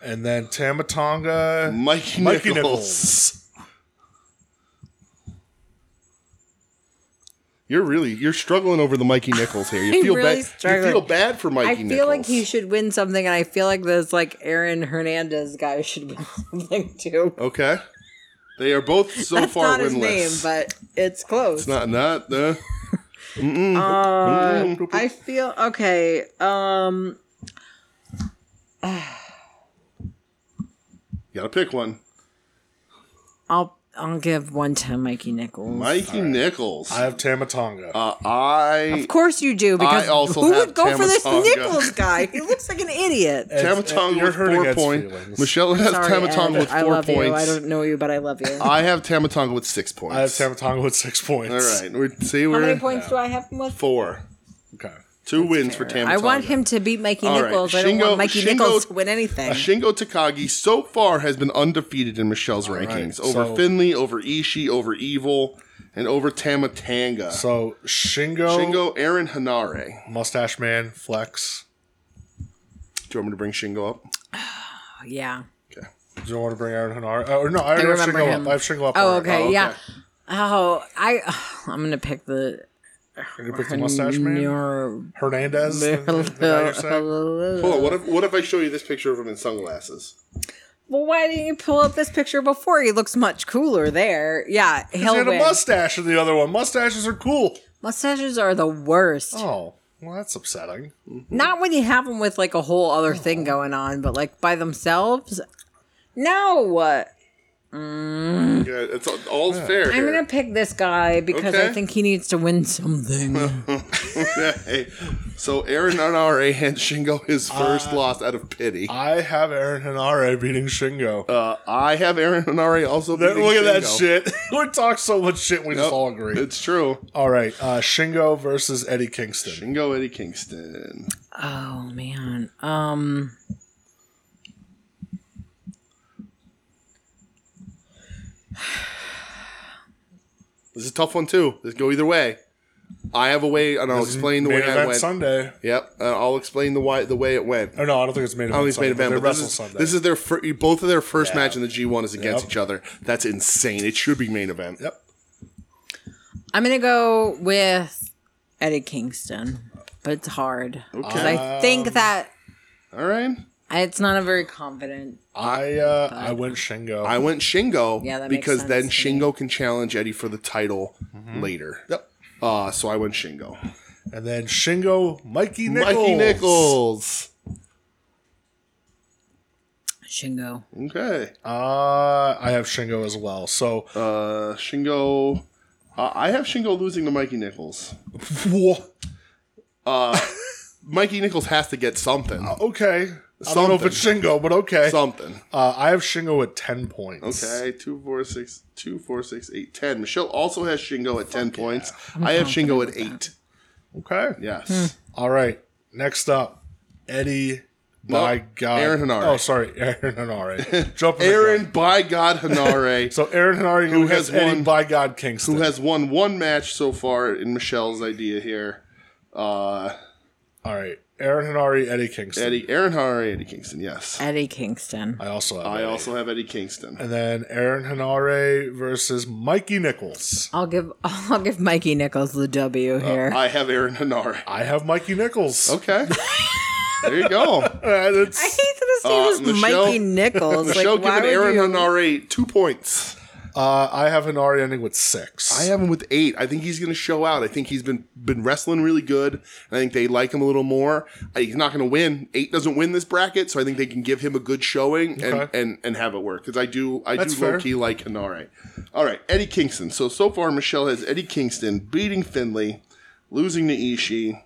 Speaker 2: And then Tamatanga.
Speaker 1: Mikey,
Speaker 2: Mikey
Speaker 1: Nichols.
Speaker 2: Nichols.
Speaker 1: You're really you're struggling over the Mikey Nichols here. You
Speaker 3: I'm
Speaker 1: feel
Speaker 3: really
Speaker 1: bad. You
Speaker 3: struggling.
Speaker 1: feel bad for Mikey
Speaker 3: I
Speaker 1: Nichols.
Speaker 3: feel like he should win something, and I feel like this like Aaron Hernandez guy should win something too.
Speaker 1: Okay. They are both so
Speaker 3: That's
Speaker 1: far
Speaker 3: not
Speaker 1: winless.
Speaker 3: his name, but it's close.
Speaker 1: not not the
Speaker 3: Uh, I feel okay. Um,
Speaker 1: you gotta pick one.
Speaker 3: I'll I'll give one to Mikey Nichols.
Speaker 1: Mikey Nichols.
Speaker 2: I have Tamatanga.
Speaker 1: uh, I
Speaker 3: of course you do, because
Speaker 1: also
Speaker 3: who
Speaker 1: have
Speaker 3: would go for this
Speaker 1: Tamatanga.
Speaker 3: Nichols guy? He looks like an idiot.
Speaker 2: It's- uh,
Speaker 1: Tamatonga
Speaker 2: you're
Speaker 1: with
Speaker 2: hurting
Speaker 1: four
Speaker 2: Ed's
Speaker 1: points.
Speaker 2: feelings.
Speaker 1: Michelle has
Speaker 3: Sorry,
Speaker 1: Tamatonga
Speaker 3: Ed,
Speaker 1: with four
Speaker 3: I love
Speaker 1: points.
Speaker 3: you. I don't know you, but I love you.
Speaker 1: I have Tamatonga with six points.
Speaker 2: I have Tamatanga with six points.
Speaker 1: All right. We're, see, we're
Speaker 3: How many points do I have him with?
Speaker 1: four.
Speaker 2: Okay.
Speaker 1: Two wins for Tamatonga.
Speaker 3: I want him to beat Mikey
Speaker 1: All right,
Speaker 3: Nichols. I don't
Speaker 1: Shingo-
Speaker 3: want Mikey
Speaker 1: Shingo-
Speaker 3: Nichols to win anything.
Speaker 1: Shingo Takagi so far has been undefeated in Michelle's rankings over
Speaker 2: so-
Speaker 1: Finley, over Ishii, over Evil, and over Tamatanga.
Speaker 2: So Shingo,
Speaker 1: Shingo, Aaron Hanare.
Speaker 2: Mustache Man, Flex.
Speaker 1: Do you want me to bring Shingo up?
Speaker 3: Oh, yeah.
Speaker 1: Okay.
Speaker 2: Do you want to bring Aaron Hanare? Oh, no, I already have
Speaker 3: remember
Speaker 2: Shingo
Speaker 3: him.
Speaker 2: up. I have Shingo up.
Speaker 3: Oh,
Speaker 2: already.
Speaker 3: okay.
Speaker 1: Oh, okay.
Speaker 3: Yeah. Oh, I. I'm gonna pick the
Speaker 2: Can you pick the Mustache Man?
Speaker 3: Nero-
Speaker 2: Hernandez? Is that what you're saying?
Speaker 1: Hold on. What if what if I show you this picture of him in sunglasses?
Speaker 3: Well, why didn't you pull up this picture before? He looks much cooler there. Yeah,
Speaker 2: He
Speaker 3: he'll
Speaker 2: had a
Speaker 3: win.
Speaker 2: mustache in the other one. Mustaches are cool.
Speaker 3: Mustaches are the worst.
Speaker 2: Oh, well, that's upsetting.
Speaker 3: Not when you have them with like a whole other thing going on, but like by themselves. No,
Speaker 1: Yeah, it's all, all's fair.
Speaker 3: I'm
Speaker 1: here.
Speaker 3: gonna pick this guy because I
Speaker 1: Okay.
Speaker 3: think he needs to win something.
Speaker 1: Hey, so Aaron Anare hands Shingo his first loss out of pity.
Speaker 2: I have Aaron Hanare beating Shingo.
Speaker 1: Uh, I have Aaron Anare also.
Speaker 2: There-
Speaker 1: beating
Speaker 2: Look at that
Speaker 1: Shingo.
Speaker 2: shit. we talk so much shit. We
Speaker 1: Yep,
Speaker 2: just all agree.
Speaker 1: It's true.
Speaker 2: All right, uh, Shingo versus Eddie Kingston.
Speaker 1: Shingo Eddie Kingston.
Speaker 3: oh man. Um.
Speaker 1: This is a tough one too. This go either way. I have a way, and I'll explain the
Speaker 2: Main
Speaker 1: way I
Speaker 2: event
Speaker 1: went.
Speaker 2: Sunday.
Speaker 1: Yep, uh, I'll explain the why the way it went.
Speaker 2: Oh no, I don't think it's main event.
Speaker 1: I don't think it's
Speaker 2: Sunday,
Speaker 1: main
Speaker 2: but
Speaker 1: event.
Speaker 2: They
Speaker 1: But this,
Speaker 2: wrestle
Speaker 1: is,
Speaker 2: Sunday.
Speaker 1: this is their fir- both of their first match in the G1 is against
Speaker 2: Yep.
Speaker 1: each other. That's insane. It should be main event.
Speaker 2: yep.
Speaker 3: I'm gonna go with Eddie Kingston, but it's hard because I think that
Speaker 1: All right.
Speaker 3: it's not a very confident.
Speaker 2: I uh, I went Shingo.
Speaker 1: I went Shingo
Speaker 3: Yeah, that makes
Speaker 1: because
Speaker 3: sense
Speaker 1: then
Speaker 3: to me.
Speaker 1: Shingo can challenge Eddie for the title later.
Speaker 2: Mm-hmm. yep.
Speaker 1: Uh, so I went Shingo.
Speaker 2: And then Shingo, Mikey Nichols.
Speaker 1: Mikey Nichols.
Speaker 3: Shingo.
Speaker 1: Okay.
Speaker 2: Uh, I have Shingo as well. So
Speaker 1: Uh, Shingo. Uh, I have Shingo losing to Mikey Nichols.
Speaker 2: wha-
Speaker 1: Mikey Nichols has to get something.
Speaker 2: Oh, okay, I don't know if it's Shingo, but okay.
Speaker 1: Something.
Speaker 2: Uh, I have Shingo at ten points.
Speaker 1: Okay, two, four, six, two, four, six, eight, ten. Michelle also has Shingo at ten points. I have Shingo at eight.
Speaker 2: Okay.
Speaker 1: Yes.
Speaker 3: Hmm.
Speaker 2: All right. Next up, Eddie. By God,
Speaker 1: Aaron Henare.
Speaker 2: Oh, sorry, Aaron Hanare. Jumping the
Speaker 1: Aaron,
Speaker 2: gun.
Speaker 1: by God, Hanare,
Speaker 2: So Aaron Hanare who
Speaker 1: has
Speaker 2: has Eddie
Speaker 1: won-
Speaker 2: by God Kingston.
Speaker 1: who has won one match so far in Michelle's idea here. Uh,
Speaker 2: All right, Aaron Hanare, Eddie Kingston.
Speaker 1: Eddie, Aaron Hanare, Eddie Kingston. Yes.
Speaker 3: Eddie Kingston.
Speaker 2: I also have.
Speaker 1: I
Speaker 2: Eddie.
Speaker 1: also have Eddie Kingston.
Speaker 2: And then Aaron Hanare versus Mikey Nichols.
Speaker 3: I'll give I'll give Mikey Nichols the W here.
Speaker 1: I have Aaron Hanare.
Speaker 2: I have Mikey Nichols.
Speaker 1: Okay. there you go.
Speaker 2: And it's-
Speaker 3: I hate that his name
Speaker 1: Uh,
Speaker 3: is
Speaker 1: Michelle-
Speaker 3: Mikey Nichols.
Speaker 1: Michelle
Speaker 3: like, why
Speaker 1: giving
Speaker 3: would
Speaker 1: Aaron
Speaker 3: you-
Speaker 1: Hanare two points.
Speaker 2: uh, I have Hanare ending with six.
Speaker 1: I have him with eight. I think he's going to show out. I think he's been been wrestling really good. I think they like him a little more. I- He's not going to win. Eight doesn't win this bracket, so I think they can give him a good showing and
Speaker 2: Okay.
Speaker 1: and, and have it work. Because I do I
Speaker 2: That's
Speaker 1: do low
Speaker 2: fair.
Speaker 1: key like Hanare. All right, Eddie Kingston. So so far Michelle has Eddie Kingston beating Finley, losing to Ishii,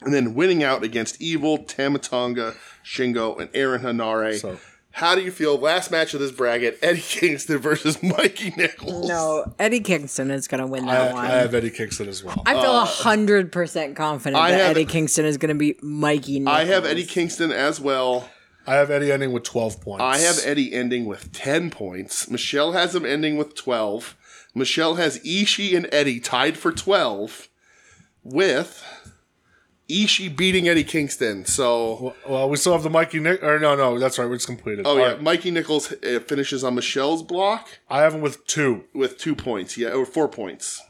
Speaker 1: and then winning out against Evil Tamatonga, Shingo, and Aaron Hanare.
Speaker 2: So-
Speaker 1: How do you feel? Last match of this bracket: Eddie Kingston versus Mikey Nichols.
Speaker 3: No, Eddie Kingston is gonna win
Speaker 2: I,
Speaker 3: that one.
Speaker 2: I have Eddie Kingston as well.
Speaker 3: I feel hundred percent confident
Speaker 1: I
Speaker 3: that
Speaker 1: have-
Speaker 3: Eddie Kingston is gonna be Mikey. Nichols.
Speaker 1: I have Eddie Kingston as well.
Speaker 2: I have Eddie ending with 12 points.
Speaker 1: I have E- Eddie ending with 10 points. Michelle has him ending with 12. Michelle has Ishii and Eddie tied for 12 with Ishii beating Eddie Kingston. So,
Speaker 2: Well, we still have the Mikey Nick. Or no, no, that's right. It's completed.
Speaker 1: oh
Speaker 2: All
Speaker 1: yeah,
Speaker 2: right.
Speaker 1: Mikey Nichols uh, finishes on Michelle's block
Speaker 2: I have him with two.
Speaker 1: with 2 points. Yeah, or 4 points.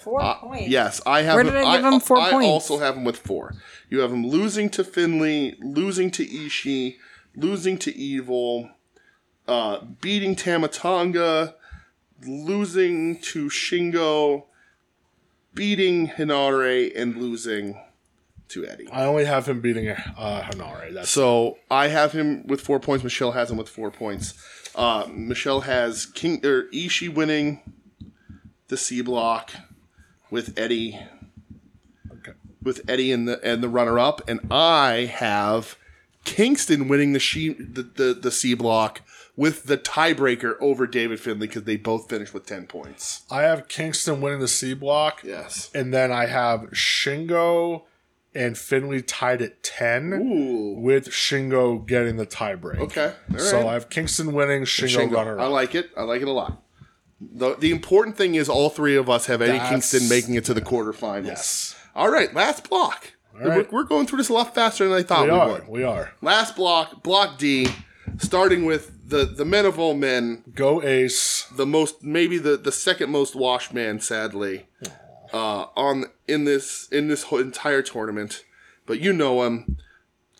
Speaker 3: four points.
Speaker 1: Yes, I have.
Speaker 3: Where did I give him four
Speaker 1: I
Speaker 3: points?
Speaker 1: also have him with four. You have him losing to Finley, losing to Ishii, losing to Evil, uh, beating Tamatanga, losing to Shingo, beating Hinare, and losing to Eddie.
Speaker 2: I only have him beating uh, Hanare. That's
Speaker 1: So I have him with four points. Michelle has him with four points. Uh, Michelle has King or Ishii winning the C block with Eddie
Speaker 2: okay.
Speaker 1: with Eddie and the and the runner up, and I have Kingston winning the she the, the, the C block with the tiebreaker over David Finley because they both finished with ten points.
Speaker 2: I have Kingston winning the C block.
Speaker 1: Yes.
Speaker 2: And then I have Shingo and Finley tied at 10
Speaker 1: Ooh.
Speaker 2: with Shingo getting the tiebreak.
Speaker 1: Okay. All right.
Speaker 2: So I have Kingston winning, Shingo,
Speaker 1: Shingo.
Speaker 2: runner
Speaker 1: I
Speaker 2: up.
Speaker 1: like it. I like it a lot. The, the important thing is all three of us have Eddie
Speaker 2: That's-
Speaker 1: Kingston making it to the quarterfinals.
Speaker 2: Yes.
Speaker 1: All right, last block. We're,
Speaker 2: right.
Speaker 1: we're going through this a lot faster than I thought
Speaker 2: We
Speaker 1: we,
Speaker 2: are.
Speaker 1: would.
Speaker 2: We are.
Speaker 1: Last block, block D, starting with the the men of all men,
Speaker 2: Go Ace.
Speaker 1: the most maybe the the second most washed man sadly uh on in this in this whole entire tournament but you know him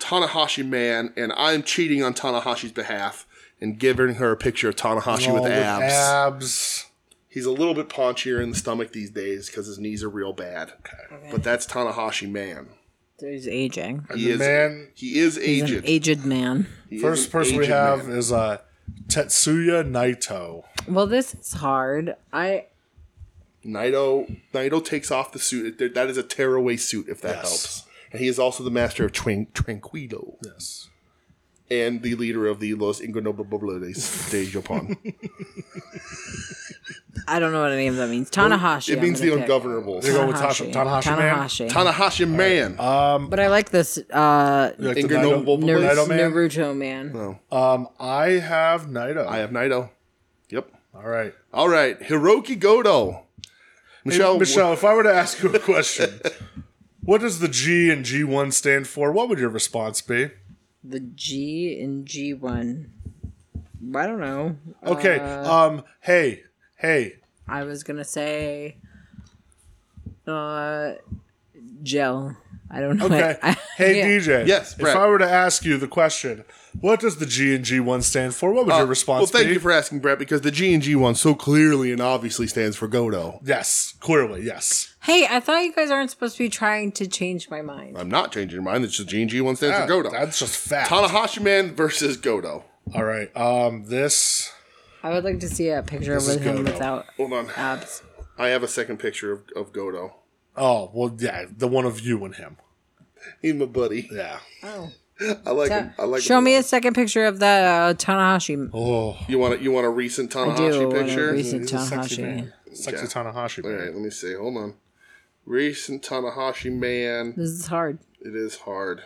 Speaker 1: Tanahashi man and I'm cheating on Tanahashi's behalf and giving her a picture of Tanahashi
Speaker 2: Oh,
Speaker 1: with abs.
Speaker 2: abs.
Speaker 1: He's a little bit paunchier in the stomach these days cuz his knees are real bad. But that's Tanahashi man.
Speaker 3: He's aging.
Speaker 1: He
Speaker 2: the
Speaker 1: is
Speaker 2: man-
Speaker 1: he is
Speaker 3: An
Speaker 1: aged.
Speaker 3: aged man.
Speaker 1: He is
Speaker 2: First
Speaker 1: an
Speaker 2: person we
Speaker 1: aged
Speaker 2: have
Speaker 1: man.
Speaker 2: is uh, Tetsuya Naito.
Speaker 3: Well, this is hard. I
Speaker 1: Naito Naito takes off the suit. There- That is a tearaway suit, if that
Speaker 2: Yes.
Speaker 1: helps. And he is also the master of Tran- Tranquilo
Speaker 2: Yes.
Speaker 1: and the leader of the Los Ingobernables de Japón.
Speaker 3: I don't know what any of that means. Tanahashi.
Speaker 1: it
Speaker 3: I'm
Speaker 1: means the
Speaker 3: gonna pick.
Speaker 1: ungovernables.
Speaker 2: They go Uh, with Tasha,
Speaker 3: Tanahashi.
Speaker 2: Tanahashi, man.
Speaker 3: Tanahashi.
Speaker 1: Tanahashi man,
Speaker 3: but I like this uh,
Speaker 2: You like the
Speaker 1: Ingobernables.
Speaker 2: Naito-
Speaker 1: Ner-
Speaker 2: Naito man?
Speaker 3: Naruto man.
Speaker 2: Um, I have Naito.
Speaker 1: I have Naito. Yep.
Speaker 2: All right.
Speaker 1: All right, Hiroki Goto. Michelle,
Speaker 2: Michelle, Michelle, if I were to ask you a question, what does the G and G1 stand for? What would your response be?
Speaker 3: The G and G one. I don't know.
Speaker 2: Okay.
Speaker 3: Uh,
Speaker 2: um, hey, hey,
Speaker 3: I was gonna say, uh, gel. I don't know.
Speaker 2: okay.
Speaker 3: I-
Speaker 2: hey,
Speaker 3: yeah.
Speaker 2: DJ.
Speaker 1: Yes,
Speaker 2: If
Speaker 1: Brett.
Speaker 2: I were to ask you the question, what does the G and G1 stand for? What would your
Speaker 1: Uh, Well,
Speaker 2: response
Speaker 1: thank
Speaker 2: be?
Speaker 1: you for asking, Brett, because the G and G one so clearly and obviously stands for Goto.
Speaker 2: yes, clearly, yes.
Speaker 3: Hey, I thought you guys aren't supposed to be trying to change my mind.
Speaker 1: I'm not changing your mind. It's just G and G one stands for Goto.
Speaker 2: That's just fact.
Speaker 1: Tanahashi man versus Goto.
Speaker 2: All right. Um, this.
Speaker 3: I would like to see a picture of
Speaker 2: is
Speaker 3: him
Speaker 2: Goto.
Speaker 3: without
Speaker 1: Hold on,
Speaker 3: abs.
Speaker 1: I have a second picture of, of Goto.
Speaker 2: Oh well, yeah, the one of you and him.
Speaker 1: He's my buddy.
Speaker 2: Yeah.
Speaker 3: Oh.
Speaker 1: I like him. I like.
Speaker 3: Show
Speaker 1: him
Speaker 3: me a
Speaker 1: lot.
Speaker 3: second picture of that uh, Tanahashi.
Speaker 2: Oh,
Speaker 1: You want a, you want a recent
Speaker 3: I do
Speaker 1: Tanahashi
Speaker 3: want
Speaker 1: picture?
Speaker 3: a recent
Speaker 2: he's a sexy
Speaker 3: Tanahashi.
Speaker 2: man. Sexy
Speaker 1: Yeah.
Speaker 2: Tanahashi.
Speaker 1: All
Speaker 2: Man.
Speaker 1: right, let me see. Hold on. Recent Tanahashi man.
Speaker 3: This is hard.
Speaker 1: It is hard.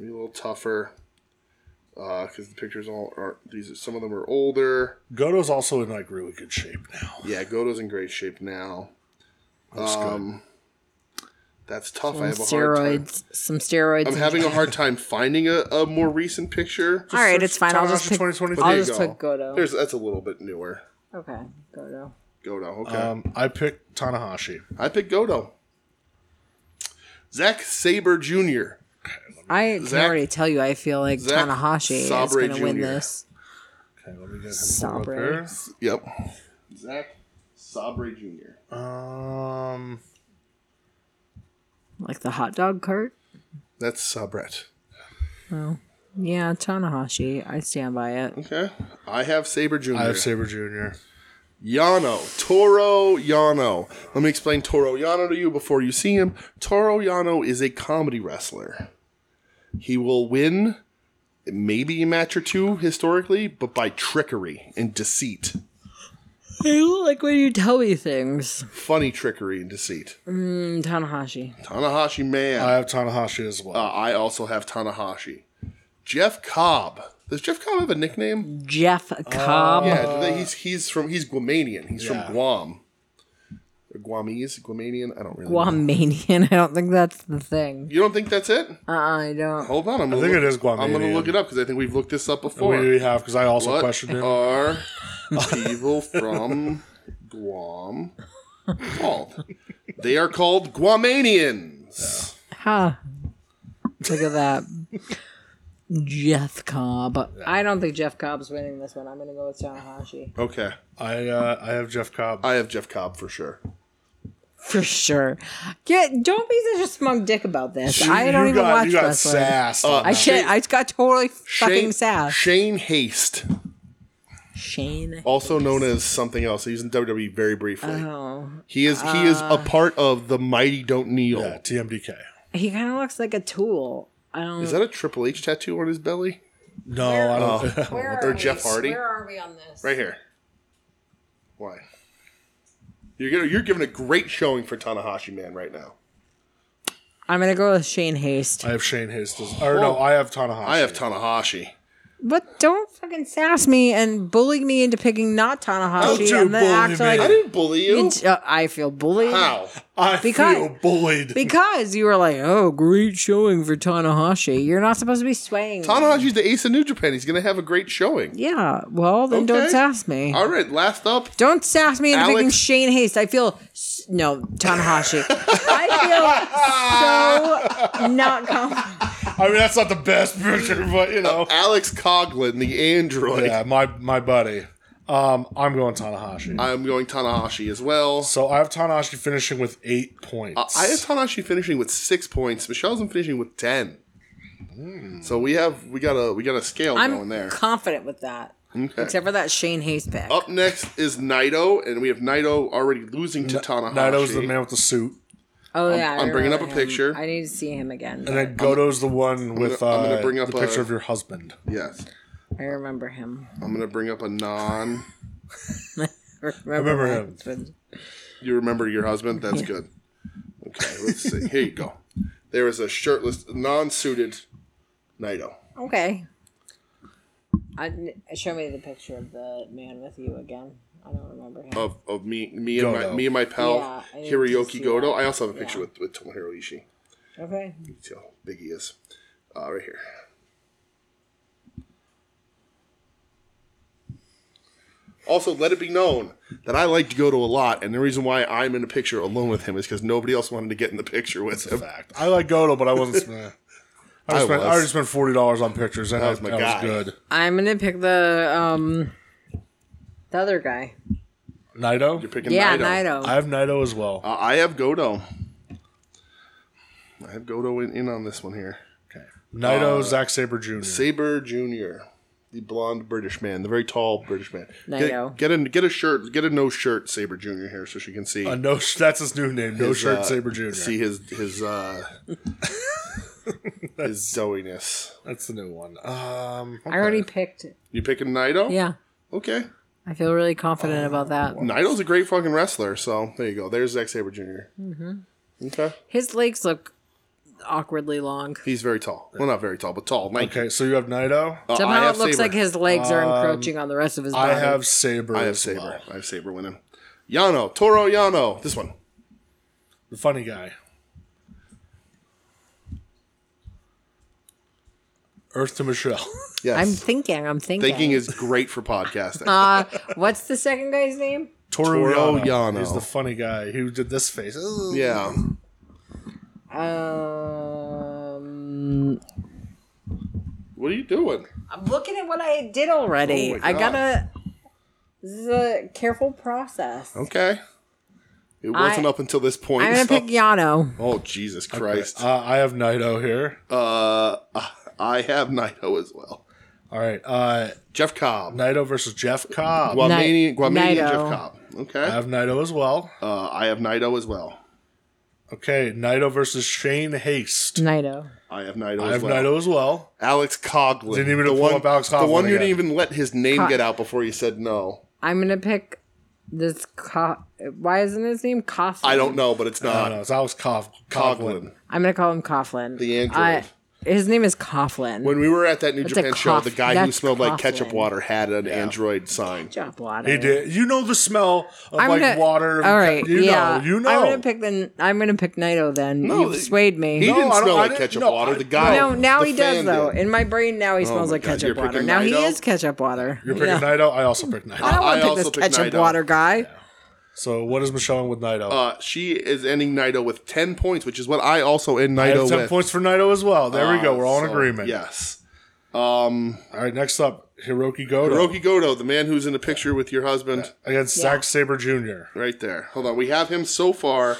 Speaker 1: Be a little tougher. Because the pictures all are these. Are, some of them are older.
Speaker 2: Goto's also in like really good shape now.
Speaker 1: Yeah, Goto's in great shape now.
Speaker 2: Looks
Speaker 1: Um,
Speaker 2: good.
Speaker 1: That's tough. I
Speaker 3: Some
Speaker 1: have a hard time.
Speaker 3: steroids. Some steroids.
Speaker 1: I'm
Speaker 3: and-
Speaker 1: having a hard time finding a, a more recent picture.
Speaker 3: All right, it's fine. I'll
Speaker 2: Tanahashi
Speaker 3: just pick.
Speaker 2: 2023.
Speaker 3: I'll
Speaker 1: There you
Speaker 3: just
Speaker 1: go.
Speaker 3: pick Goto.
Speaker 1: There's that's a little bit newer.
Speaker 3: okay, Goto.
Speaker 1: Goto. Okay.
Speaker 2: Um, I picked Tanahashi.
Speaker 1: I picked Goto. Zack Saber Jr.
Speaker 3: I can
Speaker 1: Zack-
Speaker 3: already tell you. I feel like
Speaker 1: Zack
Speaker 3: Tanahashi is
Speaker 1: Sabre
Speaker 3: going to win
Speaker 1: Jr..
Speaker 3: this.
Speaker 2: Okay, let me get him pulled
Speaker 3: Sabre.
Speaker 2: up
Speaker 1: Yep. Zack Sabre Jr.
Speaker 2: here. Um,
Speaker 3: Like the hot dog cart.
Speaker 1: That's uh, Brett.
Speaker 3: Yeah, Tanahashi. I stand by it.
Speaker 1: Okay. I have Saber Jr.
Speaker 2: I have Saber Junior.
Speaker 1: Yano. Toro Yano. Let me explain Toro Yano to you before you see him. Toro Yano is a comedy wrestler. He will win maybe a match or two historically, but by trickery and deceit.
Speaker 3: You like when you tell me things.
Speaker 1: Funny trickery and deceit.
Speaker 3: Mm, Tanahashi.
Speaker 1: Tanahashi man.
Speaker 2: I have Tanahashi as well.
Speaker 1: Uh, I also have Tanahashi. Jeff Cobb. Does Jeff Cobb have a nickname?
Speaker 3: Jeff
Speaker 2: Oh,
Speaker 3: Cobb.
Speaker 1: yeah, th- he's he's from he's Guamanian. He's
Speaker 2: Uh, yeah.
Speaker 1: from Guam. Or Guamese, Guamanian. I don't really. know.
Speaker 3: Guamanian. I don't think that's the thing.
Speaker 1: You don't think that's it?
Speaker 3: Uh, I don't.
Speaker 2: Oh.
Speaker 1: Hold on, I'm gonna
Speaker 2: think
Speaker 1: look-
Speaker 2: it is
Speaker 1: I'm going
Speaker 2: Guamanian.
Speaker 1: to look it up because I think we've looked this up before.
Speaker 2: we have because I also
Speaker 1: what
Speaker 2: questioned him.
Speaker 1: are people from Guam called? They are called Guamanians.
Speaker 3: Ha. Look at that. Jeff Cobb. I don't think Jeff Cobb's winning this one. I'm going to go with Tanahashi.
Speaker 1: Okay,
Speaker 2: I uh, I have Jeff Cobb.
Speaker 1: I have Jeff Cobb for sure.
Speaker 3: For sure. Get, don't be such a smug dick about this. I
Speaker 2: You
Speaker 3: don't even
Speaker 2: got,
Speaker 3: watch
Speaker 2: you got
Speaker 3: wrestling.
Speaker 2: sassed
Speaker 1: Uh,
Speaker 2: on
Speaker 3: I
Speaker 2: that.
Speaker 3: shit. I got totally fucking
Speaker 1: Shane,
Speaker 3: sassed.
Speaker 1: Shane Haste.
Speaker 3: Shane.
Speaker 1: also known as something else. He's in WWE very briefly.
Speaker 3: Oh.
Speaker 1: he is he is a
Speaker 3: Uh.
Speaker 1: part of the Mighty Don't Kneel.
Speaker 2: Yeah, TMDK.
Speaker 3: He kind of looks like a tool. I don't.
Speaker 1: Is that a Triple H tattoo on his belly?
Speaker 2: No, I
Speaker 1: Uh,
Speaker 2: don't.
Speaker 3: where
Speaker 1: or Jeff Hardy?
Speaker 3: Where are we on this?
Speaker 1: Right here. Why? You're gonna, you're giving a great showing for Tanahashi man right now.
Speaker 3: I'm gonna go with Shane Haste.
Speaker 2: I have Shane Hayes. Does, or no, I have Tanahashi.
Speaker 1: I have Tanahashi.
Speaker 3: But don't fucking sass me and bully me into picking not Tanahashi
Speaker 2: you
Speaker 3: and then
Speaker 2: bully
Speaker 3: act like
Speaker 2: me.
Speaker 1: I didn't bully you.
Speaker 3: It's- uh, I feel bullied.
Speaker 1: How?
Speaker 2: I
Speaker 3: Because-
Speaker 2: feel bullied.
Speaker 3: Because you were like, oh, great showing for Tanahashi. You're not supposed to be swaying.
Speaker 1: Tanahashi's the ace of New Japan. He's gonna have a great showing.
Speaker 3: yeah, well, then don't
Speaker 1: Okay.
Speaker 3: sass me.
Speaker 1: All right, last up,
Speaker 3: Don't sass me into
Speaker 1: Alex-
Speaker 3: picking Shane Haste. I feel, s- no, Tanahashi. I feel so not confident.
Speaker 2: I mean, that's not the best picture, but you know.
Speaker 1: Alex Coglin, the android.
Speaker 2: Yeah, my my buddy. Um, I'm going Tanahashi.
Speaker 1: I'm going Tanahashi as well.
Speaker 2: so I have Tanahashi finishing with eight points.
Speaker 1: I have Tanahashi finishing with six points. Michelle's in finishing with
Speaker 2: Hmm.
Speaker 1: ten. So we have we got a we got a scale
Speaker 3: I'm
Speaker 1: going there.
Speaker 3: confident with that.
Speaker 1: Okay. Oh,
Speaker 3: except for that Shane Hayes pick.
Speaker 1: Up next is Naito, and we have Naito already losing to Tanahashi.
Speaker 2: Naito's the man with the suit,
Speaker 3: oh yeah, I
Speaker 1: I'm bringing up
Speaker 3: remember
Speaker 1: a
Speaker 3: him.
Speaker 1: picture.
Speaker 3: I need to see him again.
Speaker 2: and then Goto's the one with
Speaker 1: gonna- I'm
Speaker 2: uh,
Speaker 1: gonna bring up
Speaker 2: the picture
Speaker 1: a-
Speaker 2: of your husband.
Speaker 1: Yes.
Speaker 3: I remember him.
Speaker 1: I'm gonna bring up a non.
Speaker 3: Remember,
Speaker 2: remember
Speaker 3: my
Speaker 2: him.
Speaker 3: husband.
Speaker 1: You remember your husband? That's good. Okay, let's see. Here you go. There is a shirtless, non-suited Naito.
Speaker 3: Okay. I, show me the picture of the man with you again. I don't remember him.
Speaker 1: of, of me me and my
Speaker 2: Goto.
Speaker 1: me and my pal
Speaker 3: Yeah, I need to see
Speaker 1: Hiroyuki Goto.
Speaker 3: that.
Speaker 1: I also have a picture
Speaker 3: Yeah.
Speaker 1: with with Tomohiro Ishii.
Speaker 3: Okay.
Speaker 1: You can see how big he is. Uh, right here. Also, let it be known that I liked Goto a lot, and the reason why I'm in a picture alone with him is because nobody else wanted to get in the picture with him.
Speaker 2: Fact. I like Goto, but I wasn't. meh. I,
Speaker 1: I
Speaker 2: spent,
Speaker 1: was.
Speaker 2: I already spent forty dollars on pictures, and that
Speaker 1: was
Speaker 2: was,
Speaker 1: my
Speaker 2: that
Speaker 1: guy.
Speaker 2: was good.
Speaker 3: I'm gonna pick the um the other guy.
Speaker 2: Naito,
Speaker 1: You're picking
Speaker 3: Yeah,
Speaker 1: Naito.
Speaker 3: Naito.
Speaker 2: I have Naito as well.
Speaker 1: Uh, I have Goto. I have Goto in, in on this one here.
Speaker 2: Okay. Naito,
Speaker 1: uh,
Speaker 2: Zack Saber Jr.
Speaker 1: Saber Jr., the blonde British man, the very tall British man.
Speaker 3: Naito.
Speaker 1: Get, get a get a shirt, get a no shirt Saber Jr. here, so she can see.
Speaker 2: Uh, no, sh- that's his new name. No
Speaker 1: his,
Speaker 2: shirt,
Speaker 1: uh,
Speaker 2: Saber Jr.
Speaker 1: See his his uh, his doughiness.
Speaker 2: that's the new one. Um,
Speaker 3: I already picked it.
Speaker 1: You picking Naito?
Speaker 3: Yeah.
Speaker 1: Okay.
Speaker 3: I feel
Speaker 1: Oh,
Speaker 3: really confident about that.
Speaker 1: Naito's a great fucking wrestler, so there you go. There's Zack Saber Jr. Mm-hmm. Okay.
Speaker 3: His legs look awkwardly long.
Speaker 1: He's very tall. Well, not very tall, but tall. Like,
Speaker 2: okay, so you have Naito.
Speaker 1: uh, I
Speaker 3: Somehow
Speaker 1: have
Speaker 3: it looks
Speaker 1: Saber.
Speaker 3: like his legs are encroaching on the rest of his
Speaker 2: I
Speaker 3: body.
Speaker 2: have Saber.
Speaker 1: I have
Speaker 2: as
Speaker 1: Saber.
Speaker 2: well.
Speaker 1: I have Saber winning. Yano, Toro Yano. This one.
Speaker 2: The funny guy. Earth to Michelle.
Speaker 1: Yes.
Speaker 3: I'm thinking, I'm thinking.
Speaker 1: Thinking is great for podcasting.
Speaker 3: uh what's the second guy's name?
Speaker 2: Toru,
Speaker 1: Toru
Speaker 2: Yano.
Speaker 1: Yano.
Speaker 2: He's the funny guy who did this face. Ugh.
Speaker 1: yeah.
Speaker 3: Um
Speaker 1: What are you doing?
Speaker 3: I'm looking at what I did already.
Speaker 1: Oh my
Speaker 3: I
Speaker 1: God.
Speaker 3: gotta this is a careful process.
Speaker 1: Okay. It wasn't
Speaker 3: I-
Speaker 1: up until this point.
Speaker 3: I'm gonna
Speaker 1: so-
Speaker 3: pick Yano.
Speaker 1: oh Jesus Christ!
Speaker 2: Uh, I have Naito here.
Speaker 1: Uh, I have Naito as well.
Speaker 2: All right. Uh,
Speaker 1: Jeff Cobb,
Speaker 2: Naito versus Jeff Cobb.
Speaker 1: Guamanian,
Speaker 3: Ni-
Speaker 1: Guamanian
Speaker 3: Naito.
Speaker 1: Jeff Cobb.
Speaker 2: I
Speaker 1: Okay.
Speaker 2: have Naito as well.
Speaker 1: Uh, I have Naito as well.
Speaker 2: Okay, Naito versus Shane Haste.
Speaker 3: Naito.
Speaker 1: I have Naito
Speaker 2: I
Speaker 1: as
Speaker 2: have
Speaker 1: well.
Speaker 2: Naito as well.
Speaker 1: Alex Coglin.
Speaker 2: Didn't even
Speaker 1: the
Speaker 2: pull
Speaker 1: one,
Speaker 2: up Alex
Speaker 1: The
Speaker 2: Coughlin
Speaker 1: one you
Speaker 2: again.
Speaker 1: didn't even let his name
Speaker 3: Co-
Speaker 1: get out before you said no.
Speaker 3: I'm gonna pick this. Co- Why isn't his name Coughlin?
Speaker 1: I don't know, but it's
Speaker 2: I
Speaker 1: not
Speaker 2: don't know. It's Alex Cough- Coughlin.
Speaker 1: Coglin.
Speaker 3: I'm gonna call him Coughlin.
Speaker 1: The android.
Speaker 3: I- his name is Coughlin.
Speaker 1: When we were at that New
Speaker 3: That's a
Speaker 1: Japan show,
Speaker 3: cough-
Speaker 1: the guy who
Speaker 3: that's
Speaker 1: smelled like ketchup
Speaker 3: Coughlin.
Speaker 1: water had an Android sign.
Speaker 3: Job water.
Speaker 2: He did. You know the smell of
Speaker 3: I'm
Speaker 2: like
Speaker 3: gonna-
Speaker 2: water.
Speaker 3: All right.
Speaker 2: You
Speaker 3: yeah.
Speaker 2: know. You know.
Speaker 3: I'm gonna pick the. I'm gonna pick Naito. Then
Speaker 1: No,
Speaker 3: you've swayed me.
Speaker 1: He
Speaker 2: No,
Speaker 1: didn't
Speaker 2: I don't-
Speaker 1: smell
Speaker 2: I
Speaker 1: like
Speaker 2: didn't-
Speaker 1: ketchup
Speaker 2: no,
Speaker 1: water.
Speaker 2: I-
Speaker 1: The guy.
Speaker 3: no, now
Speaker 1: the
Speaker 3: he does
Speaker 1: fan
Speaker 3: though.
Speaker 1: did. Oh
Speaker 3: In my brain, now he smells
Speaker 1: my
Speaker 3: like
Speaker 1: God, you're
Speaker 3: ketchup water.
Speaker 1: picking
Speaker 3: Now he
Speaker 1: Naito?
Speaker 3: is ketchup water.
Speaker 2: You're picking Naito. I also picked Naito.
Speaker 3: I
Speaker 1: I
Speaker 3: don't want to pick
Speaker 1: also
Speaker 3: this
Speaker 1: pick
Speaker 3: ketchup
Speaker 1: Naito.
Speaker 3: water guy.
Speaker 2: So what is Michelle with Naito?
Speaker 1: Uh, she is ending Naito with ten points, which is what I also end
Speaker 2: I have
Speaker 1: Naito
Speaker 2: ten
Speaker 1: with. Uh,
Speaker 2: points for Naito as well. There we go. We're all in
Speaker 1: So,
Speaker 2: agreement.
Speaker 1: Yes.
Speaker 2: All right. Next up, Hiroki Goto
Speaker 1: Hiroki Goto, the man who's in the picture with your husband,
Speaker 2: against Zack Saber Jr.
Speaker 1: right there. Hold on, we have him so far.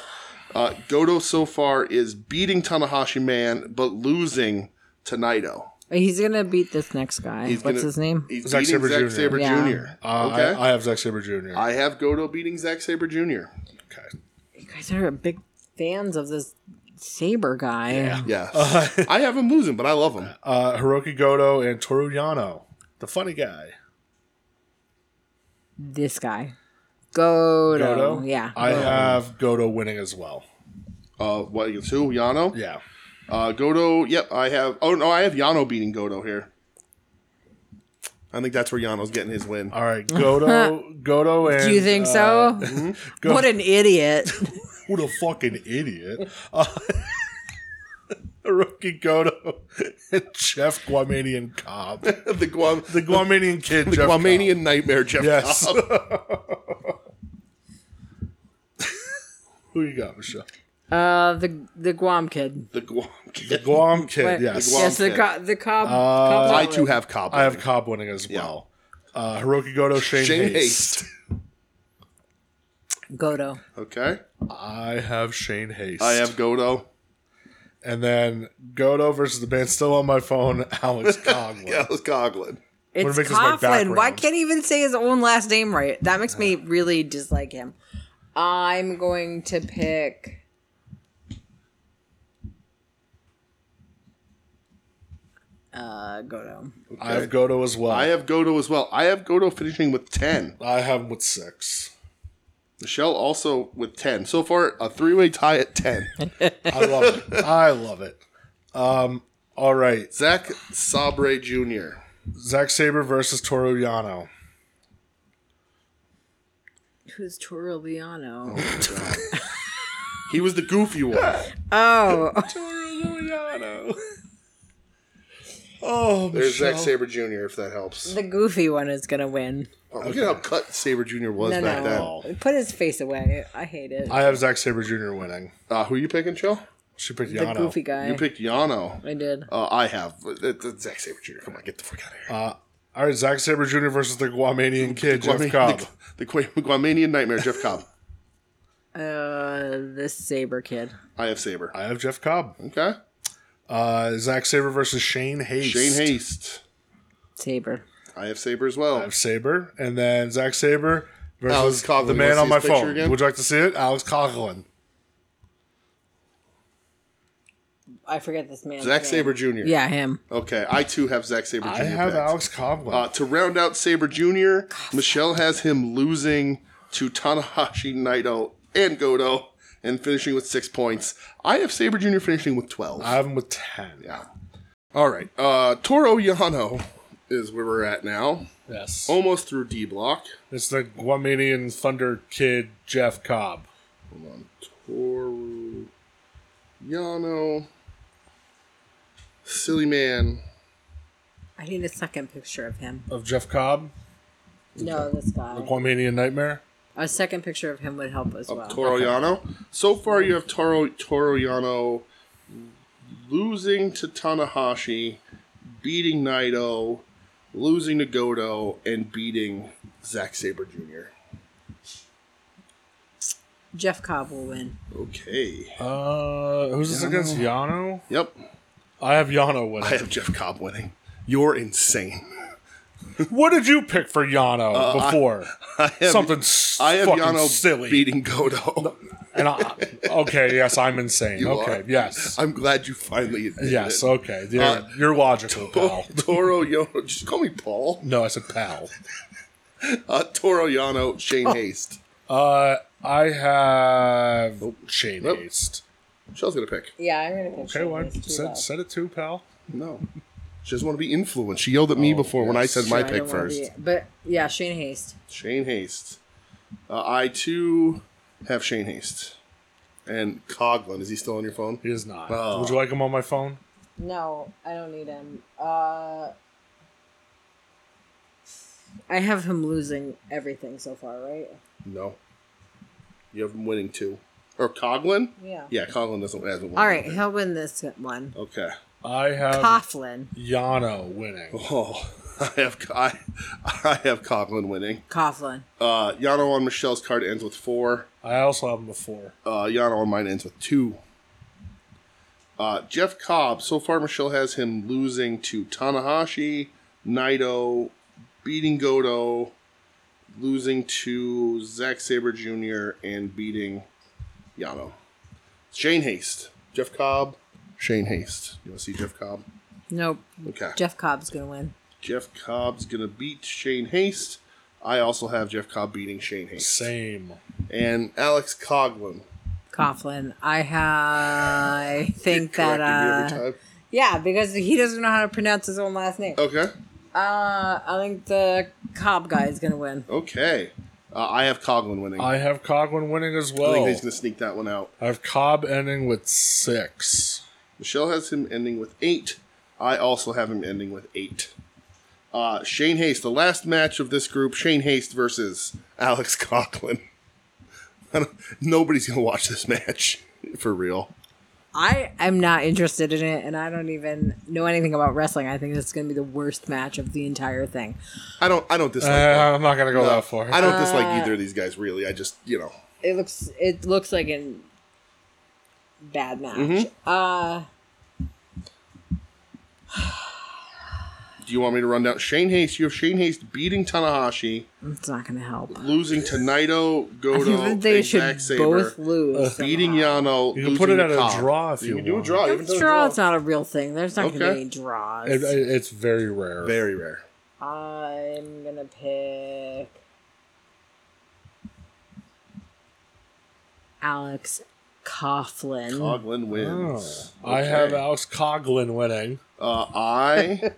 Speaker 1: Uh, Goto so far is beating Tanahashi Man, but losing to Naito.
Speaker 3: He's gonna beat this next guy.
Speaker 1: He's
Speaker 3: What's
Speaker 1: gonna-
Speaker 3: his name?
Speaker 1: He's
Speaker 2: Zack
Speaker 1: beating
Speaker 2: Sabre
Speaker 1: Zack
Speaker 2: Jr..
Speaker 1: Saber Jr.
Speaker 3: Yeah.
Speaker 2: Uh,
Speaker 1: okay.
Speaker 2: I, I have Zack Saber Jr.
Speaker 1: I have Goto beating Zack Saber Jr.
Speaker 2: okay.
Speaker 3: You guys are big fans of this saber guy.
Speaker 1: Yes, I have him losing, but I love him.
Speaker 2: Uh, Hiroki Goto and Toru Yano, the funny guy.
Speaker 3: This guy. Godo.
Speaker 2: Goto.
Speaker 3: Yeah.
Speaker 2: I have Goto winning as well.
Speaker 1: Uh, what against who? Yano.
Speaker 2: Yeah.
Speaker 1: Uh, Goto. Yep, I have. Oh no, I have Yano beating Goto here. I think that's where Yano's getting his win.
Speaker 2: All right. Goto. Goto and. uh,
Speaker 3: Do you think
Speaker 1: uh,
Speaker 3: so?
Speaker 1: mm-hmm.
Speaker 2: Go-
Speaker 3: What an idiot.
Speaker 2: What a fucking idiot. Uh, Hiroki Goto and Jeff Guamanian Cobb.
Speaker 1: the Guam,
Speaker 2: The Guamanian kid.
Speaker 1: the
Speaker 2: Jeff Cobb.
Speaker 1: Guamanian nightmare, Jeff.
Speaker 2: Yes.
Speaker 1: Cobb.
Speaker 2: Who you got, Michelle?
Speaker 3: Uh, the the Guam kid.
Speaker 1: the Guam.
Speaker 2: The Guam kid.
Speaker 3: Wait,
Speaker 2: yes.
Speaker 1: Guam
Speaker 3: yes, the
Speaker 1: kid. Uh,
Speaker 3: co- the cob. cob
Speaker 1: I too have Cobb.
Speaker 2: I have Cobb winning as well. Uh, Hiroki Goto, Shane,
Speaker 1: Shane
Speaker 2: Haste.
Speaker 1: Haste.
Speaker 3: Godo.
Speaker 1: Okay.
Speaker 2: I have Shane Haste.
Speaker 1: I have Goto.
Speaker 2: And then Goto versus the band still on my phone, Alex Coglin.
Speaker 1: Alice Coglin.
Speaker 3: It's
Speaker 2: make this my
Speaker 3: Coughlin. Why
Speaker 2: background.
Speaker 3: can't he even say his own last name right? That makes me really dislike him. I'm going to pick. Uh, Godo.
Speaker 2: I have Goto as well.
Speaker 1: I have Godo as well. I have Godo finishing with 10.
Speaker 2: I have him with six.
Speaker 1: Michelle also with 10. So far, a three way tie at 10.
Speaker 2: I love it. I love it. Um, all right.
Speaker 1: Zach Sabre Jr.
Speaker 2: Zack Sabre versus Toru Yano.
Speaker 3: Who's Torelliano?
Speaker 1: He was the goofy one.
Speaker 3: Oh,
Speaker 2: Toru Yano. Oh,
Speaker 1: There's
Speaker 2: Michelle.
Speaker 1: Zack Sabre Jr., if that helps.
Speaker 3: the goofy one is gonna win.
Speaker 1: Oh, look at how cut Sabre Jr. was
Speaker 3: No,
Speaker 1: back
Speaker 3: no, put his face away. I hate it.
Speaker 2: I have Zack Sabre Jr. winning.
Speaker 1: then. Uh, who you picking, Michelle?
Speaker 2: She picked
Speaker 3: the
Speaker 2: Yano.
Speaker 3: goofy
Speaker 1: You
Speaker 3: guy.
Speaker 1: picked Yano.
Speaker 3: I did.
Speaker 1: Uh, I have. It's it's Zack Sabre Jr. Come on, get the fuck out of
Speaker 2: Uh,
Speaker 1: here.
Speaker 2: All right, Zack Sabre Jr. versus the Guamanian kid, Jeff Cobb.
Speaker 1: The, the Gu- Guamanian Nightmare, Jeff Cobb.
Speaker 3: Uh, the saber kid.
Speaker 1: I have Sabre.
Speaker 2: I have Jeff Cobb.
Speaker 1: Okay.
Speaker 2: Uh, Zack Sabre versus Shane Hayes.
Speaker 1: Shane Haste.
Speaker 3: Saber.
Speaker 1: I have Sabre as well.
Speaker 2: I have Sabre. And then Zack Sabre
Speaker 1: Alex
Speaker 2: versus
Speaker 1: Coughlin.
Speaker 2: the
Speaker 1: You
Speaker 2: man
Speaker 1: wanna
Speaker 2: on
Speaker 1: see
Speaker 2: my
Speaker 1: his picture
Speaker 2: phone.
Speaker 1: again?
Speaker 2: Would you like to see it? Alex Coughlin.
Speaker 3: I forget this man.
Speaker 1: Zack Sabre Jr.
Speaker 3: Yeah, him.
Speaker 1: Okay, I too have Zack Sabre Jr.
Speaker 2: I have
Speaker 1: picked.
Speaker 2: Alex Coughlin.
Speaker 1: Uh, to round out Saber Jr., Michelle has him losing to Tanahashi, Naito, and Goto, and finishing with six points. I have Saber Jr. finishing with twelve.
Speaker 2: I have him with 10.
Speaker 1: yeah. All right. Uh, Toro Yano is where we're at now.
Speaker 2: Yes.
Speaker 1: Almost through D block.
Speaker 2: It's the Guamanian Thunder Kid, Jeff Cobb.
Speaker 1: Hold on. Toro Yano. Silly man.
Speaker 3: I need a second picture of him.
Speaker 2: Of Jeff Cobb,
Speaker 3: No, this guy.
Speaker 2: Guamanian Nightmare.
Speaker 3: A second picture of him would help as well.
Speaker 1: Toro Yano. So far, you have Toro Toro Yano losing to Tanahashi, beating Naito, losing to Goto, and beating Zack Saber Jr.
Speaker 3: Jeff Cobb will win.
Speaker 1: Okay.
Speaker 2: Uh, who's this against? Yano?
Speaker 1: Yep.
Speaker 2: I have Yano
Speaker 1: I
Speaker 2: winning.
Speaker 1: have Jeff Cobb winning. You're insane.
Speaker 2: what did you pick for Yano before?
Speaker 1: Uh, I have,
Speaker 2: Something s-
Speaker 1: I have
Speaker 2: fucking
Speaker 1: Yano
Speaker 2: silly.
Speaker 1: beating Goto.
Speaker 2: and I, okay, yes, I'm insane. okay,
Speaker 1: are.
Speaker 2: yes.
Speaker 1: I'm glad you finally admitted
Speaker 2: yes,
Speaker 1: it.
Speaker 2: okay. You're,
Speaker 1: Uh,
Speaker 2: you're logical, pal.
Speaker 1: Toro Yano, just call me Paul.
Speaker 2: No, I said pal.
Speaker 1: Uh, Toro Yano, Shane Haste.
Speaker 2: Uh, I have Shane
Speaker 1: Oh. Nope.
Speaker 2: Haste.
Speaker 1: Michelle's gonna pick.
Speaker 3: Yeah, I'm gonna picture
Speaker 2: Okay, well, set, set it too, pal.
Speaker 1: No. She doesn't want to be influenced. She yelled at
Speaker 3: Oh,
Speaker 1: me before when I
Speaker 2: yes.
Speaker 1: said my pick first.
Speaker 3: but yeah, Shane Haste.
Speaker 1: Shane Haste. Uh, I too have Shane Haste. And Coglin, is he still on your phone?
Speaker 2: He is not.
Speaker 1: Oh.
Speaker 2: Would you like him on my phone?
Speaker 3: No, I don't need him. Uh, I have him losing everything so far, right?
Speaker 1: No. You have him winning too. Or Coglin?
Speaker 3: Yeah.
Speaker 1: Yeah, Coglin doesn't hasn't won.
Speaker 3: All right, he'll win this one.
Speaker 1: Okay.
Speaker 2: I
Speaker 1: Um,
Speaker 2: have
Speaker 3: Coughlin.
Speaker 2: Yano winning.
Speaker 1: Oh, I have I, I have Coglin winning.
Speaker 3: Coughlin.
Speaker 1: Uh, Yano on Michelle's card ends with four.
Speaker 2: I also have him before.
Speaker 1: Uh, Yano on mine ends with two. Uh, Jeff Cobb, so far Michelle has him losing to Tanahashi, Naito, beating Goto, losing to Zack Sabre Jr., and beating Yano. Shane Haste. Jeff Cobb, Shane Haste. You want to see Jeff Cobb?
Speaker 3: Nope.
Speaker 1: Okay.
Speaker 3: Jeff Cobb's gonna win.
Speaker 1: Jeff Cobb's going to beat Shane Haste. I also have Jeff Cobb beating Shane Haste.
Speaker 2: Same.
Speaker 1: And Alex Coglin.
Speaker 3: Coughlin. I ha- I think that
Speaker 1: Correcting
Speaker 3: uh
Speaker 1: me every time.
Speaker 3: yeah, because he doesn't know how to pronounce his own last name.
Speaker 1: Okay.
Speaker 3: Uh, I think the Cobb guy is gonna win.
Speaker 1: Okay. Uh, I have Coglin winning. I,
Speaker 2: I have Coglin winning as well. I,
Speaker 1: think he's going to sneak that one out.
Speaker 2: have Cobb ending with six.
Speaker 1: Michelle has him ending with eight. I also have him ending with eight. Uh, Shane Haste, the last match of this group, Shane Haste versus Alex Coughlin. I don't- Nobody's going to watch this match for real.
Speaker 3: I am not interested in it, and I don't even know anything about wrestling. I think this is gonna be the worst match of the entire thing.
Speaker 1: I don't. I don't dislike.
Speaker 2: Uh, I'm not gonna go that far.
Speaker 1: I don't dislike
Speaker 3: Uh.
Speaker 1: either of these guys really. I just you know.
Speaker 3: It looks it looks like a
Speaker 1: Mm-hmm.
Speaker 3: bad match. Uh,
Speaker 1: Do you want me to run down Shane Haste? You have Shane Haste beating Tanahashi,
Speaker 3: It's not going to help.
Speaker 1: losing to Naito,
Speaker 3: I
Speaker 1: Goto,
Speaker 3: think they
Speaker 1: and
Speaker 3: should
Speaker 1: Zack Saber,
Speaker 3: both lose.
Speaker 1: beating Yano.
Speaker 2: You can put it
Speaker 1: losing
Speaker 2: at a
Speaker 1: Nakao.
Speaker 2: draw if
Speaker 1: you
Speaker 2: you
Speaker 1: can do a
Speaker 2: want.
Speaker 1: draw. You
Speaker 3: If
Speaker 1: can
Speaker 3: it's
Speaker 1: do a
Speaker 3: draw,
Speaker 1: draw.
Speaker 3: it's not a real thing. There's not going to
Speaker 1: Okay. uh,
Speaker 3: be any draws.
Speaker 2: It- it- it's very rare.
Speaker 1: Very rare.
Speaker 3: I'm going to pick Alex Coughlin.
Speaker 1: Coughlin
Speaker 2: Oh.
Speaker 1: wins.
Speaker 2: I have
Speaker 1: Okay.
Speaker 2: Alex Coglin winning.
Speaker 1: Uh, I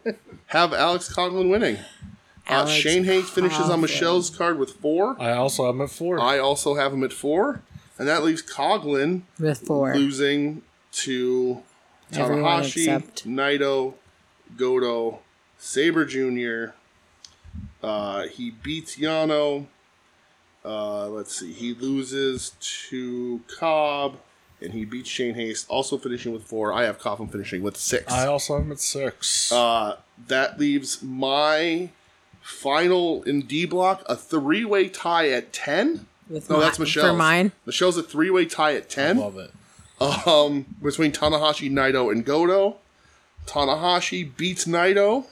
Speaker 1: have Alex Coughlin winning. Uh,
Speaker 3: Alex
Speaker 1: Shane Hayes finishes on
Speaker 3: Coughlin.
Speaker 1: Michelle's card with four.
Speaker 2: I also am at four.
Speaker 1: I also have him at four, and that leaves Coughlin
Speaker 3: with four.
Speaker 1: losing to
Speaker 3: Everyone
Speaker 1: Tanahashi,
Speaker 3: except-
Speaker 1: Naito, Goto, Saber Jr. Uh, he beats Yano. Uh, let's see. He loses to Cobb, and he beats Shane Haste, also finishing with four. I have Coughlin finishing with six.
Speaker 2: I also am at six.
Speaker 1: Uh, that leaves my final in D block a three way tie at 10.
Speaker 3: With
Speaker 1: No,
Speaker 3: mi-
Speaker 1: that's Michelle's.
Speaker 3: For mine.
Speaker 1: Michelle's a three way tie at 10
Speaker 2: Love it.
Speaker 1: um, between Tanahashi, Naito, and Goto. Tanahashi beats Naito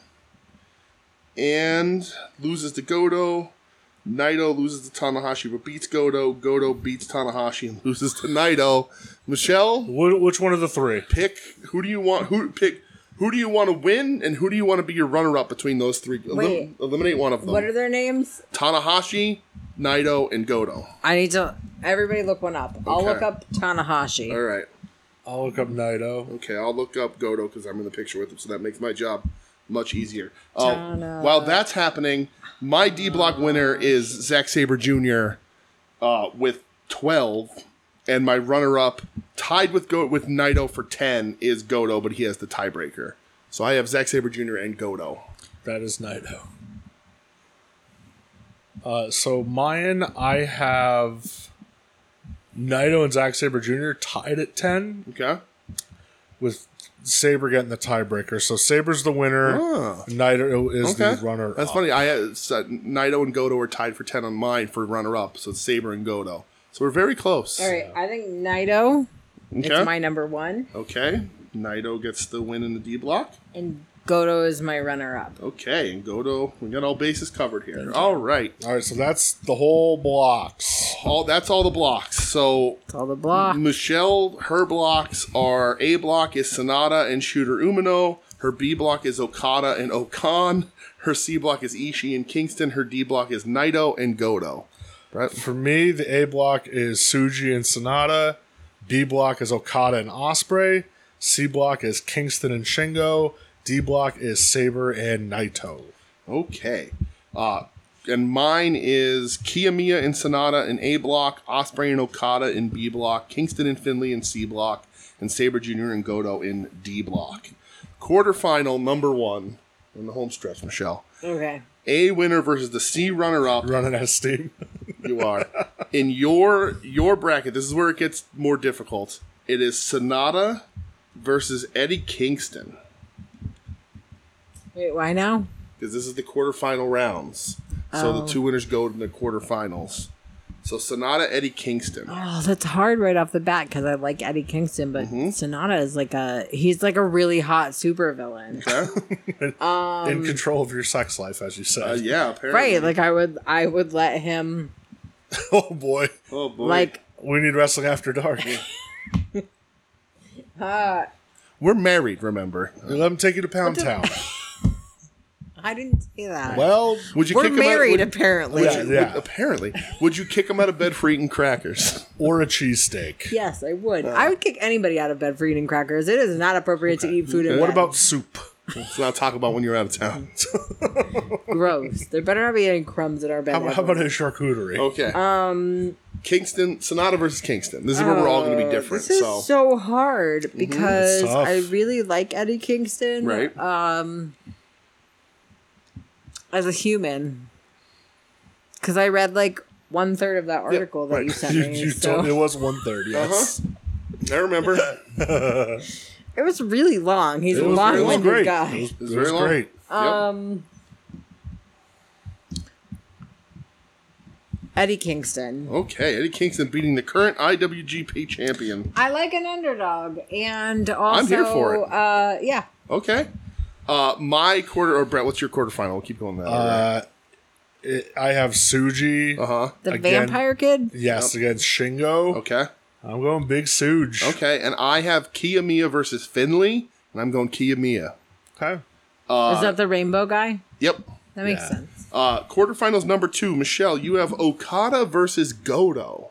Speaker 1: and loses to Goto. Naito loses to Tanahashi but beats Goto. Goto beats Tanahashi and loses to Naito. Michelle,
Speaker 2: Wh- which one of the three?
Speaker 1: pick who do you want? Who pick? Who do you want to win and who do you want to be your runner-up between those three? Elim-
Speaker 3: Wait.
Speaker 1: eliminate one of them.
Speaker 3: What are their names?
Speaker 1: Tanahashi, Naito, and Goto.
Speaker 3: I need to. Everybody look one up. I'll
Speaker 1: Okay.
Speaker 3: look up Tanahashi.
Speaker 1: All right.
Speaker 2: I'll look up Naito.
Speaker 1: Okay, I'll look up Godo because I'm in the picture with him, so that makes my job much easier. Oh,
Speaker 3: uh,
Speaker 1: while that's happening, my D block winner is Zack Saber Jr. Uh, with 12, and my runner up, tied with Go- with Naito for 10, is Godo, but he has the tiebreaker. So I have Zack Saber Jr. and Godo.
Speaker 2: That is Naito. Uh, so mine, I have Naito and Zack Saber Jr. tied at ten
Speaker 1: Okay.
Speaker 2: with Saber getting the tiebreaker. So Saber's the winner.
Speaker 1: Ah.
Speaker 2: Naito is
Speaker 1: Okay.
Speaker 2: the runner.
Speaker 1: That's funny. I uh, so Naito and Godo are tied for 10 on mine for runner up, so it's Saber and Godo. So we're very close.
Speaker 3: All right, I think Naito
Speaker 1: Okay.
Speaker 3: is my number one,
Speaker 1: Okay. Naito gets the win in the D block.
Speaker 3: and Goto is my runner-up.
Speaker 1: Okay, and Godo, we got all bases covered here. All right,
Speaker 2: All right, so that's the whole blocks.
Speaker 1: all that's all the blocks. So
Speaker 3: It's all the block.
Speaker 1: Michelle, her blocks are A block is Sonata and Shooter Umino. Her B block is Okada and Okan. Her C block is Ishii and Kingston. Her D block is Naito and Godo.
Speaker 2: For me, the A block is Suji and Sonata. B block is Okada and Osprey. C block is Kingston and Shingo. D block is Saber and Naito.
Speaker 1: Okay. Uh, and mine is Kiyomiya and Sonata in A block, Osprey and Okada in B block, Kingston and Finley in C block, and Sabre Jr. and Godo in D block. Quarterfinal number one in the home stretch, Michelle.
Speaker 3: Okay,
Speaker 1: A winner versus the C runner up.
Speaker 2: Running out of steam.
Speaker 1: You are. In your your bracket, this is where it gets more difficult. It is Sonata versus Eddie Kingston.
Speaker 3: wait, why now?
Speaker 1: because this is the quarterfinal rounds. So
Speaker 3: Oh.
Speaker 1: the two winners go to the quarterfinals. So Sonata Eddie Kingston.
Speaker 3: Oh, that's hard right off the bat because I like Eddie Kingston, but
Speaker 1: Mm-hmm.
Speaker 3: Sonata is like a he's like a really hot supervillain.
Speaker 1: Okay.
Speaker 3: Um,
Speaker 2: In control of your sex life, as you said.
Speaker 1: Uh, yeah, apparently.
Speaker 3: Right, like I would I would let him
Speaker 2: oh boy.
Speaker 1: oh boy.
Speaker 3: like
Speaker 2: We need wrestling after dark.
Speaker 1: we're married, remember?
Speaker 2: Let him take you to Pound Town.
Speaker 3: I didn't say that.
Speaker 2: well,
Speaker 1: Would you
Speaker 3: We're
Speaker 1: kick him out-
Speaker 3: married
Speaker 1: would-
Speaker 3: apparently.
Speaker 2: Yeah.
Speaker 1: would- apparently. Would you kick him out of bed for eating crackers?
Speaker 2: or a cheesesteak.
Speaker 3: Yes, I would. I would kick anybody out of bed for eating crackers. It is not appropriate to eat food in
Speaker 2: What
Speaker 3: bed.
Speaker 2: about soup?
Speaker 1: Let's not talk about when you're out of town.
Speaker 3: gross? There better not be any crumbs in our bed.
Speaker 2: How, how about a charcuterie?
Speaker 1: Okay. Um Kingston Sonata versus Kingston. This is where we're all gonna be different.
Speaker 3: Oh, this is
Speaker 1: So
Speaker 3: so, hard because
Speaker 2: Mm-hmm. It's tough.
Speaker 3: I really like Eddie Kingston.
Speaker 1: Right.
Speaker 3: Um, as a human, because I read like one third of that article that
Speaker 1: right.
Speaker 3: you sent
Speaker 2: You,
Speaker 3: me.
Speaker 2: you
Speaker 3: so
Speaker 2: told, it was 1.30.
Speaker 1: Uh-huh.
Speaker 2: Yes.
Speaker 3: uh,
Speaker 1: I remember.
Speaker 3: it was really long. He's
Speaker 2: It
Speaker 3: a
Speaker 2: was- it was
Speaker 3: long-winded
Speaker 2: great.
Speaker 3: guy.
Speaker 2: It was,
Speaker 1: was
Speaker 2: it
Speaker 1: very
Speaker 2: was
Speaker 1: long.
Speaker 2: great.
Speaker 1: um,
Speaker 3: um, Eddie Kingston.
Speaker 1: Okay, Eddie Kingston beating the current IWGP champion.
Speaker 3: I like an underdog, and also,
Speaker 1: here for it.
Speaker 3: uh, yeah,
Speaker 1: Okay. Uh, my quarter or Brett, what's your quarterfinal? We'll keep going that. Uh
Speaker 2: It, I have Suji.
Speaker 1: huh.
Speaker 3: The
Speaker 2: Again.
Speaker 3: vampire kid?
Speaker 2: Yes, against Shingo.
Speaker 1: Uh-huh. Okay.
Speaker 2: I'm going big Suge.
Speaker 1: Okay. And I have Kiyomiya versus Finley, and I'm going Kiyomiya.
Speaker 2: Okay.
Speaker 1: uh,
Speaker 3: Is that the rainbow guy?
Speaker 1: Yep.
Speaker 3: That makes
Speaker 2: yeah.
Speaker 3: sense.
Speaker 1: Uh, quarterfinals number two, Michelle. You have Okada versus Goto.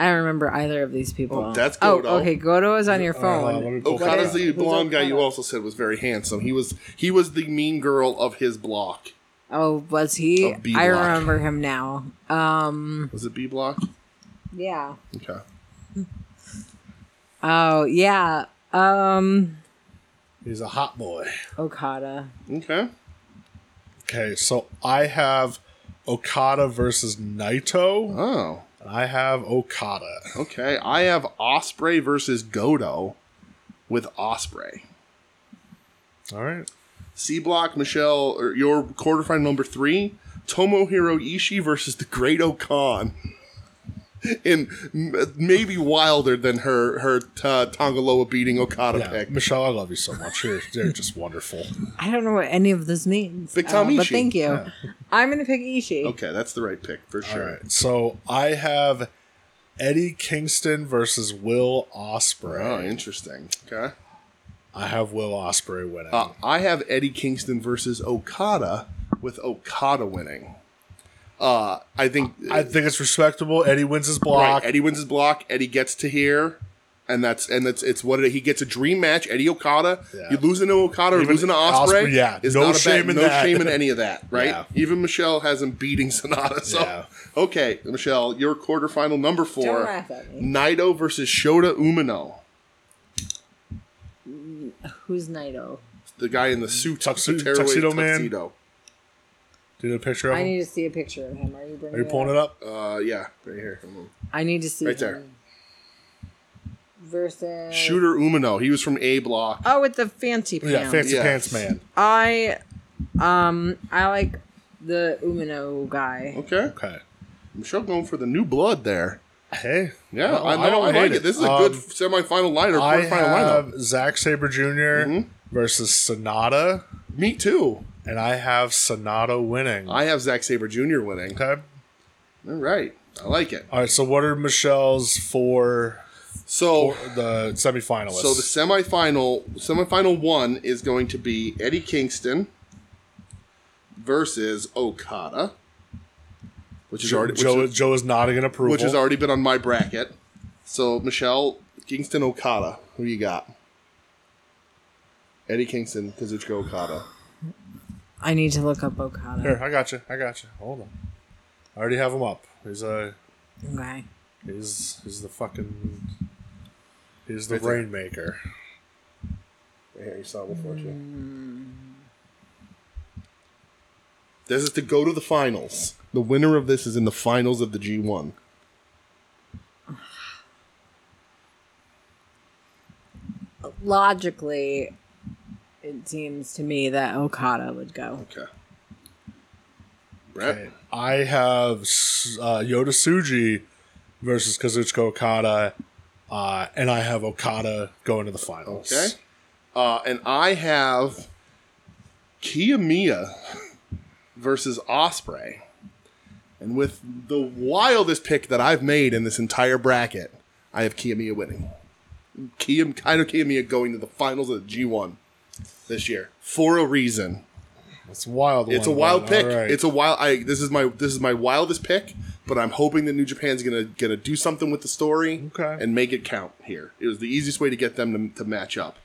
Speaker 3: I don't remember either of these people.
Speaker 1: Oh, that's Godo.
Speaker 3: Oh, okay. Godo is on your
Speaker 2: Uh, let
Speaker 3: phone.
Speaker 2: me pull
Speaker 1: Okada's
Speaker 2: that up.
Speaker 1: the blonde guy you
Speaker 3: Okada?
Speaker 1: also said was very handsome. He was he was the mean girl of his block.
Speaker 3: oh, was he?
Speaker 1: Of B
Speaker 3: I
Speaker 1: block.
Speaker 3: remember him now. Um,
Speaker 1: Was it B block?
Speaker 3: yeah.
Speaker 1: Okay.
Speaker 3: Oh, yeah. Um,
Speaker 2: He's a hot boy.
Speaker 3: Okada.
Speaker 1: Okay.
Speaker 2: Okay, so I have Okada versus Naito.
Speaker 1: Oh.
Speaker 2: And I have Okada.
Speaker 1: Okay. I have Osprey versus Godo with Osprey.
Speaker 2: All right.
Speaker 1: C block, Michelle, or your quarterfinal number three, Tomohiro Ishii versus the Great Okan. And m- maybe wilder than her her uh, Tongaloa beating Okada
Speaker 2: Yeah,
Speaker 1: pick.
Speaker 2: Michelle, I love you so much. You're, you're just wonderful.
Speaker 3: I don't know what any of this means.
Speaker 1: Pick Tom
Speaker 3: but
Speaker 1: Ishii.
Speaker 3: thank you. I'm going to pick Ishii.
Speaker 1: Okay, that's the right pick for
Speaker 2: All
Speaker 1: sure.
Speaker 2: right. So I have Eddie Kingston versus Will Osprey.
Speaker 1: Oh, interesting. Okay.
Speaker 2: I have Will Osprey winning.
Speaker 1: Uh, I have Eddie Kingston versus Okada with Okada winning. Uh, I think
Speaker 2: I think it's respectable. Eddie wins his
Speaker 1: right,
Speaker 2: block.
Speaker 1: Eddie wins his block. Eddie gets to here, and that's and that's it's what it, he gets a dream match. Eddie Okada,
Speaker 2: Yeah.
Speaker 1: you losing to Okada, or
Speaker 2: Even
Speaker 1: losing to Osprey,
Speaker 2: Ospreay, yeah, no
Speaker 1: a
Speaker 2: shame
Speaker 1: bad-
Speaker 2: in
Speaker 1: no
Speaker 2: that.
Speaker 1: shame in any of that, right?
Speaker 2: Yeah.
Speaker 1: Even Michelle has him beating Sonata. So
Speaker 2: Yeah.
Speaker 1: okay, Michelle, your quarterfinal number 4
Speaker 3: laugh at me.
Speaker 1: Naito versus Shota Umino,
Speaker 3: Who's Naito?
Speaker 1: the guy in the suit,
Speaker 2: Tuxedo-
Speaker 1: the tearaway
Speaker 2: Mm, tuxedo man?
Speaker 1: tuxedo.
Speaker 2: Do a picture of
Speaker 3: I
Speaker 2: him.
Speaker 3: need to see a picture of him. Are you bringing
Speaker 2: Are you pulling it up?
Speaker 1: Uh, yeah, right here. Hold on.
Speaker 3: I need to see
Speaker 1: Right there.
Speaker 3: him. Versus
Speaker 1: Shooter Umino. He was from A Block.
Speaker 3: Oh, with the fancy pants.
Speaker 2: Yeah, fancy
Speaker 1: Yeah.
Speaker 2: pants man.
Speaker 3: I, um, I like the Umino guy.
Speaker 1: Okay.
Speaker 2: Okay.
Speaker 1: I'm sure going for the new blood there.
Speaker 2: Hey,
Speaker 1: Yeah,
Speaker 2: No,
Speaker 1: I
Speaker 2: I
Speaker 1: know.
Speaker 2: don't
Speaker 1: I, like
Speaker 2: hate
Speaker 1: it.
Speaker 2: it.
Speaker 1: This is a
Speaker 2: Um,
Speaker 1: good semifinal line or
Speaker 2: I
Speaker 1: quarterfinal
Speaker 2: have
Speaker 1: lineup. Mm-hmm.
Speaker 2: Zack Saber junior versus Sonata,
Speaker 1: Me too.
Speaker 2: and I have Sonata winning.
Speaker 1: I have Zack Saber Jr. winning.
Speaker 2: okay.
Speaker 1: All right, I like it.
Speaker 2: All right. So what are Michelle's for
Speaker 1: So,
Speaker 2: the semifinalists?
Speaker 1: so the semifinal, semifinal one is going to be Eddie Kingston versus Okada, which is
Speaker 2: Joe,
Speaker 1: already which
Speaker 2: Joe,
Speaker 1: is-
Speaker 2: Joe is nodding in approval.
Speaker 1: which has already been on my bracket. So Michelle Kingston Okada, who you got? Eddie Kingston, Kazuchika Okada.
Speaker 3: I need to look up Okada.
Speaker 2: Here, I got you. I got you. Hold on. I already have him up. He's a
Speaker 3: Okay.
Speaker 2: he's he's the fucking he's the
Speaker 1: Right there.
Speaker 2: rainmaker.
Speaker 1: Right here, you saw it before too. Mm. This is to go to the finals. The winner of this is in the finals of the G one.
Speaker 3: Logically, it seems to me that Okada would go.
Speaker 1: Okay. Brett.
Speaker 2: Okay. I have S- uh, Yoda Suji versus Kazuchika Okada, uh, and I have Okada going to the finals.
Speaker 1: Okay. Uh, and I have Kiyomiya versus Osprey. And with the wildest pick that I've made in this entire bracket, I have Kiyomiya winning. Kiyom, Kaido Kiyomiya going to the finals of the G1 this year for a reason.
Speaker 2: It's a wild.
Speaker 1: It's a
Speaker 2: one,
Speaker 1: wild
Speaker 2: but
Speaker 1: pick.
Speaker 2: all right.
Speaker 1: It's a wild. I this is my this is my wildest pick, but I'm hoping that New Japan's gonna gonna do something with the story
Speaker 2: Okay.
Speaker 1: and make it count here. It was the easiest way to get them to, to match up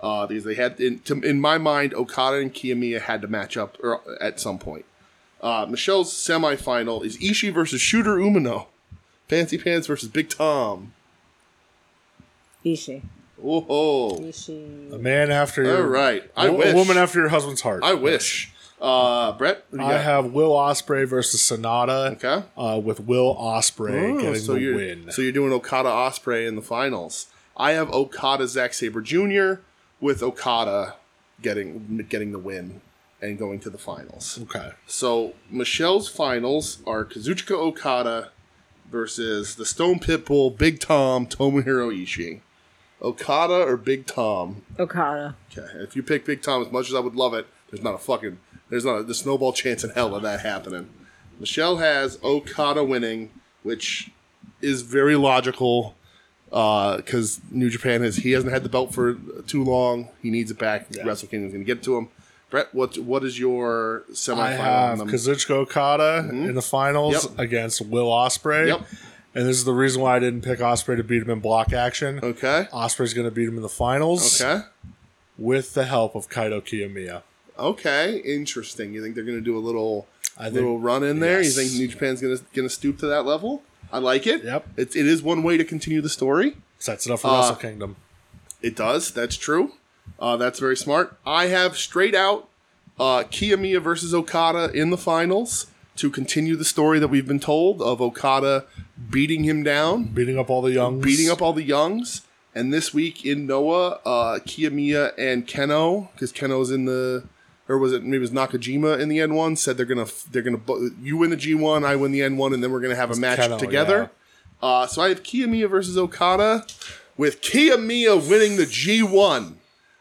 Speaker 1: uh, because they had in, to, in my mind Okada and Kiyomiya had to match up or, at some point. Uh, Michelle's semifinal is Ishii versus Shooter Umino, Fancy Pants versus Big Tom.
Speaker 3: Ishii.
Speaker 1: Oh,
Speaker 2: a
Speaker 3: Ishii.
Speaker 2: man after
Speaker 1: all
Speaker 2: your
Speaker 1: right. I
Speaker 2: wo-
Speaker 1: wish.
Speaker 2: a woman after your husband's heart.
Speaker 1: I wish. Uh, Brett, what do you
Speaker 2: I
Speaker 1: got?
Speaker 2: have Will Osprey versus Sonata.
Speaker 1: Okay.
Speaker 2: Uh, with Will Osprey
Speaker 1: Oh,
Speaker 2: getting
Speaker 1: so
Speaker 2: the
Speaker 1: you're,
Speaker 2: win.
Speaker 1: So you're doing Okada Osprey in the finals. I have Okada Zack Saber Jr. with Okada getting getting the win and going to the finals.
Speaker 2: okay.
Speaker 1: So Michelle's finals are Kazuchika Okada versus the Stone Pitbull, Big Tom, Tomohiro Ishii. Okada or Big Tom?
Speaker 3: Okada.
Speaker 1: Okay, if you pick Big Tom, as much as I would love it, there's not a fucking there's not a, the snowball chance in hell of that happening. Michelle has Okada winning, which is very logical because New Japan has he hasn't had the belt for too long. He needs it back. Wrestle Kingdom's going to get to him. Brett, what what is your semifinal?
Speaker 2: I have
Speaker 1: num-
Speaker 2: Kazuchika Okada in the finals
Speaker 1: Mm-hmm. Yep.
Speaker 2: against Will Osprey.
Speaker 1: Yep.
Speaker 2: And this is the reason why I didn't pick Osprey to beat him in block action.
Speaker 1: okay,
Speaker 2: Osprey's going to beat him in the finals
Speaker 1: okay,
Speaker 2: with the help of Kaito Kiyomiya.
Speaker 1: okay. Interesting. You think they're going to do a little
Speaker 2: I think-
Speaker 1: little run in there?
Speaker 2: yes.
Speaker 1: You think New Japan's going to going to stoop to that level? I like it.
Speaker 2: Yep.
Speaker 1: It's it is one way to continue the story.
Speaker 2: Sets it up for
Speaker 1: Uh,
Speaker 2: Wrestle Kingdom.
Speaker 1: It does. That's true. Uh, that's very smart. I have straight out uh, Kiyomiya versus Okada in the finals to continue the story that we've been told of Okada beating him down,
Speaker 2: Beating up all the youngs.
Speaker 1: beating up all the youngs. And this week in Noah, uh, Kiyomiya and Keno, because Keno's in the, or was it maybe it was Nakajima in the N one said they're gonna f- they're gonna bu- you win the G one, I win the N one, and then we're gonna have a match
Speaker 2: Keno,
Speaker 1: together. Uh, so I have Kiyomiya versus Okada, with Kiyomiya winning the G one.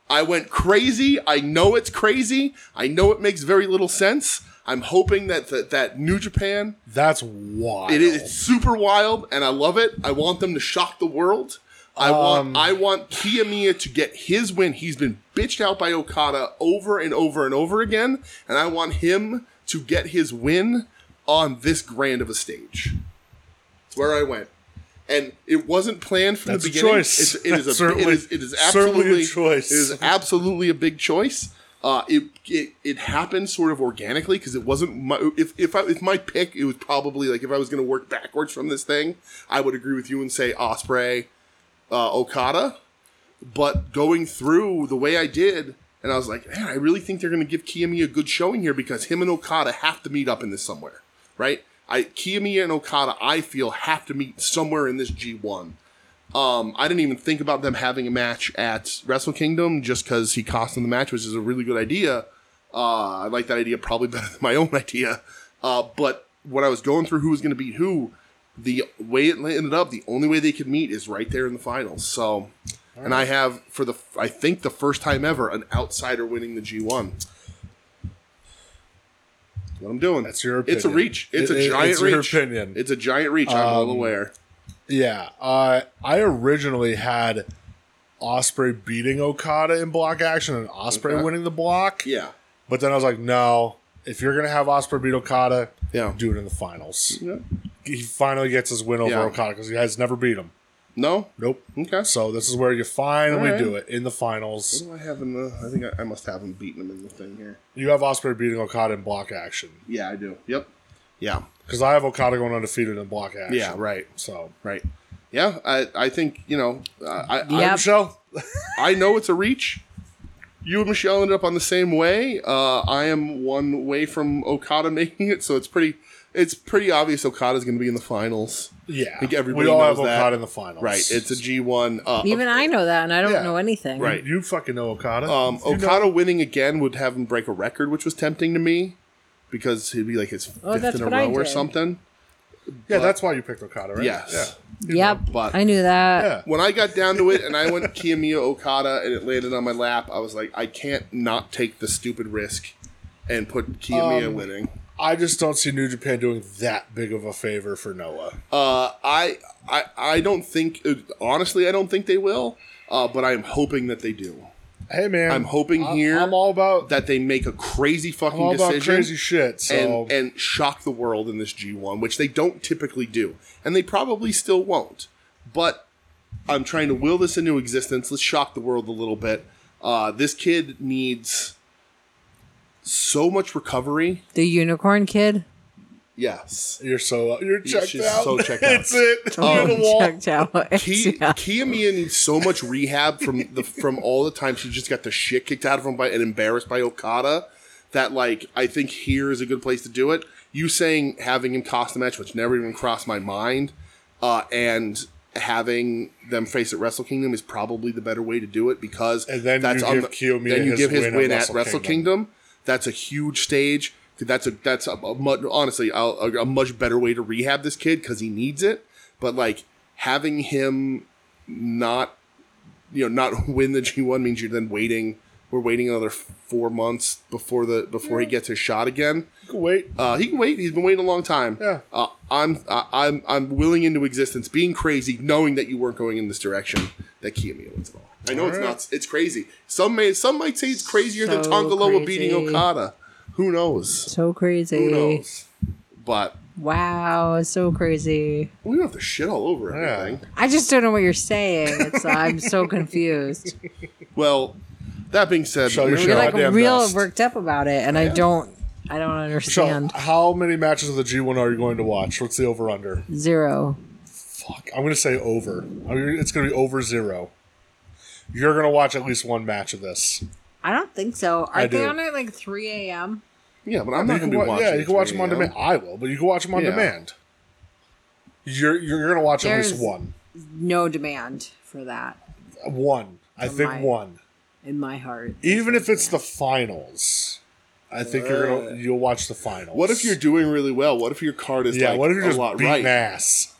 Speaker 1: I went crazy. I know it's crazy. I know it makes very little sense. I'm hoping that that, that New Japan
Speaker 2: That's wild.
Speaker 1: it is it's super wild, and I love it. I want them to shock the world. I want I want Kiyomiya to get his win. He's been bitched out by Okada over and over and over again, and I want him to get his win on this grand of a stage. It's where I went, and it wasn't planned from
Speaker 2: That's a
Speaker 1: the beginning.
Speaker 2: choice.
Speaker 1: It's, it is
Speaker 2: That's
Speaker 1: a it
Speaker 2: certainly-
Speaker 1: is it is
Speaker 2: certainly a
Speaker 1: absolutely
Speaker 2: choice.
Speaker 1: It is absolutely a big choice. Uh, it, it it happened sort of organically because it wasn't my if if, I, if my pick it was probably like if I was going to work backwards from this thing I would agree with you and say Osprey uh, Okada but going through the way I did and I was like man I really think they're going to give Kiyomiya a good showing here because him and Okada have to meet up in this somewhere right I Kiyomiya and Okada I feel have to meet somewhere in this G one um, I didn't even think about them having a match at Wrestle Kingdom just because he cost them the match, which is a really good idea. Uh, I like that idea probably better than my own idea. Uh, but when I was going through who was going to beat who, the way it ended up, the only way they could meet is right there in the finals. So, and I have for the I think the first time ever an outsider winning the G one. What I'm doing?
Speaker 2: That's your
Speaker 1: It's a
Speaker 2: opinion.
Speaker 1: reach. It's
Speaker 2: It-
Speaker 1: a
Speaker 2: it-
Speaker 1: giant
Speaker 2: it's
Speaker 1: reach.
Speaker 2: your opinion. Um,
Speaker 1: It's a giant reach. I'm well aware.
Speaker 2: Yeah, uh, I originally had Osprey beating Okada in block action and Osprey
Speaker 1: Okay.
Speaker 2: winning the block,
Speaker 1: Yeah.
Speaker 2: but then I was like, no, if you're gonna have Osprey beat Okada,
Speaker 1: Yeah.
Speaker 2: do it in the finals.
Speaker 1: Yeah.
Speaker 2: He finally gets his win over
Speaker 1: Yeah.
Speaker 2: Okada because he has never beat him.
Speaker 1: No.
Speaker 2: Nope.
Speaker 1: Okay.
Speaker 2: So this is where you finally
Speaker 1: All right.
Speaker 2: do it in the finals.
Speaker 1: Do I have him? Uh, I think I, I must have him beating him in the thing here.
Speaker 2: You have Osprey beating Okada in block action
Speaker 1: Yeah, I do. Yep. Yeah.
Speaker 2: because I have Okada going undefeated in block action.
Speaker 1: Yeah, right.
Speaker 2: So
Speaker 1: Right. Yeah. I I think you know I I,
Speaker 3: Yep.
Speaker 2: Michelle,
Speaker 1: I know it's a reach. You and Michelle ended up on the same way. Uh, I am one way from Okada making it, so it's pretty it's pretty obvious Okada's going to be in the finals.
Speaker 2: yeah,
Speaker 1: think everybody
Speaker 2: we all
Speaker 1: knows
Speaker 2: have
Speaker 1: that.
Speaker 2: Okada in the finals.
Speaker 1: Right. It's a G one. Uh,
Speaker 3: Even I know that, and I don't
Speaker 2: Yeah.
Speaker 3: know anything.
Speaker 1: Right.
Speaker 2: you fucking know Okada.
Speaker 1: Um,
Speaker 2: You know-
Speaker 1: Okada winning again would have him break a record, which was tempting to me because he'd be like his fifth
Speaker 3: Oh, that's
Speaker 1: in a
Speaker 3: what I
Speaker 1: row or
Speaker 3: did.
Speaker 1: something.
Speaker 2: Yeah, that's why you picked Okada, right?
Speaker 1: Yes.
Speaker 3: Yep.
Speaker 1: But-
Speaker 3: I knew that.
Speaker 2: Yeah.
Speaker 1: when I got down to it and I went Kiyomiya Okada and it landed on my lap, I was like, I can't not take the stupid risk and put Kiyomiya
Speaker 2: Um,
Speaker 1: winning.
Speaker 2: I just don't see New Japan doing that big of a favor for Noah.
Speaker 1: Uh, I, I I don't think honestly I don't think they will, uh, but I'm hoping that they do.
Speaker 2: Hey, man.
Speaker 1: I'm hoping
Speaker 2: I-
Speaker 1: here
Speaker 2: I'm all about
Speaker 1: That they make a crazy fucking
Speaker 2: Oh. I'm all about
Speaker 1: decision.
Speaker 2: crazy shit. So
Speaker 1: and, and shock the world in this G1, which they don't typically do. And they probably still won't. But I'm trying to will this into existence. Let's shock the world a little bit. Uh, this kid needs so much recovery.
Speaker 3: The unicorn kid.
Speaker 1: Yes.
Speaker 2: you're so you're checked
Speaker 1: she's
Speaker 2: out.
Speaker 1: so checked out.
Speaker 2: That's it.
Speaker 1: Oh.
Speaker 2: You're the wall.
Speaker 3: checked out.
Speaker 1: Ki-
Speaker 3: Yeah.
Speaker 1: Kiyomiya needs so much rehab from the from all the time she just got the shit kicked out of him by and embarrassed by Okada that like I think here is a good place to do it. You saying having him cost the match, which never even crossed my mind, uh, and having them face at Wrestle Kingdom is probably the better way to do it because
Speaker 2: And then you give Kiyomiya
Speaker 1: then you
Speaker 2: his
Speaker 1: give his
Speaker 2: win
Speaker 1: win,
Speaker 2: at
Speaker 1: at
Speaker 2: Wrestle
Speaker 1: Wrestle,
Speaker 2: Kingdom.
Speaker 1: Kingdom. That's a huge stage. That's a that's a, a mu- honestly a, a, a much better way to rehab this kid because he needs it. But like having him not you know not win the G one means you're then waiting. We're waiting another four months before the before he gets his shot again.
Speaker 2: Wait.
Speaker 1: Uh, he can wait. He's been waiting a long time.
Speaker 2: Yeah.
Speaker 1: Uh, I'm I, I'm I'm willing into existence, being crazy, knowing that you weren't going in this direction that Kiyomiya wins it all. I know it's
Speaker 2: Alright.
Speaker 1: not. It's crazy. Some may some might say it's crazier than
Speaker 3: So
Speaker 1: Tonka Loa beating
Speaker 3: crazy.
Speaker 1: Okada. Who knows?
Speaker 3: So crazy.
Speaker 1: Who knows? But
Speaker 3: Wow, so crazy.
Speaker 1: we don't have to shit all over
Speaker 2: Yeah.
Speaker 1: everything.
Speaker 3: I just don't know what you're saying. It's, I'm so confused.
Speaker 1: Well, that being said,
Speaker 2: Show
Speaker 1: we're
Speaker 2: your
Speaker 1: sure-
Speaker 3: You're like
Speaker 2: Goddamn
Speaker 3: real
Speaker 2: best.
Speaker 3: worked up about it, and I don't. I don't
Speaker 2: So,
Speaker 3: understand.
Speaker 2: how many matches of the G1 are you going to watch? What's the over under?
Speaker 3: Zero.
Speaker 2: Fuck. I'm going to say over. I mean, it's going to be over zero. You're going to watch at least one match of this.
Speaker 3: I don't think so. Aren't they
Speaker 2: do.
Speaker 3: on at like 3 a.m.?
Speaker 1: yeah, but I'm
Speaker 2: You
Speaker 1: not going
Speaker 2: can
Speaker 1: to be
Speaker 2: wa-
Speaker 1: watching.
Speaker 2: yeah, you can watch them on
Speaker 1: 3 a.m.
Speaker 2: demand. I will, but you can watch them on
Speaker 1: Yeah.
Speaker 2: demand. You're you're, you're going to watch at
Speaker 3: There's-
Speaker 2: least one.
Speaker 3: No demand for that
Speaker 2: One. I think
Speaker 3: my-
Speaker 2: one.
Speaker 3: in my heart.
Speaker 2: Even if it's the finals. I think you're going to you'll watch the finals.
Speaker 1: What if you're doing really well? What if your card is
Speaker 2: Yeah,
Speaker 1: like
Speaker 2: what if you're
Speaker 1: a
Speaker 2: just
Speaker 1: lot
Speaker 2: beating
Speaker 1: right?
Speaker 2: ass?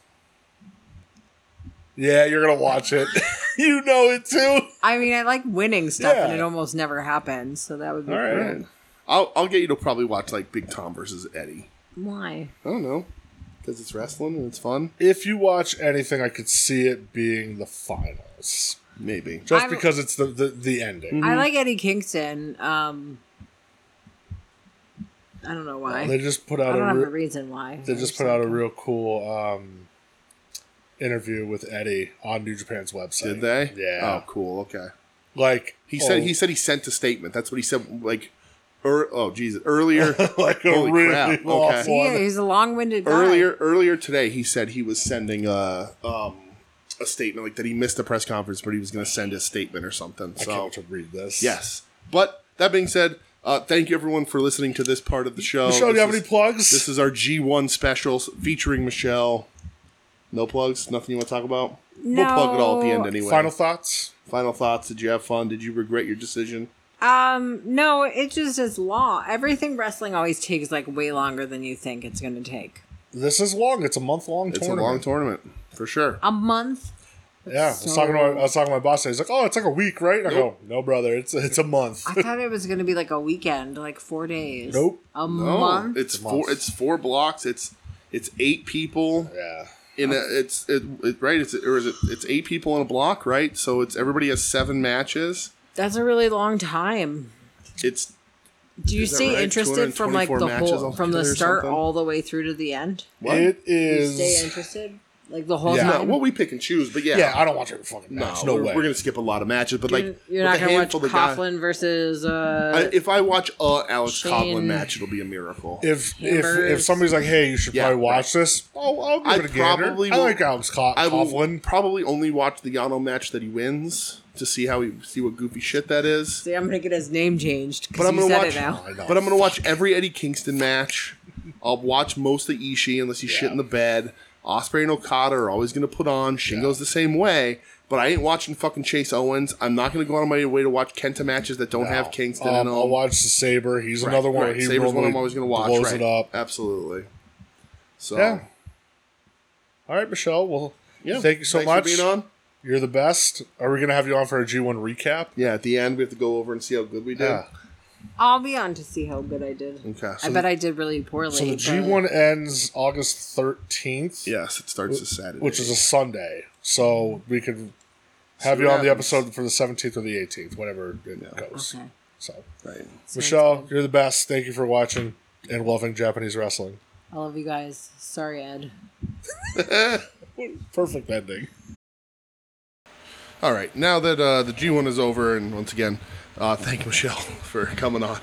Speaker 2: Yeah, you're gonna watch it. you know it too.
Speaker 3: I mean, I like winning stuff, and
Speaker 2: Yeah.
Speaker 3: it almost never happens, so that would be
Speaker 2: All right.
Speaker 3: cool.
Speaker 1: Right. I'll I'll get you to probably watch like Big Tom versus Eddie.
Speaker 3: Why?
Speaker 1: I don't know because it's wrestling and it's fun.
Speaker 2: If you watch anything, I could see it being the finals,
Speaker 1: Maybe
Speaker 2: just
Speaker 3: I'm-
Speaker 2: because it's the the, the ending.
Speaker 3: I like Eddie Kingston. Um, I don't know why.
Speaker 2: They just put
Speaker 3: I
Speaker 2: out
Speaker 3: don't
Speaker 2: a
Speaker 3: have a
Speaker 2: re-
Speaker 3: reason why.
Speaker 2: they just put out a real cool um, interview with Eddie on New Japan's website.
Speaker 1: did they?
Speaker 2: Yeah.
Speaker 1: Oh, cool. Okay.
Speaker 2: Like
Speaker 1: He said
Speaker 2: oh,
Speaker 1: he said he sent a statement. That's what he said. Like, er, oh Jesus, earlier
Speaker 2: like a
Speaker 1: Holy
Speaker 2: really
Speaker 1: crap, okay.
Speaker 2: awful.
Speaker 3: Yeah, he's a long-winded guy.
Speaker 1: earlier earlier today he said he was sending a um a statement like that he missed a press conference, but he was going to send his statement or something.
Speaker 2: I can't
Speaker 1: So
Speaker 2: wait to read this.
Speaker 1: yes, but that being said. Uh, thank you everyone for listening to this part of the show.
Speaker 2: Michelle,
Speaker 1: This
Speaker 2: do you have
Speaker 1: is-
Speaker 2: any plugs?
Speaker 1: This is our G1 special featuring Michelle. No plugs? Nothing you want to talk about? We'll plug it all at the end
Speaker 3: No.
Speaker 1: anyway.
Speaker 2: Final thoughts.
Speaker 1: Final thoughts. Did you have fun? Did you regret your decision?
Speaker 3: Um, no, it just is law. Everything wrestling always takes like way longer than you think it's going to take.
Speaker 2: This is long. It's a month long
Speaker 1: It's
Speaker 2: tournament.
Speaker 1: a long tournament, for sure.
Speaker 3: A month.
Speaker 2: Yeah, I was talking to my, I was talking to my boss. And he's like, "Oh, it's like a week, right?" And I go, "No, brother, it's it's a month."
Speaker 3: I thought it was going to be like a weekend, like four days.
Speaker 2: Nope.
Speaker 3: A
Speaker 1: No,
Speaker 3: month.
Speaker 1: Oh, it's
Speaker 2: A
Speaker 1: four.
Speaker 2: month.
Speaker 1: It's four blocks. It's it's eight people
Speaker 2: yeah,
Speaker 1: in a. It's it, it right. It's or is it? It's eight people in a block, right? So it's everybody has seven matches.
Speaker 3: That's a really long time.
Speaker 1: It's
Speaker 3: Do you
Speaker 1: Is that
Speaker 3: stay
Speaker 1: right?
Speaker 3: interested from like
Speaker 1: 224
Speaker 3: the
Speaker 1: matches
Speaker 3: whole from the
Speaker 1: altogether or
Speaker 3: start
Speaker 1: something?
Speaker 3: all the way through to the end?
Speaker 1: what?
Speaker 2: it
Speaker 3: You stay
Speaker 2: is.
Speaker 3: interested like the whole
Speaker 2: Yeah.
Speaker 1: no,
Speaker 3: time.
Speaker 1: what we pick and choose, but yeah,
Speaker 2: Yeah, I don't watch every fucking
Speaker 1: no,
Speaker 2: match. No,
Speaker 1: we're,
Speaker 2: way.
Speaker 1: we're gonna skip a lot of matches, but like
Speaker 3: You're- you're
Speaker 1: with
Speaker 3: not
Speaker 1: a
Speaker 3: going to
Speaker 1: handful
Speaker 3: watch
Speaker 1: of guys-
Speaker 3: Coughlin versus uh,
Speaker 1: I, if I watch a Alex
Speaker 3: Shane-
Speaker 1: Coughlin match, it'll be a miracle.
Speaker 2: if if
Speaker 3: Hammers.
Speaker 2: if somebody's like, "Hey, you should
Speaker 1: Yeah,
Speaker 2: probably watch this," oh, I'll give
Speaker 1: I
Speaker 2: it a gander.
Speaker 1: probably
Speaker 2: I
Speaker 1: will-
Speaker 2: like Alex Co-
Speaker 1: I will
Speaker 2: Coughlin.
Speaker 1: probably only watch the Yano match that he wins to see how he see what goofy shit that is.
Speaker 3: See, I'm gonna get his name changed
Speaker 1: But
Speaker 3: because
Speaker 1: I'm
Speaker 3: you
Speaker 1: gonna
Speaker 3: said
Speaker 1: watch.
Speaker 3: it now.
Speaker 2: I know.
Speaker 1: But I'm gonna watch every Eddie Kingston match. I'll watch most of Ishii unless he's
Speaker 2: Yeah.
Speaker 1: shit in the bed. Osprey and Okada are always gonna put on. Shingo's the same way. But I ain't watching fucking Chase Owens. I'm not gonna go out of my way to watch Kenta matches that don't have Kingston
Speaker 2: Um,
Speaker 1: in
Speaker 2: I'll
Speaker 1: them.
Speaker 2: watch the Saber. He's
Speaker 1: Right,
Speaker 2: another one.
Speaker 1: right.
Speaker 2: He
Speaker 1: Saber's
Speaker 2: normally
Speaker 1: one I'm always gonna watch.
Speaker 2: Blows
Speaker 1: right.
Speaker 2: it up.
Speaker 1: Absolutely. So
Speaker 2: Yeah. All right, Michelle. Well,
Speaker 1: yeah.
Speaker 2: thank you so
Speaker 1: Thanks
Speaker 2: much.
Speaker 1: for being on.
Speaker 2: You're the best. Are we gonna have you on for a G1 recap?
Speaker 1: Yeah, at the end we have to go over and see how good we did.
Speaker 2: Yeah.
Speaker 3: I'll be on to see how good I did.
Speaker 1: Okay.
Speaker 3: I
Speaker 1: So
Speaker 3: bet I did really poorly.
Speaker 2: So the
Speaker 3: but-
Speaker 2: G one ends August thirteenth,
Speaker 1: yes, it starts this Saturday.
Speaker 2: which is a Sunday. So we could have
Speaker 1: See
Speaker 2: you
Speaker 1: what
Speaker 2: on the
Speaker 1: happens.
Speaker 2: episode for the seventeenth or the eighteenth, whatever it goes.
Speaker 3: Okay.
Speaker 2: So
Speaker 1: right.
Speaker 2: Michelle, you're the best. Thank you for watching and loving Japanese wrestling.
Speaker 3: I love you guys. Sorry, Ed.
Speaker 2: Perfect ending.
Speaker 1: All right, now that uh, the G1 is over, and once again, uh, thank you, Michelle, for coming on.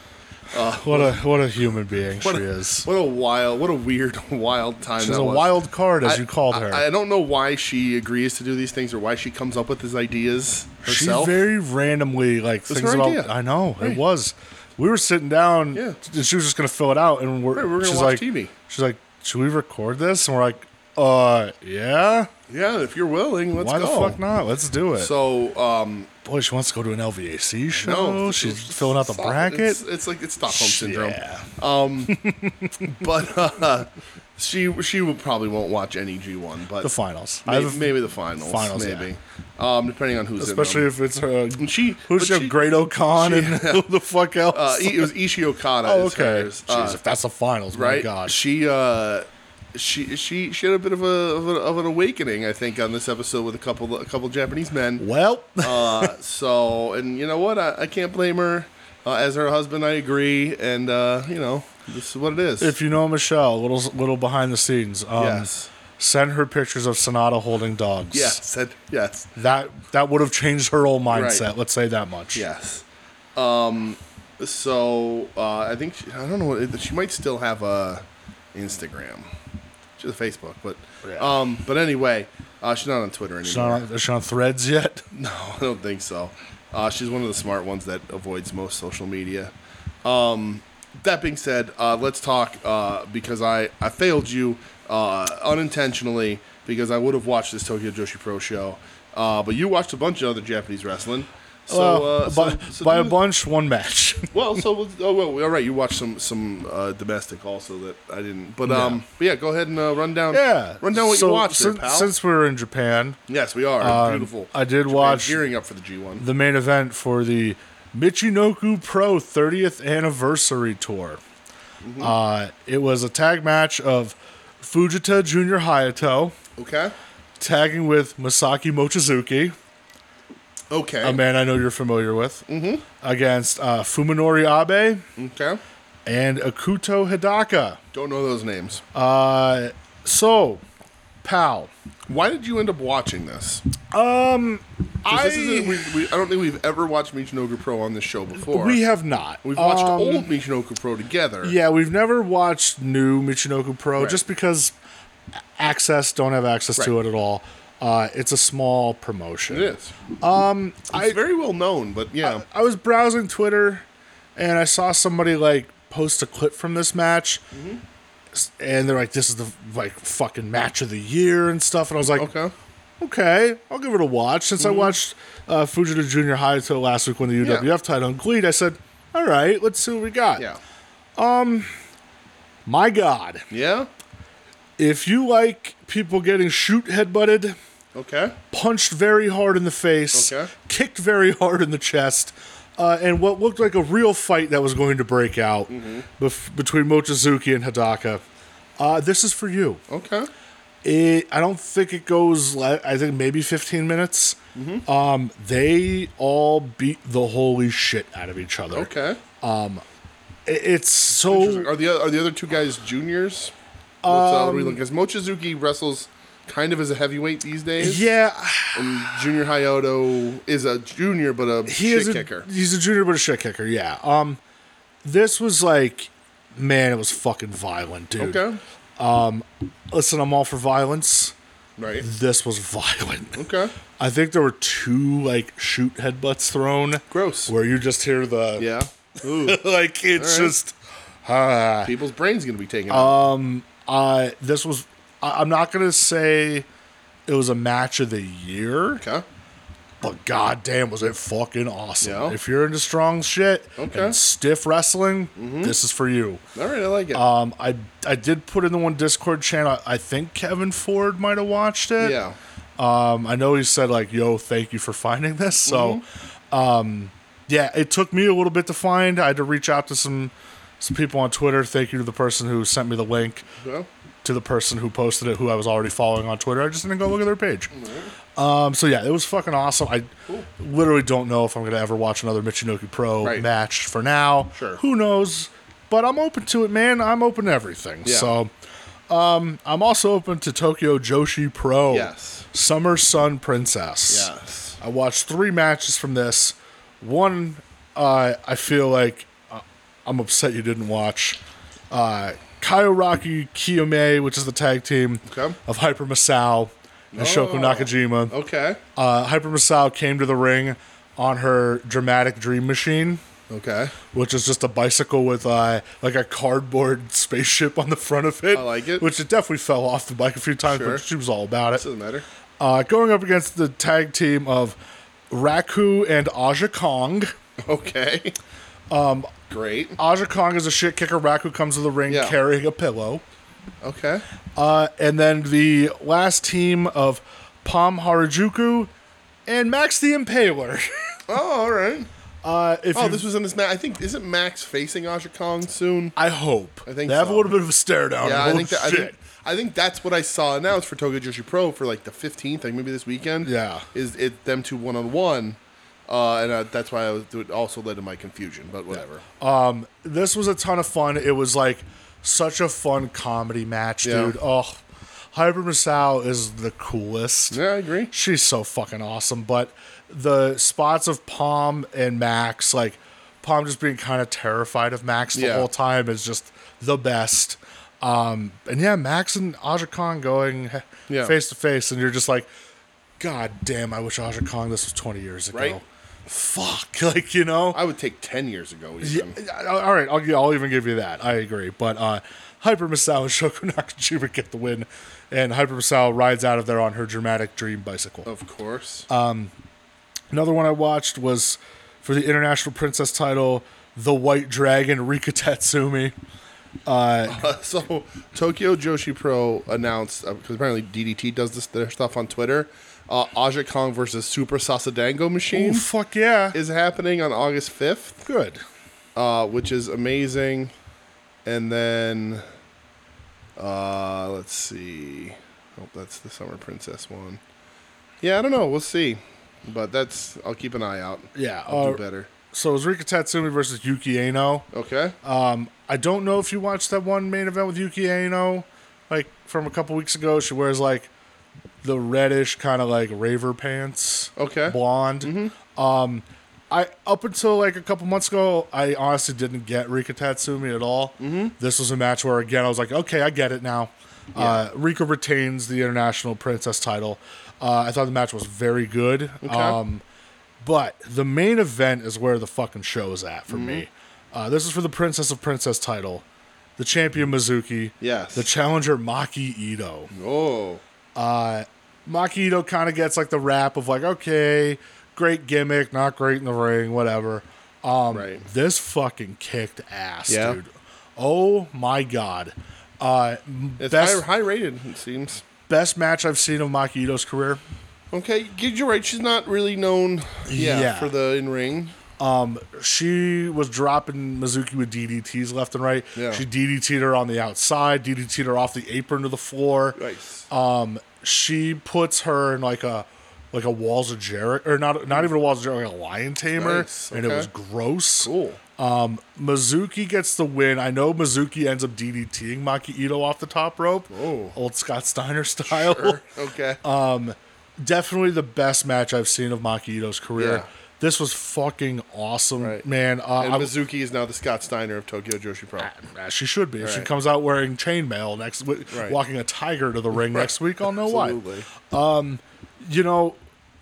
Speaker 2: What a what a human being she is.
Speaker 1: What a wild, what a weird, wild time.
Speaker 2: She's
Speaker 1: that
Speaker 2: a
Speaker 1: was.
Speaker 2: wild card, as
Speaker 1: I-
Speaker 2: you called her.
Speaker 1: I, I don't know why she agrees to do these things or why she comes up with these ideas
Speaker 2: she
Speaker 1: herself.
Speaker 2: very randomly like
Speaker 1: was
Speaker 2: things
Speaker 1: her
Speaker 2: about.
Speaker 1: idea.
Speaker 2: I know it was. We were sitting down.
Speaker 1: Yeah.
Speaker 2: and she was just gonna fill it out, and we're,
Speaker 1: Right, we're gonna
Speaker 2: she's
Speaker 1: watch
Speaker 2: like,
Speaker 1: TV.
Speaker 2: she's like, should we record this? And we're like, uh, yeah.
Speaker 1: yeah, if you're willing, let's
Speaker 2: Why
Speaker 1: go.
Speaker 2: the fuck not? Let's do it.
Speaker 1: So, um,
Speaker 2: boy, she wants to go to an LVAC show. she's filling out the
Speaker 1: Stop-
Speaker 2: bracket.
Speaker 1: It's, it's like it's Stockholm syndrome.
Speaker 2: Yeah.
Speaker 1: But uh, she she will probably won't watch any G one, but
Speaker 2: The finals. I
Speaker 1: Maybe,
Speaker 2: have a-
Speaker 1: maybe the finals.
Speaker 2: Finals,
Speaker 1: maybe. Um, depending on who's
Speaker 2: Especially
Speaker 1: in them.
Speaker 2: if it's her.
Speaker 1: And she
Speaker 2: Who's
Speaker 1: but
Speaker 2: your
Speaker 1: she-
Speaker 2: great O'Con and who the fuck else?
Speaker 1: Uh, I- it was Ishi Okada.
Speaker 2: oh,
Speaker 1: is
Speaker 2: okay.
Speaker 1: hers.
Speaker 2: Jeez,
Speaker 1: Uh,
Speaker 2: if that's the finals, my
Speaker 1: right?
Speaker 2: God.
Speaker 1: She uh, she she she had a bit of a of, a, of an awakening, I think, on this episode with a couple a couple Japanese men.
Speaker 2: Well,
Speaker 1: Uh, so and you know what? I, I can't blame her. Uh, as her husband, I agree, and uh, you know this is what it is.
Speaker 2: if you know Michelle, little little behind the scenes. Um,
Speaker 1: Yes.
Speaker 2: Send her pictures of Sonata holding dogs.
Speaker 1: yes, said yes,
Speaker 2: That that would have changed her whole mindset.
Speaker 1: Right.
Speaker 2: Let's say that much.
Speaker 1: yes. Um, so uh, I think she, I don't know. what- She might still have a Instagram. She's a Facebook, but
Speaker 2: Yeah.
Speaker 1: um, but anyway, uh, she's not on Twitter anymore.
Speaker 2: She's not, on, is she on threads yet?
Speaker 1: No, I don't think so. Uh, she's one of the smart ones that avoids most social media. Um, that being said, uh, let's talk uh, because I, I failed you uh, unintentionally because I would have watched this Tokyo Joshi Pro show, uh, but you watched a bunch of other Japanese wrestling. So,
Speaker 2: well,
Speaker 1: uh,
Speaker 2: by,
Speaker 1: so, so
Speaker 2: by
Speaker 1: do
Speaker 2: a
Speaker 1: the-
Speaker 2: bunch, one match.
Speaker 1: Well, so we'll- oh well, all right. You watched some some uh, domestic also that I didn't, but um, but yeah, go ahead and uh, run down.
Speaker 2: yeah.
Speaker 1: run down what
Speaker 2: So,
Speaker 1: you watched, there,
Speaker 2: since,
Speaker 1: pal.
Speaker 2: since we were in Japan,
Speaker 1: yes, we are beautiful.
Speaker 2: I did
Speaker 1: Japan's
Speaker 2: watch-
Speaker 1: gearing up for the G one.
Speaker 2: the main event for the Michinoku Pro 30th Anniversary Tour.
Speaker 1: Mm-hmm.
Speaker 2: Uh, it was a tag match of Fujita Junior Hayato
Speaker 1: Okay.
Speaker 2: tagging with Masaki Mochizuki,
Speaker 1: Okay.
Speaker 2: a man I know you're familiar with,
Speaker 1: Mm-hmm.
Speaker 2: against uh, Fuminori Abe
Speaker 1: Okay.
Speaker 2: and Akuto Hidaka.
Speaker 1: Don't know those names.
Speaker 2: Uh, so, pal,
Speaker 1: Why did you end up watching this? 'Cause
Speaker 2: um, I
Speaker 1: this isn't- we, we, I don't think we've ever watched Michinoku Pro on this show before.
Speaker 2: we have not.
Speaker 1: We've watched
Speaker 2: Um,
Speaker 1: old Michinoku Pro together.
Speaker 2: Yeah, we've never watched new Michinoku Pro
Speaker 1: Right.
Speaker 2: just because access don't have access to it
Speaker 1: Right.
Speaker 2: at all. Uh, it's a small promotion. Uh,
Speaker 1: It is. Um, it's very well known, but yeah.
Speaker 2: I was browsing Twitter and I saw somebody like post a clip from this match.
Speaker 1: Mm-hmm.
Speaker 2: S- And they're like, this is the like fucking match of the year and stuff. And I was like, okay,
Speaker 1: okay.
Speaker 2: I'll give it a watch. Since I watched uh, Fujita Junior Hayato last week when the
Speaker 1: Mm-hmm. Yeah.
Speaker 2: UWF title on Gleed, I said, all right, let's see what we got.
Speaker 1: Yeah.
Speaker 2: My God.
Speaker 1: Yeah.
Speaker 2: If you like people getting shoot headbutted,
Speaker 1: Okay.
Speaker 2: punched very hard in the face,
Speaker 1: Okay.
Speaker 2: kicked very hard in the chest, uh, and what looked like a real fight that was going to break out
Speaker 1: Mm-hmm.
Speaker 2: bef- between Mochizuki and Hidaka, uh, this is for you.
Speaker 1: Okay.
Speaker 2: It, I don't think it goes. le- I think maybe 15 minutes.
Speaker 1: Mm-hmm.
Speaker 2: Um, they all beat the holy shit out of each other.
Speaker 1: Okay.
Speaker 2: I- it's so
Speaker 1: Are the are the other two guys juniors? What's, uh, what are we looking? Because Mochizuki wrestles kind of as a heavyweight these days.
Speaker 2: yeah.
Speaker 1: And Junior Hayato is a junior, but a
Speaker 2: he
Speaker 1: shit
Speaker 2: is a,
Speaker 1: kicker.
Speaker 2: He's a junior, but a shit kicker. Yeah. Um, this was like, man, it was fucking violent, dude.
Speaker 1: Okay.
Speaker 2: Listen, I'm all for violence.
Speaker 1: Right.
Speaker 2: This was violent.
Speaker 1: Okay.
Speaker 2: I think there were two like shoot headbutts thrown.
Speaker 1: Gross.
Speaker 2: Where you just hear the
Speaker 1: Yeah. Ooh.
Speaker 2: like it's
Speaker 1: All right.
Speaker 2: just ah.
Speaker 1: People's brains gonna be taken. out.
Speaker 2: Uh, this was. I, I'm not gonna say it was a match of the year.
Speaker 1: okay.
Speaker 2: But goddamn, was it fucking awesome!
Speaker 1: Yeah.
Speaker 2: If you're into strong shit
Speaker 1: Okay. Mm-hmm.
Speaker 2: and stiff wrestling, this is for you.
Speaker 1: All right, I like it.
Speaker 2: Um, I I did put in the one Discord channel. I think Kevin Ford might have watched it.
Speaker 1: yeah.
Speaker 2: Um, I know he said like, "Yo, thank you for finding this." So, um,
Speaker 1: Mm-hmm.
Speaker 2: yeah, it took me a little bit to find. I had to reach out to some some people on Twitter. Thank you to the person who sent me the link
Speaker 1: Well,
Speaker 2: to the person who posted it, who I was already following on Twitter. I just didn't go look at their page. Um, so yeah, it was fucking awesome. I literally don't know if I'm gonna ever watch another Michinoku Pro
Speaker 1: Right.
Speaker 2: match for now.
Speaker 1: Sure.
Speaker 2: who knows? But I'm open to it, man. I'm open to everything.
Speaker 1: Yeah.
Speaker 2: So. Um, I'm also open to Tokyo Joshi Pro.
Speaker 1: Yes.
Speaker 2: Summer Sun Princess.
Speaker 1: yes.
Speaker 2: I watched three matches from this. One, uh, I feel like uh, I'm upset you didn't watch. Uh, Kayoraki Kiyome, which is the tag team
Speaker 1: Okay. Oh.
Speaker 2: of Hyper Masao and Shoko Nakajima.
Speaker 1: Okay.
Speaker 2: Uh, Hyper Masao came to the ring on her dramatic dream machine,
Speaker 1: Okay.
Speaker 2: which is just a bicycle with uh, like a cardboard spaceship on the front of it.
Speaker 1: I like it.
Speaker 2: Which it definitely fell off the bike a few times,
Speaker 1: Sure.
Speaker 2: but she was all about it
Speaker 1: Doesn't matter.
Speaker 2: uh, going up against the tag team of Raku and Aja Kong.
Speaker 1: Okay. Um, Great.
Speaker 2: Aja Kong is a shit kicker. Raku comes to the ring
Speaker 1: Yeah.
Speaker 2: carrying a pillow.
Speaker 1: Okay.
Speaker 2: Uh, and then the last team of Palm Harajuku and Max the Impaler.
Speaker 1: Oh, all right.
Speaker 2: Uh, if
Speaker 1: Oh,
Speaker 2: you-
Speaker 1: this was in this match. I think isn't Max facing Aja Kong soon?
Speaker 2: I hope. I
Speaker 1: think
Speaker 2: they have
Speaker 1: so.
Speaker 2: a little bit of a stare down.
Speaker 1: Yeah, I
Speaker 2: Holy
Speaker 1: think, that, I
Speaker 2: shit.
Speaker 1: think I think that's what I saw announced for Tokyo Joshi Pro for like the fifteenth, like maybe this weekend.
Speaker 2: Yeah.
Speaker 1: is it them two one on one, and uh, that's why I was, it also led to my confusion. But whatever.
Speaker 2: Um, this was a ton of fun. It was like such a fun comedy match,
Speaker 1: Yeah.
Speaker 2: dude. Oh, Hyper Masao is the coolest.
Speaker 1: Yeah, I agree.
Speaker 2: She's so fucking awesome. But the spots of Palm and Max, like Palm just being kind of terrified of Max the
Speaker 1: Yeah.
Speaker 2: whole time, is just the best. Um, and yeah, Max and Aja Khan going
Speaker 1: Yeah.
Speaker 2: face to face, and you're just like, God damn, I wish Aja Kong this was 20 years ago.
Speaker 1: Right.
Speaker 2: Fuck. Like, you know?
Speaker 1: I would take ten years ago.
Speaker 2: Yeah,
Speaker 1: Even.
Speaker 2: uh, all right, I'll, gi- I'll even give you that. I agree. But uh, Hyper Masao and Shoko Nakajima get the win, and Hyper Masao rides out of there on her dramatic dream bicycle.
Speaker 1: Of course.
Speaker 2: Uh, Another one I watched was for the International Princess title, The White Dragon, Rika Tatsumi.
Speaker 1: so Tokyo Joshi Pro announced because apparently DDT does this their stuff on Twitter. Uh, Aja Kong versus Super Sasadango Machine
Speaker 2: Oh, fuck yeah.
Speaker 1: is happening on August fifth.
Speaker 2: Good.
Speaker 1: uh, which is amazing. And then, uh, let's see. Oh, that's the Summer Princess one. Yeah, I don't know. We'll see. But that's. I'll keep an eye out.
Speaker 2: Yeah,
Speaker 1: I'll
Speaker 2: uh,
Speaker 1: do better.
Speaker 2: So it was Rika Tatsumi versus Yuki Aino.
Speaker 1: Okay.
Speaker 2: Um, I don't know if you watched that one main event with Yuki Aino, like from a couple weeks ago. She wears like the reddish kind of like raver pants.
Speaker 1: Okay.
Speaker 2: blonde. Um, I up until like a couple months ago, I honestly didn't get Rika Tatsumi at all. Mm-hmm. This was a match where again I was like, okay, I get it now. Uh, Rika retains the international princess title. Uh, I thought the match was very good. Um, but the main event is where the fucking show is at for me.
Speaker 1: Mm-hmm.
Speaker 2: Uh, this is for the Princess of Princess title, the champion Mizuki,
Speaker 1: Yes.
Speaker 2: the challenger Maki Ito.
Speaker 1: oh.
Speaker 2: Maki Ito kind of gets like the rap of like, okay, great gimmick, not great in the ring, whatever. Um,
Speaker 1: Right.
Speaker 2: This fucking kicked ass,
Speaker 1: Yeah.
Speaker 2: dude. Oh my god. Uh, m-
Speaker 1: It's
Speaker 2: best
Speaker 1: high, high rated, it seems.
Speaker 2: best match I've seen of Maki Ito's career.
Speaker 1: Okay. You're right. She's not really known yeah,
Speaker 2: Yeah.
Speaker 1: for the in ring.
Speaker 2: Um, she was dropping Mizuki with DDTs left and right.
Speaker 1: Yeah.
Speaker 2: She DDT'd her on the outside, DDT'd her off the apron to the floor.
Speaker 1: Nice.
Speaker 2: Um, she puts her in like a like a walls of Jericho, or not not even a walls of Jericho, like a lion tamer,
Speaker 1: Nice,
Speaker 2: and it
Speaker 1: okay.
Speaker 2: was gross.
Speaker 1: Cool.
Speaker 2: Um, Mizuki gets the win. I know Mizuki ends up DDTing Maki Ito off the top rope,
Speaker 1: Whoa.
Speaker 2: old Scott Steiner style.
Speaker 1: Okay.
Speaker 2: uh, Definitely the best match I've seen of Maki Ito's career.
Speaker 1: Yeah.
Speaker 2: This was fucking awesome,
Speaker 1: Right.
Speaker 2: man. Uh,
Speaker 1: and
Speaker 2: I-
Speaker 1: Mizuki is now the Scott Steiner of Tokyo Joshi Pro.
Speaker 2: as Uh, she should be. If She
Speaker 1: Right.
Speaker 2: comes out wearing chainmail next, w-
Speaker 1: Right.
Speaker 2: walking a tiger to the ring next week. I'll know why.
Speaker 1: Absolutely.
Speaker 2: you know,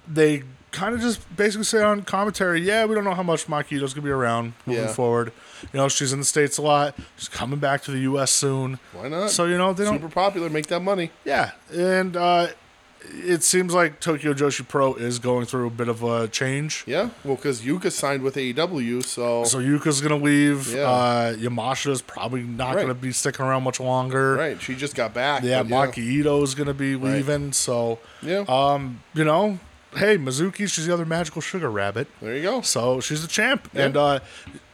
Speaker 2: they kind of just basically say on commentary, yeah, we don't know how much Makito's going to be around moving
Speaker 1: Yeah.
Speaker 2: forward. You know, she's in the States a lot. She's coming back to the U.S. soon.
Speaker 1: Why not?
Speaker 2: So, you know, they don't.
Speaker 1: Super popular. Make that money.
Speaker 2: Yeah. And uh, it seems like Tokyo Joshi Pro is going through a bit of a change.
Speaker 1: Yeah, well, because Yuka signed with AEW, so,
Speaker 2: So Yuka's going to leave.
Speaker 1: Yeah.
Speaker 2: Uh, Yamashita's probably not
Speaker 1: Right.
Speaker 2: going to be sticking around much longer.
Speaker 1: right, she just got back.
Speaker 2: Yeah,
Speaker 1: but
Speaker 2: Maki Ito's going to be leaving. So,
Speaker 1: Yeah,
Speaker 2: um, you know, hey, Mizuki, she's the other magical sugar rabbit.
Speaker 1: there you go.
Speaker 2: So she's the champ, and uh,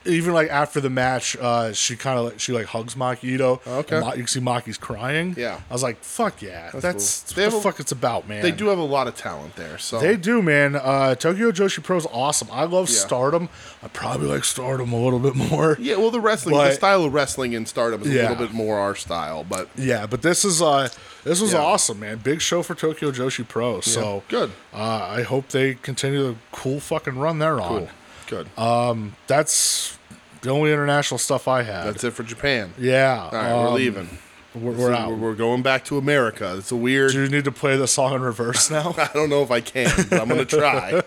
Speaker 2: even like after the match, uh, she kind of she like hugs Maki Ito.
Speaker 1: Okay.
Speaker 2: And Ma- you can see Maki's crying.
Speaker 1: Yeah.
Speaker 2: I was like, fuck yeah, that's,
Speaker 1: cool.
Speaker 2: what
Speaker 1: They
Speaker 2: the
Speaker 1: have a-
Speaker 2: fuck it's about, man.
Speaker 1: They do have a lot of talent there, so
Speaker 2: They do, man. Uh, Tokyo Joshi Pro's awesome. I love
Speaker 1: Yeah.
Speaker 2: Stardom. I probably like Stardom a little bit more.
Speaker 1: yeah. Well, the wrestling, the
Speaker 2: But-
Speaker 1: style of wrestling in Stardom is a
Speaker 2: Yeah.
Speaker 1: little bit more our style, but
Speaker 2: Yeah, but this is uh this was
Speaker 1: Yeah.
Speaker 2: awesome, man. Big show for Tokyo Joshi Pro. So
Speaker 1: Good.
Speaker 2: Uh, I hope they continue the cool fucking run they're on.
Speaker 1: cool, good.
Speaker 2: Um, That's the only international stuff I had.
Speaker 1: That's it for Japan.
Speaker 2: Yeah.
Speaker 1: All right,
Speaker 2: um,
Speaker 1: we're leaving.
Speaker 2: We're,
Speaker 1: So
Speaker 2: we're out.
Speaker 1: We're, we're going back to America. It's a weird.
Speaker 2: Do you need to play the song in reverse now?
Speaker 1: I don't know if I can, but I'm gonna try.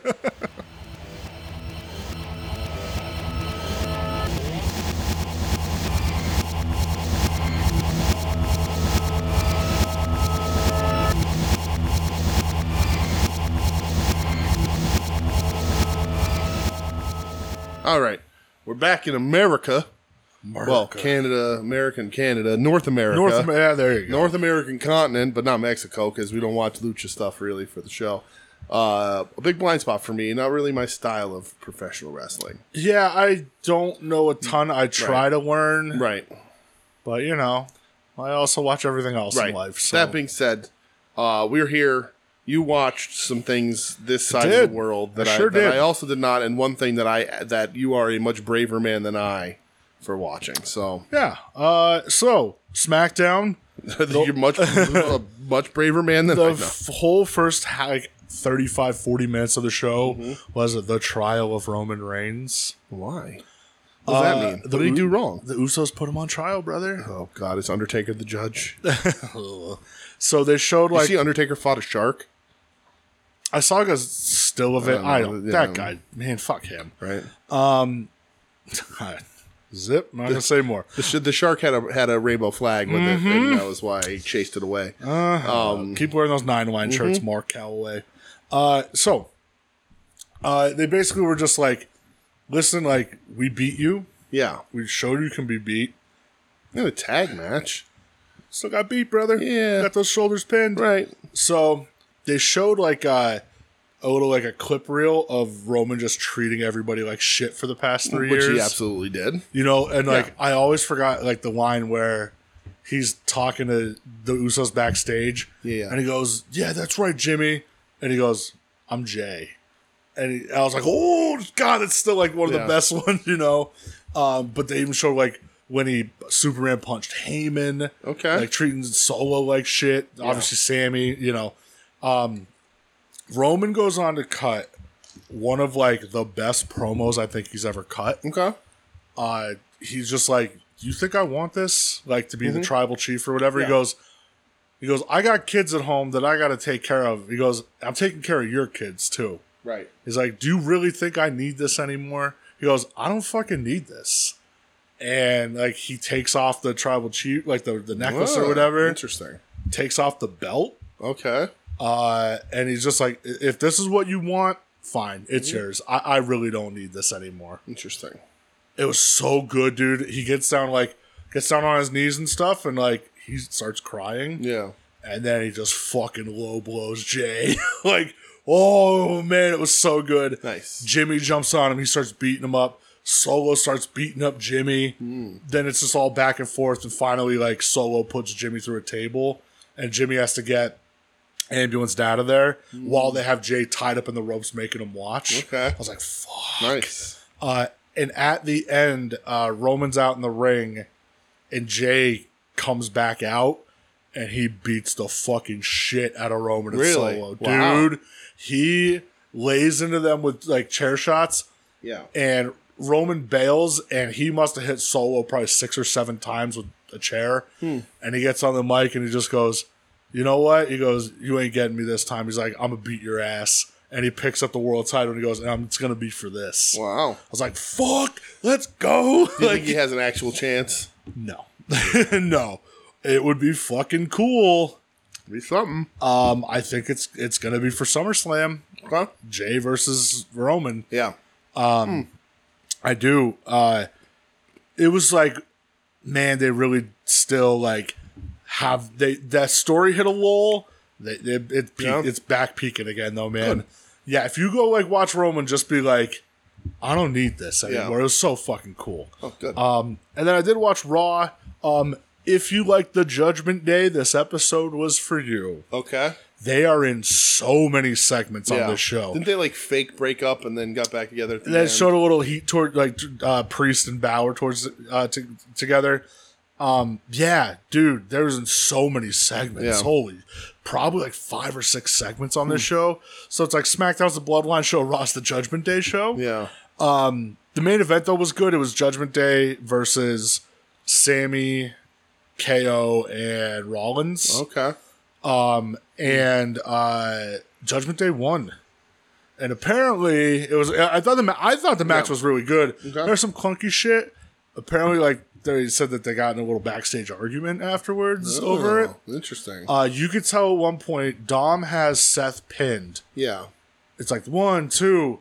Speaker 1: All right. We're back in America. Well, Canada, American Canada, North America.
Speaker 2: North America. Yeah, there you go.
Speaker 1: North American continent, but not Mexico because we don't watch lucha stuff really for the show. Uh, a big blind spot for me. Not really my style of professional wrestling.
Speaker 2: Yeah, I don't know a ton. I try
Speaker 1: Right.
Speaker 2: to learn,
Speaker 1: Right,
Speaker 2: but you know, I also watch everything else
Speaker 1: right.
Speaker 2: in life. So.
Speaker 1: That being said, uh, we're here. You watched some things this side of
Speaker 2: did.
Speaker 1: the world
Speaker 2: I
Speaker 1: that I,
Speaker 2: sure
Speaker 1: that
Speaker 2: did.
Speaker 1: I also did not, and one thing that I that you are a much braver man than I for watching. So
Speaker 2: yeah. Uh, so SmackDown,
Speaker 1: you're much a much braver man than
Speaker 2: the
Speaker 1: I. know.
Speaker 2: f- whole first ha- like 35, 40 minutes of the show
Speaker 1: Mm-hmm.
Speaker 2: was the trial of Roman Reigns.
Speaker 1: Why? What does
Speaker 2: Uh,
Speaker 1: that mean?
Speaker 2: the
Speaker 1: What did he
Speaker 2: Ru-
Speaker 1: do wrong?
Speaker 2: The Usos put him on trial, brother.
Speaker 1: Oh God, is Undertaker the judge? Uh-huh.
Speaker 2: So they showed
Speaker 1: You
Speaker 2: like
Speaker 1: see, Undertaker fought a shark,
Speaker 2: I saw a still of it.
Speaker 1: don't
Speaker 2: I
Speaker 1: know,
Speaker 2: don't.
Speaker 1: Uh, yeah.
Speaker 2: That guy, man, fuck him.
Speaker 1: right?
Speaker 2: Zip. I'm not gonna say more.
Speaker 1: The, sh- the shark had a had a rainbow flag with it,
Speaker 2: Mm-hmm.
Speaker 1: and that was why he chased it away.
Speaker 2: Keep wearing those nine line
Speaker 1: Mm-hmm.
Speaker 2: shirts, Mark Calloway. Uh, so uh, they basically were just like, listen, like we beat you.
Speaker 1: yeah,
Speaker 2: We showed you can be beat.
Speaker 1: in a tag match,
Speaker 2: Still got beat, brother.
Speaker 1: Yeah.
Speaker 2: got those shoulders pinned.
Speaker 1: right?
Speaker 2: So they showed like uh, a little like a clip reel of Roman just treating everybody like shit for the past three
Speaker 1: Which
Speaker 2: years.
Speaker 1: he absolutely did.
Speaker 2: You know, and like I always forgot like the line where he's talking to the Usos backstage.
Speaker 1: Yeah.
Speaker 2: And he goes, Yeah, that's right, Jimmy. And he goes, I'm Jay. And he, I was like, Oh God, it's still like one of
Speaker 1: Yeah.
Speaker 2: the best ones, you know. Um, but they even showed like when he Superman punched Heyman.
Speaker 1: Okay.
Speaker 2: Like treating solo like shit. Obviously Sammy, you know. Um Roman goes on to cut one of like the best promos I think he's ever cut
Speaker 1: Okay,
Speaker 2: uh, he's just like, "You think I want this? Like to be the tribal chief or whatever?"
Speaker 1: Mm-hmm. Yeah.
Speaker 2: He goes, "He goes, I got kids at home that I got to take care of." He goes, "I'm taking care of your kids too."
Speaker 1: right.
Speaker 2: He's like, "Do you really think I need this anymore?" He goes, "I don't fucking need this." And like he takes off the tribal chief, like the the necklace or
Speaker 1: Oh,
Speaker 2: whatever,
Speaker 1: Interesting.
Speaker 2: takes off the belt,
Speaker 1: Okay,
Speaker 2: uh, and he's just like, "I- "If this is what you want." Fine, it's yours. I, I really don't need this anymore.
Speaker 1: interesting.
Speaker 2: It was so good, dude. He gets down like gets down on his knees and stuff, and like he starts crying,
Speaker 1: Yeah,
Speaker 2: and then he just fucking low blows Jay. like, oh man, it was so good.
Speaker 1: Nice.
Speaker 2: Jimmy jumps on him. He starts beating him up. Solo starts beating up Jimmy. Then it's just all back and forth, and finally, like Solo puts Jimmy through a table, and Jimmy has to get ambulanced out of there while they have Jay tied up in the ropes, making him watch.
Speaker 1: Okay.
Speaker 2: I was like, fuck.
Speaker 1: nice.
Speaker 2: Uh, and at the end, uh, Roman's out in the ring, and Jay comes back out, and he beats the fucking shit out of Roman and
Speaker 1: Really?
Speaker 2: Solo,
Speaker 1: Wow.
Speaker 2: dude. He lays into them with like chair shots,
Speaker 1: Yeah,
Speaker 2: and Roman bails, and he must have hit Solo probably six or seven times with a chair,
Speaker 1: Hmm.
Speaker 2: and he gets on the mic and he just goes, "You know what?" He goes, "You ain't getting me this time." He's like, "I'm gonna beat your ass." And he picks up the world title and he goes, and I'm, it's going to be for this.
Speaker 1: wow.
Speaker 2: I was like, "Fuck, let's go!"
Speaker 1: Do you
Speaker 2: Like,
Speaker 1: think he has an actual chance?
Speaker 2: no, no, it would be fucking cool.
Speaker 1: Be something.
Speaker 2: Um, I think it's it's gonna be for SummerSlam,
Speaker 1: Okay.
Speaker 2: Jay versus Roman.
Speaker 1: Yeah.
Speaker 2: I do. Uh, it was like, man, they really still like have they that story hit a lull. They, they, it peaked,
Speaker 1: Yeah.
Speaker 2: It's back peaking again though, man. Yeah, if you go like watch Roman, just be like, I don't need this anymore. It was so fucking cool.
Speaker 1: Oh, good.
Speaker 2: Um, and then I did watch Raw. Um, if you like the Judgment Day, this episode was for you.
Speaker 1: okay.
Speaker 2: They are in so many segments on this show.
Speaker 1: Didn't they like fake break up and then got back together? At the
Speaker 2: that
Speaker 1: end?
Speaker 2: showed a little heat toward like uh, Priest and Bauer towards uh, t- together. Um, yeah, dude, there was in so many segments.
Speaker 1: Yeah. Hmm.
Speaker 2: Holy, probably like five or six segments on this show. So it's like SmackDown's the Bloodline show, Raw's the Judgment Day show.
Speaker 1: Yeah.
Speaker 2: The main event though was good. It was Judgment Day versus Sammy, KO, and Rollins.
Speaker 1: Okay.
Speaker 2: and uh, Judgment Day won. And apparently, it was. I thought the ma- I thought the match was really good. There's some clunky shit. Apparently, like they said that they got in a little backstage argument afterwards over it.
Speaker 1: Oh, Interesting.
Speaker 2: Uh, you could tell at one point Dom has Seth pinned.
Speaker 1: yeah.
Speaker 2: It's like one, two,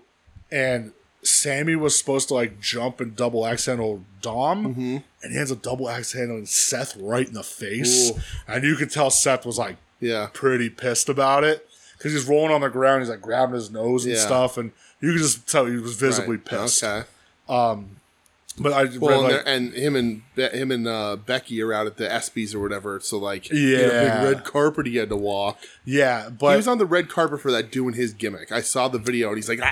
Speaker 2: and Sammy was supposed to like jump and double axe handle Dom,
Speaker 1: Mm-hmm.
Speaker 2: and he ends up double axe handling Seth right in the face.
Speaker 1: Ooh.
Speaker 2: And you could tell Seth was like
Speaker 1: Yeah.
Speaker 2: pretty pissed about it because he's rolling on the ground. He's like grabbing his nose and
Speaker 1: Yeah.
Speaker 2: stuff, and you could just tell he was visibly
Speaker 1: Right.
Speaker 2: pissed.
Speaker 1: Okay.
Speaker 2: But
Speaker 1: Well,
Speaker 2: I read,
Speaker 1: and,
Speaker 2: like,
Speaker 1: they're- and him and Be- him and uh, Becky are out at the ESPYS or whatever. So like, he had a
Speaker 2: Yeah.
Speaker 1: big red carpet he had to walk.
Speaker 2: yeah,
Speaker 1: he
Speaker 2: but
Speaker 1: was on the red carpet for that doing his gimmick. I saw the video and he's like, ah,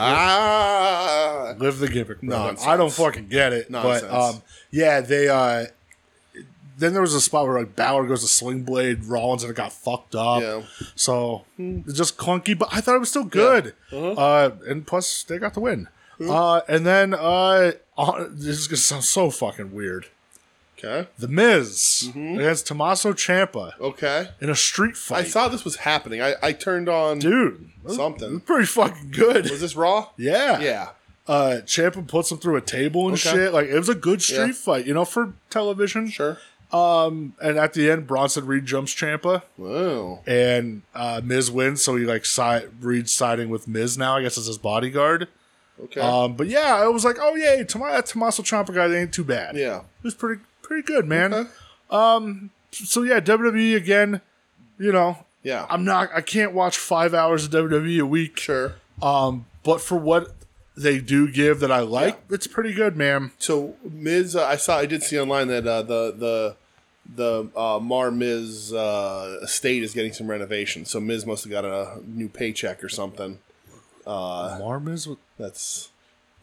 Speaker 1: ah.
Speaker 2: Live the gimmick. No,
Speaker 1: Nonsense.
Speaker 2: I don't fucking get it.
Speaker 1: Nonsense.
Speaker 2: But um, yeah, they. Uh, then there was a spot where like Balor goes to Sling Blade Rollins and it got fucked up.
Speaker 1: Yeah. Hmm.
Speaker 2: So it's just clunky, but I thought it was still good.
Speaker 1: Uh-huh.
Speaker 2: Uh, and plus, they got the win. Uh, and then uh, on, this is gonna sound so fucking weird.
Speaker 1: Okay.
Speaker 2: The Miz against Tommaso Ciampa
Speaker 1: Okay.
Speaker 2: in a street
Speaker 1: Mm-hmm. I
Speaker 2: fight.
Speaker 1: saw this was happening. I, I turned on.
Speaker 2: dude that was-
Speaker 1: Something.
Speaker 2: that was pretty fucking good.
Speaker 1: Was this Raw?
Speaker 2: yeah,
Speaker 1: Yeah.
Speaker 2: uh Champa puts him through a table and
Speaker 1: Okay.
Speaker 2: shit. Like it was a good street
Speaker 1: Yeah.
Speaker 2: fight, you know, for television.
Speaker 1: Sure.
Speaker 2: And at the end, Bronson Reed jumps Champa
Speaker 1: Wow.
Speaker 2: and uh Miz wins, so he like side Reed siding with Miz now, I guess as his bodyguard.
Speaker 1: Okay.
Speaker 2: Um but yeah, I was like, oh yay, Tom- that Tommaso Champa guy ain't too bad.
Speaker 1: yeah.
Speaker 2: It was pretty pretty good, man. Um,
Speaker 1: Okay.
Speaker 2: So yeah, WWE again, you know,
Speaker 1: Yeah.
Speaker 2: I'm not I can't watch five hours of WWE a week.
Speaker 1: sure.
Speaker 2: Um, but for what they do give that I like, it's pretty good, man.
Speaker 1: So Miz, uh, I saw, I did see online that uh, the the the uh, Mar Miz uh, estate is getting some renovation. So Miz must have got a new paycheck or something. Uh,
Speaker 2: Marmiz with
Speaker 1: That's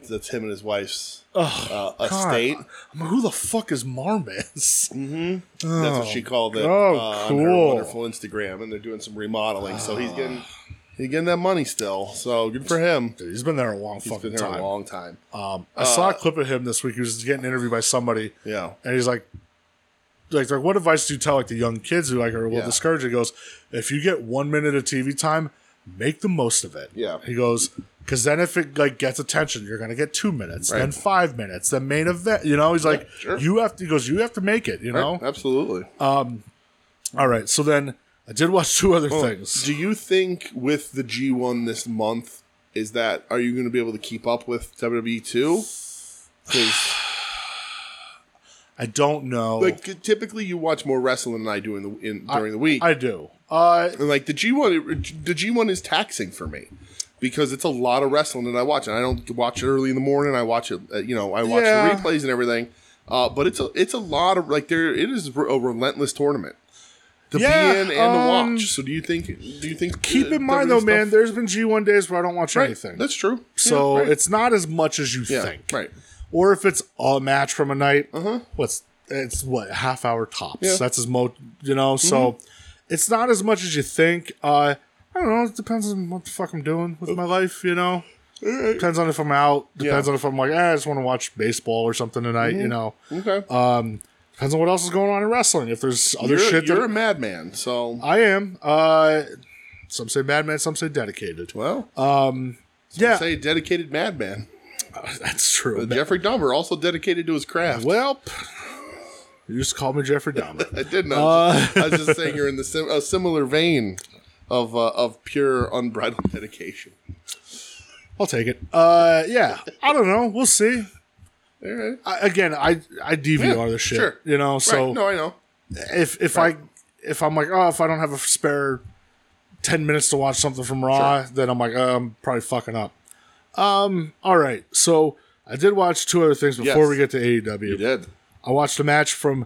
Speaker 1: that's him and his wife's
Speaker 2: Oh,
Speaker 1: uh,
Speaker 2: God.
Speaker 1: estate.
Speaker 2: I'm like, who the fuck is Marmiz?
Speaker 1: Mm. That's what she called it
Speaker 2: oh,
Speaker 1: uh, on her
Speaker 2: cool.
Speaker 1: wonderful Instagram. And they're doing some remodeling, so he's getting he's getting that money still. So good for him.
Speaker 2: Dude, he's been there a long
Speaker 1: He's
Speaker 2: fucking
Speaker 1: been there
Speaker 2: time.
Speaker 1: a long Uh, time.
Speaker 2: um, I saw a clip of him this week. He was getting interviewed by somebody,
Speaker 1: Yeah.
Speaker 2: and he's like, like, like, what advice do you tell like the young kids who like are a little
Speaker 1: Yeah.
Speaker 2: discouraged? He goes, if you get one minute of TV time, make the most of it.
Speaker 1: Yeah.
Speaker 2: He goes, because then if it like gets attention, you're gonna get two minutes,
Speaker 1: Right.
Speaker 2: then five minutes, then main event. You know, he's like,
Speaker 1: sure.
Speaker 2: you have to. He goes, you have to make it. You know.
Speaker 1: Absolutely.
Speaker 2: All right. So then I did watch two other
Speaker 1: Oh.
Speaker 2: things.
Speaker 1: Do you think with the G1 this month, is that are you going to be able to keep up with WWE too? Because
Speaker 2: I don't know.
Speaker 1: like typically you watch more wrestling than I do in the in during the week,
Speaker 2: I do. Uh,
Speaker 1: and like the G1, the G1 is taxing for me because it's a lot of wrestling that I watch, and I don't watch it early in the morning. I watch it, uh, you know, I watch
Speaker 2: Yeah.
Speaker 1: the replays and everything. Uh, but it's a it's a lot of like there it is a relentless tournament to
Speaker 2: Yeah,
Speaker 1: be in and
Speaker 2: um,
Speaker 1: to watch. So do you think do you think
Speaker 2: keep in mind though, man, there's been G1 days where I don't watch anything.
Speaker 1: That's true.
Speaker 2: so
Speaker 1: Yeah, right.
Speaker 2: it's not as much as you
Speaker 1: Yeah,
Speaker 2: think.
Speaker 1: right. Uh-huh.
Speaker 2: Or if it's a match from a night, what's it's what a half hour tops.
Speaker 1: Yeah. Mm-hmm.
Speaker 2: That's as mo you know, so it's not as much as you think. Uh I don't know, it depends on what the fuck I'm doing with my life, you know. Depends on if I'm out, depends on if I'm like, eh, I just want to watch baseball or something
Speaker 1: Mm-hmm.
Speaker 2: tonight, you know.
Speaker 1: Okay.
Speaker 2: Depends on what else is going on in wrestling. If there's other
Speaker 1: you're,
Speaker 2: shit
Speaker 1: you're a
Speaker 2: that
Speaker 1: madman, so
Speaker 2: I am. Uh some say madman, some say dedicated.
Speaker 1: well,
Speaker 2: uh, yeah,
Speaker 1: say dedicated madman.
Speaker 2: that's true.
Speaker 1: Jeffrey Dahmer also dedicated to his craft.
Speaker 2: Well, you just called me Jeffrey Dahmer.
Speaker 1: I didn't. know. I was,
Speaker 2: Uh,
Speaker 1: just, I was just saying you're in the sim- a similar vein of uh, of pure unbridled dedication.
Speaker 2: I'll take it. Uh, yeah, I don't know. We'll see.
Speaker 1: All right.
Speaker 2: I, again, I I DVR
Speaker 1: Yeah,
Speaker 2: this shit.
Speaker 1: sure.
Speaker 2: You know, so
Speaker 1: right. No, I know.
Speaker 2: if if I if I'm like, oh, if I don't have a spare ten minutes to watch something from Raw, then I'm like, oh, I'm probably fucking up. Um. All right. So I did watch two other things before
Speaker 1: Yes.
Speaker 2: we get to AEW.
Speaker 1: You did.
Speaker 2: I watched a match from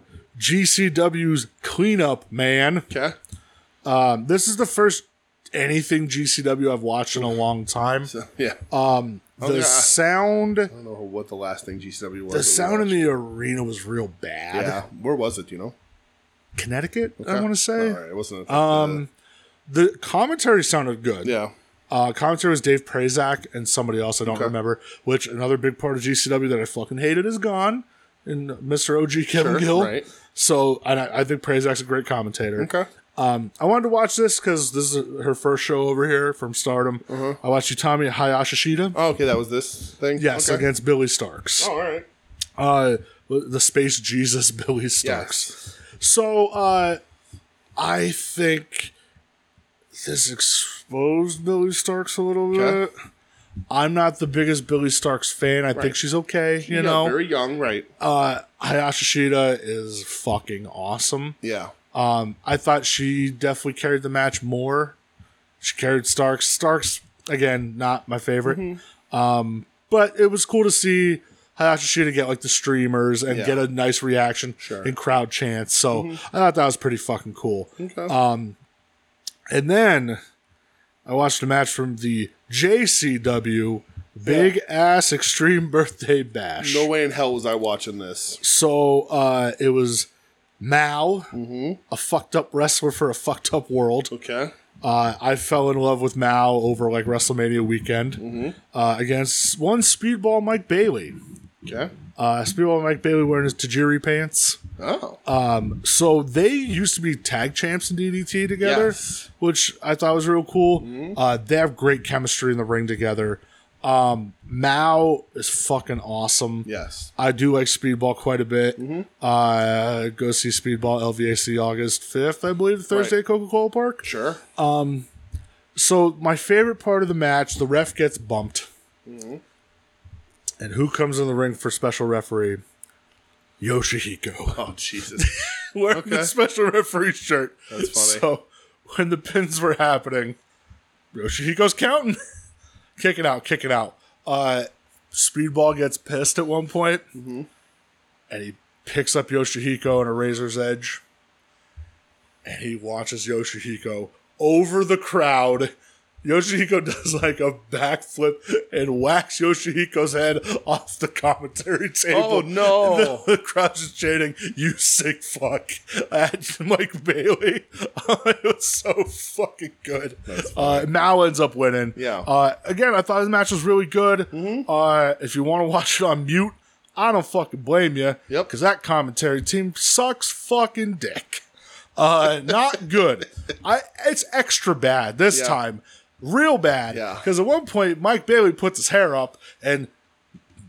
Speaker 2: GCW's Cleanup Man.
Speaker 1: Okay.
Speaker 2: Um, this is the first anything GCW I've watched in a long time.
Speaker 1: So, yeah.
Speaker 2: The
Speaker 1: yeah.
Speaker 2: sound,
Speaker 1: I don't know what the last thing GCW was. that we
Speaker 2: the sound in
Speaker 1: watched.
Speaker 2: the arena was real bad.
Speaker 1: yeah. Where was it? do You know.
Speaker 2: Connecticut, I want to say.
Speaker 1: All right. It wasn't. Um.
Speaker 2: The commentary sounded good.
Speaker 1: yeah.
Speaker 2: Uh, commentary was Dave Prazak and somebody else I don't remember. Which another big part of GCW that I fucking hated is gone. And Mr. OG Kevin
Speaker 1: Sure,
Speaker 2: Gill.
Speaker 1: right.
Speaker 2: So and I, I think Prazak's a great commentator.
Speaker 1: Okay.
Speaker 2: Um, I wanted to watch this because this is her first show over here from Stardom. I watched Utami Hayashishida.
Speaker 1: Uh-huh. Oh, okay. That was this thing.
Speaker 2: Yes,
Speaker 1: Okay.
Speaker 2: against Billy Starks.
Speaker 1: Oh, all right.
Speaker 2: Uh, the Space Jesus Billy Starks.
Speaker 1: Yes.
Speaker 2: So uh, I think this exposed Billy Starks a little
Speaker 1: Okay.
Speaker 2: bit. I'm not the biggest Billy Starks fan. I think she's okay, you know.
Speaker 1: very young, right?
Speaker 2: uh, Hayashi Shida is fucking awesome.
Speaker 1: yeah,
Speaker 2: Um, I thought she definitely carried the match more. She carried Starks. Starks again, not my favorite. Um,
Speaker 1: Mm-hmm.
Speaker 2: but it was cool to see Hayashi Shida get like the streamers and
Speaker 1: Yeah. Mm-hmm.
Speaker 2: get a nice reaction and crowd chants. So I thought that was pretty fucking cool. Um,
Speaker 1: okay.
Speaker 2: And then I watched a match from the JCW Big Ass Extreme Birthday Bash.
Speaker 1: no way in hell was I watching this.
Speaker 2: So uh, it was Mao, a fucked up wrestler for a fucked up world.
Speaker 1: Okay,
Speaker 2: Uh, I fell in love with Mao over like WrestleMania weekend uh, against one Speedball Mike Bailey.
Speaker 1: okay.
Speaker 2: Uh, Speedball Mike Bailey wearing his Tajiri pants.
Speaker 1: Oh,
Speaker 2: So they used to be tag champs in DDT together,
Speaker 1: Yes.
Speaker 2: which I thought was real cool. Uh, they have great chemistry in the ring together. Um, Mao is fucking awesome.
Speaker 1: yes.
Speaker 2: I do like Speedball quite a bit. Uh, go see Speedball LVAC August 5th, I believe, Thursday at Coca Cola Park.
Speaker 1: Sure.
Speaker 2: So, my favorite part of the match the ref gets bumped. And who comes in the ring for special referee? Yoshihiko.
Speaker 1: oh Jesus.
Speaker 2: Wearing
Speaker 1: okay.
Speaker 2: the special referee shirt.
Speaker 1: That's funny.
Speaker 2: So, when the pins were happening, Yoshihiko's counting. kick it out, kick it out. Uh, Speedball gets pissed at one point,
Speaker 1: Mm-hmm.
Speaker 2: and he picks up Yoshihiko on a razor's edge, and he launches Yoshihiko over the crowd. Yoshihiko does like a backflip and whacks Yoshihiko's head off the commentary table.
Speaker 1: Oh, no.
Speaker 2: The, the crowd is chanting, "You sick fuck!" at Mike Bailey. it was so fucking good. Uh, Mao ends up winning.
Speaker 1: Yeah. Mm-hmm.
Speaker 2: Uh, again, I thought the match was really good. Uh, if you want to watch it on mute, I don't fucking blame you.
Speaker 1: Yep.
Speaker 2: Because that commentary team sucks fucking dick. Uh, not good. I it's extra bad this
Speaker 1: Yeah.
Speaker 2: time, real bad.
Speaker 1: Yeah.
Speaker 2: Because at one point Mike Bailey puts his hair up and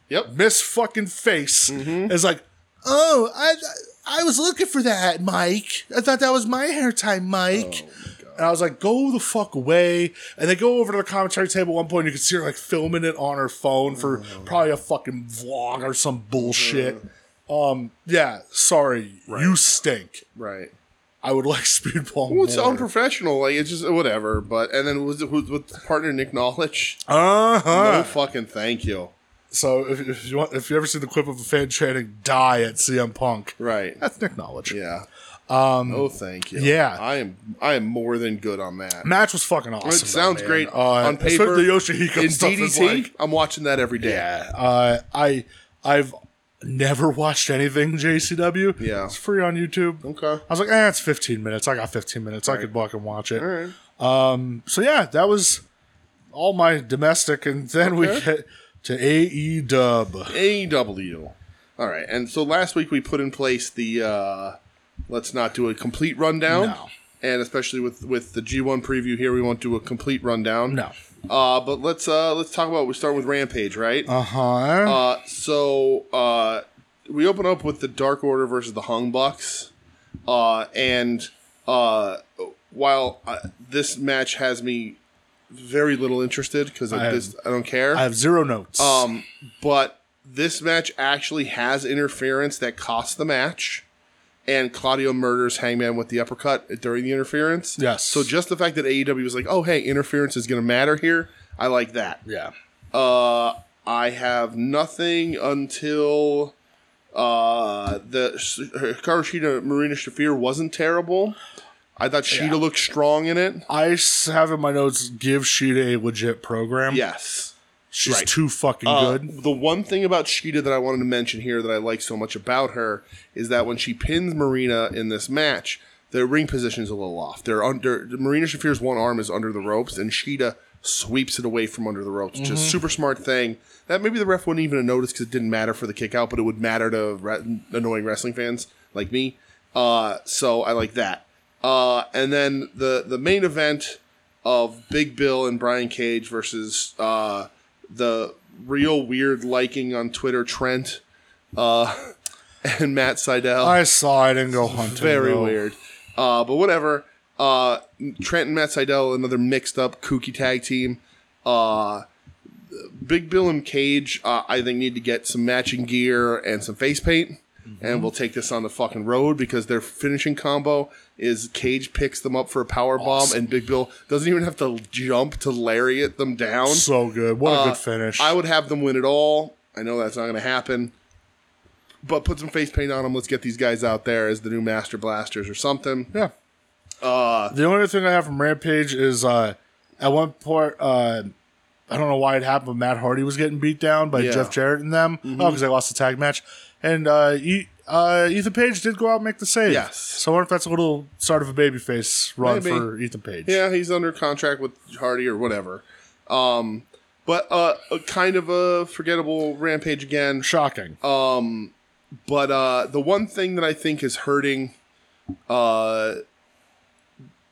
Speaker 1: yep.
Speaker 2: Miss fucking face
Speaker 1: Mm-hmm.
Speaker 2: is like, oh, I I was looking for that, Mike. I thought that was my hair tie, Mike.
Speaker 1: Oh,
Speaker 2: and I was like, go the fuck away. And they go over to the commentary table at one point. And you can see her like filming it on her phone for
Speaker 1: Mm-hmm.
Speaker 2: probably a fucking vlog or some bullshit.
Speaker 1: Mm-hmm.
Speaker 2: Um, yeah, sorry, you stink.
Speaker 1: Right.
Speaker 2: I would like Speedball
Speaker 1: Well, it's
Speaker 2: more.
Speaker 1: unprofessional. Like it's just whatever. But and then was it with, with partner Nick Knowledge?
Speaker 2: uh-huh.
Speaker 1: No fucking thank you.
Speaker 2: So if, if you want, if you ever see the clip of a fan chanting "Die" at CM Punk,
Speaker 1: Right.
Speaker 2: that's Nick Knowledge.
Speaker 1: Yeah. Um. No thank you.
Speaker 2: yeah.
Speaker 1: I am. I am more than good on that.
Speaker 2: Match was fucking awesome.
Speaker 1: It sounds
Speaker 2: though, man.
Speaker 1: great
Speaker 2: Uh,
Speaker 1: on paper.
Speaker 2: especially The Yoshihiko
Speaker 1: in
Speaker 2: stuff
Speaker 1: DDT,
Speaker 2: is like,
Speaker 1: I'm watching that every day.
Speaker 2: yeah. Uh, I I've never watched anything JCW.
Speaker 1: Yeah.
Speaker 2: it's free on YouTube.
Speaker 1: Okay.
Speaker 2: I was like, eh, it's 15 minutes. I got 15 minutes. I could walk and watch it. Um,
Speaker 1: All right.
Speaker 2: So yeah, that was all my domestic, and then we
Speaker 1: Okay.
Speaker 2: get to E AE Dub.
Speaker 1: AEW. All right. And so last week we put in place the uh let's not do a complete rundown.
Speaker 2: No.
Speaker 1: And especially with with the G1 preview here, we won't do a complete rundown.
Speaker 2: No.
Speaker 1: Uh but let's uh let's talk about we start with Rampage, right?
Speaker 2: Uh huh.
Speaker 1: Uh so uh we open up with the Dark Order versus the Hung Bucks. Uh and uh while uh, this match has me very little interested because I,
Speaker 2: have-
Speaker 1: just I don't care.
Speaker 2: I have zero notes.
Speaker 1: Um, but this match actually has interference that costs the match, and Claudio murders Hangman with the uppercut during the interference.
Speaker 2: Yes.
Speaker 1: So just the fact that AEW was like, "Oh, hey, interference is going to matter here," I like that.
Speaker 2: yeah.
Speaker 1: Uh, I have nothing until uh, the Hikaru Shida Marina Shafir wasn't terrible. I thought Shida looked strong in it.
Speaker 2: I s- have in my notes give Sheeta a legit program.
Speaker 1: Yes.
Speaker 2: she's
Speaker 1: right.
Speaker 2: too fucking
Speaker 1: Uh,
Speaker 2: good.
Speaker 1: The one thing about Sheeta that I wanted to mention here that I like so much about her is that when she pins Marina in this match, their ring position is a little off. They're under Marina Shafir's one arm is under the ropes, and Sheeta sweeps it away from under the ropes. Just super smart thing that maybe the ref wouldn't even have noticed because it didn't matter for the kick out, but it would matter to re- annoying wrestling fans like me. Uh, so I like that. Uh, and then the the main event of Big Bill and Brian Cage versus uh, the real weird liking on Twitter Trent uh, and Matt Seidel.
Speaker 2: I saw. I didn't go hunting.
Speaker 1: Very
Speaker 2: though.
Speaker 1: weird. Uh, but whatever. Uh, Trent and Matt Seidel, another mixed up kooky tag team. Uh, Big Bill and Cage, uh, I think, need to get some matching gear and some face paint. And we'll take this on the fucking road because their finishing combo is Cage picks them up for a power bomb, and Big Bill doesn't even have to jump to lariat them down.
Speaker 2: So good. What a
Speaker 1: Uh,
Speaker 2: good finish.
Speaker 1: I would have them win it all. I know that's not going to happen. But put some face paint on them. Let's get these guys out there as the new Master Blasters or something.
Speaker 2: yeah. Uh, the only other thing I have from Rampage is uh, at one point, uh, I don't know why it happened, but Matt Hardy was getting beat down by
Speaker 1: Yeah. Mm-hmm.
Speaker 2: Jeff Jarrett and them. Oh, because they lost the tag match. And uh, e- uh, Ethan Page did go out and make the save.
Speaker 1: Yes.
Speaker 2: So I wonder if that's a little start of a babyface run
Speaker 1: Maybe.
Speaker 2: for Ethan Page.
Speaker 1: Yeah, he's under contract with Hardy or whatever. Um, but uh, a kind of a forgettable rampage again.
Speaker 2: Shocking.
Speaker 1: Uh, But uh, the one thing that I think is hurting uh,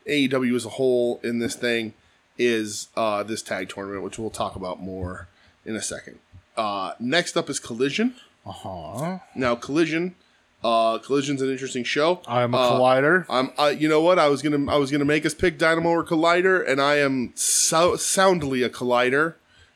Speaker 1: AEW as a whole in this thing is uh, this tag tournament, which we'll talk about more in a second. Uh, next up is Collision.
Speaker 2: uh-huh.
Speaker 1: Now, Collision, uh, Collision's an interesting show.
Speaker 2: I'm a
Speaker 1: Uh,
Speaker 2: collider.
Speaker 1: I'm, uh, you know what? I was gonna, I was gonna make us pick Dynamo or Collider, and I am so, soundly a Collider.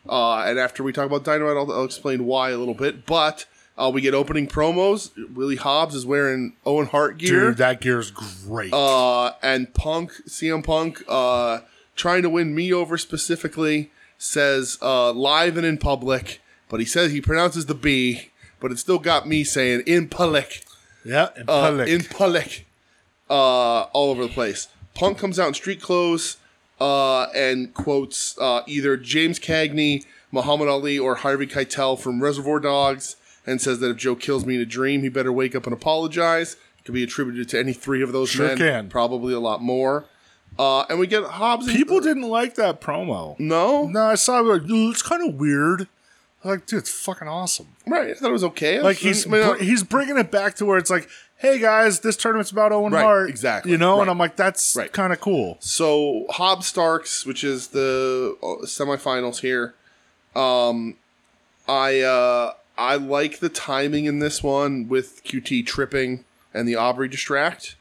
Speaker 1: Uh, and after we talk about Dynamite, I'll, I'll explain why a little bit. But uh, we get opening promos. Willie Hobbs is wearing Owen Hart gear,
Speaker 2: Dude, that gear's great.
Speaker 1: uh, and Punk, CM Punk, uh, trying to win me over specifically, says uh, live and in public, but he says he pronounces the B, but it still got me saying in public
Speaker 2: yeah. and
Speaker 1: uh,
Speaker 2: Pellick.
Speaker 1: in public, uh, all over the place. Punk comes out in street clothes uh, and quotes uh, either James Cagney, Muhammad Ali, or Harvey Keitel from Reservoir Dogs, and says that if Joe kills me in a dream, he better wake up and apologize. It could be attributed to any three of those
Speaker 2: Sure
Speaker 1: men,
Speaker 2: can.
Speaker 1: probably a lot more. Uh, and we get Hobbs. and-
Speaker 2: People didn't like that promo.
Speaker 1: no,
Speaker 2: No, I saw it. Like, "Ooh, it's kind of weird. I'm like, dude, it's fucking awesome.
Speaker 1: right? I thought it was okay.
Speaker 2: Like he's
Speaker 1: I mean, I-
Speaker 2: br- he's bringing it back to where it's like, hey guys, this tournament's about Owen
Speaker 1: Right,
Speaker 2: Hart,
Speaker 1: exactly,
Speaker 2: You know,
Speaker 1: right.
Speaker 2: and I'm like, that's
Speaker 1: Right.
Speaker 2: kind of cool.
Speaker 1: So Hobbs Starks, which is the uh, semifinals here, um, I uh, I like the timing in this one with QT tripping and the Aubrey distract.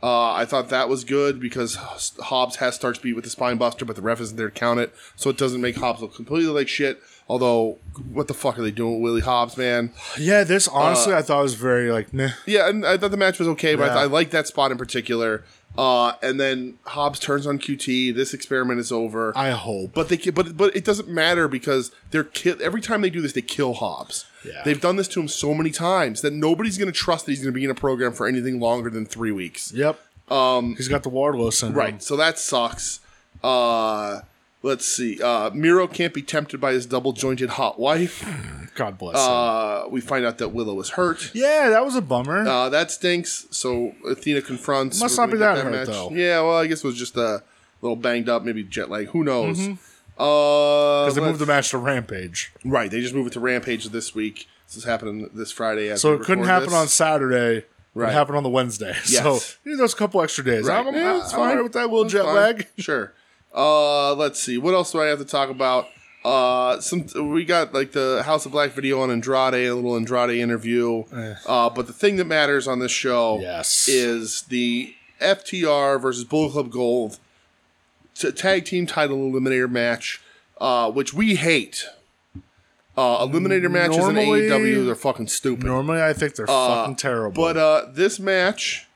Speaker 1: Uh, I thought that was good because Hobbs has Starks beat with the spine buster, but the ref isn't there to count it, so it doesn't make Hobbs look completely like shit. Although, what the fuck are they doing with Willie Hobbs, man?
Speaker 2: Yeah, this honestly, I thought was very like, meh.
Speaker 1: Yeah, and I thought the match was okay, but I,
Speaker 2: Yeah.
Speaker 1: I like that spot in particular. Uh, and then Hobbs turns on QT. This experiment is over.
Speaker 2: I hope.
Speaker 1: But they ki- but but it doesn't matter because they're kill every time they do this they kill Hobbs.
Speaker 2: Yeah.
Speaker 1: They've done this to him so many times that nobody's going to trust that he's going to be in a program for anything longer than 3 weeks.
Speaker 2: yep. Um, he's got the Wardlow syndrome.
Speaker 1: Right. So that sucks. Uh let's see. Uh Miro can't be tempted by his double-jointed hot wife.
Speaker 2: God bless. him.
Speaker 1: Uh we find out that Willow is hurt.
Speaker 2: Yeah, that was a bummer.
Speaker 1: Uh, that stinks. So Athena confronts.
Speaker 2: Must
Speaker 1: We're
Speaker 2: not be
Speaker 1: gonna
Speaker 2: that
Speaker 1: get
Speaker 2: hurt, though.
Speaker 1: Yeah, well, I guess it was just a little banged up, maybe jet lag. Who knows? Uh,
Speaker 2: Because Mm-hmm. they moved
Speaker 1: let's-
Speaker 2: the match to Rampage,
Speaker 1: Right, they just moved it to Rampage this week. This is happening this Friday. After
Speaker 2: so
Speaker 1: we
Speaker 2: it couldn't
Speaker 1: record
Speaker 2: happen
Speaker 1: this.
Speaker 2: on Saturday.
Speaker 1: Right.
Speaker 2: It happened on the Wednesday.
Speaker 1: Yes.
Speaker 2: So you know, those couple extra days.
Speaker 1: Right.
Speaker 2: I'm,
Speaker 1: Yeah,
Speaker 2: I'm
Speaker 1: it's
Speaker 2: all
Speaker 1: fine.
Speaker 2: right with that little
Speaker 1: It's
Speaker 2: jet
Speaker 1: fine.
Speaker 2: lag.
Speaker 1: Sure. Uh, let's see. What else do I have to talk about? Uh, some we got like the House of Black video on Andrade, a little Andrade interview. Uh, but the thing that matters on this show,
Speaker 2: Eh. Yes.
Speaker 1: is the FTR versus Bullet Club Gold t- tag team title eliminator match, uh, which we hate. Uh, eliminator matches in
Speaker 2: Normally-
Speaker 1: AEW they're fucking stupid.
Speaker 2: Normally, I think they're fucking terrible.
Speaker 1: But uh, this match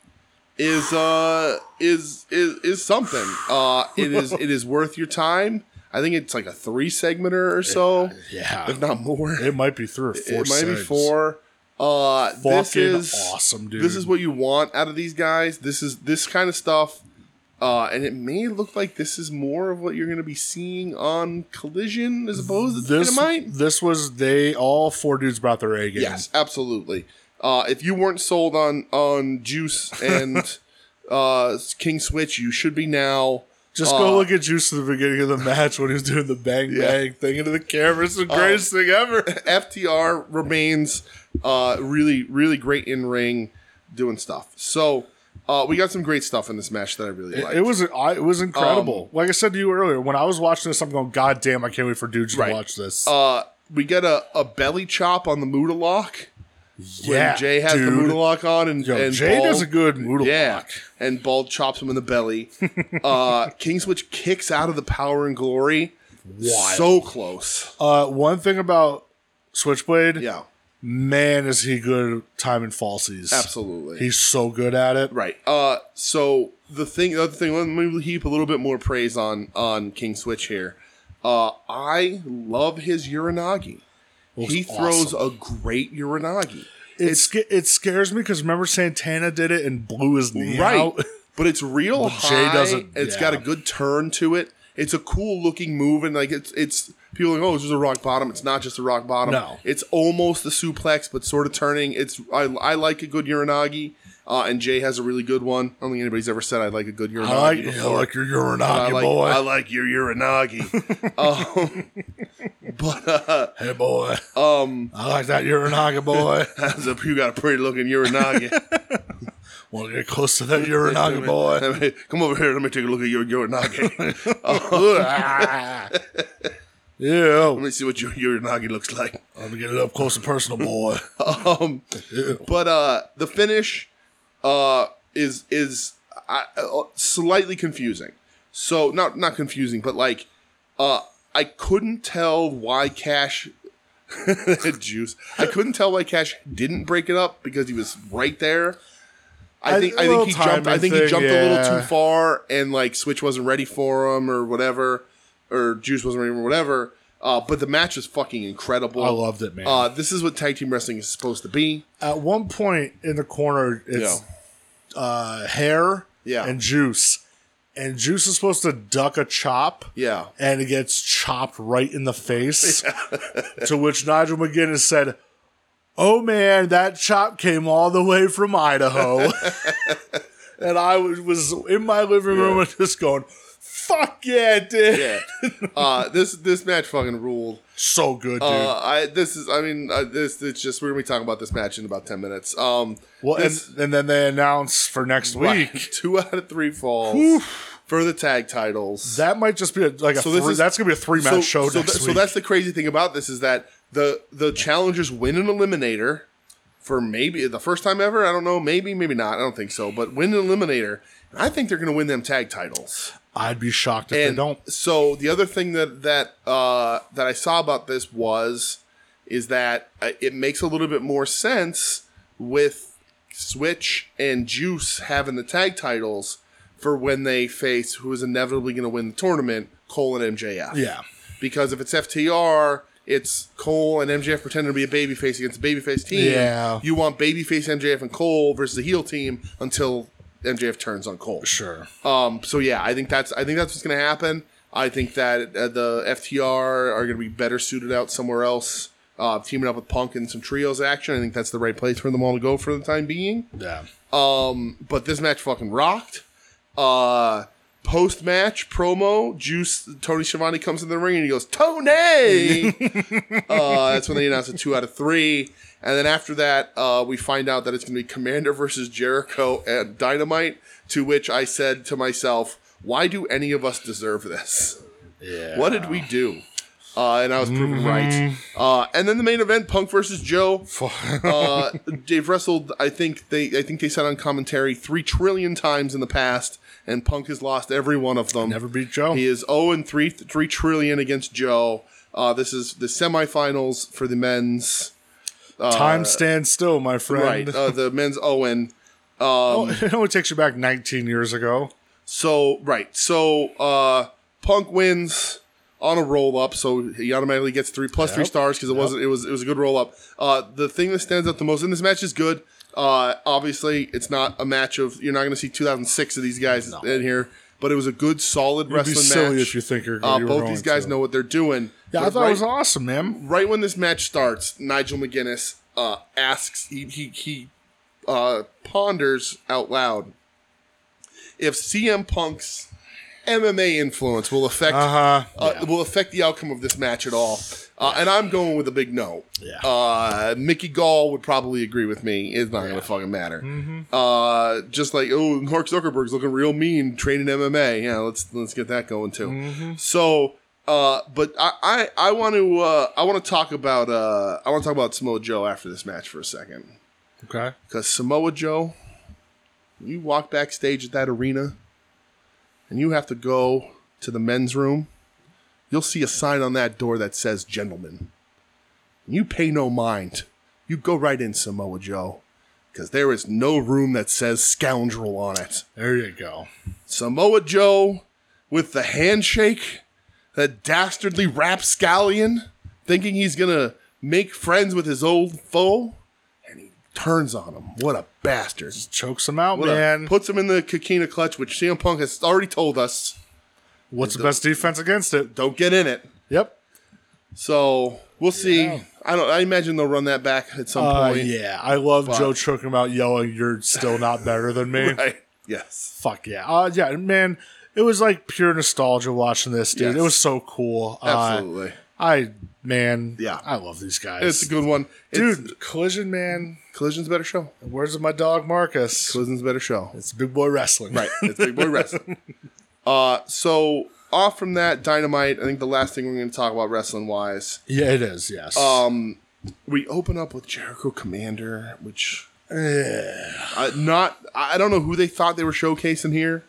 Speaker 1: is uh is is is something. Uh, it is it is worth your time. I think it's like a three segmenter or so,
Speaker 2: yeah,
Speaker 1: if not more. It,
Speaker 2: it might be three or four.
Speaker 1: might be
Speaker 2: saves.
Speaker 1: four. Uh, this
Speaker 2: Fucking
Speaker 1: is
Speaker 2: awesome, dude.
Speaker 1: This is what you want out of these guys. This is this kind of stuff. Uh, and it may look like this is more of what you're going to be seeing on Collision as opposed to
Speaker 2: this.
Speaker 1: Dynamite.
Speaker 2: This was they all four dudes brought their A game.
Speaker 1: Yes, absolutely. Uh, if you weren't sold on on Juice and uh, King Switch, you should be now.
Speaker 2: Just
Speaker 1: Uh,
Speaker 2: go look at Juice at the beginning of the match when he was doing the bang bang thing into the camera. It's the
Speaker 1: Oh Uh,
Speaker 2: greatest thing ever.
Speaker 1: FTR remains uh, really, really great in ring doing stuff. So uh, we got some great stuff in this match that I really like.
Speaker 2: It was I, it was incredible.
Speaker 1: Um,
Speaker 2: like I said to you earlier, when I was watching this, I'm going, God damn, I can't wait for dudes
Speaker 1: Right.
Speaker 2: to watch this.
Speaker 1: uh, we get a, a belly chop on the Moodle Lock.
Speaker 2: yeah,
Speaker 1: when Jay has the
Speaker 2: dude.
Speaker 1: Moodle Lock on, and,
Speaker 2: Yo,
Speaker 1: and
Speaker 2: Jay
Speaker 1: Bald-
Speaker 2: does a good moodle
Speaker 1: Yeah,
Speaker 2: lock.
Speaker 1: and Bald chops him in the belly. uh, King Switch kicks out of the power and glory
Speaker 2: wild.
Speaker 1: So close.
Speaker 2: uh, one thing about Switchblade,
Speaker 1: Yeah.
Speaker 2: man, is he good at timing falsies.
Speaker 1: Absolutely.
Speaker 2: He's so good at it.
Speaker 1: Right. Uh. So the thing, the other thing, let me heap a little bit more praise on on King Switch here. Uh, I love his Uranagi. He throws a great Uranagi.
Speaker 2: It, sca- it scares me because remember Santana did it and blew his knee
Speaker 1: Right.
Speaker 2: out.
Speaker 1: But it's real
Speaker 2: Jay
Speaker 1: high.
Speaker 2: doesn't-
Speaker 1: It's
Speaker 2: yeah.
Speaker 1: got a good turn to it. It's a cool looking move, and like it's it's people are like, oh, it's just a rock bottom. It's not just a rock bottom.
Speaker 2: No.
Speaker 1: it's almost a suplex, but sort of turning. It's I, I like a good uranagi, uh, and Jay has a really good one. I don't think anybody's ever said I like a good uranagi.
Speaker 2: I like, I
Speaker 1: before.
Speaker 2: like your
Speaker 1: I
Speaker 2: urinagi,
Speaker 1: like,
Speaker 2: boy.
Speaker 1: I like your uranagi. um, but uh,
Speaker 2: hey, boy. Um, I like that urinagi, boy.
Speaker 1: as if you got a pretty looking uranagi.
Speaker 2: Want to get close to that urinagi, boy?
Speaker 1: Let me- Come over here. Let me take a look at your uranagi. Let
Speaker 2: Ah. Yeah.
Speaker 1: me see what your uranagi looks like.
Speaker 2: I'm gonna get it up close and personal, boy.
Speaker 1: Um, but uh, the finish uh, is is uh, uh, slightly confusing. So not not confusing, but like uh, I couldn't tell why Cash juice. I couldn't tell why Cash didn't break it up because he was right there. I
Speaker 2: I-
Speaker 1: think
Speaker 2: a
Speaker 1: I
Speaker 2: little
Speaker 1: think he jumped. I
Speaker 2: timing
Speaker 1: think he
Speaker 2: thing,
Speaker 1: jumped a little
Speaker 2: yeah.
Speaker 1: too far, and like Switch wasn't ready for him or whatever, or Juice wasn't ready or whatever. Uh, but the match is fucking incredible.
Speaker 2: I loved it, man.
Speaker 1: Uh, this is what tag team wrestling is supposed to be.
Speaker 2: At one point in the corner, it's
Speaker 1: Yeah.
Speaker 2: uh, hair
Speaker 1: Yeah.
Speaker 2: and juice, and juice is supposed to duck a chop.
Speaker 1: Yeah.
Speaker 2: and it gets chopped right in the face. to which Nigel McGuinness said, "Oh man, that chop came all the way from Idaho." and I was, was in my living room and just going, "Fuck yeah, it did!
Speaker 1: Yeah. uh, this this match fucking ruled.
Speaker 2: So good, dude."
Speaker 1: Uh, I this is I mean uh, this it's just we're gonna be talking about this match in about ten minutes. Um,
Speaker 2: well, and,
Speaker 1: this-
Speaker 2: and then they announced for next
Speaker 1: right,
Speaker 2: week.
Speaker 1: two out of three falls for the tag titles.
Speaker 2: That might just be a, like a
Speaker 1: So
Speaker 2: three,
Speaker 1: this is-
Speaker 2: that's gonna be a three match show
Speaker 1: so,
Speaker 2: next
Speaker 1: tha- so
Speaker 2: week.
Speaker 1: that's the crazy thing about this is that the the challengers win an eliminator for maybe the first time ever. I don't know, maybe maybe not. I don't think so, but win an eliminator. And I think they're gonna win them tag titles.
Speaker 2: I'd be shocked if
Speaker 1: And
Speaker 2: they don't.
Speaker 1: So the other thing that that uh, that I saw about this was is that uh, it makes a little bit more sense with Switch and Juice having the tag titles for when they face who is inevitably going to win the tournament, Cole and MJF.
Speaker 2: Yeah,
Speaker 1: Because if it's FTR, it's Cole and MJF pretending to be a babyface against a babyface team.
Speaker 2: Yeah.
Speaker 1: You want babyface MJF and Cole versus the heel team until MJF turns on Cole.
Speaker 2: sure.
Speaker 1: Um, so yeah, I think that's I think that's what's going to happen. I think that uh, the FTR are going to be better suited out somewhere else, uh, teaming up with Punk and some trios action. I think that's the right place for them all to go for the time being.
Speaker 2: Yeah.
Speaker 1: But this match fucking rocked. Uh, Post match promo, Juice Tony Schiavone comes in the ring and he goes Tony. uh, that's when they announce a two out of three, and then after that, uh, we find out that it's going to be Commander versus Jericho at Dynamite. To which I said to myself, "Why do any of us deserve this?
Speaker 2: Yeah.
Speaker 1: What did we do?" Uh, and I was proven
Speaker 2: Mm-hmm.
Speaker 1: right. Uh, and then the main event, Punk versus Joe. uh, they've wrestled. I think they. I think they said on commentary three trillion times in the past, and Punk has lost every one of them.
Speaker 2: Never beat Joe.
Speaker 1: He is 0 and 3 3 trillion against Joe. Uh, this is the semifinals for the men's
Speaker 2: Time stands still, my friend.
Speaker 1: Uh, right. um, Uh, the men's Owen.
Speaker 2: Oh, it only takes you back 19 years ago.
Speaker 1: So right. So uh, Punk wins on a roll up, so he automatically gets three plus three
Speaker 2: Yep.
Speaker 1: stars because it wasn't. It was it was a good roll up. Uh, the thing that stands out the most in this match is good. Uh, obviously, it's not a match of you're not going to see 2006 of these guys in here, but it was a good, solid
Speaker 2: It'd be
Speaker 1: wrestling
Speaker 2: silly
Speaker 1: match.
Speaker 2: if you think you're,
Speaker 1: uh,
Speaker 2: you were
Speaker 1: both
Speaker 2: going
Speaker 1: these guys
Speaker 2: to.
Speaker 1: know what they're doing.
Speaker 2: Yeah, I
Speaker 1: But
Speaker 2: thought
Speaker 1: right-
Speaker 2: it was awesome, man.
Speaker 1: right when this match starts, Nigel McGuinness uh, asks he he, he uh, ponders out loud if CM Punk's MMA influence will affect
Speaker 2: Uh-huh.
Speaker 1: uh, will affect the outcome of this match at all. Uh, and I'm going with a big no.
Speaker 2: Yeah.
Speaker 1: Uh, Mickey Gall would probably agree with me. It's not going to fucking matter.
Speaker 2: Mm-hmm.
Speaker 1: Uh, just like oh, Mark Zuckerberg's looking real mean training MMA. Yeah, let's let's get that going too. So, uh, but I I, I want to uh, I want to talk about uh, I want to talk about Samoa Joe after this match for a second
Speaker 2: Okay.
Speaker 1: because Samoa Joe, you walk backstage at that arena, and you have to go to the men's room you'll see a sign on that door that says gentleman. You pay no mind. You go right in, Samoa Joe, because there is no room that says scoundrel on it.
Speaker 2: There you go.
Speaker 1: Samoa Joe with the handshake, that dastardly rapscallion, thinking he's gonna make friends with his old foe, and he turns on him. What a bastard!
Speaker 2: Chokes him out,
Speaker 1: What a-
Speaker 2: man.
Speaker 1: puts him in the Kikina clutch, which CM Punk has already told us.
Speaker 2: What's the best defense against it?
Speaker 1: Don't get in it.
Speaker 2: Yep.
Speaker 1: So we'll see.
Speaker 2: Yeah.
Speaker 1: I don't. I imagine they'll run that back at some
Speaker 2: Uh,
Speaker 1: point.
Speaker 2: yeah, I love Joe choking him out, yelling, "You're still not better than me."
Speaker 1: Right. Yes.
Speaker 2: Fuck yeah. Uh, yeah, man. It was like pure nostalgia watching this, dude.
Speaker 1: Yes.
Speaker 2: It was so cool. Uh,
Speaker 1: Absolutely.
Speaker 2: I man,
Speaker 1: Yeah.
Speaker 2: I love these guys,
Speaker 1: it's a good one, It's-
Speaker 2: dude. Collision, man.
Speaker 1: Collision's a better show.
Speaker 2: Where's my dog Marcus?
Speaker 1: Collision's a better show.
Speaker 2: It's big boy wrestling,
Speaker 1: Right. It's Big Boy Wrestling. Uh, so off from that, Dynamite. I think the last thing we're going to talk about wrestling wise,
Speaker 2: Yeah, it is. Yes.
Speaker 1: Um, we open up with Jericho Commander, which uh, not. I I don't know who they thought they were showcasing here.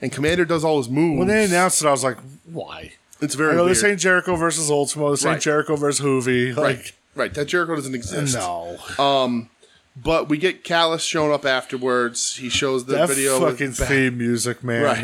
Speaker 1: And Commander does all his moves.
Speaker 2: when they announced it, I was like, why?
Speaker 1: it's very
Speaker 2: I know
Speaker 1: weird.
Speaker 2: this ain't Jericho versus Ultimo. This
Speaker 1: Right.
Speaker 2: ain't Jericho versus Hoovy.
Speaker 1: right.
Speaker 2: Like,
Speaker 1: Right. That Jericho doesn't exist.
Speaker 2: no,
Speaker 1: But we get Callus showing up afterwards. He shows the
Speaker 2: that
Speaker 1: video with
Speaker 2: fucking
Speaker 1: Ba-
Speaker 2: theme music, man.
Speaker 1: right,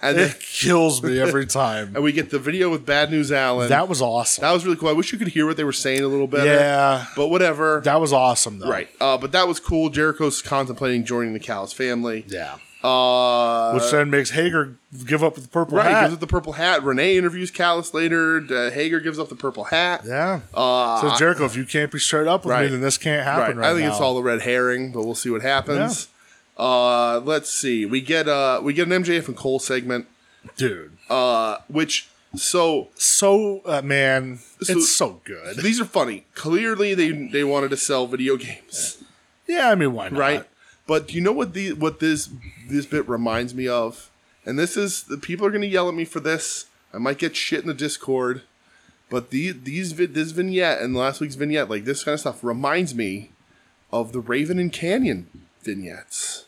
Speaker 1: and then,
Speaker 2: It kills me every time.
Speaker 1: and we get the video with Bad News Allen. That,
Speaker 2: that was awesome.
Speaker 1: was really cool. I wish you could hear what they were saying a little better.
Speaker 2: yeah,
Speaker 1: but whatever.
Speaker 2: that was awesome though.
Speaker 1: right, uh, but that was cool. Jericho's contemplating joining the Callus family.
Speaker 2: Yeah.
Speaker 1: Uh,
Speaker 2: Which then makes Hager give up the purple
Speaker 1: right,
Speaker 2: hat.
Speaker 1: gives up the purple hat. Renee interviews Callus later. Uh, Hager gives up the purple hat.
Speaker 2: yeah. so Jericho, if you can't be straight up with
Speaker 1: Uh, Right.
Speaker 2: me, then this can't
Speaker 1: Right.
Speaker 2: happen. Right.
Speaker 1: I think
Speaker 2: now.
Speaker 1: it's all a red herring, but we'll see what happens. Uh, let's see. We get uh, we get an MJF and Cole segment,
Speaker 2: dude.
Speaker 1: uh, which so
Speaker 2: so uh, man,
Speaker 1: So-
Speaker 2: it's so good.
Speaker 1: These are funny. Clearly, they they wanted to sell video games,
Speaker 2: Yeah, I mean, why not?
Speaker 1: right? But do you know what the what this this bit reminds me of? And this is the people are going to yell at me for this. I might get shit in the Discord. But the these vi- this vignette and last week's vignette, like this kind of stuff, reminds me of the Raven and Canyon vignettes,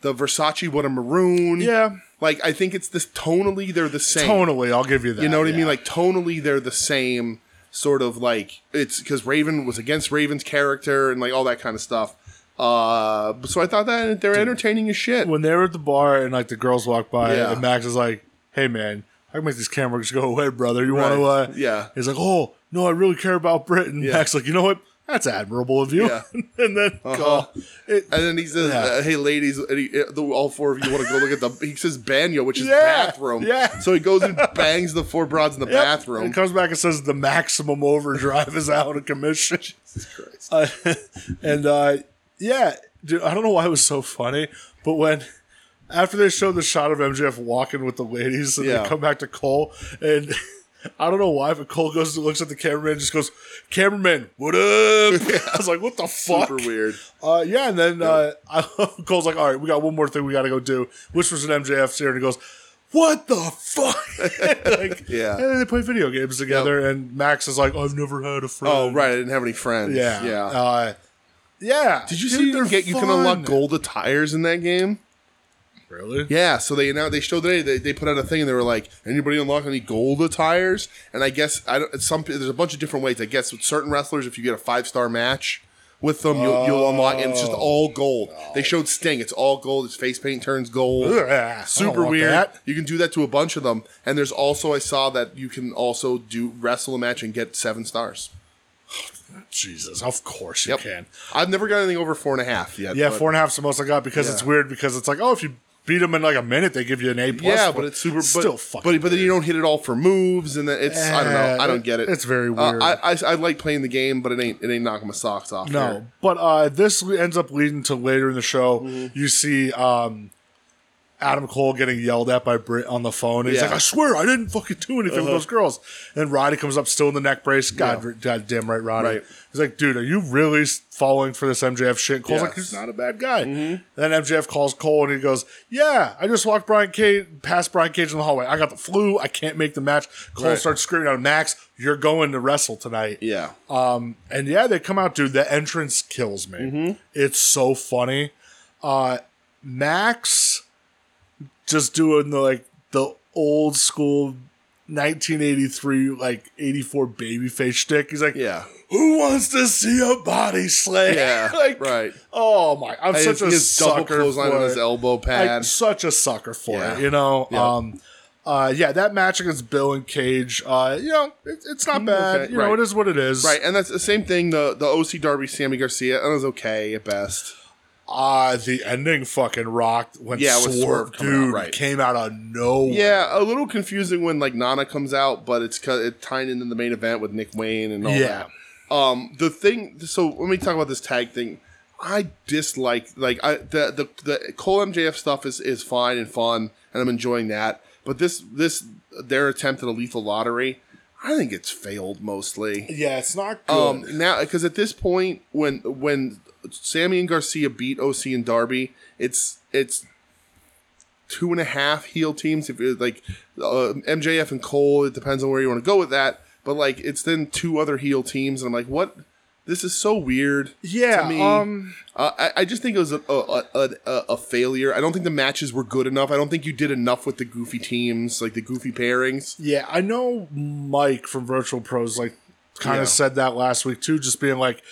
Speaker 1: the Versace What a Maroon.
Speaker 2: Yeah.
Speaker 1: like I think it's this tonally they're the same.
Speaker 2: Tonally, I'll give you that.
Speaker 1: You know what I
Speaker 2: yeah.
Speaker 1: mean? Like tonally, they're the same sort of like it's because Raven was against Raven's character and like all that kind of stuff. Uh, but- so I thought that they're entertaining as shit.
Speaker 2: when they were at the bar and like the girls walk by,
Speaker 1: Yeah.
Speaker 2: and Max is like, "Hey, man, I can make these cameras go away, brother. You
Speaker 1: Right.
Speaker 2: want to?" Uh,
Speaker 1: Yeah.
Speaker 2: He's like, "Oh no, I really care about Britain." Max like, "You know what? That's admirable of you."
Speaker 1: Yeah.
Speaker 2: and then
Speaker 1: Uh-huh.
Speaker 2: oh, it,
Speaker 1: And then he says,
Speaker 2: Yeah.
Speaker 1: uh, "Hey, ladies, and he, uh, the, all four of you want to go look at the." He says, "Banyo," which is
Speaker 2: Yeah.
Speaker 1: bathroom.
Speaker 2: Yeah.
Speaker 1: So he goes and bangs the four broads in the
Speaker 2: Yep.
Speaker 1: bathroom.
Speaker 2: And it comes back and says the maximum overdrive is out of commission. Uh, and uh, yeah, dude, I don't know why it was so funny, but when after they showed the shot of MJF walking with the ladies, and
Speaker 1: Yeah.
Speaker 2: they come back to Cole, and I don't know why, but Cole goes and looks at the cameraman, and just goes, "Cameraman, what up?" I was like, "What the fuck?"
Speaker 1: Super weird.
Speaker 2: Uh, yeah, and then uh, Cole's like, "All right, we got one more thing we got to go do," which was an MJF series, and he goes, "What the fuck?" Like,
Speaker 1: Yeah.
Speaker 2: and then they play video games together, and Max is like, "I've never had a friend."
Speaker 1: Oh right, I didn't have any friends.
Speaker 2: Um, yeah,
Speaker 1: Yeah.
Speaker 2: uh, yeah.
Speaker 1: Did you
Speaker 2: Dude,
Speaker 1: see you
Speaker 2: they're
Speaker 1: can get you can
Speaker 2: fun.
Speaker 1: unlock gold attires in that game?
Speaker 2: Really?
Speaker 1: Yeah, so they announced they showed today they, they put out a thing and they were like, anybody unlock any gold attires? And I guess I don't. Some there's a bunch of different ways. I guess with certain wrestlers, if you get a five star match with them, you'll, you'll unlock and it's
Speaker 2: Oh.
Speaker 1: just all gold. They showed Sting, it's all gold. His face paint turns gold.
Speaker 2: Ugh, I don't
Speaker 1: Super
Speaker 2: want
Speaker 1: weird.
Speaker 2: that.
Speaker 1: You can do that to a bunch of them. And there's also I saw that you can also do wrestle a match and get seven stars.
Speaker 2: Jesus, of course you
Speaker 1: Yep.
Speaker 2: can.
Speaker 1: I've never got anything over four and a half yet.
Speaker 2: Yeah,
Speaker 1: but-
Speaker 2: four and a half's the most I got because it's
Speaker 1: Yeah.
Speaker 2: weird because it's like, oh, if you beat them in like a minute, they give you an A plus.
Speaker 1: Yeah,
Speaker 2: for
Speaker 1: but
Speaker 2: it.
Speaker 1: it's super. But,
Speaker 2: still fucking.
Speaker 1: But, but then you
Speaker 2: weird.
Speaker 1: don't hit it all for moves, and then it's I don't know.
Speaker 2: Eh,
Speaker 1: I don't get it.
Speaker 2: it's very
Speaker 1: Uh,
Speaker 2: weird.
Speaker 1: I, I I like playing the game, but it ain't it ain't knocking my socks off.
Speaker 2: No,
Speaker 1: here.
Speaker 2: but uh, this le- ends up leading to later in the show.
Speaker 1: Mm-hmm.
Speaker 2: You see um, Adam Cole getting yelled at by Britt on the phone. He's
Speaker 1: Yeah. Uh-huh.
Speaker 2: like, "I swear, I didn't fucking do anything with those girls." And Roddy comes up still in the neck brace. God, God damn right, Roddy.
Speaker 1: Right.
Speaker 2: He's like, "Dude, are you really s- falling for this MJF shit?" Cole's like,
Speaker 1: Yes.
Speaker 2: "He's not a bad guy."
Speaker 1: Mm-hmm.
Speaker 2: Then MJF calls Cole and he goes, "Yeah, I just walked Brian Cage past Brian Cage in the hallway. I got the flu. I can't make the match." Cole
Speaker 1: Right.
Speaker 2: starts screaming out, "Max, you're going to wrestle tonight."
Speaker 1: yeah,
Speaker 2: Um, and yeah, they come out, dude. The entrance kills me.
Speaker 1: Mm-hmm.
Speaker 2: It's so funny. Uh, Max just doing the like the old school 1983, like 84 babyface shtick. He's like,
Speaker 1: Yeah.
Speaker 2: who wants to see a body slam?
Speaker 1: Yeah,
Speaker 2: like,
Speaker 1: right.
Speaker 2: Oh my, I'm
Speaker 1: His,
Speaker 2: such a
Speaker 1: his double
Speaker 2: sucker
Speaker 1: clothesline
Speaker 2: for
Speaker 1: on
Speaker 2: it.
Speaker 1: his elbow
Speaker 2: Like,
Speaker 1: pad.
Speaker 2: such a sucker for
Speaker 1: Yeah.
Speaker 2: it, you know.
Speaker 1: Yeah.
Speaker 2: Um, uh, yeah, that match against Bill and Cage, uh, you know, it, it's not bad.
Speaker 1: Mm, okay,
Speaker 2: You know,
Speaker 1: right.
Speaker 2: it is what it is.
Speaker 1: Right, and that's the same thing. The the OC Derby, Sammy Garcia, that was okay at best.
Speaker 2: Uh, the ending fucking rocked when
Speaker 1: Yeah, with
Speaker 2: Swerve,
Speaker 1: Swerve coming out,
Speaker 2: dude
Speaker 1: right.
Speaker 2: came out of nowhere.
Speaker 1: Yeah, a little confusing when like Nana comes out, but it's cut it tying into the main event with Nick Wayne and all
Speaker 2: Yeah.
Speaker 1: that. Um, the thing. So let me talk about this tag thing. I dislike like I the the the Cole MJF stuff is is fine and fun, and I'm enjoying that. But this this their attempt at a lethal lottery, I think it's failed mostly.
Speaker 2: yeah, it's not good.
Speaker 1: Um, now, because at this point, when when Sammy and Garcia beat OC and Darby, it's it's two and a half heel teams. If it, like uh, MJF and Cole, it depends on where you want to go with that. But like, it's then two other heel teams, and I'm like, what? This is so weird.
Speaker 2: yeah,
Speaker 1: to me.
Speaker 2: um,
Speaker 1: Uh, I, I just think it was a, a, a, a, a failure. I don't think the matches were good enough. I don't think you did enough with the goofy teams, like the goofy pairings.
Speaker 2: yeah, I know Mike from Virtual Pros like kind of
Speaker 1: Yeah.
Speaker 2: said that last week too, just being like,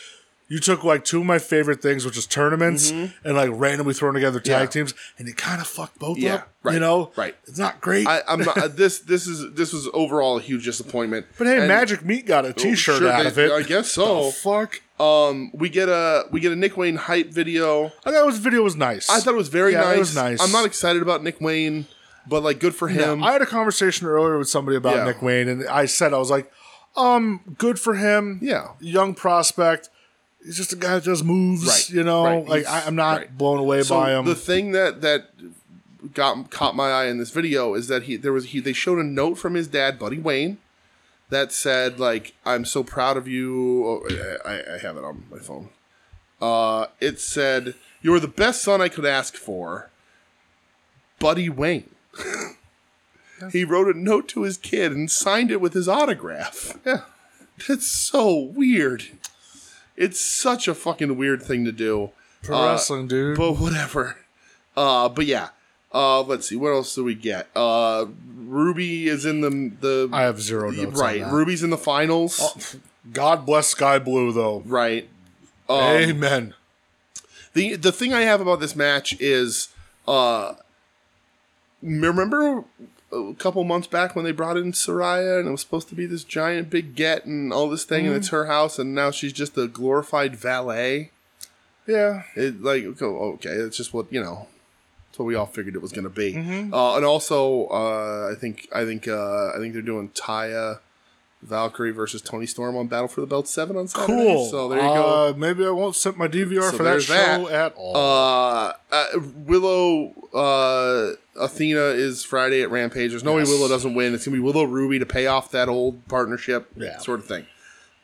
Speaker 2: you took like two of my favorite things, which is tournaments and like randomly throwing together tag
Speaker 1: Mm-hmm. Yeah.
Speaker 2: teams, and you kind of fucked both
Speaker 1: Yeah,
Speaker 2: up.
Speaker 1: right,
Speaker 2: You know,
Speaker 1: right.
Speaker 2: It's not great.
Speaker 1: I, I'm not, uh, this this is this was overall a huge disappointment.
Speaker 2: but hey,
Speaker 1: And- Oh,
Speaker 2: Magic Meat got a T-shirt
Speaker 1: Sure,
Speaker 2: out
Speaker 1: they-
Speaker 2: of it.
Speaker 1: I guess so.
Speaker 2: The fuck.
Speaker 1: Um, we get a we get a Nick Wayne hype video.
Speaker 2: I thought his video was nice.
Speaker 1: I thought it was very
Speaker 2: Yeah,
Speaker 1: nice.
Speaker 2: it was nice.
Speaker 1: I'm not excited about Nick Wayne, but like good for
Speaker 2: Yeah,
Speaker 1: him.
Speaker 2: I had a conversation earlier with somebody about
Speaker 1: Yeah.
Speaker 2: Nick Wayne, and I said I was like, um, good for him.
Speaker 1: Yeah.
Speaker 2: young prospect. He's just a guy that does moves.
Speaker 1: Right,
Speaker 2: You know,
Speaker 1: right.
Speaker 2: like
Speaker 1: He's-
Speaker 2: I, I'm not
Speaker 1: right.
Speaker 2: blown away
Speaker 1: so
Speaker 2: by him.
Speaker 1: the thing that that got caught my eye in this video is that he there was he they showed a note from his dad, Buddy Wayne, that said like I'm so proud of you. Oh, I, I- I have it on my phone. Uh, it said you're the best son I could ask for, Buddy Wayne. he wrote a note to his kid and signed it with his autograph.
Speaker 2: yeah.
Speaker 1: That's so weird. It's such a fucking weird thing to do.
Speaker 2: Pro
Speaker 1: Uh,
Speaker 2: wrestling, dude.
Speaker 1: but whatever. Uh, but yeah. Uh, let's see. What else do we get? Uh, Ruby is in the the
Speaker 2: I have zero notes. on
Speaker 1: right.
Speaker 2: that. Oh.
Speaker 1: Ruby's in the finals.
Speaker 2: God bless Sky Blue, though.
Speaker 1: Right. Um,
Speaker 2: Amen.
Speaker 1: the the thing I have about this match is, uh, remember a couple months back when they brought in Soraya and it was supposed to be this giant big get and all this
Speaker 2: Mm-hmm.
Speaker 1: thing and it's her house and now she's just a glorified valet.
Speaker 2: Yeah.
Speaker 1: It like okay, okay, that's just what you know. That's what we all figured it was going to be. Uh, and also, uh, I think I think uh, I think they're doing Taya Valkyrie versus Tony Storm on Battle for the Belt Seven on Saturday.
Speaker 2: Cool.
Speaker 1: So there you go.
Speaker 2: Uh, maybe I won't set my DVR
Speaker 1: So
Speaker 2: for that
Speaker 1: there's that.
Speaker 2: show at all.
Speaker 1: Uh, uh, Willow uh, Athena is Friday at Rampage. There's no
Speaker 2: Yes.
Speaker 1: way Willow doesn't win. It's gonna be Willow Ruby to pay off that old partnership,
Speaker 2: Yeah.
Speaker 1: sort of thing.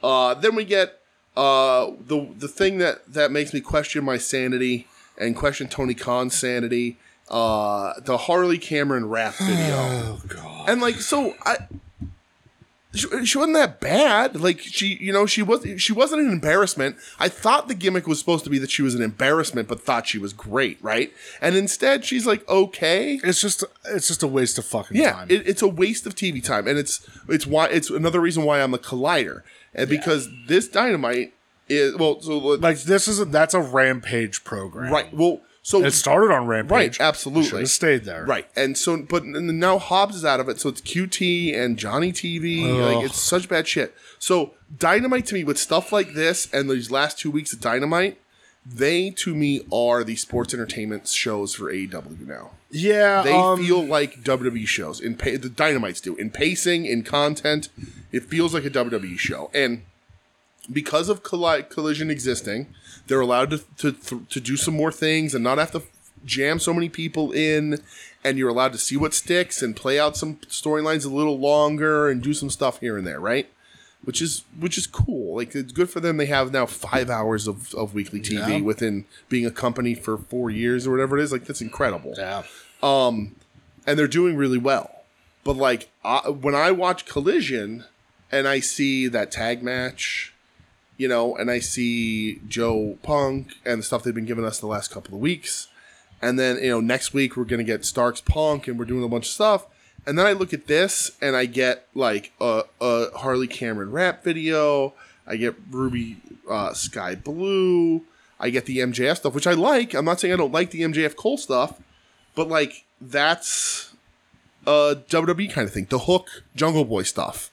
Speaker 1: Uh, then we get uh, the the thing that that makes me question my sanity and question Tony Khan's sanity. Uh, the Harley Cameron rap video,
Speaker 2: oh God.
Speaker 1: and like so I. She, she wasn't that bad. Like she, you know, she was she wasn't an embarrassment. I thought the gimmick was supposed to be that she was an embarrassment, but thought she was great, right? And instead, she's like okay.
Speaker 2: It's just it's just a waste of fucking
Speaker 1: Yeah,
Speaker 2: time.
Speaker 1: it, it's a waste of TV time, and it's it's why it's another reason why I'm a collider, and because this dynamite is well, so let-
Speaker 2: like this is a, that's a rampage program.
Speaker 1: right, well, so
Speaker 2: It started on Rampage.
Speaker 1: right,
Speaker 2: Should
Speaker 1: absolutely,
Speaker 2: have stayed there.
Speaker 1: right, and so but and now Hobbs is out of it, so it's QT and Johnny TV, like it's such bad shit. So dynamite to me with stuff like this and these last two weeks of dynamite, they to me are the sports entertainment shows for AEW now.
Speaker 2: Yeah.
Speaker 1: They
Speaker 2: um,
Speaker 1: feel like WWE shows in pa- the Dynamites do in pacing, in content. It feels like a WWE show, and because of colli- Collision existing, they're allowed to to, th- to do some more things and not have to jam so many people in. And you're allowed to see what sticks and play out some storylines a little longer and do some stuff here and there, right? Which is which is cool. Like it's good for them. They have now five hours of, of weekly TV
Speaker 2: Yeah.
Speaker 1: within being a company for four years or whatever it is. Like that's incredible
Speaker 2: Yeah.
Speaker 1: and they're doing really well. But like I, when I watch Collision and I see that tag match, you know, and I see Joe Punk and the stuff they've been giving us the last couple of weeks, and then you know next week we're gonna get Starks Punk and we're doing a bunch of stuff, And then I look at this and I get like a, a Harley Cameron rap video. I get Ruby uh, Sky Blue. I get the MJF stuff, which I like. I'm not saying I don't like the MJF Cole stuff, but like that's a WWE kind of thing. The Hook Jungle Boy stuff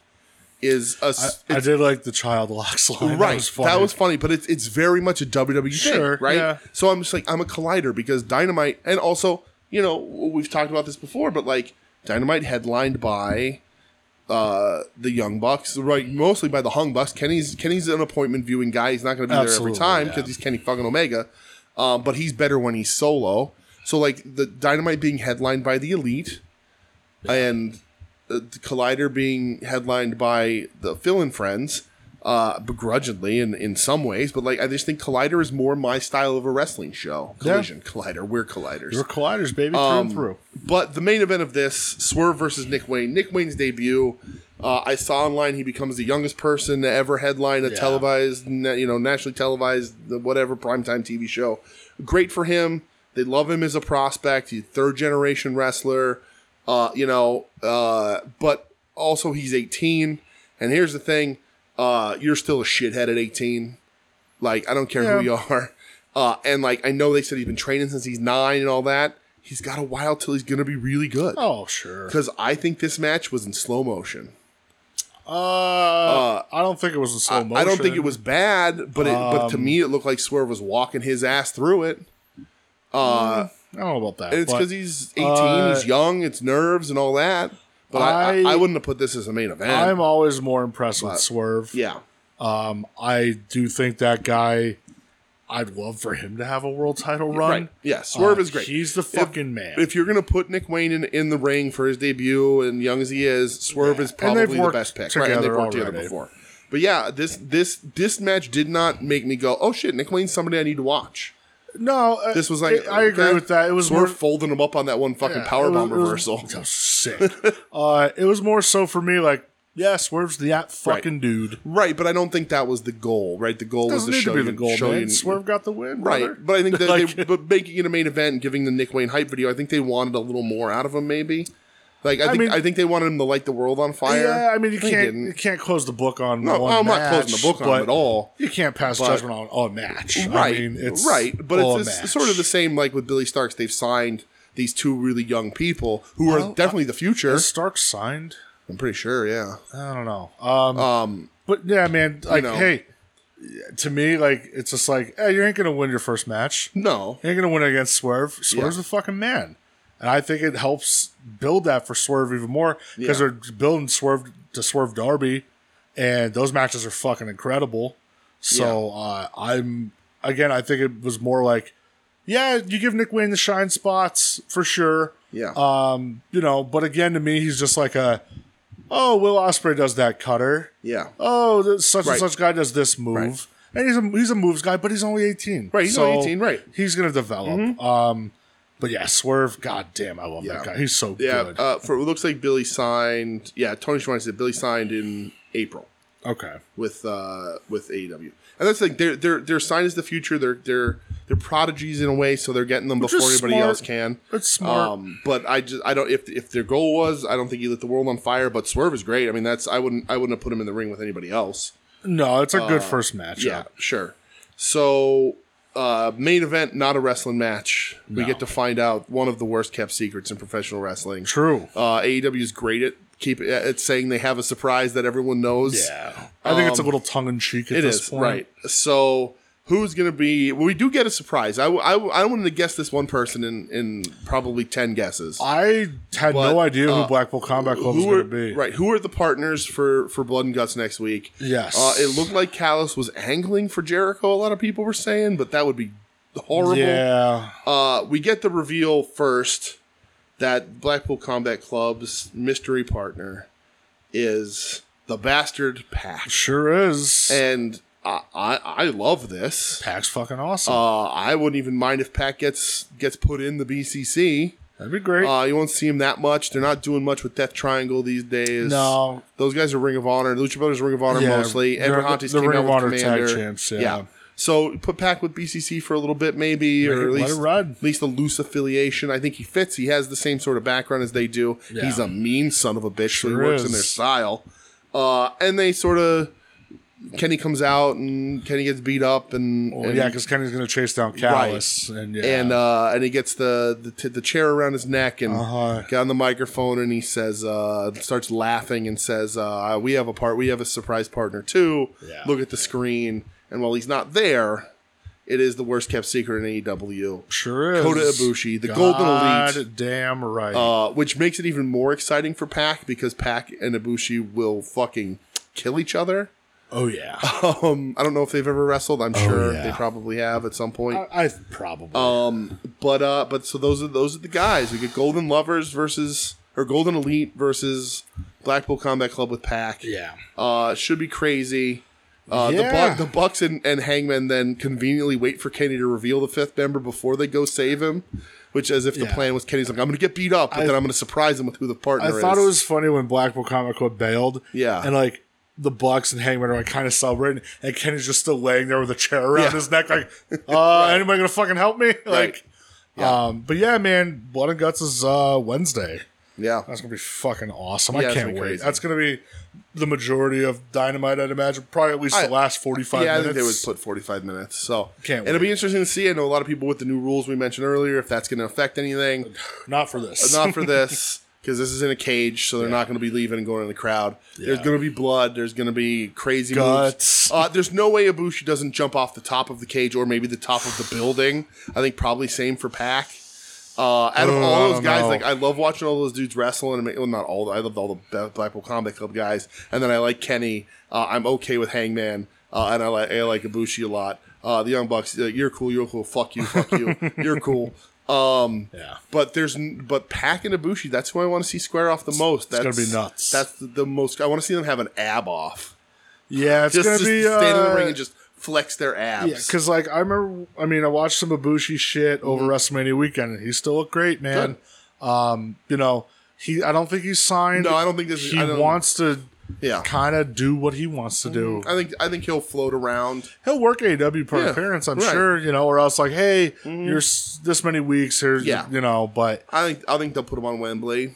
Speaker 1: is a s-
Speaker 2: I did like the child locks line.
Speaker 1: right.
Speaker 2: That was funny.
Speaker 1: funny, but it's it's very much a WWE
Speaker 2: Sure,
Speaker 1: thing, right?
Speaker 2: yeah.
Speaker 1: So I'm just like I'm a collider because Dynamite, and also you know we've talked about this before, but like Dynamite headlined by uh the Young Bucks, right? Mostly by the Hung Bucks. Kenny's Kenny's an appointment viewing guy. He's not going to be
Speaker 2: Absolutely,
Speaker 1: there every time
Speaker 2: yeah.
Speaker 1: because he's Kenny fucking Omega, um, but he's better when he's solo. So like the Dynamite being headlined by the Elite, and uh, the Collider being headlined by the Phil and Friends, uh, begrudgingly in, in some ways, but like I just think Collider is more my style of a wrestling show. Collision, Collider, we're colliders.
Speaker 2: We're colliders, baby, through
Speaker 1: Um,
Speaker 2: and through.
Speaker 1: But the main event of this, Swerve versus Nick Wayne. Nick Wayne's debut. Uh, I saw online he becomes the youngest person to ever headline a televised, na- you know, nationally televised, the whatever primetime TV show. Great for him. They love him as a prospect. He's a third generation wrestler. Uh, you know, uh, but also he's 18. And here's the thing: uh, you're still a shithead at 18. Like I don't care who you are. Uh, and like I know they said he's been training since he's nine and all that. He's got a while till he's gonna be really good.
Speaker 2: Oh, sure.
Speaker 1: Because I think this match was in slow motion.
Speaker 2: Uh, I don't think it was in slow motion.
Speaker 1: uh, I don't think it was bad, but it, but
Speaker 2: Um,
Speaker 1: to me it looked like Swerve was walking his ass through it.
Speaker 2: I don't know about that.
Speaker 1: And it's
Speaker 2: but-
Speaker 1: because he's eighteen,
Speaker 2: uh,
Speaker 1: he's young, it's nerves and all that. But I, I,
Speaker 2: I-
Speaker 1: I wouldn't have put this as a main event.
Speaker 2: I'm always more impressed with Swerve.
Speaker 1: yeah,
Speaker 2: Um, I do think that guy. I'd love for him to have a world title run.
Speaker 1: right. Yeah, Swerve
Speaker 2: Uh,
Speaker 1: is great.
Speaker 2: He's the fucking man.
Speaker 1: If you're gonna put Nick Wayne in, in the ring for his debut, and young as he is, Swerve is
Speaker 2: And they've
Speaker 1: probably the
Speaker 2: worked
Speaker 1: best pick. Right, and they've
Speaker 2: together
Speaker 1: worked together
Speaker 2: already.
Speaker 1: before. But yeah, this this this match did not make me go, oh shit, Nick Wayne's somebody I need to watch.
Speaker 2: no, uh,
Speaker 1: This was like
Speaker 2: I, I agree
Speaker 1: okay,
Speaker 2: with that. It was
Speaker 1: Swerve
Speaker 2: more
Speaker 1: folding him up on that one fucking
Speaker 2: yeah,
Speaker 1: power
Speaker 2: it was-
Speaker 1: powerbomb
Speaker 2: it was-
Speaker 1: reversal.
Speaker 2: that was sick. uh, it was more so for me like, yeah, Swerve's that fucking dude.
Speaker 1: Right, but I don't think that was the goal. Right, the goal was
Speaker 2: Doesn't
Speaker 1: to
Speaker 2: need
Speaker 1: show
Speaker 2: to be
Speaker 1: you
Speaker 2: the goal,
Speaker 1: show
Speaker 2: man.
Speaker 1: you-
Speaker 2: Swerve got the win,
Speaker 1: Right,
Speaker 2: brother.
Speaker 1: but I think that
Speaker 2: Like-
Speaker 1: they, but making it a main event, and giving the Nick Wayne hype video, I think they wanted a little more out of him. Maybe, like I, think
Speaker 2: mean-
Speaker 1: I think they wanted him to light the world on fire.
Speaker 2: Yeah, I mean you
Speaker 1: They
Speaker 2: can't
Speaker 1: didn't.
Speaker 2: you can't close the book on
Speaker 1: No,
Speaker 2: one
Speaker 1: I'm not
Speaker 2: match,
Speaker 1: closing the book on
Speaker 2: but
Speaker 1: him at all.
Speaker 2: You can't pass judgment on, on a match. I
Speaker 1: Right,
Speaker 2: mean, it's
Speaker 1: right, but
Speaker 2: a
Speaker 1: it's, it's
Speaker 2: match.
Speaker 1: sort of the same. Like with Billy Starks, they've signed these two really young people who are definitely
Speaker 2: uh,
Speaker 1: the future.
Speaker 2: Is Stark signed.
Speaker 1: I'm pretty sure. Yeah,
Speaker 2: I don't know. Um, but yeah, man, like
Speaker 1: know.
Speaker 2: hey, to me, like it's just like hey, you ain't gonna win your first match.
Speaker 1: no,
Speaker 2: You ain't gonna win against Swerve. Swerve's
Speaker 1: Yeah.
Speaker 2: the fucking man, and I think it helps build that for Swerve even more because
Speaker 1: Yeah.
Speaker 2: they're building Swerve to Swerve Darby, and those matches are fucking incredible. So uh, I'm again, I think it was more like, yeah, you give Nick Wayne the shine spots for sure.
Speaker 1: yeah,
Speaker 2: Um, you know, but again, to me, he's just like a, oh, Will Osprey does that cutter.
Speaker 1: yeah.
Speaker 2: Oh, th- such
Speaker 1: Right.
Speaker 2: and such guy does this move, and he's a he's a moves guy, but he's only eighteen.
Speaker 1: Right, he's only 18, right. Mm-hmm.
Speaker 2: He's gonna develop. Um, but yeah, Swerve. God damn, I love
Speaker 1: Yeah.
Speaker 2: that guy. He's so
Speaker 1: Yeah,
Speaker 2: good.
Speaker 1: uh, for it looks like Billy signed. Yeah, Tony Schiavone said Billy signed in April
Speaker 2: okay,
Speaker 1: with uh, with AEW, and that's like they're they're they're signed as the future. They're they're they're prodigies in a way, so they're getting them
Speaker 2: is
Speaker 1: before anybody
Speaker 2: smart.
Speaker 1: else can.
Speaker 2: that's smart.
Speaker 1: Um, but I just I don't if if their goal was I don't think he lit the world on fire. But Swerve is great. I mean that's I wouldn't I wouldn't have put him in the ring with anybody else.
Speaker 2: no, it's a good first match.
Speaker 1: uh, Yeah, sure. So, uh, main event, not a wrestling match. We get to find out one of the worst kept secrets in professional wrestling.
Speaker 2: true.
Speaker 1: Uh, AEW is great at keep at saying they have a surprise that everyone knows.
Speaker 2: Yeah, I think it's a little tongue in cheek at
Speaker 1: um, it
Speaker 2: this
Speaker 1: is
Speaker 2: point.
Speaker 1: right. So. Who's gonna be? Well, we do get a surprise. I, w- I, w- I wanted to guess this one person in, in probably ten guesses.
Speaker 2: I had
Speaker 1: But,
Speaker 2: no idea who
Speaker 1: uh,
Speaker 2: Blackpool Combat Club was
Speaker 1: who are
Speaker 2: going to be.
Speaker 1: right? Who are the partners for for Blood and Guts next week?
Speaker 2: Yes.
Speaker 1: uh, it looked like Callus was angling for Jericho. A lot of people were saying, but that would be horrible.
Speaker 2: Yeah.
Speaker 1: Uh, we get the reveal first that Blackpool Combat Club's mystery partner is the bastard Patch,
Speaker 2: Sure is.
Speaker 1: and I I, I love this.
Speaker 2: Pack's fucking awesome.
Speaker 1: Uh, I wouldn't even mind if Pack gets gets put in the BCC.
Speaker 2: That'd be great.
Speaker 1: Uh, you won't see him that much. They're not doing much with Death Triangle these days.
Speaker 2: No.
Speaker 1: those guys are Ring of Honor. The Lucha Brothers are Ring of Honor
Speaker 2: Yeah,
Speaker 1: mostly.
Speaker 2: they're
Speaker 1: Edgar
Speaker 2: the-
Speaker 1: Hantes
Speaker 2: the
Speaker 1: came
Speaker 2: Ring
Speaker 1: out
Speaker 2: of
Speaker 1: with
Speaker 2: Honor tag
Speaker 1: Commander.
Speaker 2: champs, yeah.
Speaker 1: So put Pack with BCC for a little bit, maybe,
Speaker 2: Let
Speaker 1: or
Speaker 2: it-
Speaker 1: at
Speaker 2: let
Speaker 1: least,
Speaker 2: it ride.
Speaker 1: at least a loose affiliation. I think he fits. He has the same sort of background as they do.
Speaker 2: Yeah.
Speaker 1: He's a mean son of a bitch, so he
Speaker 2: Sure
Speaker 1: works in
Speaker 2: is.
Speaker 1: their style. Uh, and they sort of Kenny comes out and Kenny gets beat up, and,
Speaker 2: Well,
Speaker 1: and
Speaker 2: yeah, because Kenny's going to chase down Callus. And, yeah.
Speaker 1: and uh, and he gets the the, t- the chair around his neck and
Speaker 2: Uh-huh.
Speaker 1: got on the microphone and he says uh, starts laughing and says uh, we have a part we have a surprise partner too
Speaker 2: Yeah.
Speaker 1: look at the screen and while he's not there it is the worst kept secret in E AEW
Speaker 2: sure is.
Speaker 1: Kota Ibushi the Golden Elite
Speaker 2: God damn right.
Speaker 1: uh, which makes it even more exciting for Pac because Pac and Ibushi will fucking kill each other
Speaker 2: oh, yeah.
Speaker 1: um I don't know if they've ever wrestled I'm sure
Speaker 2: Oh, yeah.
Speaker 1: they probably have at some point
Speaker 2: I, I probably.
Speaker 1: um, but uh, but so those are those are the guys. We get Golden Lovers versus or Golden Elite versus Blackpool Combat Club with Pac.
Speaker 2: yeah.
Speaker 1: Uh, should be crazy. Uh,
Speaker 2: Yeah.
Speaker 1: the, Bu- the Bucks and, and Hangman then conveniently wait for Kenny to reveal the fifth member before they go save him, which as if the
Speaker 2: Yeah.
Speaker 1: plan was Kenny's like I'm going to get beat up, but
Speaker 2: I-
Speaker 1: then I'm going to surprise him with who the partner
Speaker 2: I
Speaker 1: is.
Speaker 2: thought it was funny when Blackpool Comic Club bailed.
Speaker 1: Yeah.
Speaker 2: And like the Bucks and Hangman are like kind of celebrating, and Kenny's just still laying there with a chair around
Speaker 1: Yeah.
Speaker 2: his neck, like, uh, anybody gonna fucking help me? Like,
Speaker 1: Right.
Speaker 2: um, but yeah, man, Blood and Guts is uh Wednesday.
Speaker 1: yeah.
Speaker 2: That's gonna be fucking awesome.
Speaker 1: Yeah,
Speaker 2: I
Speaker 1: it's
Speaker 2: can't
Speaker 1: gonna be
Speaker 2: wait.
Speaker 1: crazy.
Speaker 2: That's gonna be the majority of Dynamite, I'd imagine. Probably at least
Speaker 1: I-
Speaker 2: the last forty five
Speaker 1: yeah, I
Speaker 2: minutes.
Speaker 1: think they would put 45 minutes. So
Speaker 2: Can't
Speaker 1: it'll
Speaker 2: wait.
Speaker 1: be interesting to see. I know a lot of people with the new rules we mentioned earlier, if that's going to affect anything.
Speaker 2: not for this.
Speaker 1: not for this because this is in a cage, so they're not going to be leaving and going in the crowd. There's
Speaker 2: Yeah.
Speaker 1: going to be blood. There's going to be crazy
Speaker 2: Guts.
Speaker 1: moves. Uh, there's no way Ibushi doesn't jump off the top of the cage or maybe the top of the building. I think probably same for Pac. Uh, out of
Speaker 2: Oh, I
Speaker 1: all those
Speaker 2: don't
Speaker 1: guys,
Speaker 2: know.
Speaker 1: like I love watching all those dudes wrestle, and I mean, well, not all. I loved all the Ba- Blackpool Combat Club guys, and then I like Kenny. Uh, I'm okay with Hangman, uh, and I like I like Ibushi a lot. Uh, the Young Bucks, uh, you're cool, you're cool. Fuck you, fuck you, you're cool. Um,
Speaker 2: Yeah.
Speaker 1: but there's n- but Pack and Ibushi. That's who I want to see square off the most. That's
Speaker 2: gonna be nuts.
Speaker 1: That's the, the most. I want to see them have an ab off.
Speaker 2: Yeah, it's
Speaker 1: Just,
Speaker 2: gonna
Speaker 1: just
Speaker 2: be
Speaker 1: stand in
Speaker 2: uh,
Speaker 1: the ring and just flex their abs.
Speaker 2: Yeah, because like I remember, I mean, I watched some Ibushi shit over
Speaker 1: Mm-hmm.
Speaker 2: WrestleMania weekend, and he still looked great, man. Um, you know, he I don't think he's signed.
Speaker 1: No, I don't think this is-
Speaker 2: He
Speaker 1: I don't-
Speaker 2: wants to
Speaker 1: Yeah.
Speaker 2: kind of do what he wants to do.
Speaker 1: I think I think he'll float around.
Speaker 2: He'll work AEW per
Speaker 1: Yeah,
Speaker 2: appearance, I'm
Speaker 1: right. Mm-hmm.
Speaker 2: sure. You know, or else like, hey, you're s- this many weeks here,
Speaker 1: Yeah.
Speaker 2: you know. But
Speaker 1: I think I think they'll put him on Wembley.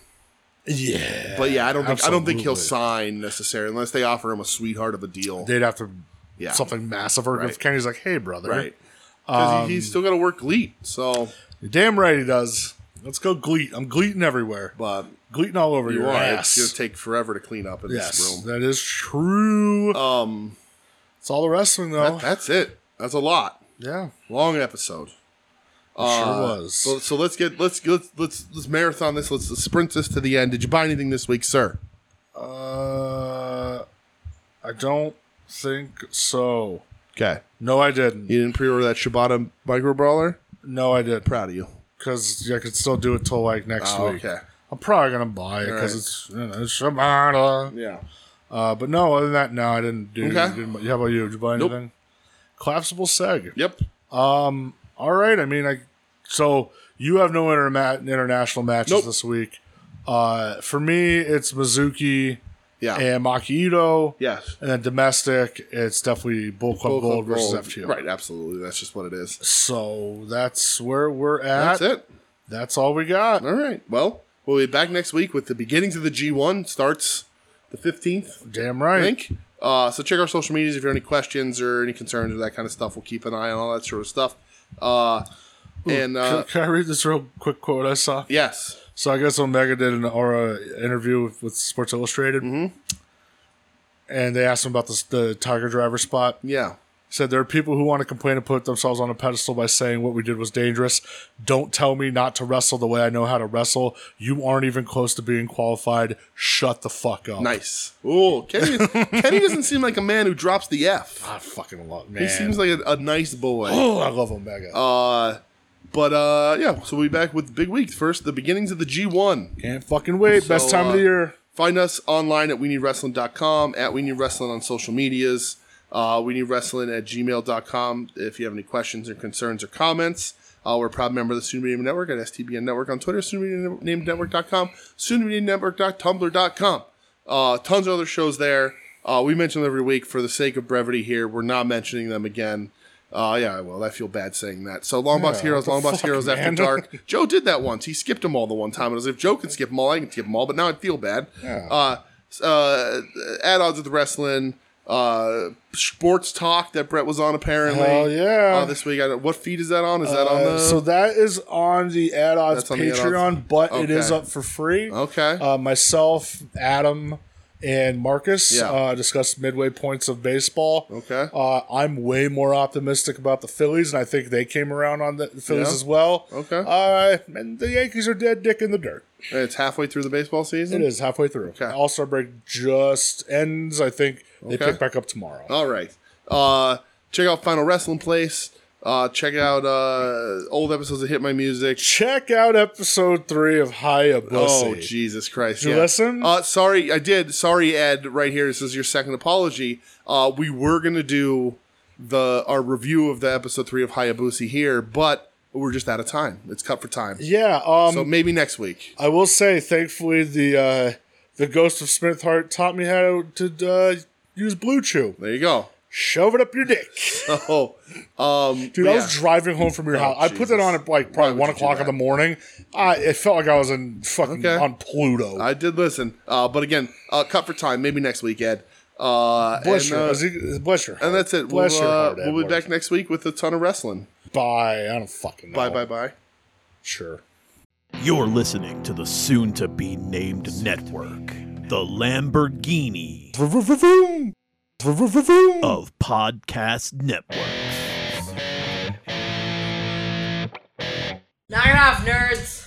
Speaker 2: yeah,
Speaker 1: But yeah, I don't think I don't think he'll
Speaker 2: absolutely.
Speaker 1: sign necessarily unless they offer him a sweetheart of a deal.
Speaker 2: They'd have to
Speaker 1: Yeah.
Speaker 2: something massive. Or
Speaker 1: Right.
Speaker 2: if Kenny's like, hey, brother,
Speaker 1: right. Because he's
Speaker 2: Um,
Speaker 1: still got to work Gleet. So,
Speaker 2: you're damn right he does. Let's go gleet. I'm gleeting everywhere,
Speaker 1: but
Speaker 2: gleeting all over
Speaker 1: you
Speaker 2: your
Speaker 1: are. It's
Speaker 2: ass.
Speaker 1: going to take forever to clean up in this
Speaker 2: Yes,
Speaker 1: room.
Speaker 2: that is true.
Speaker 1: Um,
Speaker 2: it's all the wrestling though.
Speaker 1: that, that's it. That's a lot.
Speaker 2: yeah, it
Speaker 1: Long episode.
Speaker 2: sure
Speaker 1: Uh,
Speaker 2: was.
Speaker 1: So, so let's get let's let's let's let's marathon this. Let's sprint this to the end. Did you buy anything this week, sir?
Speaker 2: uh, I don't think so.
Speaker 1: Okay,
Speaker 2: No, I didn't.
Speaker 1: you didn't pre-order that Shibata micro brawler.
Speaker 2: No, I did.
Speaker 1: Proud of you.
Speaker 2: Because I could still do it till like next
Speaker 1: Oh,
Speaker 2: week.
Speaker 1: okay.
Speaker 2: I'm probably gonna buy it because
Speaker 1: Alright.
Speaker 2: it's you know, it's Shibata.
Speaker 1: Yeah.
Speaker 2: Uh, but no, other than that, no, I didn't do.
Speaker 1: Okay.
Speaker 2: Didn't, how about you? Did you buy
Speaker 1: Nope.
Speaker 2: anything? Collapsible seg.
Speaker 1: Yep.
Speaker 2: All right. I mean, I so you have no interma- international matches
Speaker 1: Nope.
Speaker 2: this week. Uh, for me, it's Mizuki
Speaker 1: Yeah.
Speaker 2: and Maki Ito.
Speaker 1: yes.
Speaker 2: And then domestic, it's definitely Bull
Speaker 1: Gold,
Speaker 2: Club Gold versus
Speaker 1: gold.
Speaker 2: FTO.
Speaker 1: Right. Absolutely. That's just what it is.
Speaker 2: So that's where we're at.
Speaker 1: That's it.
Speaker 2: That's all we got.
Speaker 1: All right. Well, we'll be back next week with the beginnings of the G1 starts the fifteenth.
Speaker 2: Damn right.
Speaker 1: I think. Uh, so check our social medias if you have any questions or any concerns or that kind of stuff. We'll keep an eye on all that sort of stuff. Uh, and uh,
Speaker 2: can, can I read this real quick quote I saw?
Speaker 1: yes.
Speaker 2: So I guess Omega did an Aura interview with, with Sports Illustrated,
Speaker 1: Mm-hmm.
Speaker 2: and they asked him about this, the Tiger Driver spot.
Speaker 1: Yeah.
Speaker 2: said there are people who want to complain and put themselves on a pedestal by saying what we did was dangerous. Don't tell me not to wrestle the way I know how to wrestle. You aren't even close to being qualified. Shut the fuck up.
Speaker 1: Nice. Oh, Kenny, Kenny doesn't seem like a man who drops the F.
Speaker 2: I fucking love Oh, man.
Speaker 1: He seems like a, a nice boy.
Speaker 2: oh, I love Omega.
Speaker 1: Uh, but uh, yeah, so we'll be back with big week. First, the beginnings of the G1.
Speaker 2: Can't fucking wait. Best
Speaker 1: so,
Speaker 2: time of the
Speaker 1: uh,
Speaker 2: year.
Speaker 1: Find us online at we need wrestling.com, at we need wrestling on social medias, uh, we need wrestling at gmail.com if you have any questions or concerns or comments. Uh, we're a proud member of the Student Media Network at STBN Network on Twitter, studentmedianetwork.com, studentmedianetwork.tumblr.com. Uh, tons of other shows there. Uh, we mention them every week. For the sake of brevity here, we're not mentioning them again. Uh, yeah, I will. I feel bad saying that. So Longbox
Speaker 2: Yeah,
Speaker 1: Heroes,
Speaker 2: what the
Speaker 1: Longbox
Speaker 2: fuck,
Speaker 1: Heroes After
Speaker 2: man?
Speaker 1: Dark. Joe did that once. He skipped them all the one time. And I was like, if Joe can skip them all, I can skip them all. But now I feel bad. Uh, s- uh, at odds with wrestling. Uh, sports talk that Brett was on apparently.
Speaker 2: Hell yeah.
Speaker 1: Uh, this week, I don't, what feed is that on? Is that on
Speaker 2: Uh,
Speaker 1: the?
Speaker 2: so that is on the Ad Odds
Speaker 1: That's on the Ad Odds.
Speaker 2: Patreon, but it is
Speaker 1: Okay.
Speaker 2: up for free.
Speaker 1: okay.
Speaker 2: Uh, myself, Adam, and Marcus
Speaker 1: Yeah.
Speaker 2: uh, discussed midway points of baseball.
Speaker 1: Okay.
Speaker 2: Uh, I'm way more optimistic about the Phillies, and I think they came around on the Phillies
Speaker 1: Yeah.
Speaker 2: as well.
Speaker 1: Okay.
Speaker 2: Uh, and the Yankees are dead dick in the dirt.
Speaker 1: it's halfway through the baseball season.
Speaker 2: It is halfway through.
Speaker 1: Okay.
Speaker 2: All Star break just ends. I think they
Speaker 1: Okay. Oh.
Speaker 2: pick back up tomorrow.
Speaker 1: All right. Uh, check out Final Wrestling Place. Uh, check out uh, old episodes of Hit My Music.
Speaker 2: Check out episode three of Hayabusa.
Speaker 1: Oh Jesus Christ!
Speaker 2: you
Speaker 1: yeah.
Speaker 2: listen?
Speaker 1: Uh, sorry, I did. Sorry, Ed. Right here, this is your second apology. Uh, we were gonna do the our review of the episode three of Hayabusa here, but we're just out of time. It's cut for time.
Speaker 2: yeah. Um,
Speaker 1: So maybe next week.
Speaker 2: I will say, thankfully, the uh, the ghost of Smith Hart taught me how to uh, use Blue Chew.
Speaker 1: There you go.
Speaker 2: Shove it up your dick,
Speaker 1: Oh, um,
Speaker 2: dude.
Speaker 1: but
Speaker 2: I
Speaker 1: yeah.
Speaker 2: was driving home from your house. I put that
Speaker 1: Jesus.
Speaker 2: on at like
Speaker 1: Why would
Speaker 2: probably one
Speaker 1: you do
Speaker 2: o'clock in
Speaker 1: that?
Speaker 2: the morning. I it felt like I was in fucking
Speaker 1: Okay.
Speaker 2: on Pluto.
Speaker 1: I did listen, uh, but again, uh, cut for time. Maybe next week, Ed. Uh, and,
Speaker 2: bless your,
Speaker 1: uh,
Speaker 2: Eze- bless your.
Speaker 1: and that's it.
Speaker 2: Bless
Speaker 1: we'll
Speaker 2: your
Speaker 1: uh,
Speaker 2: heart,
Speaker 1: we'll be
Speaker 2: Edward.
Speaker 1: back next week with a ton of wrestling.
Speaker 2: Bye. I don't fucking know.
Speaker 1: Bye, bye, bye.
Speaker 2: Sure.
Speaker 4: You're listening to the soon to be named network, the Lamborghini
Speaker 2: Vroom, vroom, vroom, vroom, vroom.
Speaker 4: of podcast networks.
Speaker 3: Knock it off, nerds.